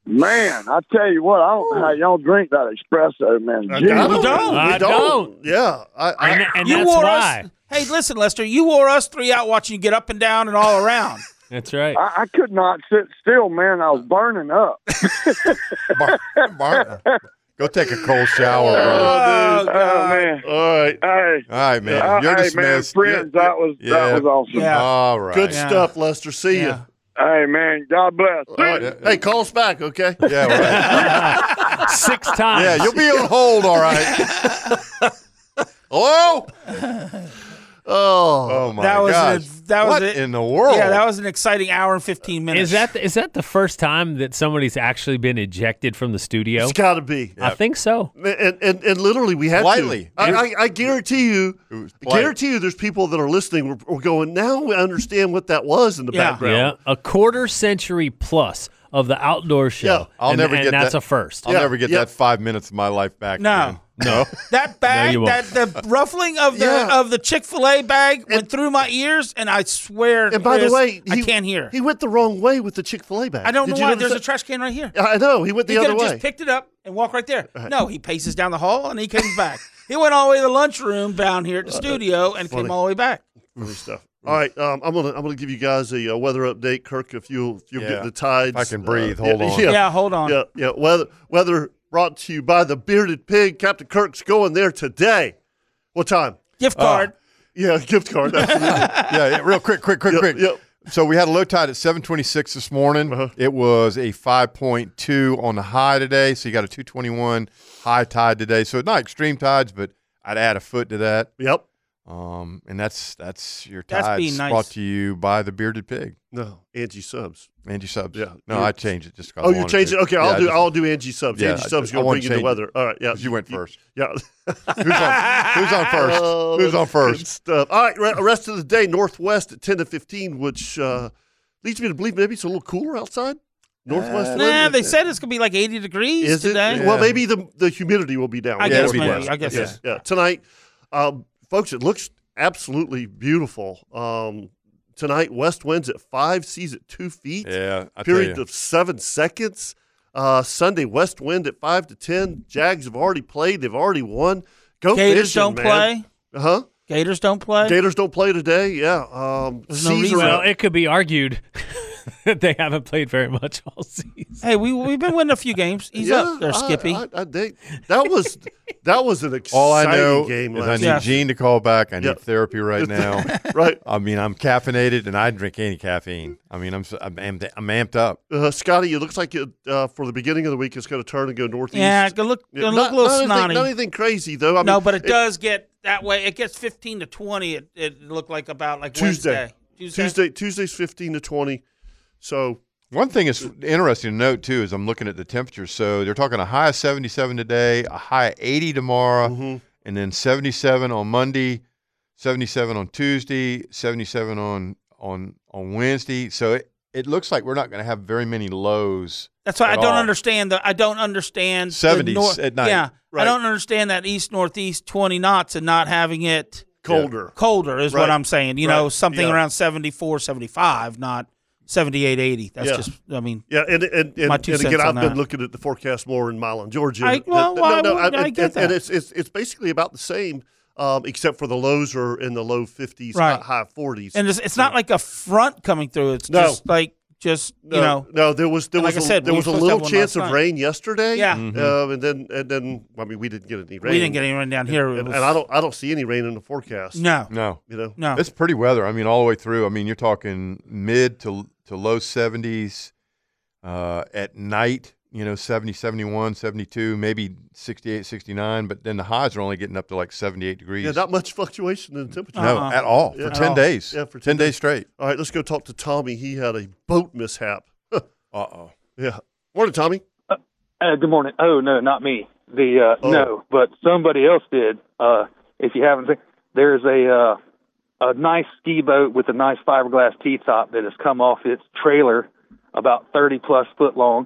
[SPEAKER 12] Man, I tell you what. I don't know how y'all drink that espresso, man.
[SPEAKER 1] I
[SPEAKER 12] Gee,
[SPEAKER 1] don't.
[SPEAKER 4] You don't.
[SPEAKER 1] We
[SPEAKER 5] I don't.
[SPEAKER 1] Yeah. I, I,
[SPEAKER 5] And, and
[SPEAKER 4] you
[SPEAKER 5] that's
[SPEAKER 4] wore
[SPEAKER 5] why.
[SPEAKER 4] us. Hey, listen, Lester. You wore us three out watching you get up and down and all around.
[SPEAKER 5] That's right.
[SPEAKER 12] I, I could not sit still, man. I was burning up.
[SPEAKER 3] Bar- bar- go take a cold shower, brother.
[SPEAKER 4] oh
[SPEAKER 12] Oh
[SPEAKER 4] God.
[SPEAKER 12] man.
[SPEAKER 1] all right.
[SPEAKER 12] Hey.
[SPEAKER 3] All right, man.
[SPEAKER 12] Uh,
[SPEAKER 3] You're
[SPEAKER 12] hey, man,
[SPEAKER 3] dismissed.
[SPEAKER 12] friends,
[SPEAKER 3] You're-
[SPEAKER 12] that was
[SPEAKER 3] Yeah.
[SPEAKER 12] that was awesome.
[SPEAKER 4] Yeah.
[SPEAKER 3] All right.
[SPEAKER 1] Good
[SPEAKER 4] Yeah.
[SPEAKER 1] stuff, Lester. See ya.
[SPEAKER 4] Yeah.
[SPEAKER 12] Hey, man, God bless.
[SPEAKER 1] All right. Hey, call us back, okay?
[SPEAKER 3] Yeah, all right.
[SPEAKER 5] Six times.
[SPEAKER 3] yeah. You'll be on hold. All right. Hello.
[SPEAKER 1] Oh,
[SPEAKER 3] Oh my
[SPEAKER 4] That was
[SPEAKER 3] gosh.
[SPEAKER 4] an- that was
[SPEAKER 3] what
[SPEAKER 4] it.
[SPEAKER 3] in the world?
[SPEAKER 4] Yeah, that was an exciting hour and 15 minutes.
[SPEAKER 5] Is that the, is that the first time that somebody's actually been ejected from the studio?
[SPEAKER 1] it's got to be.
[SPEAKER 5] I think so.
[SPEAKER 1] And, and and literally, we had
[SPEAKER 3] Politely.
[SPEAKER 1] to. I, I, I guarantee you,
[SPEAKER 3] It was polite.
[SPEAKER 1] guarantee you, there's people that are listening. We're, we're going now. We understand what that was in the
[SPEAKER 4] Yeah.
[SPEAKER 1] background.
[SPEAKER 5] Yeah, a quarter century plus of the outdoor show.
[SPEAKER 1] Yeah.
[SPEAKER 3] I'll
[SPEAKER 5] and,
[SPEAKER 3] never
[SPEAKER 5] and
[SPEAKER 3] get
[SPEAKER 5] that's
[SPEAKER 3] that.
[SPEAKER 5] a first.
[SPEAKER 3] I'll
[SPEAKER 1] Yeah,
[SPEAKER 3] never get
[SPEAKER 1] yeah.
[SPEAKER 3] that five minutes of my life back.
[SPEAKER 4] No.
[SPEAKER 3] again. no.
[SPEAKER 4] That bag,
[SPEAKER 5] you won't.
[SPEAKER 4] that the ruffling of the
[SPEAKER 1] Yeah.
[SPEAKER 4] of the Chick Fil A bag went through my ears, and I swear.
[SPEAKER 1] And by
[SPEAKER 4] Chris,
[SPEAKER 1] the way,
[SPEAKER 4] I can't hear.
[SPEAKER 1] He went the wrong way with the Chick Fil A bag.
[SPEAKER 4] I don't
[SPEAKER 1] Did
[SPEAKER 4] know
[SPEAKER 1] you
[SPEAKER 4] why.
[SPEAKER 1] notice
[SPEAKER 4] There's a
[SPEAKER 1] that?
[SPEAKER 4] trash can right here.
[SPEAKER 1] I know he went the
[SPEAKER 4] he could
[SPEAKER 1] other
[SPEAKER 4] have
[SPEAKER 1] way.
[SPEAKER 4] just picked it up and walked right there. No, he paces down the hall and he comes back. He went all the way to the lunchroom down here at
[SPEAKER 1] Uh,
[SPEAKER 4] the studio and came all the way back.
[SPEAKER 1] Funny stuff. All right, um, I'm gonna I'm gonna give you guys a, uh weather update, Kirk. If you if you will
[SPEAKER 3] Yeah.
[SPEAKER 1] get the tides,
[SPEAKER 3] I can breathe.
[SPEAKER 1] Uh,
[SPEAKER 3] Hold
[SPEAKER 1] yeah,
[SPEAKER 3] on.
[SPEAKER 1] Yeah,
[SPEAKER 4] Yeah,
[SPEAKER 1] yeah,
[SPEAKER 4] hold on.
[SPEAKER 1] yeah, Weather weather brought to you by the Bearded Pig. Captain Kirk's going there today. What time? Uh,
[SPEAKER 4] Gift card.
[SPEAKER 1] Yeah, gift card. Absolutely.
[SPEAKER 3] yeah, yeah, real quick, quick, quick,
[SPEAKER 1] Yep,
[SPEAKER 3] quick.
[SPEAKER 1] yep. Uh-huh.
[SPEAKER 3] So we had a low tide at 7:26 this morning. It was a 5.2 on the high today, so you got a 221 high tide today. So not extreme tides, but I'd add a foot to that.
[SPEAKER 1] yep.
[SPEAKER 3] Um, and that's that's your
[SPEAKER 4] That's being
[SPEAKER 3] tides
[SPEAKER 4] nice.
[SPEAKER 3] brought to you by the bearded pig,
[SPEAKER 1] No, Angie Subs.
[SPEAKER 3] Angie Subs.
[SPEAKER 1] Yeah.
[SPEAKER 3] No,
[SPEAKER 1] You're-
[SPEAKER 3] I changed it just. 'cause
[SPEAKER 1] Oh,
[SPEAKER 3] I
[SPEAKER 1] you
[SPEAKER 3] wanted
[SPEAKER 1] changed it.
[SPEAKER 3] to.
[SPEAKER 1] Okay,
[SPEAKER 3] Yeah,
[SPEAKER 1] I'll
[SPEAKER 3] I
[SPEAKER 1] do.
[SPEAKER 3] just-
[SPEAKER 1] I'll do Angie Subs.
[SPEAKER 3] Yeah,
[SPEAKER 1] Angie
[SPEAKER 3] I
[SPEAKER 1] Subs
[SPEAKER 3] just- I
[SPEAKER 1] gonna
[SPEAKER 3] wanna
[SPEAKER 1] bring you the
[SPEAKER 3] change it.
[SPEAKER 1] weather. All right. Yeah.
[SPEAKER 3] 'cause you went first.
[SPEAKER 1] Yeah.
[SPEAKER 3] Who's on, who's on first?
[SPEAKER 1] Oh,
[SPEAKER 3] who's on
[SPEAKER 1] that's good
[SPEAKER 3] first?
[SPEAKER 1] Stuff. All right, re- rest of the day northwest at ten to fifteen, which uh, leads me to believe maybe it's a little cooler outside. Northwest. wind.
[SPEAKER 4] Uh, Nah, they said it's gonna be like 80 degrees
[SPEAKER 1] Is it?
[SPEAKER 4] today.
[SPEAKER 1] Well, maybe the the humidity will be down.
[SPEAKER 4] I Yeah, guess it'll be maybe. down. I guess
[SPEAKER 1] Yes. Yeah. Tonight, um, folks, it looks absolutely beautiful. Um, tonight, west winds at five, seas at two feet.
[SPEAKER 3] Yeah, I tell
[SPEAKER 1] period
[SPEAKER 3] you.
[SPEAKER 1] of seven seconds. Uh, Sunday, west wind at five to ten. Jags have already played. They've already won. Go
[SPEAKER 4] Gators
[SPEAKER 1] fishing,
[SPEAKER 4] don't
[SPEAKER 1] man. Huh?
[SPEAKER 4] Gators don't play.
[SPEAKER 1] Gators don't play today. Yeah. Um, seas are
[SPEAKER 5] well,
[SPEAKER 1] up.
[SPEAKER 5] it could be argued that they haven't played very much all season.
[SPEAKER 4] Hey, we we've been winning a few games. He's up there,
[SPEAKER 1] I-
[SPEAKER 4] Skippy.
[SPEAKER 1] I, I think that was that was an exciting
[SPEAKER 3] All I know
[SPEAKER 1] game
[SPEAKER 3] is
[SPEAKER 1] last
[SPEAKER 3] I need
[SPEAKER 1] night.
[SPEAKER 3] Gene to call back. I need
[SPEAKER 1] Yeah.
[SPEAKER 3] therapy right now.
[SPEAKER 1] right.
[SPEAKER 3] I mean, I'm caffeinated and I drink any caffeine. I mean, I'm s- I'm amped, I'm amped up.
[SPEAKER 1] Uh, Scotty, it looks like it, uh, for the beginning of the week, it's going to turn and go northeast.
[SPEAKER 4] Yeah, it's gonna look-
[SPEAKER 1] Yeah,
[SPEAKER 4] gonna look a little
[SPEAKER 1] anything-
[SPEAKER 4] snotty.
[SPEAKER 1] not anything crazy though. I
[SPEAKER 4] no,
[SPEAKER 1] mean,
[SPEAKER 4] but it, does get that way. It gets 15 to 20. It, it looked like about like
[SPEAKER 1] Tuesday,
[SPEAKER 4] Wednesday.
[SPEAKER 1] Tuesday, Tuesday's fifteen to twenty. So
[SPEAKER 3] One thing is interesting to note too is I'm looking at the temperature. So they're talking a high of 77 today, a high of 80 tomorrow,
[SPEAKER 1] Mm-hmm.
[SPEAKER 3] and then 77 on Monday, 77 on Tuesday, 77 on on on Wednesday. So it, it looks like we're not going to have very many lows.
[SPEAKER 4] That's why I
[SPEAKER 3] at
[SPEAKER 4] don't
[SPEAKER 3] all.
[SPEAKER 4] understand the I don't understand the
[SPEAKER 3] 70s
[SPEAKER 4] nor-
[SPEAKER 3] at night.
[SPEAKER 4] Yeah,
[SPEAKER 3] Right.
[SPEAKER 4] I don't understand that east northeast twenty knots and not having it
[SPEAKER 1] Colder.
[SPEAKER 4] Colder is
[SPEAKER 1] Right.
[SPEAKER 4] what I'm saying. You know,
[SPEAKER 1] Right.
[SPEAKER 4] something
[SPEAKER 1] Yeah.
[SPEAKER 4] around 74, 75, not 78, 80. That's
[SPEAKER 1] Yeah.
[SPEAKER 4] just I mean
[SPEAKER 1] yeah, and and, and,
[SPEAKER 4] my two
[SPEAKER 1] and
[SPEAKER 4] cents
[SPEAKER 1] again, I've
[SPEAKER 4] on
[SPEAKER 1] been
[SPEAKER 4] that.
[SPEAKER 1] looking at the forecast more in Milan, Georgia.
[SPEAKER 4] I-
[SPEAKER 1] That-
[SPEAKER 4] well,
[SPEAKER 1] that-
[SPEAKER 4] why wouldn't I
[SPEAKER 1] and,
[SPEAKER 4] get
[SPEAKER 1] and- and
[SPEAKER 4] that?
[SPEAKER 1] it's, it's it's basically about the same, um, except for the lows are in the low fifties,
[SPEAKER 4] Right.
[SPEAKER 1] high forties,
[SPEAKER 4] and it's, it's not like a front coming through. It's
[SPEAKER 1] No.
[SPEAKER 4] just like just you know
[SPEAKER 1] no. There was there
[SPEAKER 4] like
[SPEAKER 1] was
[SPEAKER 4] I
[SPEAKER 1] a,
[SPEAKER 4] said,
[SPEAKER 1] there
[SPEAKER 4] we
[SPEAKER 1] was a
[SPEAKER 4] were supposed to
[SPEAKER 1] little
[SPEAKER 4] have one
[SPEAKER 1] chance
[SPEAKER 4] last
[SPEAKER 1] of
[SPEAKER 4] night.
[SPEAKER 1] rain yesterday.
[SPEAKER 4] Yeah.
[SPEAKER 1] um,
[SPEAKER 4] Mhm.
[SPEAKER 1] and then and then I mean we didn't get any rain.
[SPEAKER 4] didn't get any rain down
[SPEAKER 1] And-
[SPEAKER 4] here. It
[SPEAKER 1] and,
[SPEAKER 4] was-
[SPEAKER 1] and I don't I don't see any rain in the forecast.
[SPEAKER 3] No.
[SPEAKER 1] you know,
[SPEAKER 3] It's pretty weather. I mean, all the way through. I mean, you're talking mid to to low 70s uh, at night, you know, 70, 71, 72, maybe 68, 69. But then the highs are only getting up to like 78 degrees.
[SPEAKER 1] yeah, not much fluctuation in temperature.
[SPEAKER 3] No,
[SPEAKER 4] Uh-huh.
[SPEAKER 3] Uh-uh. at all, for
[SPEAKER 1] Yeah.
[SPEAKER 3] 10 days.
[SPEAKER 1] Yeah, for
[SPEAKER 3] 10 days straight.
[SPEAKER 1] All right, let's go talk to Tommy. He had a boat mishap. uh
[SPEAKER 3] oh.
[SPEAKER 1] Yeah. Morning, Tommy.
[SPEAKER 14] Uh, good morning. Oh no, not me. The uh,
[SPEAKER 1] Oh.
[SPEAKER 14] no, but somebody else did. Uh, if you haven't, seen, there's a uh, a nice ski boat with a nice fiberglass tee top that has come off its trailer, about 30 plus foot long,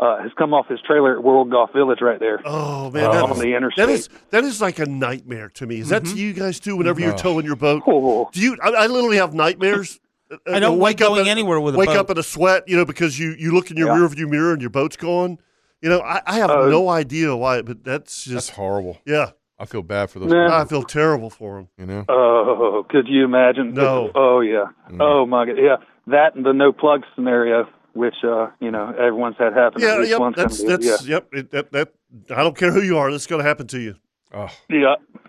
[SPEAKER 14] uh, has come off its trailer at World Golf Village right there.
[SPEAKER 1] Oh man,
[SPEAKER 14] uh,
[SPEAKER 1] that
[SPEAKER 14] on
[SPEAKER 1] is-
[SPEAKER 14] the interstate.
[SPEAKER 1] That is that is like a nightmare to me. Is that
[SPEAKER 4] Mm-hmm.
[SPEAKER 1] to you guys too? Whenever
[SPEAKER 3] Oh.
[SPEAKER 1] you're
[SPEAKER 14] Ugh.
[SPEAKER 1] towing your boat, do you? I, I literally have nightmares. Uh,
[SPEAKER 4] I don't
[SPEAKER 1] uh,
[SPEAKER 4] like
[SPEAKER 1] up
[SPEAKER 4] going
[SPEAKER 1] in-
[SPEAKER 4] anywhere with a
[SPEAKER 1] wake
[SPEAKER 4] boat.
[SPEAKER 1] up in a sweat, you know, because you you look in your
[SPEAKER 4] Yeah.
[SPEAKER 1] rearview mirror and your boat's gone. You know, I, I have
[SPEAKER 14] Oh.
[SPEAKER 1] no idea why, but that's just
[SPEAKER 3] That's horrible.
[SPEAKER 1] Yeah,
[SPEAKER 3] I feel bad for those
[SPEAKER 14] Nah.
[SPEAKER 1] I feel terrible for them.
[SPEAKER 3] You know,
[SPEAKER 14] Oh, could you imagine?
[SPEAKER 1] No. Mm.
[SPEAKER 14] Oh yeah. Oh my God. Yeah, that and the no plug scenario, which uh, you know everyone's had happen. at
[SPEAKER 1] yeah,
[SPEAKER 14] least
[SPEAKER 1] yep,
[SPEAKER 14] once in
[SPEAKER 1] that's
[SPEAKER 14] the-
[SPEAKER 1] that's yep. It, that that I don't care who you are, that's going to happen to you.
[SPEAKER 3] Oh.
[SPEAKER 14] Yep,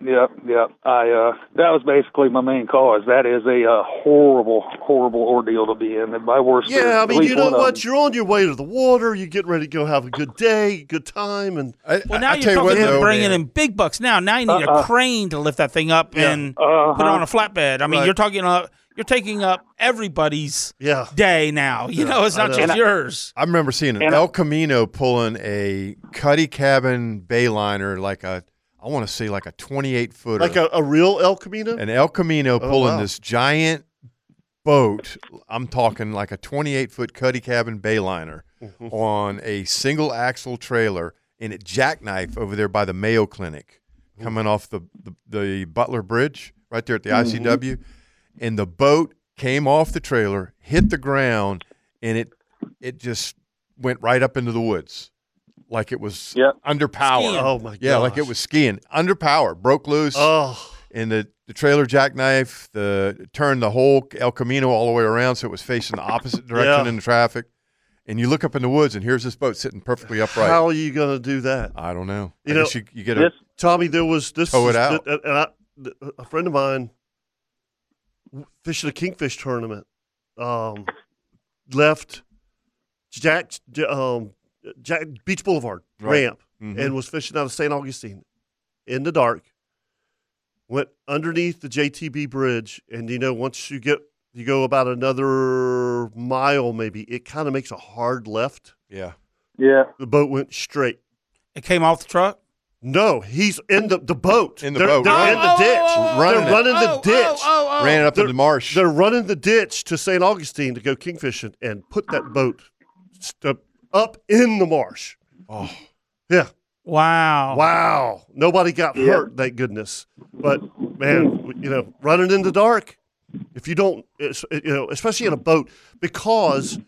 [SPEAKER 14] yep, yep. I uh, that was basically my main cause. That is a uh, horrible, horrible ordeal to be in. And my worst.
[SPEAKER 1] Yeah, I
[SPEAKER 14] at
[SPEAKER 1] mean,
[SPEAKER 14] least
[SPEAKER 1] you know
[SPEAKER 14] one of
[SPEAKER 1] what? You're on your way to the water. You're getting ready to go have a good day, good time, and
[SPEAKER 4] Well, now you're talking about bringing in big bucks. Now, now you need
[SPEAKER 1] Uh-uh. Uh-huh.
[SPEAKER 4] a crane to lift that thing up and put it on a flatbed. I mean,
[SPEAKER 1] Right.
[SPEAKER 4] you're talking uh, you're taking up everybody's
[SPEAKER 1] yeah.
[SPEAKER 4] day now. You
[SPEAKER 3] Yeah,
[SPEAKER 4] know, it's
[SPEAKER 3] I
[SPEAKER 4] not
[SPEAKER 3] know.
[SPEAKER 4] just
[SPEAKER 3] And I-
[SPEAKER 4] yours.
[SPEAKER 3] I remember seeing an
[SPEAKER 4] And I-
[SPEAKER 3] El Camino pulling a Cuddy Cabin Bayliner, like a, I want to say like a 28 footer.
[SPEAKER 1] like a, a real El Camino. Oh,
[SPEAKER 3] an El Camino pulling
[SPEAKER 1] wow.
[SPEAKER 3] this giant boat. I'm talking like a 28 foot Cuddy Cabin Bayliner
[SPEAKER 1] Mm-hmm.
[SPEAKER 3] on a single axle trailer in a jackknife over there by the Mayo Clinic, coming off the, the, the Butler Bridge right there at the
[SPEAKER 1] Mm-hmm.
[SPEAKER 15] Mhm.
[SPEAKER 3] ICW. And the boat came off the trailer, hit the ground, and it it just went right up into the woods. Like it was under power.
[SPEAKER 1] Skiing. Oh, my
[SPEAKER 3] Yeah, like it
[SPEAKER 1] gosh.
[SPEAKER 3] was skiing. Under power. Broke loose
[SPEAKER 1] Oh.
[SPEAKER 3] and the, the trailer jackknife the turned the whole El Camino all the way around, so it was facing the opposite direction
[SPEAKER 1] Yeah.
[SPEAKER 3] in the traffic. And you look up in the woods, and here's this boat sitting perfectly upright.
[SPEAKER 1] How are you going to do that?
[SPEAKER 3] I don't know.
[SPEAKER 1] You
[SPEAKER 3] I
[SPEAKER 1] know,
[SPEAKER 3] guess you, you get a
[SPEAKER 1] Tommy. There was this.
[SPEAKER 3] Tow it
[SPEAKER 1] is-
[SPEAKER 3] out.
[SPEAKER 1] th- and I, th- a friend of mine w- fishing a kingfish tournament. Um, left Jack, J- um, Jack Beach Boulevard
[SPEAKER 15] Right.
[SPEAKER 1] ramp
[SPEAKER 3] Mm-hmm.
[SPEAKER 15] Mhm.
[SPEAKER 1] and was fishing out of St. Augustine in the dark. Went underneath the JTB bridge, and you know once you get you go about another mile, maybe it kind of makes a hard left.
[SPEAKER 3] yeah.
[SPEAKER 14] Yeah.
[SPEAKER 1] The boat went straight.
[SPEAKER 4] It came off the truck.
[SPEAKER 1] No, he's in the, the boat. In
[SPEAKER 3] the
[SPEAKER 1] they're,
[SPEAKER 3] boat,
[SPEAKER 1] They're
[SPEAKER 3] right.
[SPEAKER 1] in the
[SPEAKER 3] Oh, oh,
[SPEAKER 1] ditch.
[SPEAKER 3] oh, oh, Running
[SPEAKER 1] they're
[SPEAKER 3] it.
[SPEAKER 1] running
[SPEAKER 3] Oh,
[SPEAKER 1] the ditch.
[SPEAKER 3] oh, oh. Ran it up in
[SPEAKER 1] they're,
[SPEAKER 3] the marsh.
[SPEAKER 1] They're running the ditch to St. Augustine to go kingfishing and put that boat st- up in the marsh.
[SPEAKER 3] Oh.
[SPEAKER 1] Yeah.
[SPEAKER 4] Wow.
[SPEAKER 1] Wow. Nobody got
[SPEAKER 4] Yeah.
[SPEAKER 1] hurt, thank goodness. But man, you know, running in the dark, if you don't, it's, you know, especially in a boat, because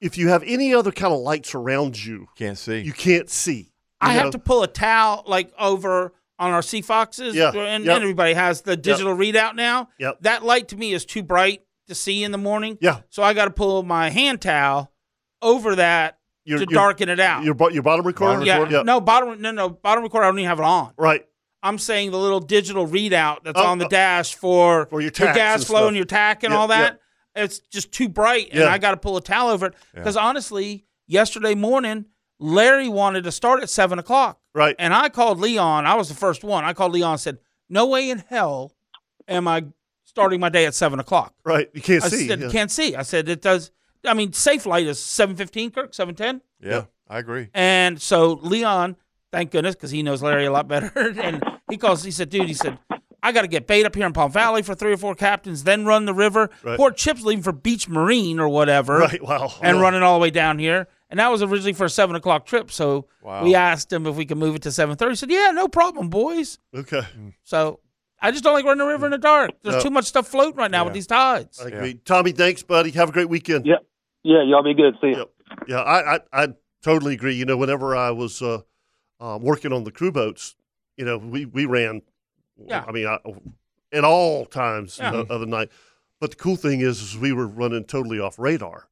[SPEAKER 1] if you have any other kind of lights around you,
[SPEAKER 3] can't see.
[SPEAKER 1] You can't see.
[SPEAKER 4] I
[SPEAKER 1] You
[SPEAKER 4] have
[SPEAKER 1] know?
[SPEAKER 4] to pull a towel like over on our Sea Foxes.
[SPEAKER 1] Yeah,
[SPEAKER 4] And,
[SPEAKER 1] yeah.
[SPEAKER 4] and everybody has the digital readout now.
[SPEAKER 1] Yep.
[SPEAKER 4] That light to me is too bright to see in the morning.
[SPEAKER 1] Yeah.
[SPEAKER 4] So I got to pull my hand towel over that
[SPEAKER 1] Your-
[SPEAKER 4] to
[SPEAKER 1] your-
[SPEAKER 4] darken it out.
[SPEAKER 1] Your, bo- your bottom recorder?
[SPEAKER 4] yeah. No bottom. No, no bottom recorder. I don't even have it on.
[SPEAKER 1] Right.
[SPEAKER 4] I'm saying the little digital readout that's
[SPEAKER 1] Oh,
[SPEAKER 4] on the dash for,
[SPEAKER 1] for your,
[SPEAKER 4] your
[SPEAKER 1] tacks
[SPEAKER 4] gas
[SPEAKER 1] and
[SPEAKER 4] flow
[SPEAKER 1] stuff.
[SPEAKER 4] and your tack and
[SPEAKER 1] Yeah,
[SPEAKER 4] all that. It's just too bright, and
[SPEAKER 1] Yeah.
[SPEAKER 4] I got to pull a towel over it.
[SPEAKER 1] Yeah.
[SPEAKER 4] Because honestly, yesterday morning, Larry wanted to start at seven o'clock.
[SPEAKER 1] Right.
[SPEAKER 4] And I called Leon. I was the first one. I called Leon. and Said, "No way in hell am I starting my day at seven o'clock."
[SPEAKER 1] Right. You can't
[SPEAKER 4] I
[SPEAKER 1] see,
[SPEAKER 4] Said,
[SPEAKER 1] yeah.
[SPEAKER 4] Can't see. I said it does. I mean, safe light is seven fifteen. Kirk seven ten.
[SPEAKER 3] Yeah, I agree.
[SPEAKER 4] And so Leon, thank goodness, because he knows Larry a lot better. and he calls, he said, dude, he said, I got to get bait up here in Palm Valley for three or four captains, then run the river.
[SPEAKER 1] Right.
[SPEAKER 4] Poor Chip's leaving for Beach Marine or whatever.
[SPEAKER 1] Right, wow.
[SPEAKER 4] And
[SPEAKER 1] Yeah.
[SPEAKER 4] running all the way down here. And that was originally for a seven o'clock trip. So
[SPEAKER 1] Wow.
[SPEAKER 4] we asked him if we could move it to seven thirty. He said, Yeah, no problem, boys.
[SPEAKER 1] Okay.
[SPEAKER 4] So I just don't like running the river in the dark. There's
[SPEAKER 1] No.
[SPEAKER 4] too much stuff floating right now with these tides.
[SPEAKER 1] I agree. Tommy, thanks, buddy. Have a great weekend. Yeah.
[SPEAKER 14] Yeah, y'all be good. See you.
[SPEAKER 1] Yeah, I, I, I totally agree. You know, whenever I was uh, um, working on the crew boats, you know, we, we ran,
[SPEAKER 4] Yeah.
[SPEAKER 1] I mean, I, at all times
[SPEAKER 4] Yeah.
[SPEAKER 1] o- of the night. But the cool thing is, is we were running totally off radar,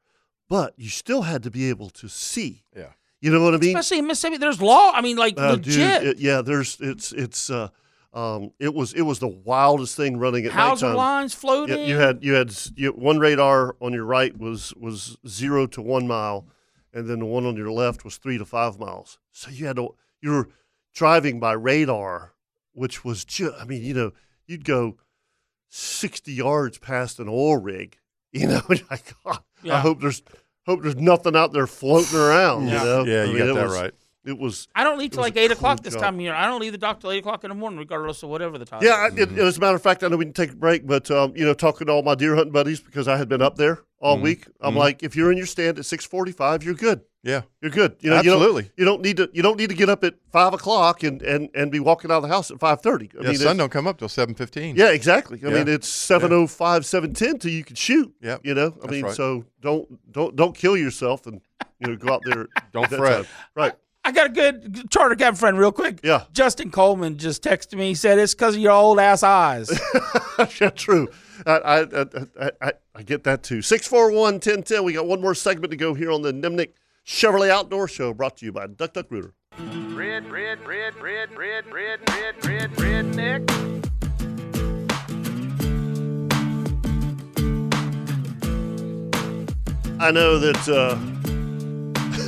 [SPEAKER 1] but you still had to be able to see.
[SPEAKER 3] Yeah.
[SPEAKER 1] You know what I mean?
[SPEAKER 4] Especially in Mississippi, there's law. I mean, like
[SPEAKER 1] Uh, dude,
[SPEAKER 4] legit.
[SPEAKER 1] it- yeah, there's it's it's uh, um, it was it was the wildest thing running at
[SPEAKER 4] Hauser
[SPEAKER 1] nighttime.
[SPEAKER 4] lines
[SPEAKER 1] Yeah,
[SPEAKER 4] floating.
[SPEAKER 1] You, had you had s- you, one radar on your right was was zero to one mile, and then the one on your left was three to five miles. So you had to you were driving by radar, which was just I mean you know you'd go sixty yards past an oil rig. You know, like God, I
[SPEAKER 4] Yeah.
[SPEAKER 1] hope there's hope there's nothing out there floating around.
[SPEAKER 4] Yeah.
[SPEAKER 1] You know?
[SPEAKER 3] Yeah,
[SPEAKER 1] I
[SPEAKER 3] you
[SPEAKER 1] mean,
[SPEAKER 3] got
[SPEAKER 1] it
[SPEAKER 3] that
[SPEAKER 1] was-
[SPEAKER 3] right.
[SPEAKER 1] It was.
[SPEAKER 4] I don't
[SPEAKER 1] it
[SPEAKER 4] leave till
[SPEAKER 1] was
[SPEAKER 4] like
[SPEAKER 1] a
[SPEAKER 4] eight o'clock
[SPEAKER 1] cool
[SPEAKER 4] this
[SPEAKER 1] job.
[SPEAKER 4] time of year. I don't leave the dock till eight o'clock in the morning, regardless of whatever the time.
[SPEAKER 1] Yeah, I,
[SPEAKER 3] Mm-hmm.
[SPEAKER 1] it, as a matter of fact, I know we can take a break, but um, you know, talking to all my deer hunting buddies because I had been up there all
[SPEAKER 3] Mhm.
[SPEAKER 1] week. I'm
[SPEAKER 3] Mhm.
[SPEAKER 1] like, if you're in your stand at 6:45, you're good.
[SPEAKER 3] Yeah.
[SPEAKER 1] You're good. You know,
[SPEAKER 3] Absolutely.
[SPEAKER 1] You don't, you don't need to. You don't need to get up at five o'clock and, and, and be walking out of the house at five thirty.
[SPEAKER 3] yeah, sun don't come up till seven fifteen.
[SPEAKER 1] Yeah, exactly. I
[SPEAKER 3] Yeah.
[SPEAKER 1] mean, it's 705, 710 till you can shoot.
[SPEAKER 3] Yep.
[SPEAKER 1] You know, I
[SPEAKER 3] That's
[SPEAKER 1] mean,
[SPEAKER 3] right.
[SPEAKER 1] so don't don't don't kill yourself and you know go out there.
[SPEAKER 3] Don't
[SPEAKER 1] that
[SPEAKER 3] fret.
[SPEAKER 1] time. Right.
[SPEAKER 4] I got a good charter cab friend, real quick.
[SPEAKER 1] Yeah.
[SPEAKER 4] Justin Coleman just texted me. He said it's because of your old ass eyes.
[SPEAKER 1] yeah, true. I, I, I, I- I, I get that too. 641 1010. We got one more segment to go here on the Nimnik Chevrolet Outdoor Show brought to you by Duck Duck Rooter.
[SPEAKER 2] Red, red, red, red, red, red, red, red, redneck.
[SPEAKER 1] I know that uh,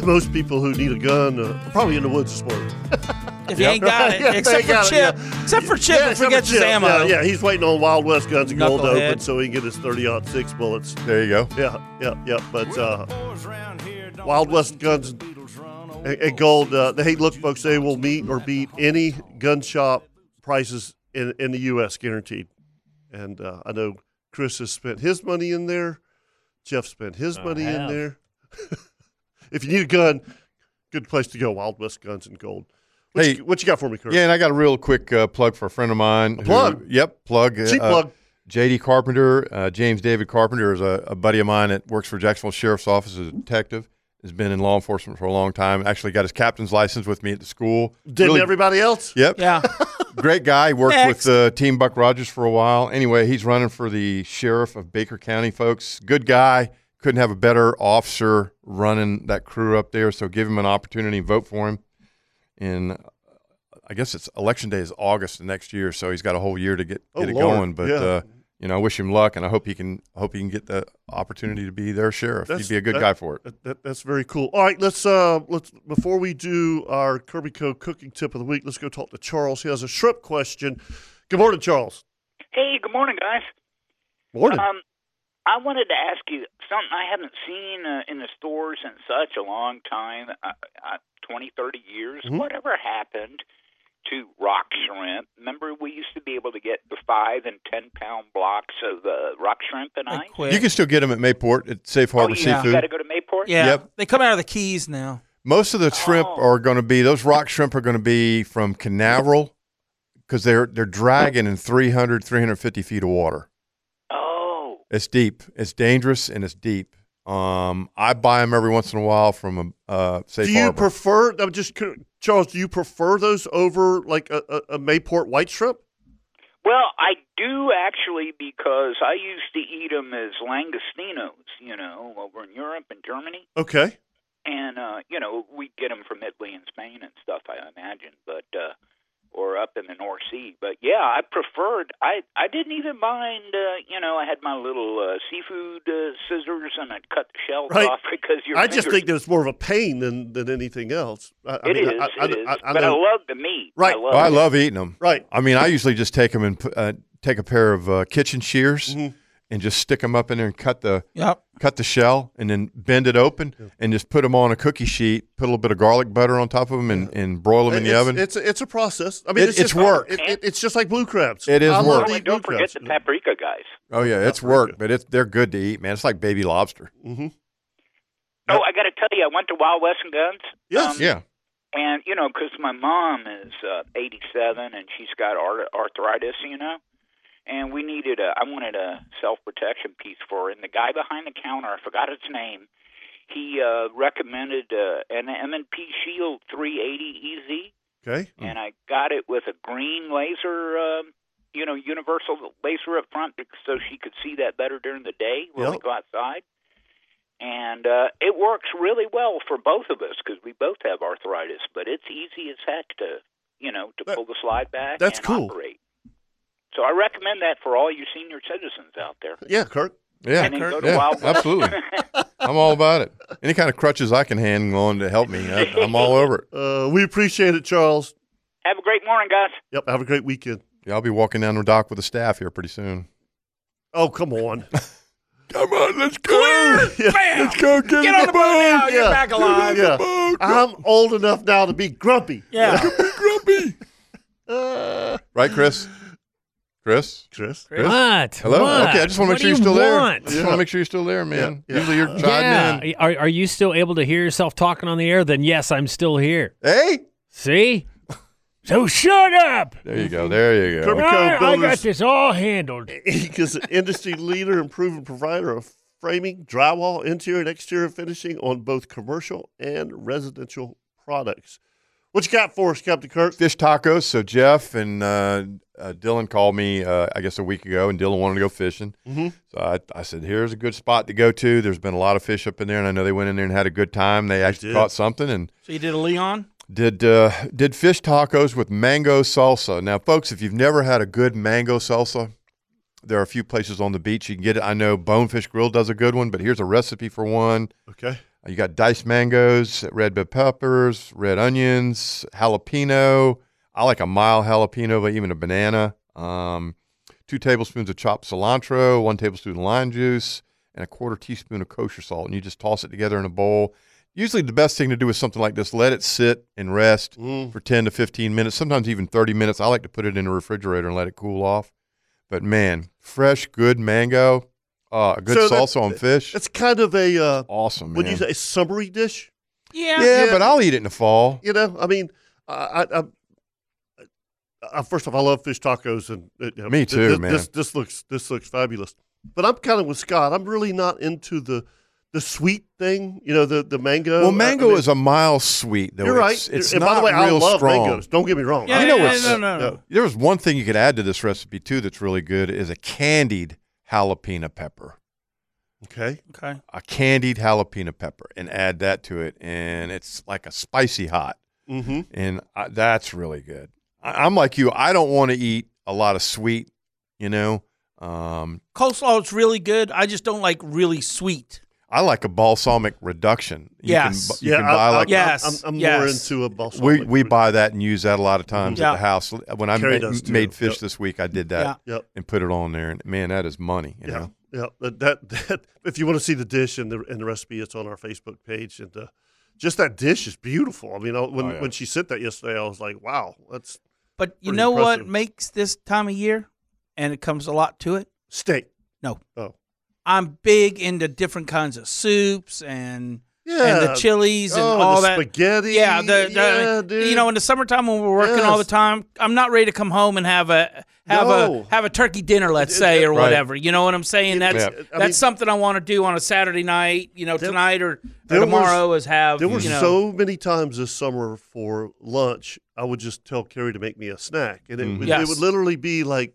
[SPEAKER 1] most people who need a gun are probably in the woods this morning.
[SPEAKER 4] If you ain't got it,
[SPEAKER 1] Yeah, they
[SPEAKER 4] except for
[SPEAKER 1] got it,
[SPEAKER 4] Chip,
[SPEAKER 1] yeah.
[SPEAKER 4] except for Chip,
[SPEAKER 1] Yeah,
[SPEAKER 4] who
[SPEAKER 1] except for
[SPEAKER 4] forgets his
[SPEAKER 1] Chip.
[SPEAKER 4] ammo.
[SPEAKER 1] Yeah, yeah, he's waiting on Wild West Guns and Gold
[SPEAKER 4] Knucklehead.
[SPEAKER 1] open so he can get his 30 six bullets.
[SPEAKER 3] There you go.
[SPEAKER 1] Yeah, yeah, yeah. But uh, Wild West Guns and, and Gold, uh, they, hey, look, folks, they will meet or beat any gun shop prices in, in the U.S., guaranteed. And uh, I know Chris has spent his money in there. Jeff spent his
[SPEAKER 5] I
[SPEAKER 1] money in
[SPEAKER 5] have.
[SPEAKER 1] there. if you need a gun, good place to go, Wild West Guns and Gold. What,
[SPEAKER 3] Hey.
[SPEAKER 1] you, what you got for me, Chris?
[SPEAKER 3] Yeah, and I got a real quick uh, plug for a friend of mine.
[SPEAKER 1] plug?
[SPEAKER 3] Yep, plug.
[SPEAKER 1] Cheap plug.
[SPEAKER 3] JD Carpenter, uh, James David Carpenter is a, a buddy of mine that works for Jacksonville Sheriff's Office as a detective. Has been in law enforcement for a long time. Actually, got his captain's license with me at the school.
[SPEAKER 1] Didn't everybody else?
[SPEAKER 3] Yep.
[SPEAKER 4] Yeah.
[SPEAKER 3] Great guy. Worked
[SPEAKER 1] Next.
[SPEAKER 3] with uh, Team Buck Rogers for a while. Anyway, he's running for the sheriff of Baker County, folks. Good guy. Couldn't have a better officer running that crew up there. So give him an opportunity. Vote for him. In, I guess it's election day is August of next year. So he's got a whole year to get,
[SPEAKER 1] Oh,
[SPEAKER 3] get it
[SPEAKER 1] Lord.
[SPEAKER 3] going. But
[SPEAKER 1] Yeah.
[SPEAKER 3] uh, you know, I wish him luck, and I hope he can I hope he can get the opportunity to be their sheriff.
[SPEAKER 1] That's-
[SPEAKER 3] He'd be a good
[SPEAKER 1] that-
[SPEAKER 3] guy for it.
[SPEAKER 1] That, that- that's very cool. All right, let's uh, let's before we do our Kirby Co cooking tip of the week, let's go talk to Charles. He has a shrimp question. Good morning, Charles.
[SPEAKER 15] Hey, good morning, guys.
[SPEAKER 1] Morning.
[SPEAKER 15] Um, I wanted to ask you something I haven't seen uh, in the stores in such a long time uh, uh, 20, 30 years.
[SPEAKER 2] Mhm.
[SPEAKER 15] Whatever happened to rock shrimp? Remember, we used to be able to get the five and ten pound blocks of uh, rock shrimp and ice?
[SPEAKER 3] You can still get them at Mayport at Safe Harbor Seafood.
[SPEAKER 15] Oh, You got to go to Mayport?
[SPEAKER 4] Yeah,
[SPEAKER 3] Yep.
[SPEAKER 4] they come out of the keys now.
[SPEAKER 3] Most of the shrimp are going to be those rock shrimp are going to be from Canaveral because they're they're dragging in 300 350 feet of water.
[SPEAKER 15] Oh,
[SPEAKER 3] it's deep. It's dangerous and it's deep. Um, I buy them every once in a while from a uh, safe
[SPEAKER 1] do you
[SPEAKER 3] harbor.
[SPEAKER 1] prefer? I'm just cur- Charles. Do you prefer those over like a, a, a Mayport white shrimp?
[SPEAKER 15] Well, I do actually because I used to eat them as langostinos, you know, over in Europe and Germany.
[SPEAKER 1] Okay.
[SPEAKER 15] and uh you know we get them from Italy and Spain and stuff I imagine but uh or up in the North Sea but yeah I preferred I I didn't even mind uh you know I had my little uh, seafood uh, scissors and I'd cut the shells
[SPEAKER 1] Right.
[SPEAKER 15] off Oh, because your
[SPEAKER 1] I just
[SPEAKER 15] fingers-
[SPEAKER 1] think that it's more of a pain than, than anything else. I, I
[SPEAKER 15] It
[SPEAKER 1] mean,
[SPEAKER 15] is,
[SPEAKER 1] I, I,
[SPEAKER 15] it is,
[SPEAKER 1] I, I
[SPEAKER 15] but I
[SPEAKER 1] know-
[SPEAKER 15] love the meat
[SPEAKER 1] Right.
[SPEAKER 15] I
[SPEAKER 3] Oh,
[SPEAKER 15] love
[SPEAKER 3] I
[SPEAKER 15] it.
[SPEAKER 3] love eating them.
[SPEAKER 1] Right.
[SPEAKER 3] I mean, I usually just take them and pu- uh, take a pair of uh, kitchen shears
[SPEAKER 1] Mm-hmm.
[SPEAKER 3] and just stick them up in there and cut the
[SPEAKER 4] Yep.
[SPEAKER 3] cut the shell and then bend it open and just put them on a cookie sheet. Put a little bit of garlic butter on top of them and, and broil them in the
[SPEAKER 1] it's,
[SPEAKER 3] oven.
[SPEAKER 1] It's it's a process. I mean,
[SPEAKER 3] It-
[SPEAKER 1] it's,
[SPEAKER 3] it's
[SPEAKER 1] just-
[SPEAKER 3] work.
[SPEAKER 1] It, it- it's just like blue crabs.
[SPEAKER 3] It is
[SPEAKER 1] I
[SPEAKER 3] work.
[SPEAKER 1] love to
[SPEAKER 15] Oh,
[SPEAKER 1] eat
[SPEAKER 15] and don't
[SPEAKER 1] blue
[SPEAKER 15] forget
[SPEAKER 1] crabs.
[SPEAKER 15] the paprika guys
[SPEAKER 3] oh yeah, it's work, but it's they're good to eat, man. It's like baby lobster.
[SPEAKER 1] Mm-hmm.
[SPEAKER 15] oh I got to tell you I went to Wild West and Guns Um,
[SPEAKER 1] Yes.
[SPEAKER 3] yeah.
[SPEAKER 15] and you know, 'cause my mom is uh, 87 and she's got ar- arthritis, you know, and we needed a I wanted a self protection piece for her, and the guy behind the counter, I forgot his name, he uh, recommended uh, an M and P Shield E 380 EZ,
[SPEAKER 1] Okay.
[SPEAKER 15] and I got it with a green laser, um, you know, universal laser up front, bec- so she could see that better during the day when we
[SPEAKER 1] Yep.
[SPEAKER 15] go outside. And uh, it works really well for both of us because we both have arthritis. But it's easy as heck to, you know, to pull the slide back
[SPEAKER 1] that's
[SPEAKER 15] and
[SPEAKER 1] cool.
[SPEAKER 15] operate. So I recommend that for all you senior citizens out there.
[SPEAKER 1] Yeah, Kirk.
[SPEAKER 3] Yeah,
[SPEAKER 15] And then go to
[SPEAKER 3] yeah,
[SPEAKER 15] Wild West.
[SPEAKER 3] absolutely. I'm all about it. Any kind of crutches I can hand on to help me, I, I'm all over it.
[SPEAKER 1] Uh, we appreciate it, Charles.
[SPEAKER 15] Have a great morning, guys.
[SPEAKER 1] Yep. Have a great weekend.
[SPEAKER 3] Yeah, I'll be walking down the dock with the staff here pretty soon.
[SPEAKER 1] Oh, come on.
[SPEAKER 3] come on, let's go.
[SPEAKER 1] Let's go
[SPEAKER 2] Get in on the the boat boat. now, get back alive. Get in the
[SPEAKER 1] Yeah. I'm old enough now to be grumpy. Uh,
[SPEAKER 4] Yeah.
[SPEAKER 3] Right, Chris? Chris?
[SPEAKER 1] Chris?
[SPEAKER 5] What?
[SPEAKER 3] Hello?
[SPEAKER 5] What?
[SPEAKER 3] Okay, I just want to
[SPEAKER 5] What
[SPEAKER 3] make sure
[SPEAKER 5] do you
[SPEAKER 3] you're still
[SPEAKER 5] want?
[SPEAKER 3] there. I just want to make sure you're still there, man. Usually you're chiming
[SPEAKER 5] yeah.
[SPEAKER 3] in.
[SPEAKER 5] Are, are you still able to hear yourself talking on the air? Then yes, I'm still here.
[SPEAKER 3] Hey.
[SPEAKER 5] See? So shut up.
[SPEAKER 3] There you go. There you go.
[SPEAKER 1] Kirby
[SPEAKER 5] I,
[SPEAKER 1] Co.
[SPEAKER 5] I got
[SPEAKER 1] Builders.
[SPEAKER 5] this all handled.
[SPEAKER 1] Inc. is an industry leader and proven provider of framing, drywall, interior, and exterior finishing on both commercial and residential products. What you got for us, Captain Kirk?
[SPEAKER 3] Fish tacos. So Jeff and uh, uh, Dylan called me, uh, I guess, a week ago, and Dylan wanted to go fishing.
[SPEAKER 1] Mhm.
[SPEAKER 3] So I, I said, "Here's a good spot to go to." There's been a lot of fish up in there, and I know they went in there and had a good time. They actually
[SPEAKER 4] did.
[SPEAKER 3] caught something, and
[SPEAKER 4] So you did a Leon?
[SPEAKER 3] did uh, did fish tacos with mango salsa. Now, folks, if you've never had a good mango salsa, there are a few places on the beach you can get it. I know Bonefish Grill does a good one, but here's a recipe for one.
[SPEAKER 1] Okay.
[SPEAKER 3] You got diced mangoes, red bell peppers, red onions, jalapeno. I like a mild jalapeno, but even a banana. Um, two tablespoons of chopped cilantro, one tablespoon of lime juice, and a quarter teaspoon of kosher salt. And you just toss it together in a bowl. Usually, the best thing to do with something like this, let it sit and rest
[SPEAKER 1] Mm.
[SPEAKER 3] for 10 to 15 minutes, sometimes even 30 minutes. I like to put it in the refrigerator and let it cool off. But man, fresh, good mango, uh, a good
[SPEAKER 1] So that-
[SPEAKER 3] salsa on fish.
[SPEAKER 1] It's kind of a uh,
[SPEAKER 3] awesome.
[SPEAKER 1] Would you
[SPEAKER 3] man.
[SPEAKER 1] say a summery dish?
[SPEAKER 4] Yeah.
[SPEAKER 3] Yeah, but I'll eat it in the fall.
[SPEAKER 1] You know, I mean, I, I, I, I first off, I love fish tacos, and uh, you know,
[SPEAKER 3] Me
[SPEAKER 1] th-
[SPEAKER 3] too,
[SPEAKER 1] th-
[SPEAKER 3] man.
[SPEAKER 1] This, this looks this looks fabulous. But I'm kind of with Scott. I'm really not into the the sweet thing. You know, the the mango.
[SPEAKER 3] Well,
[SPEAKER 1] Uh, I- I
[SPEAKER 3] mango
[SPEAKER 1] mean-
[SPEAKER 3] is a mild sweet, though.
[SPEAKER 1] You're right.
[SPEAKER 3] It's, it's
[SPEAKER 1] And
[SPEAKER 3] not
[SPEAKER 1] by the way, I
[SPEAKER 3] real
[SPEAKER 1] love
[SPEAKER 3] strong.
[SPEAKER 1] mangoes. Don't get me wrong.
[SPEAKER 4] Yeah,
[SPEAKER 1] I-
[SPEAKER 4] You know yeah, what's-
[SPEAKER 1] no,
[SPEAKER 4] no, no, no.
[SPEAKER 3] There was one thing you could add to this recipe too that's really good is a candied jalapeno pepper,
[SPEAKER 1] Okay.
[SPEAKER 4] Okay.
[SPEAKER 3] a candied jalapeno pepper, and add that to it, and it's like a spicy hot,
[SPEAKER 1] Mhm.
[SPEAKER 3] and I, that's really good. I, I'm like you. I don't want to eat a lot of sweet, you know. Um,
[SPEAKER 4] Coleslaw is really good. I just don't like really sweet.
[SPEAKER 3] I like a balsamic reduction. You
[SPEAKER 4] Yes.
[SPEAKER 3] Can, bu- you
[SPEAKER 4] Yeah,
[SPEAKER 3] can
[SPEAKER 4] I-
[SPEAKER 3] buy
[SPEAKER 4] I-
[SPEAKER 3] like
[SPEAKER 4] Yes,
[SPEAKER 1] I'm, I'm more
[SPEAKER 4] yes.
[SPEAKER 1] into a balsamic.
[SPEAKER 3] we we buy that and use that a lot of times at
[SPEAKER 1] Yeah.
[SPEAKER 3] the house. When I
[SPEAKER 1] Carrie
[SPEAKER 3] ma-
[SPEAKER 1] does too.
[SPEAKER 3] made fish
[SPEAKER 1] Yep.
[SPEAKER 3] this week, I did that
[SPEAKER 1] Yeah. Yep.
[SPEAKER 3] and put it on there, and man, that is money. You
[SPEAKER 1] Yeah.
[SPEAKER 3] know,
[SPEAKER 1] Yeah, that, that that if you want to see the dish and the and the recipe, it's on our Facebook page. And uh, just that dish is beautiful. I mean, I, when
[SPEAKER 4] Oh, yeah.
[SPEAKER 1] when she sent that yesterday, I was like, wow, that's.
[SPEAKER 4] But you
[SPEAKER 1] pretty
[SPEAKER 4] know
[SPEAKER 1] impressive.
[SPEAKER 4] what makes this time of year, and it comes a lot to it.
[SPEAKER 1] Steak.
[SPEAKER 4] No.
[SPEAKER 1] Oh.
[SPEAKER 4] I'm big into different kinds of soups and and
[SPEAKER 1] Yeah.
[SPEAKER 4] the chilies and
[SPEAKER 1] Oh, and
[SPEAKER 4] all
[SPEAKER 1] the
[SPEAKER 4] that
[SPEAKER 1] spaghetti.
[SPEAKER 4] Yeah, the,
[SPEAKER 1] Yeah,
[SPEAKER 4] the you know in the summertime when we're working all the
[SPEAKER 1] Yes.
[SPEAKER 4] time, I'm not ready to come home and have a have
[SPEAKER 1] No.
[SPEAKER 4] a have a turkey dinner, let's say, or
[SPEAKER 1] Right.
[SPEAKER 4] whatever. You know what I'm saying? That's
[SPEAKER 1] Yeah.
[SPEAKER 4] that's
[SPEAKER 1] I mean-
[SPEAKER 4] something I want to do on a Saturday night. You know, tonight or, or
[SPEAKER 1] was-
[SPEAKER 4] tomorrow is have.
[SPEAKER 1] There were
[SPEAKER 4] you know,
[SPEAKER 1] so many times this summer for lunch, I would just tell Carrie to make me a snack, and it,
[SPEAKER 4] Mhm.
[SPEAKER 3] Mm-hmm.
[SPEAKER 1] would, it
[SPEAKER 4] Yes.
[SPEAKER 1] would literally be like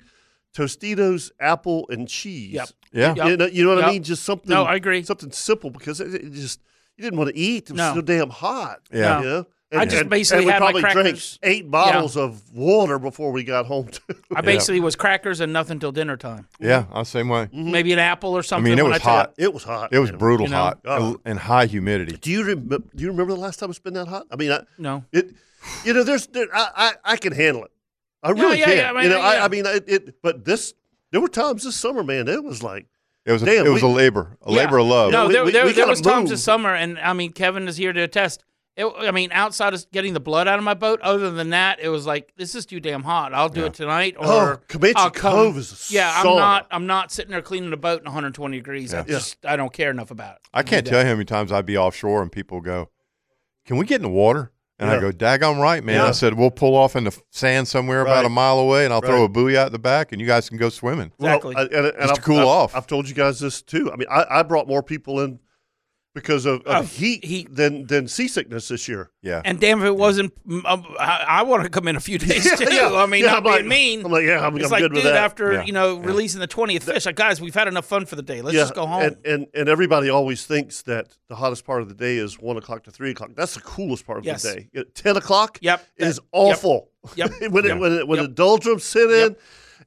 [SPEAKER 1] Tostitos, apple, and cheese.
[SPEAKER 4] Yep.
[SPEAKER 3] Yeah.
[SPEAKER 1] You know, you know what
[SPEAKER 4] Yep.
[SPEAKER 1] I mean? Just something.
[SPEAKER 4] No, I
[SPEAKER 1] agree. Something simple because it, it just you didn't want to eat. It was
[SPEAKER 4] No.
[SPEAKER 1] so damn hot.
[SPEAKER 4] Yeah.
[SPEAKER 1] You know?
[SPEAKER 4] I just basically
[SPEAKER 1] we
[SPEAKER 4] had my
[SPEAKER 1] probably drank
[SPEAKER 4] crackers.
[SPEAKER 1] eight
[SPEAKER 4] Yeah.
[SPEAKER 1] bottles of water before we got home. Too.
[SPEAKER 4] I basically was crackers and nothing till dinner time.
[SPEAKER 3] Yeah, I'm the same way.
[SPEAKER 1] Mm.
[SPEAKER 4] Maybe an apple or
[SPEAKER 3] I
[SPEAKER 4] something.
[SPEAKER 3] mean, it
[SPEAKER 4] when
[SPEAKER 3] was
[SPEAKER 4] tell
[SPEAKER 3] hot.
[SPEAKER 4] you-
[SPEAKER 3] It was brutal
[SPEAKER 4] You know?
[SPEAKER 3] hot and- and high humidity.
[SPEAKER 1] Do you remember? Do you remember the last time it's been that hot? I mean, I,
[SPEAKER 4] no.
[SPEAKER 1] It, you know, there's, there, I, I, I can handle it. I
[SPEAKER 4] No,
[SPEAKER 1] really
[SPEAKER 4] yeah,
[SPEAKER 1] can.
[SPEAKER 4] yeah, I mean,
[SPEAKER 1] you know,
[SPEAKER 4] yeah.
[SPEAKER 1] I, I mean, it, it. But this, there were times this summer, man. It was like,
[SPEAKER 3] It was a-
[SPEAKER 1] damn,
[SPEAKER 3] it was
[SPEAKER 1] we-
[SPEAKER 3] a labor, a labor of love.
[SPEAKER 4] No,
[SPEAKER 1] Oh, we-
[SPEAKER 4] there,
[SPEAKER 1] we-
[SPEAKER 4] there,
[SPEAKER 1] we
[SPEAKER 4] there
[SPEAKER 1] gotta
[SPEAKER 4] was times
[SPEAKER 1] move.
[SPEAKER 4] this summer, and I mean, Kevin is here to attest. It, I mean, outside of getting the blood out of my boat, other than that, it was like this is too damn hot. I'll do it tonight, or
[SPEAKER 1] Oh, Comanche
[SPEAKER 4] I'll come-
[SPEAKER 1] Cove is a
[SPEAKER 4] yeah. I'm
[SPEAKER 1] sauna.
[SPEAKER 4] not. I'm not sitting there cleaning the boat in 120 degrees. I
[SPEAKER 3] Yeah. Yeah.
[SPEAKER 4] just I don't care enough about it.
[SPEAKER 3] I can't
[SPEAKER 4] Do
[SPEAKER 3] tell you
[SPEAKER 4] that.
[SPEAKER 3] how many times I'd be offshore and people go, "Can we get in the water?" And I
[SPEAKER 4] Yeah.
[SPEAKER 3] go, "Daggone right, man!" I
[SPEAKER 4] Yeah.
[SPEAKER 3] said, "We'll pull off in the f- sand somewhere about a
[SPEAKER 1] Right.
[SPEAKER 3] mile away, and I'll throw
[SPEAKER 1] Right.
[SPEAKER 3] a buoy out the back, and you guys can go swimming."
[SPEAKER 1] Well, I- and, and
[SPEAKER 3] Just to
[SPEAKER 1] I've,
[SPEAKER 3] cool
[SPEAKER 1] I've-
[SPEAKER 3] off.
[SPEAKER 1] I've told you guys this too. I mean, I, I brought more people in because of, of
[SPEAKER 4] Of
[SPEAKER 1] heat, than than seasickness this year.
[SPEAKER 3] Yeah.
[SPEAKER 4] Oh, And damn if it wasn't, um, I, I want to come in a few days
[SPEAKER 1] Yeah,
[SPEAKER 4] too.
[SPEAKER 1] yeah.
[SPEAKER 4] I mean,
[SPEAKER 1] Yeah,
[SPEAKER 4] not
[SPEAKER 1] I'm
[SPEAKER 4] being
[SPEAKER 1] like-
[SPEAKER 4] mean.
[SPEAKER 1] I'm like, yeah, I'm-
[SPEAKER 4] it's
[SPEAKER 1] I'm
[SPEAKER 4] like,
[SPEAKER 1] good
[SPEAKER 4] dude,
[SPEAKER 1] with that.
[SPEAKER 4] after
[SPEAKER 1] Yeah.
[SPEAKER 4] you know
[SPEAKER 1] Yeah.
[SPEAKER 4] releasing the 20th fish, like guys, we've had enough fun for the day. Let's
[SPEAKER 1] Yeah,
[SPEAKER 4] just go home.
[SPEAKER 1] And, and and everybody always thinks that the hottest part of the day is one o'clock to three o'clock. That's the coolest part of
[SPEAKER 4] Yes.
[SPEAKER 1] the day. You know, Ten o'clock.
[SPEAKER 4] Yep.
[SPEAKER 1] Is awful.
[SPEAKER 4] Yep.
[SPEAKER 1] when it, when it, when the doldrums sit in,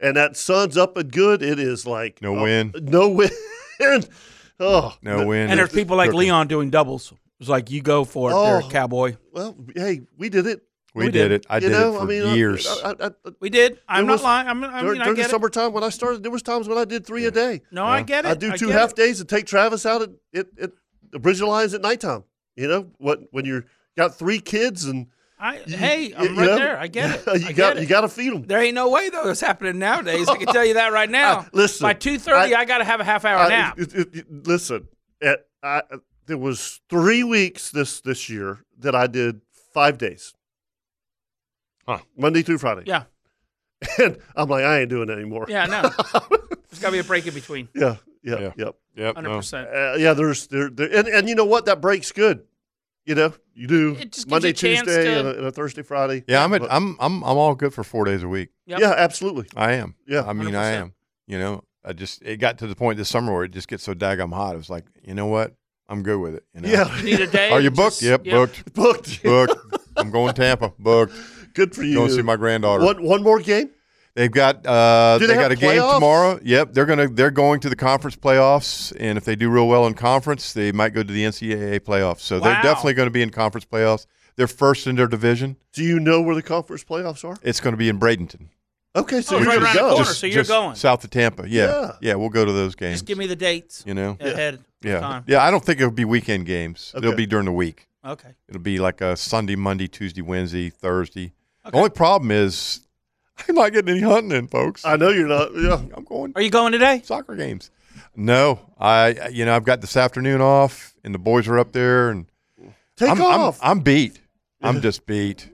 [SPEAKER 1] and that sun's up and good, it is like
[SPEAKER 3] No
[SPEAKER 1] uh,
[SPEAKER 3] wind.
[SPEAKER 1] No wind. oh.
[SPEAKER 3] No wind.
[SPEAKER 4] And there's people like
[SPEAKER 3] Cooking.
[SPEAKER 4] Leon doing doubles. It's like you go for it, there,
[SPEAKER 1] Oh.
[SPEAKER 4] cowboy.
[SPEAKER 1] Well, hey, we did it.
[SPEAKER 3] We did it. I
[SPEAKER 1] You
[SPEAKER 3] did
[SPEAKER 1] know,
[SPEAKER 3] it
[SPEAKER 1] I
[SPEAKER 3] for
[SPEAKER 1] mean, I-
[SPEAKER 3] years.
[SPEAKER 1] I- I- I-
[SPEAKER 4] We did. I'm
[SPEAKER 1] There
[SPEAKER 4] not
[SPEAKER 1] was-
[SPEAKER 4] lying. I'm, I
[SPEAKER 1] during,
[SPEAKER 4] mean, I
[SPEAKER 1] during
[SPEAKER 4] get
[SPEAKER 1] the
[SPEAKER 4] it.
[SPEAKER 1] summertime when I started, there was times when I did three a day.
[SPEAKER 4] No, I Yeah. get it.
[SPEAKER 1] I do
[SPEAKER 4] I
[SPEAKER 1] two
[SPEAKER 4] get
[SPEAKER 1] half
[SPEAKER 4] it.
[SPEAKER 1] days and take Travis out at, at, at the Bridge Alliance at nighttime. You know what? When you're got three kids and
[SPEAKER 4] I,
[SPEAKER 1] you-
[SPEAKER 4] hey, I'm
[SPEAKER 1] you
[SPEAKER 4] right
[SPEAKER 1] know,
[SPEAKER 4] there. I get it.
[SPEAKER 1] you
[SPEAKER 4] I get
[SPEAKER 1] got
[SPEAKER 4] it.
[SPEAKER 1] you got to feed them.
[SPEAKER 4] There ain't no way though it's happening nowadays. I can tell you that right now.
[SPEAKER 1] listen,
[SPEAKER 4] by two thirty,
[SPEAKER 1] I-
[SPEAKER 4] I, got to have a half hour
[SPEAKER 1] I-
[SPEAKER 4] nap.
[SPEAKER 1] Uh, it- it- it- listen, at, I, there was three weeks this this year that I did five days, Monday through Friday.
[SPEAKER 4] Yeah.
[SPEAKER 1] and I'm like, I ain't doing that anymore.
[SPEAKER 4] Yeah, no. There's got to be a break in between.
[SPEAKER 1] Yeah, yeah, yep,
[SPEAKER 3] yep,
[SPEAKER 4] no. 100%.
[SPEAKER 1] Uh, yeah, there's there, there and, and you know what? That break's good. You know, you do
[SPEAKER 4] gives
[SPEAKER 1] Monday,
[SPEAKER 4] you a chance
[SPEAKER 1] Tuesday, uh, and,
[SPEAKER 4] to-
[SPEAKER 1] a, and a Thursday, Friday.
[SPEAKER 3] Yeah, I'm, a,
[SPEAKER 1] But-
[SPEAKER 3] I'm I'm I'm all good for four days a week.
[SPEAKER 1] Yep. Yeah, absolutely.
[SPEAKER 3] I am.
[SPEAKER 1] Yeah,
[SPEAKER 3] I mean, I
[SPEAKER 1] 100%.
[SPEAKER 3] am. You know, I just it got to the point this summer where it just gets so daggum hot. It was like, you know what? I'm good with it. You know?
[SPEAKER 1] Yeah. Need a day
[SPEAKER 3] Are you
[SPEAKER 1] and
[SPEAKER 3] booked?
[SPEAKER 1] just-
[SPEAKER 3] yep,
[SPEAKER 1] yeah.
[SPEAKER 3] booked,
[SPEAKER 1] Booked.
[SPEAKER 3] booked. I'm going to Tampa. Booked.
[SPEAKER 1] Good for you.
[SPEAKER 3] Going to see my granddaughter.
[SPEAKER 1] One one more game.
[SPEAKER 3] They've got uh,
[SPEAKER 1] Do
[SPEAKER 3] they,
[SPEAKER 1] they
[SPEAKER 3] got
[SPEAKER 1] have
[SPEAKER 3] a game
[SPEAKER 1] playoffs?
[SPEAKER 3] tomorrow. Yep, they're gonna they're going to the conference playoffs, and if they do real well in conference, they might go to the NCAA playoffs. So they're
[SPEAKER 1] Wow.
[SPEAKER 3] definitely going to be in conference playoffs. They're first in their division.
[SPEAKER 1] Do you know where the conference playoffs are?
[SPEAKER 3] It's going to be in Bradenton.
[SPEAKER 1] Okay, so
[SPEAKER 4] Oh,
[SPEAKER 1] you
[SPEAKER 4] right
[SPEAKER 1] should
[SPEAKER 4] around the
[SPEAKER 1] go.
[SPEAKER 4] corner, so you're going.
[SPEAKER 3] south of Tampa. Yeah, yeah,
[SPEAKER 4] Yeah.
[SPEAKER 3] we'll go to those games.
[SPEAKER 4] Just give me the dates.
[SPEAKER 3] you know
[SPEAKER 4] ahead.
[SPEAKER 3] Yeah,
[SPEAKER 4] Of time.
[SPEAKER 3] yeah. I don't think it'll be weekend games. It'll
[SPEAKER 4] Okay.
[SPEAKER 3] be during the week.
[SPEAKER 4] Okay.
[SPEAKER 3] It'll be like a Sunday, Monday, Tuesday, Wednesday, Thursday. The only problem is I'm not getting any hunting in, folks.
[SPEAKER 1] I know you're not. Yeah,
[SPEAKER 3] I'm going.
[SPEAKER 4] Are you going today?
[SPEAKER 3] Soccer games. No, I you know I've got this afternoon off, and the boys are up there, and
[SPEAKER 1] Take
[SPEAKER 3] I'm,
[SPEAKER 1] off.
[SPEAKER 3] I'm, I'm beat. I'm just beat.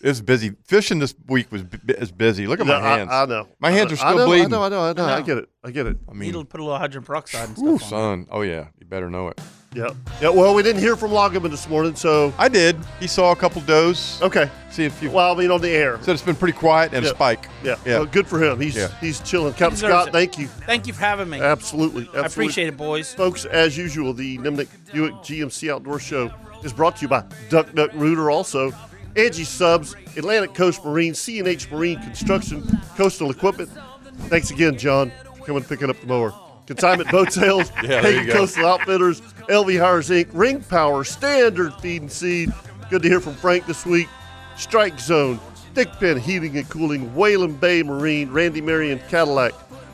[SPEAKER 3] It's busy. Fishing this week was bu- is busy. Look at
[SPEAKER 1] No,
[SPEAKER 3] my
[SPEAKER 1] I-
[SPEAKER 3] hands.
[SPEAKER 1] I know.
[SPEAKER 3] My
[SPEAKER 1] I
[SPEAKER 3] hands are
[SPEAKER 1] know. I
[SPEAKER 3] still
[SPEAKER 1] know, I
[SPEAKER 3] bleeding.
[SPEAKER 1] know, I know, I know. I get it. I get it.
[SPEAKER 3] I mean,
[SPEAKER 4] Needle put a little hydrogen peroxide and
[SPEAKER 3] Ooh,
[SPEAKER 4] stuff on.
[SPEAKER 3] son. Oh yeah, you better know it.
[SPEAKER 1] Yeah. Yeah. Well, we didn't hear from Loggeman this morning, so
[SPEAKER 3] I did. He saw a couple does.
[SPEAKER 1] Okay.
[SPEAKER 3] See if you.
[SPEAKER 1] Well, I mean, on the air.
[SPEAKER 3] Said it's been pretty quiet and a
[SPEAKER 1] Yeah.
[SPEAKER 3] spike.
[SPEAKER 1] Yeah.
[SPEAKER 3] Yeah.
[SPEAKER 1] Well, good for him. He's
[SPEAKER 3] Yeah.
[SPEAKER 1] he's chilling. Captain
[SPEAKER 4] deserves
[SPEAKER 1] Scott,
[SPEAKER 4] it.
[SPEAKER 1] thank you.
[SPEAKER 4] Thank you for having me.
[SPEAKER 1] Absolutely, absolutely.
[SPEAKER 4] I appreciate it, boys.
[SPEAKER 1] Folks, as usual, the Nimnik Buick GMC Outdoor Show is brought to you by Duck Duck Rooter, also Angie Subs, Atlantic Coast Marine, CNH Marine Construction, Coastal Equipment. Thanks again, John, for coming and picking up the mower. Consignment Boat Sales,
[SPEAKER 3] Yeah, there you
[SPEAKER 1] Hagen
[SPEAKER 3] go.
[SPEAKER 1] Coastal Outfitters, LV Hires Inc., Ring Power, Standard Feed and Seed. Good to hear from Frank this week. Strike Zone, Thick Pen Heating and Cooling, Whalen Bay Marine, Randy Marion Cadillac,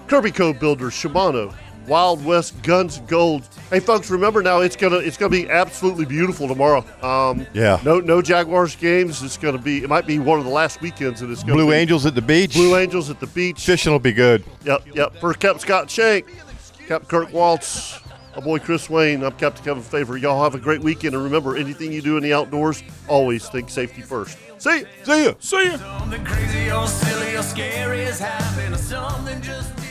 [SPEAKER 1] Kirby Co. Builders, Shimano, Wild West Guns Gold. Hey, folks, remember now it's gonna it's gonna be absolutely beautiful tomorrow. Um,
[SPEAKER 3] Yeah.
[SPEAKER 1] No no Jaguars games. It's gonna be it might be one of the last weekends and it's gonna
[SPEAKER 3] Blue
[SPEAKER 1] be-
[SPEAKER 3] Angels at the beach.
[SPEAKER 1] Blue Angels at the beach.
[SPEAKER 3] Fishing will be good.
[SPEAKER 1] Yep, yep. For Captain Scott Shank, Captain Kirk Waltz, my boy Chris Wayne, I'm Captain Kevin Favor. Y'all have a great weekend, and remember, anything you do in the outdoors, always think safety first. See ya. See ya. See ya.
[SPEAKER 2] Something crazy or silly or scary has happened, or something just.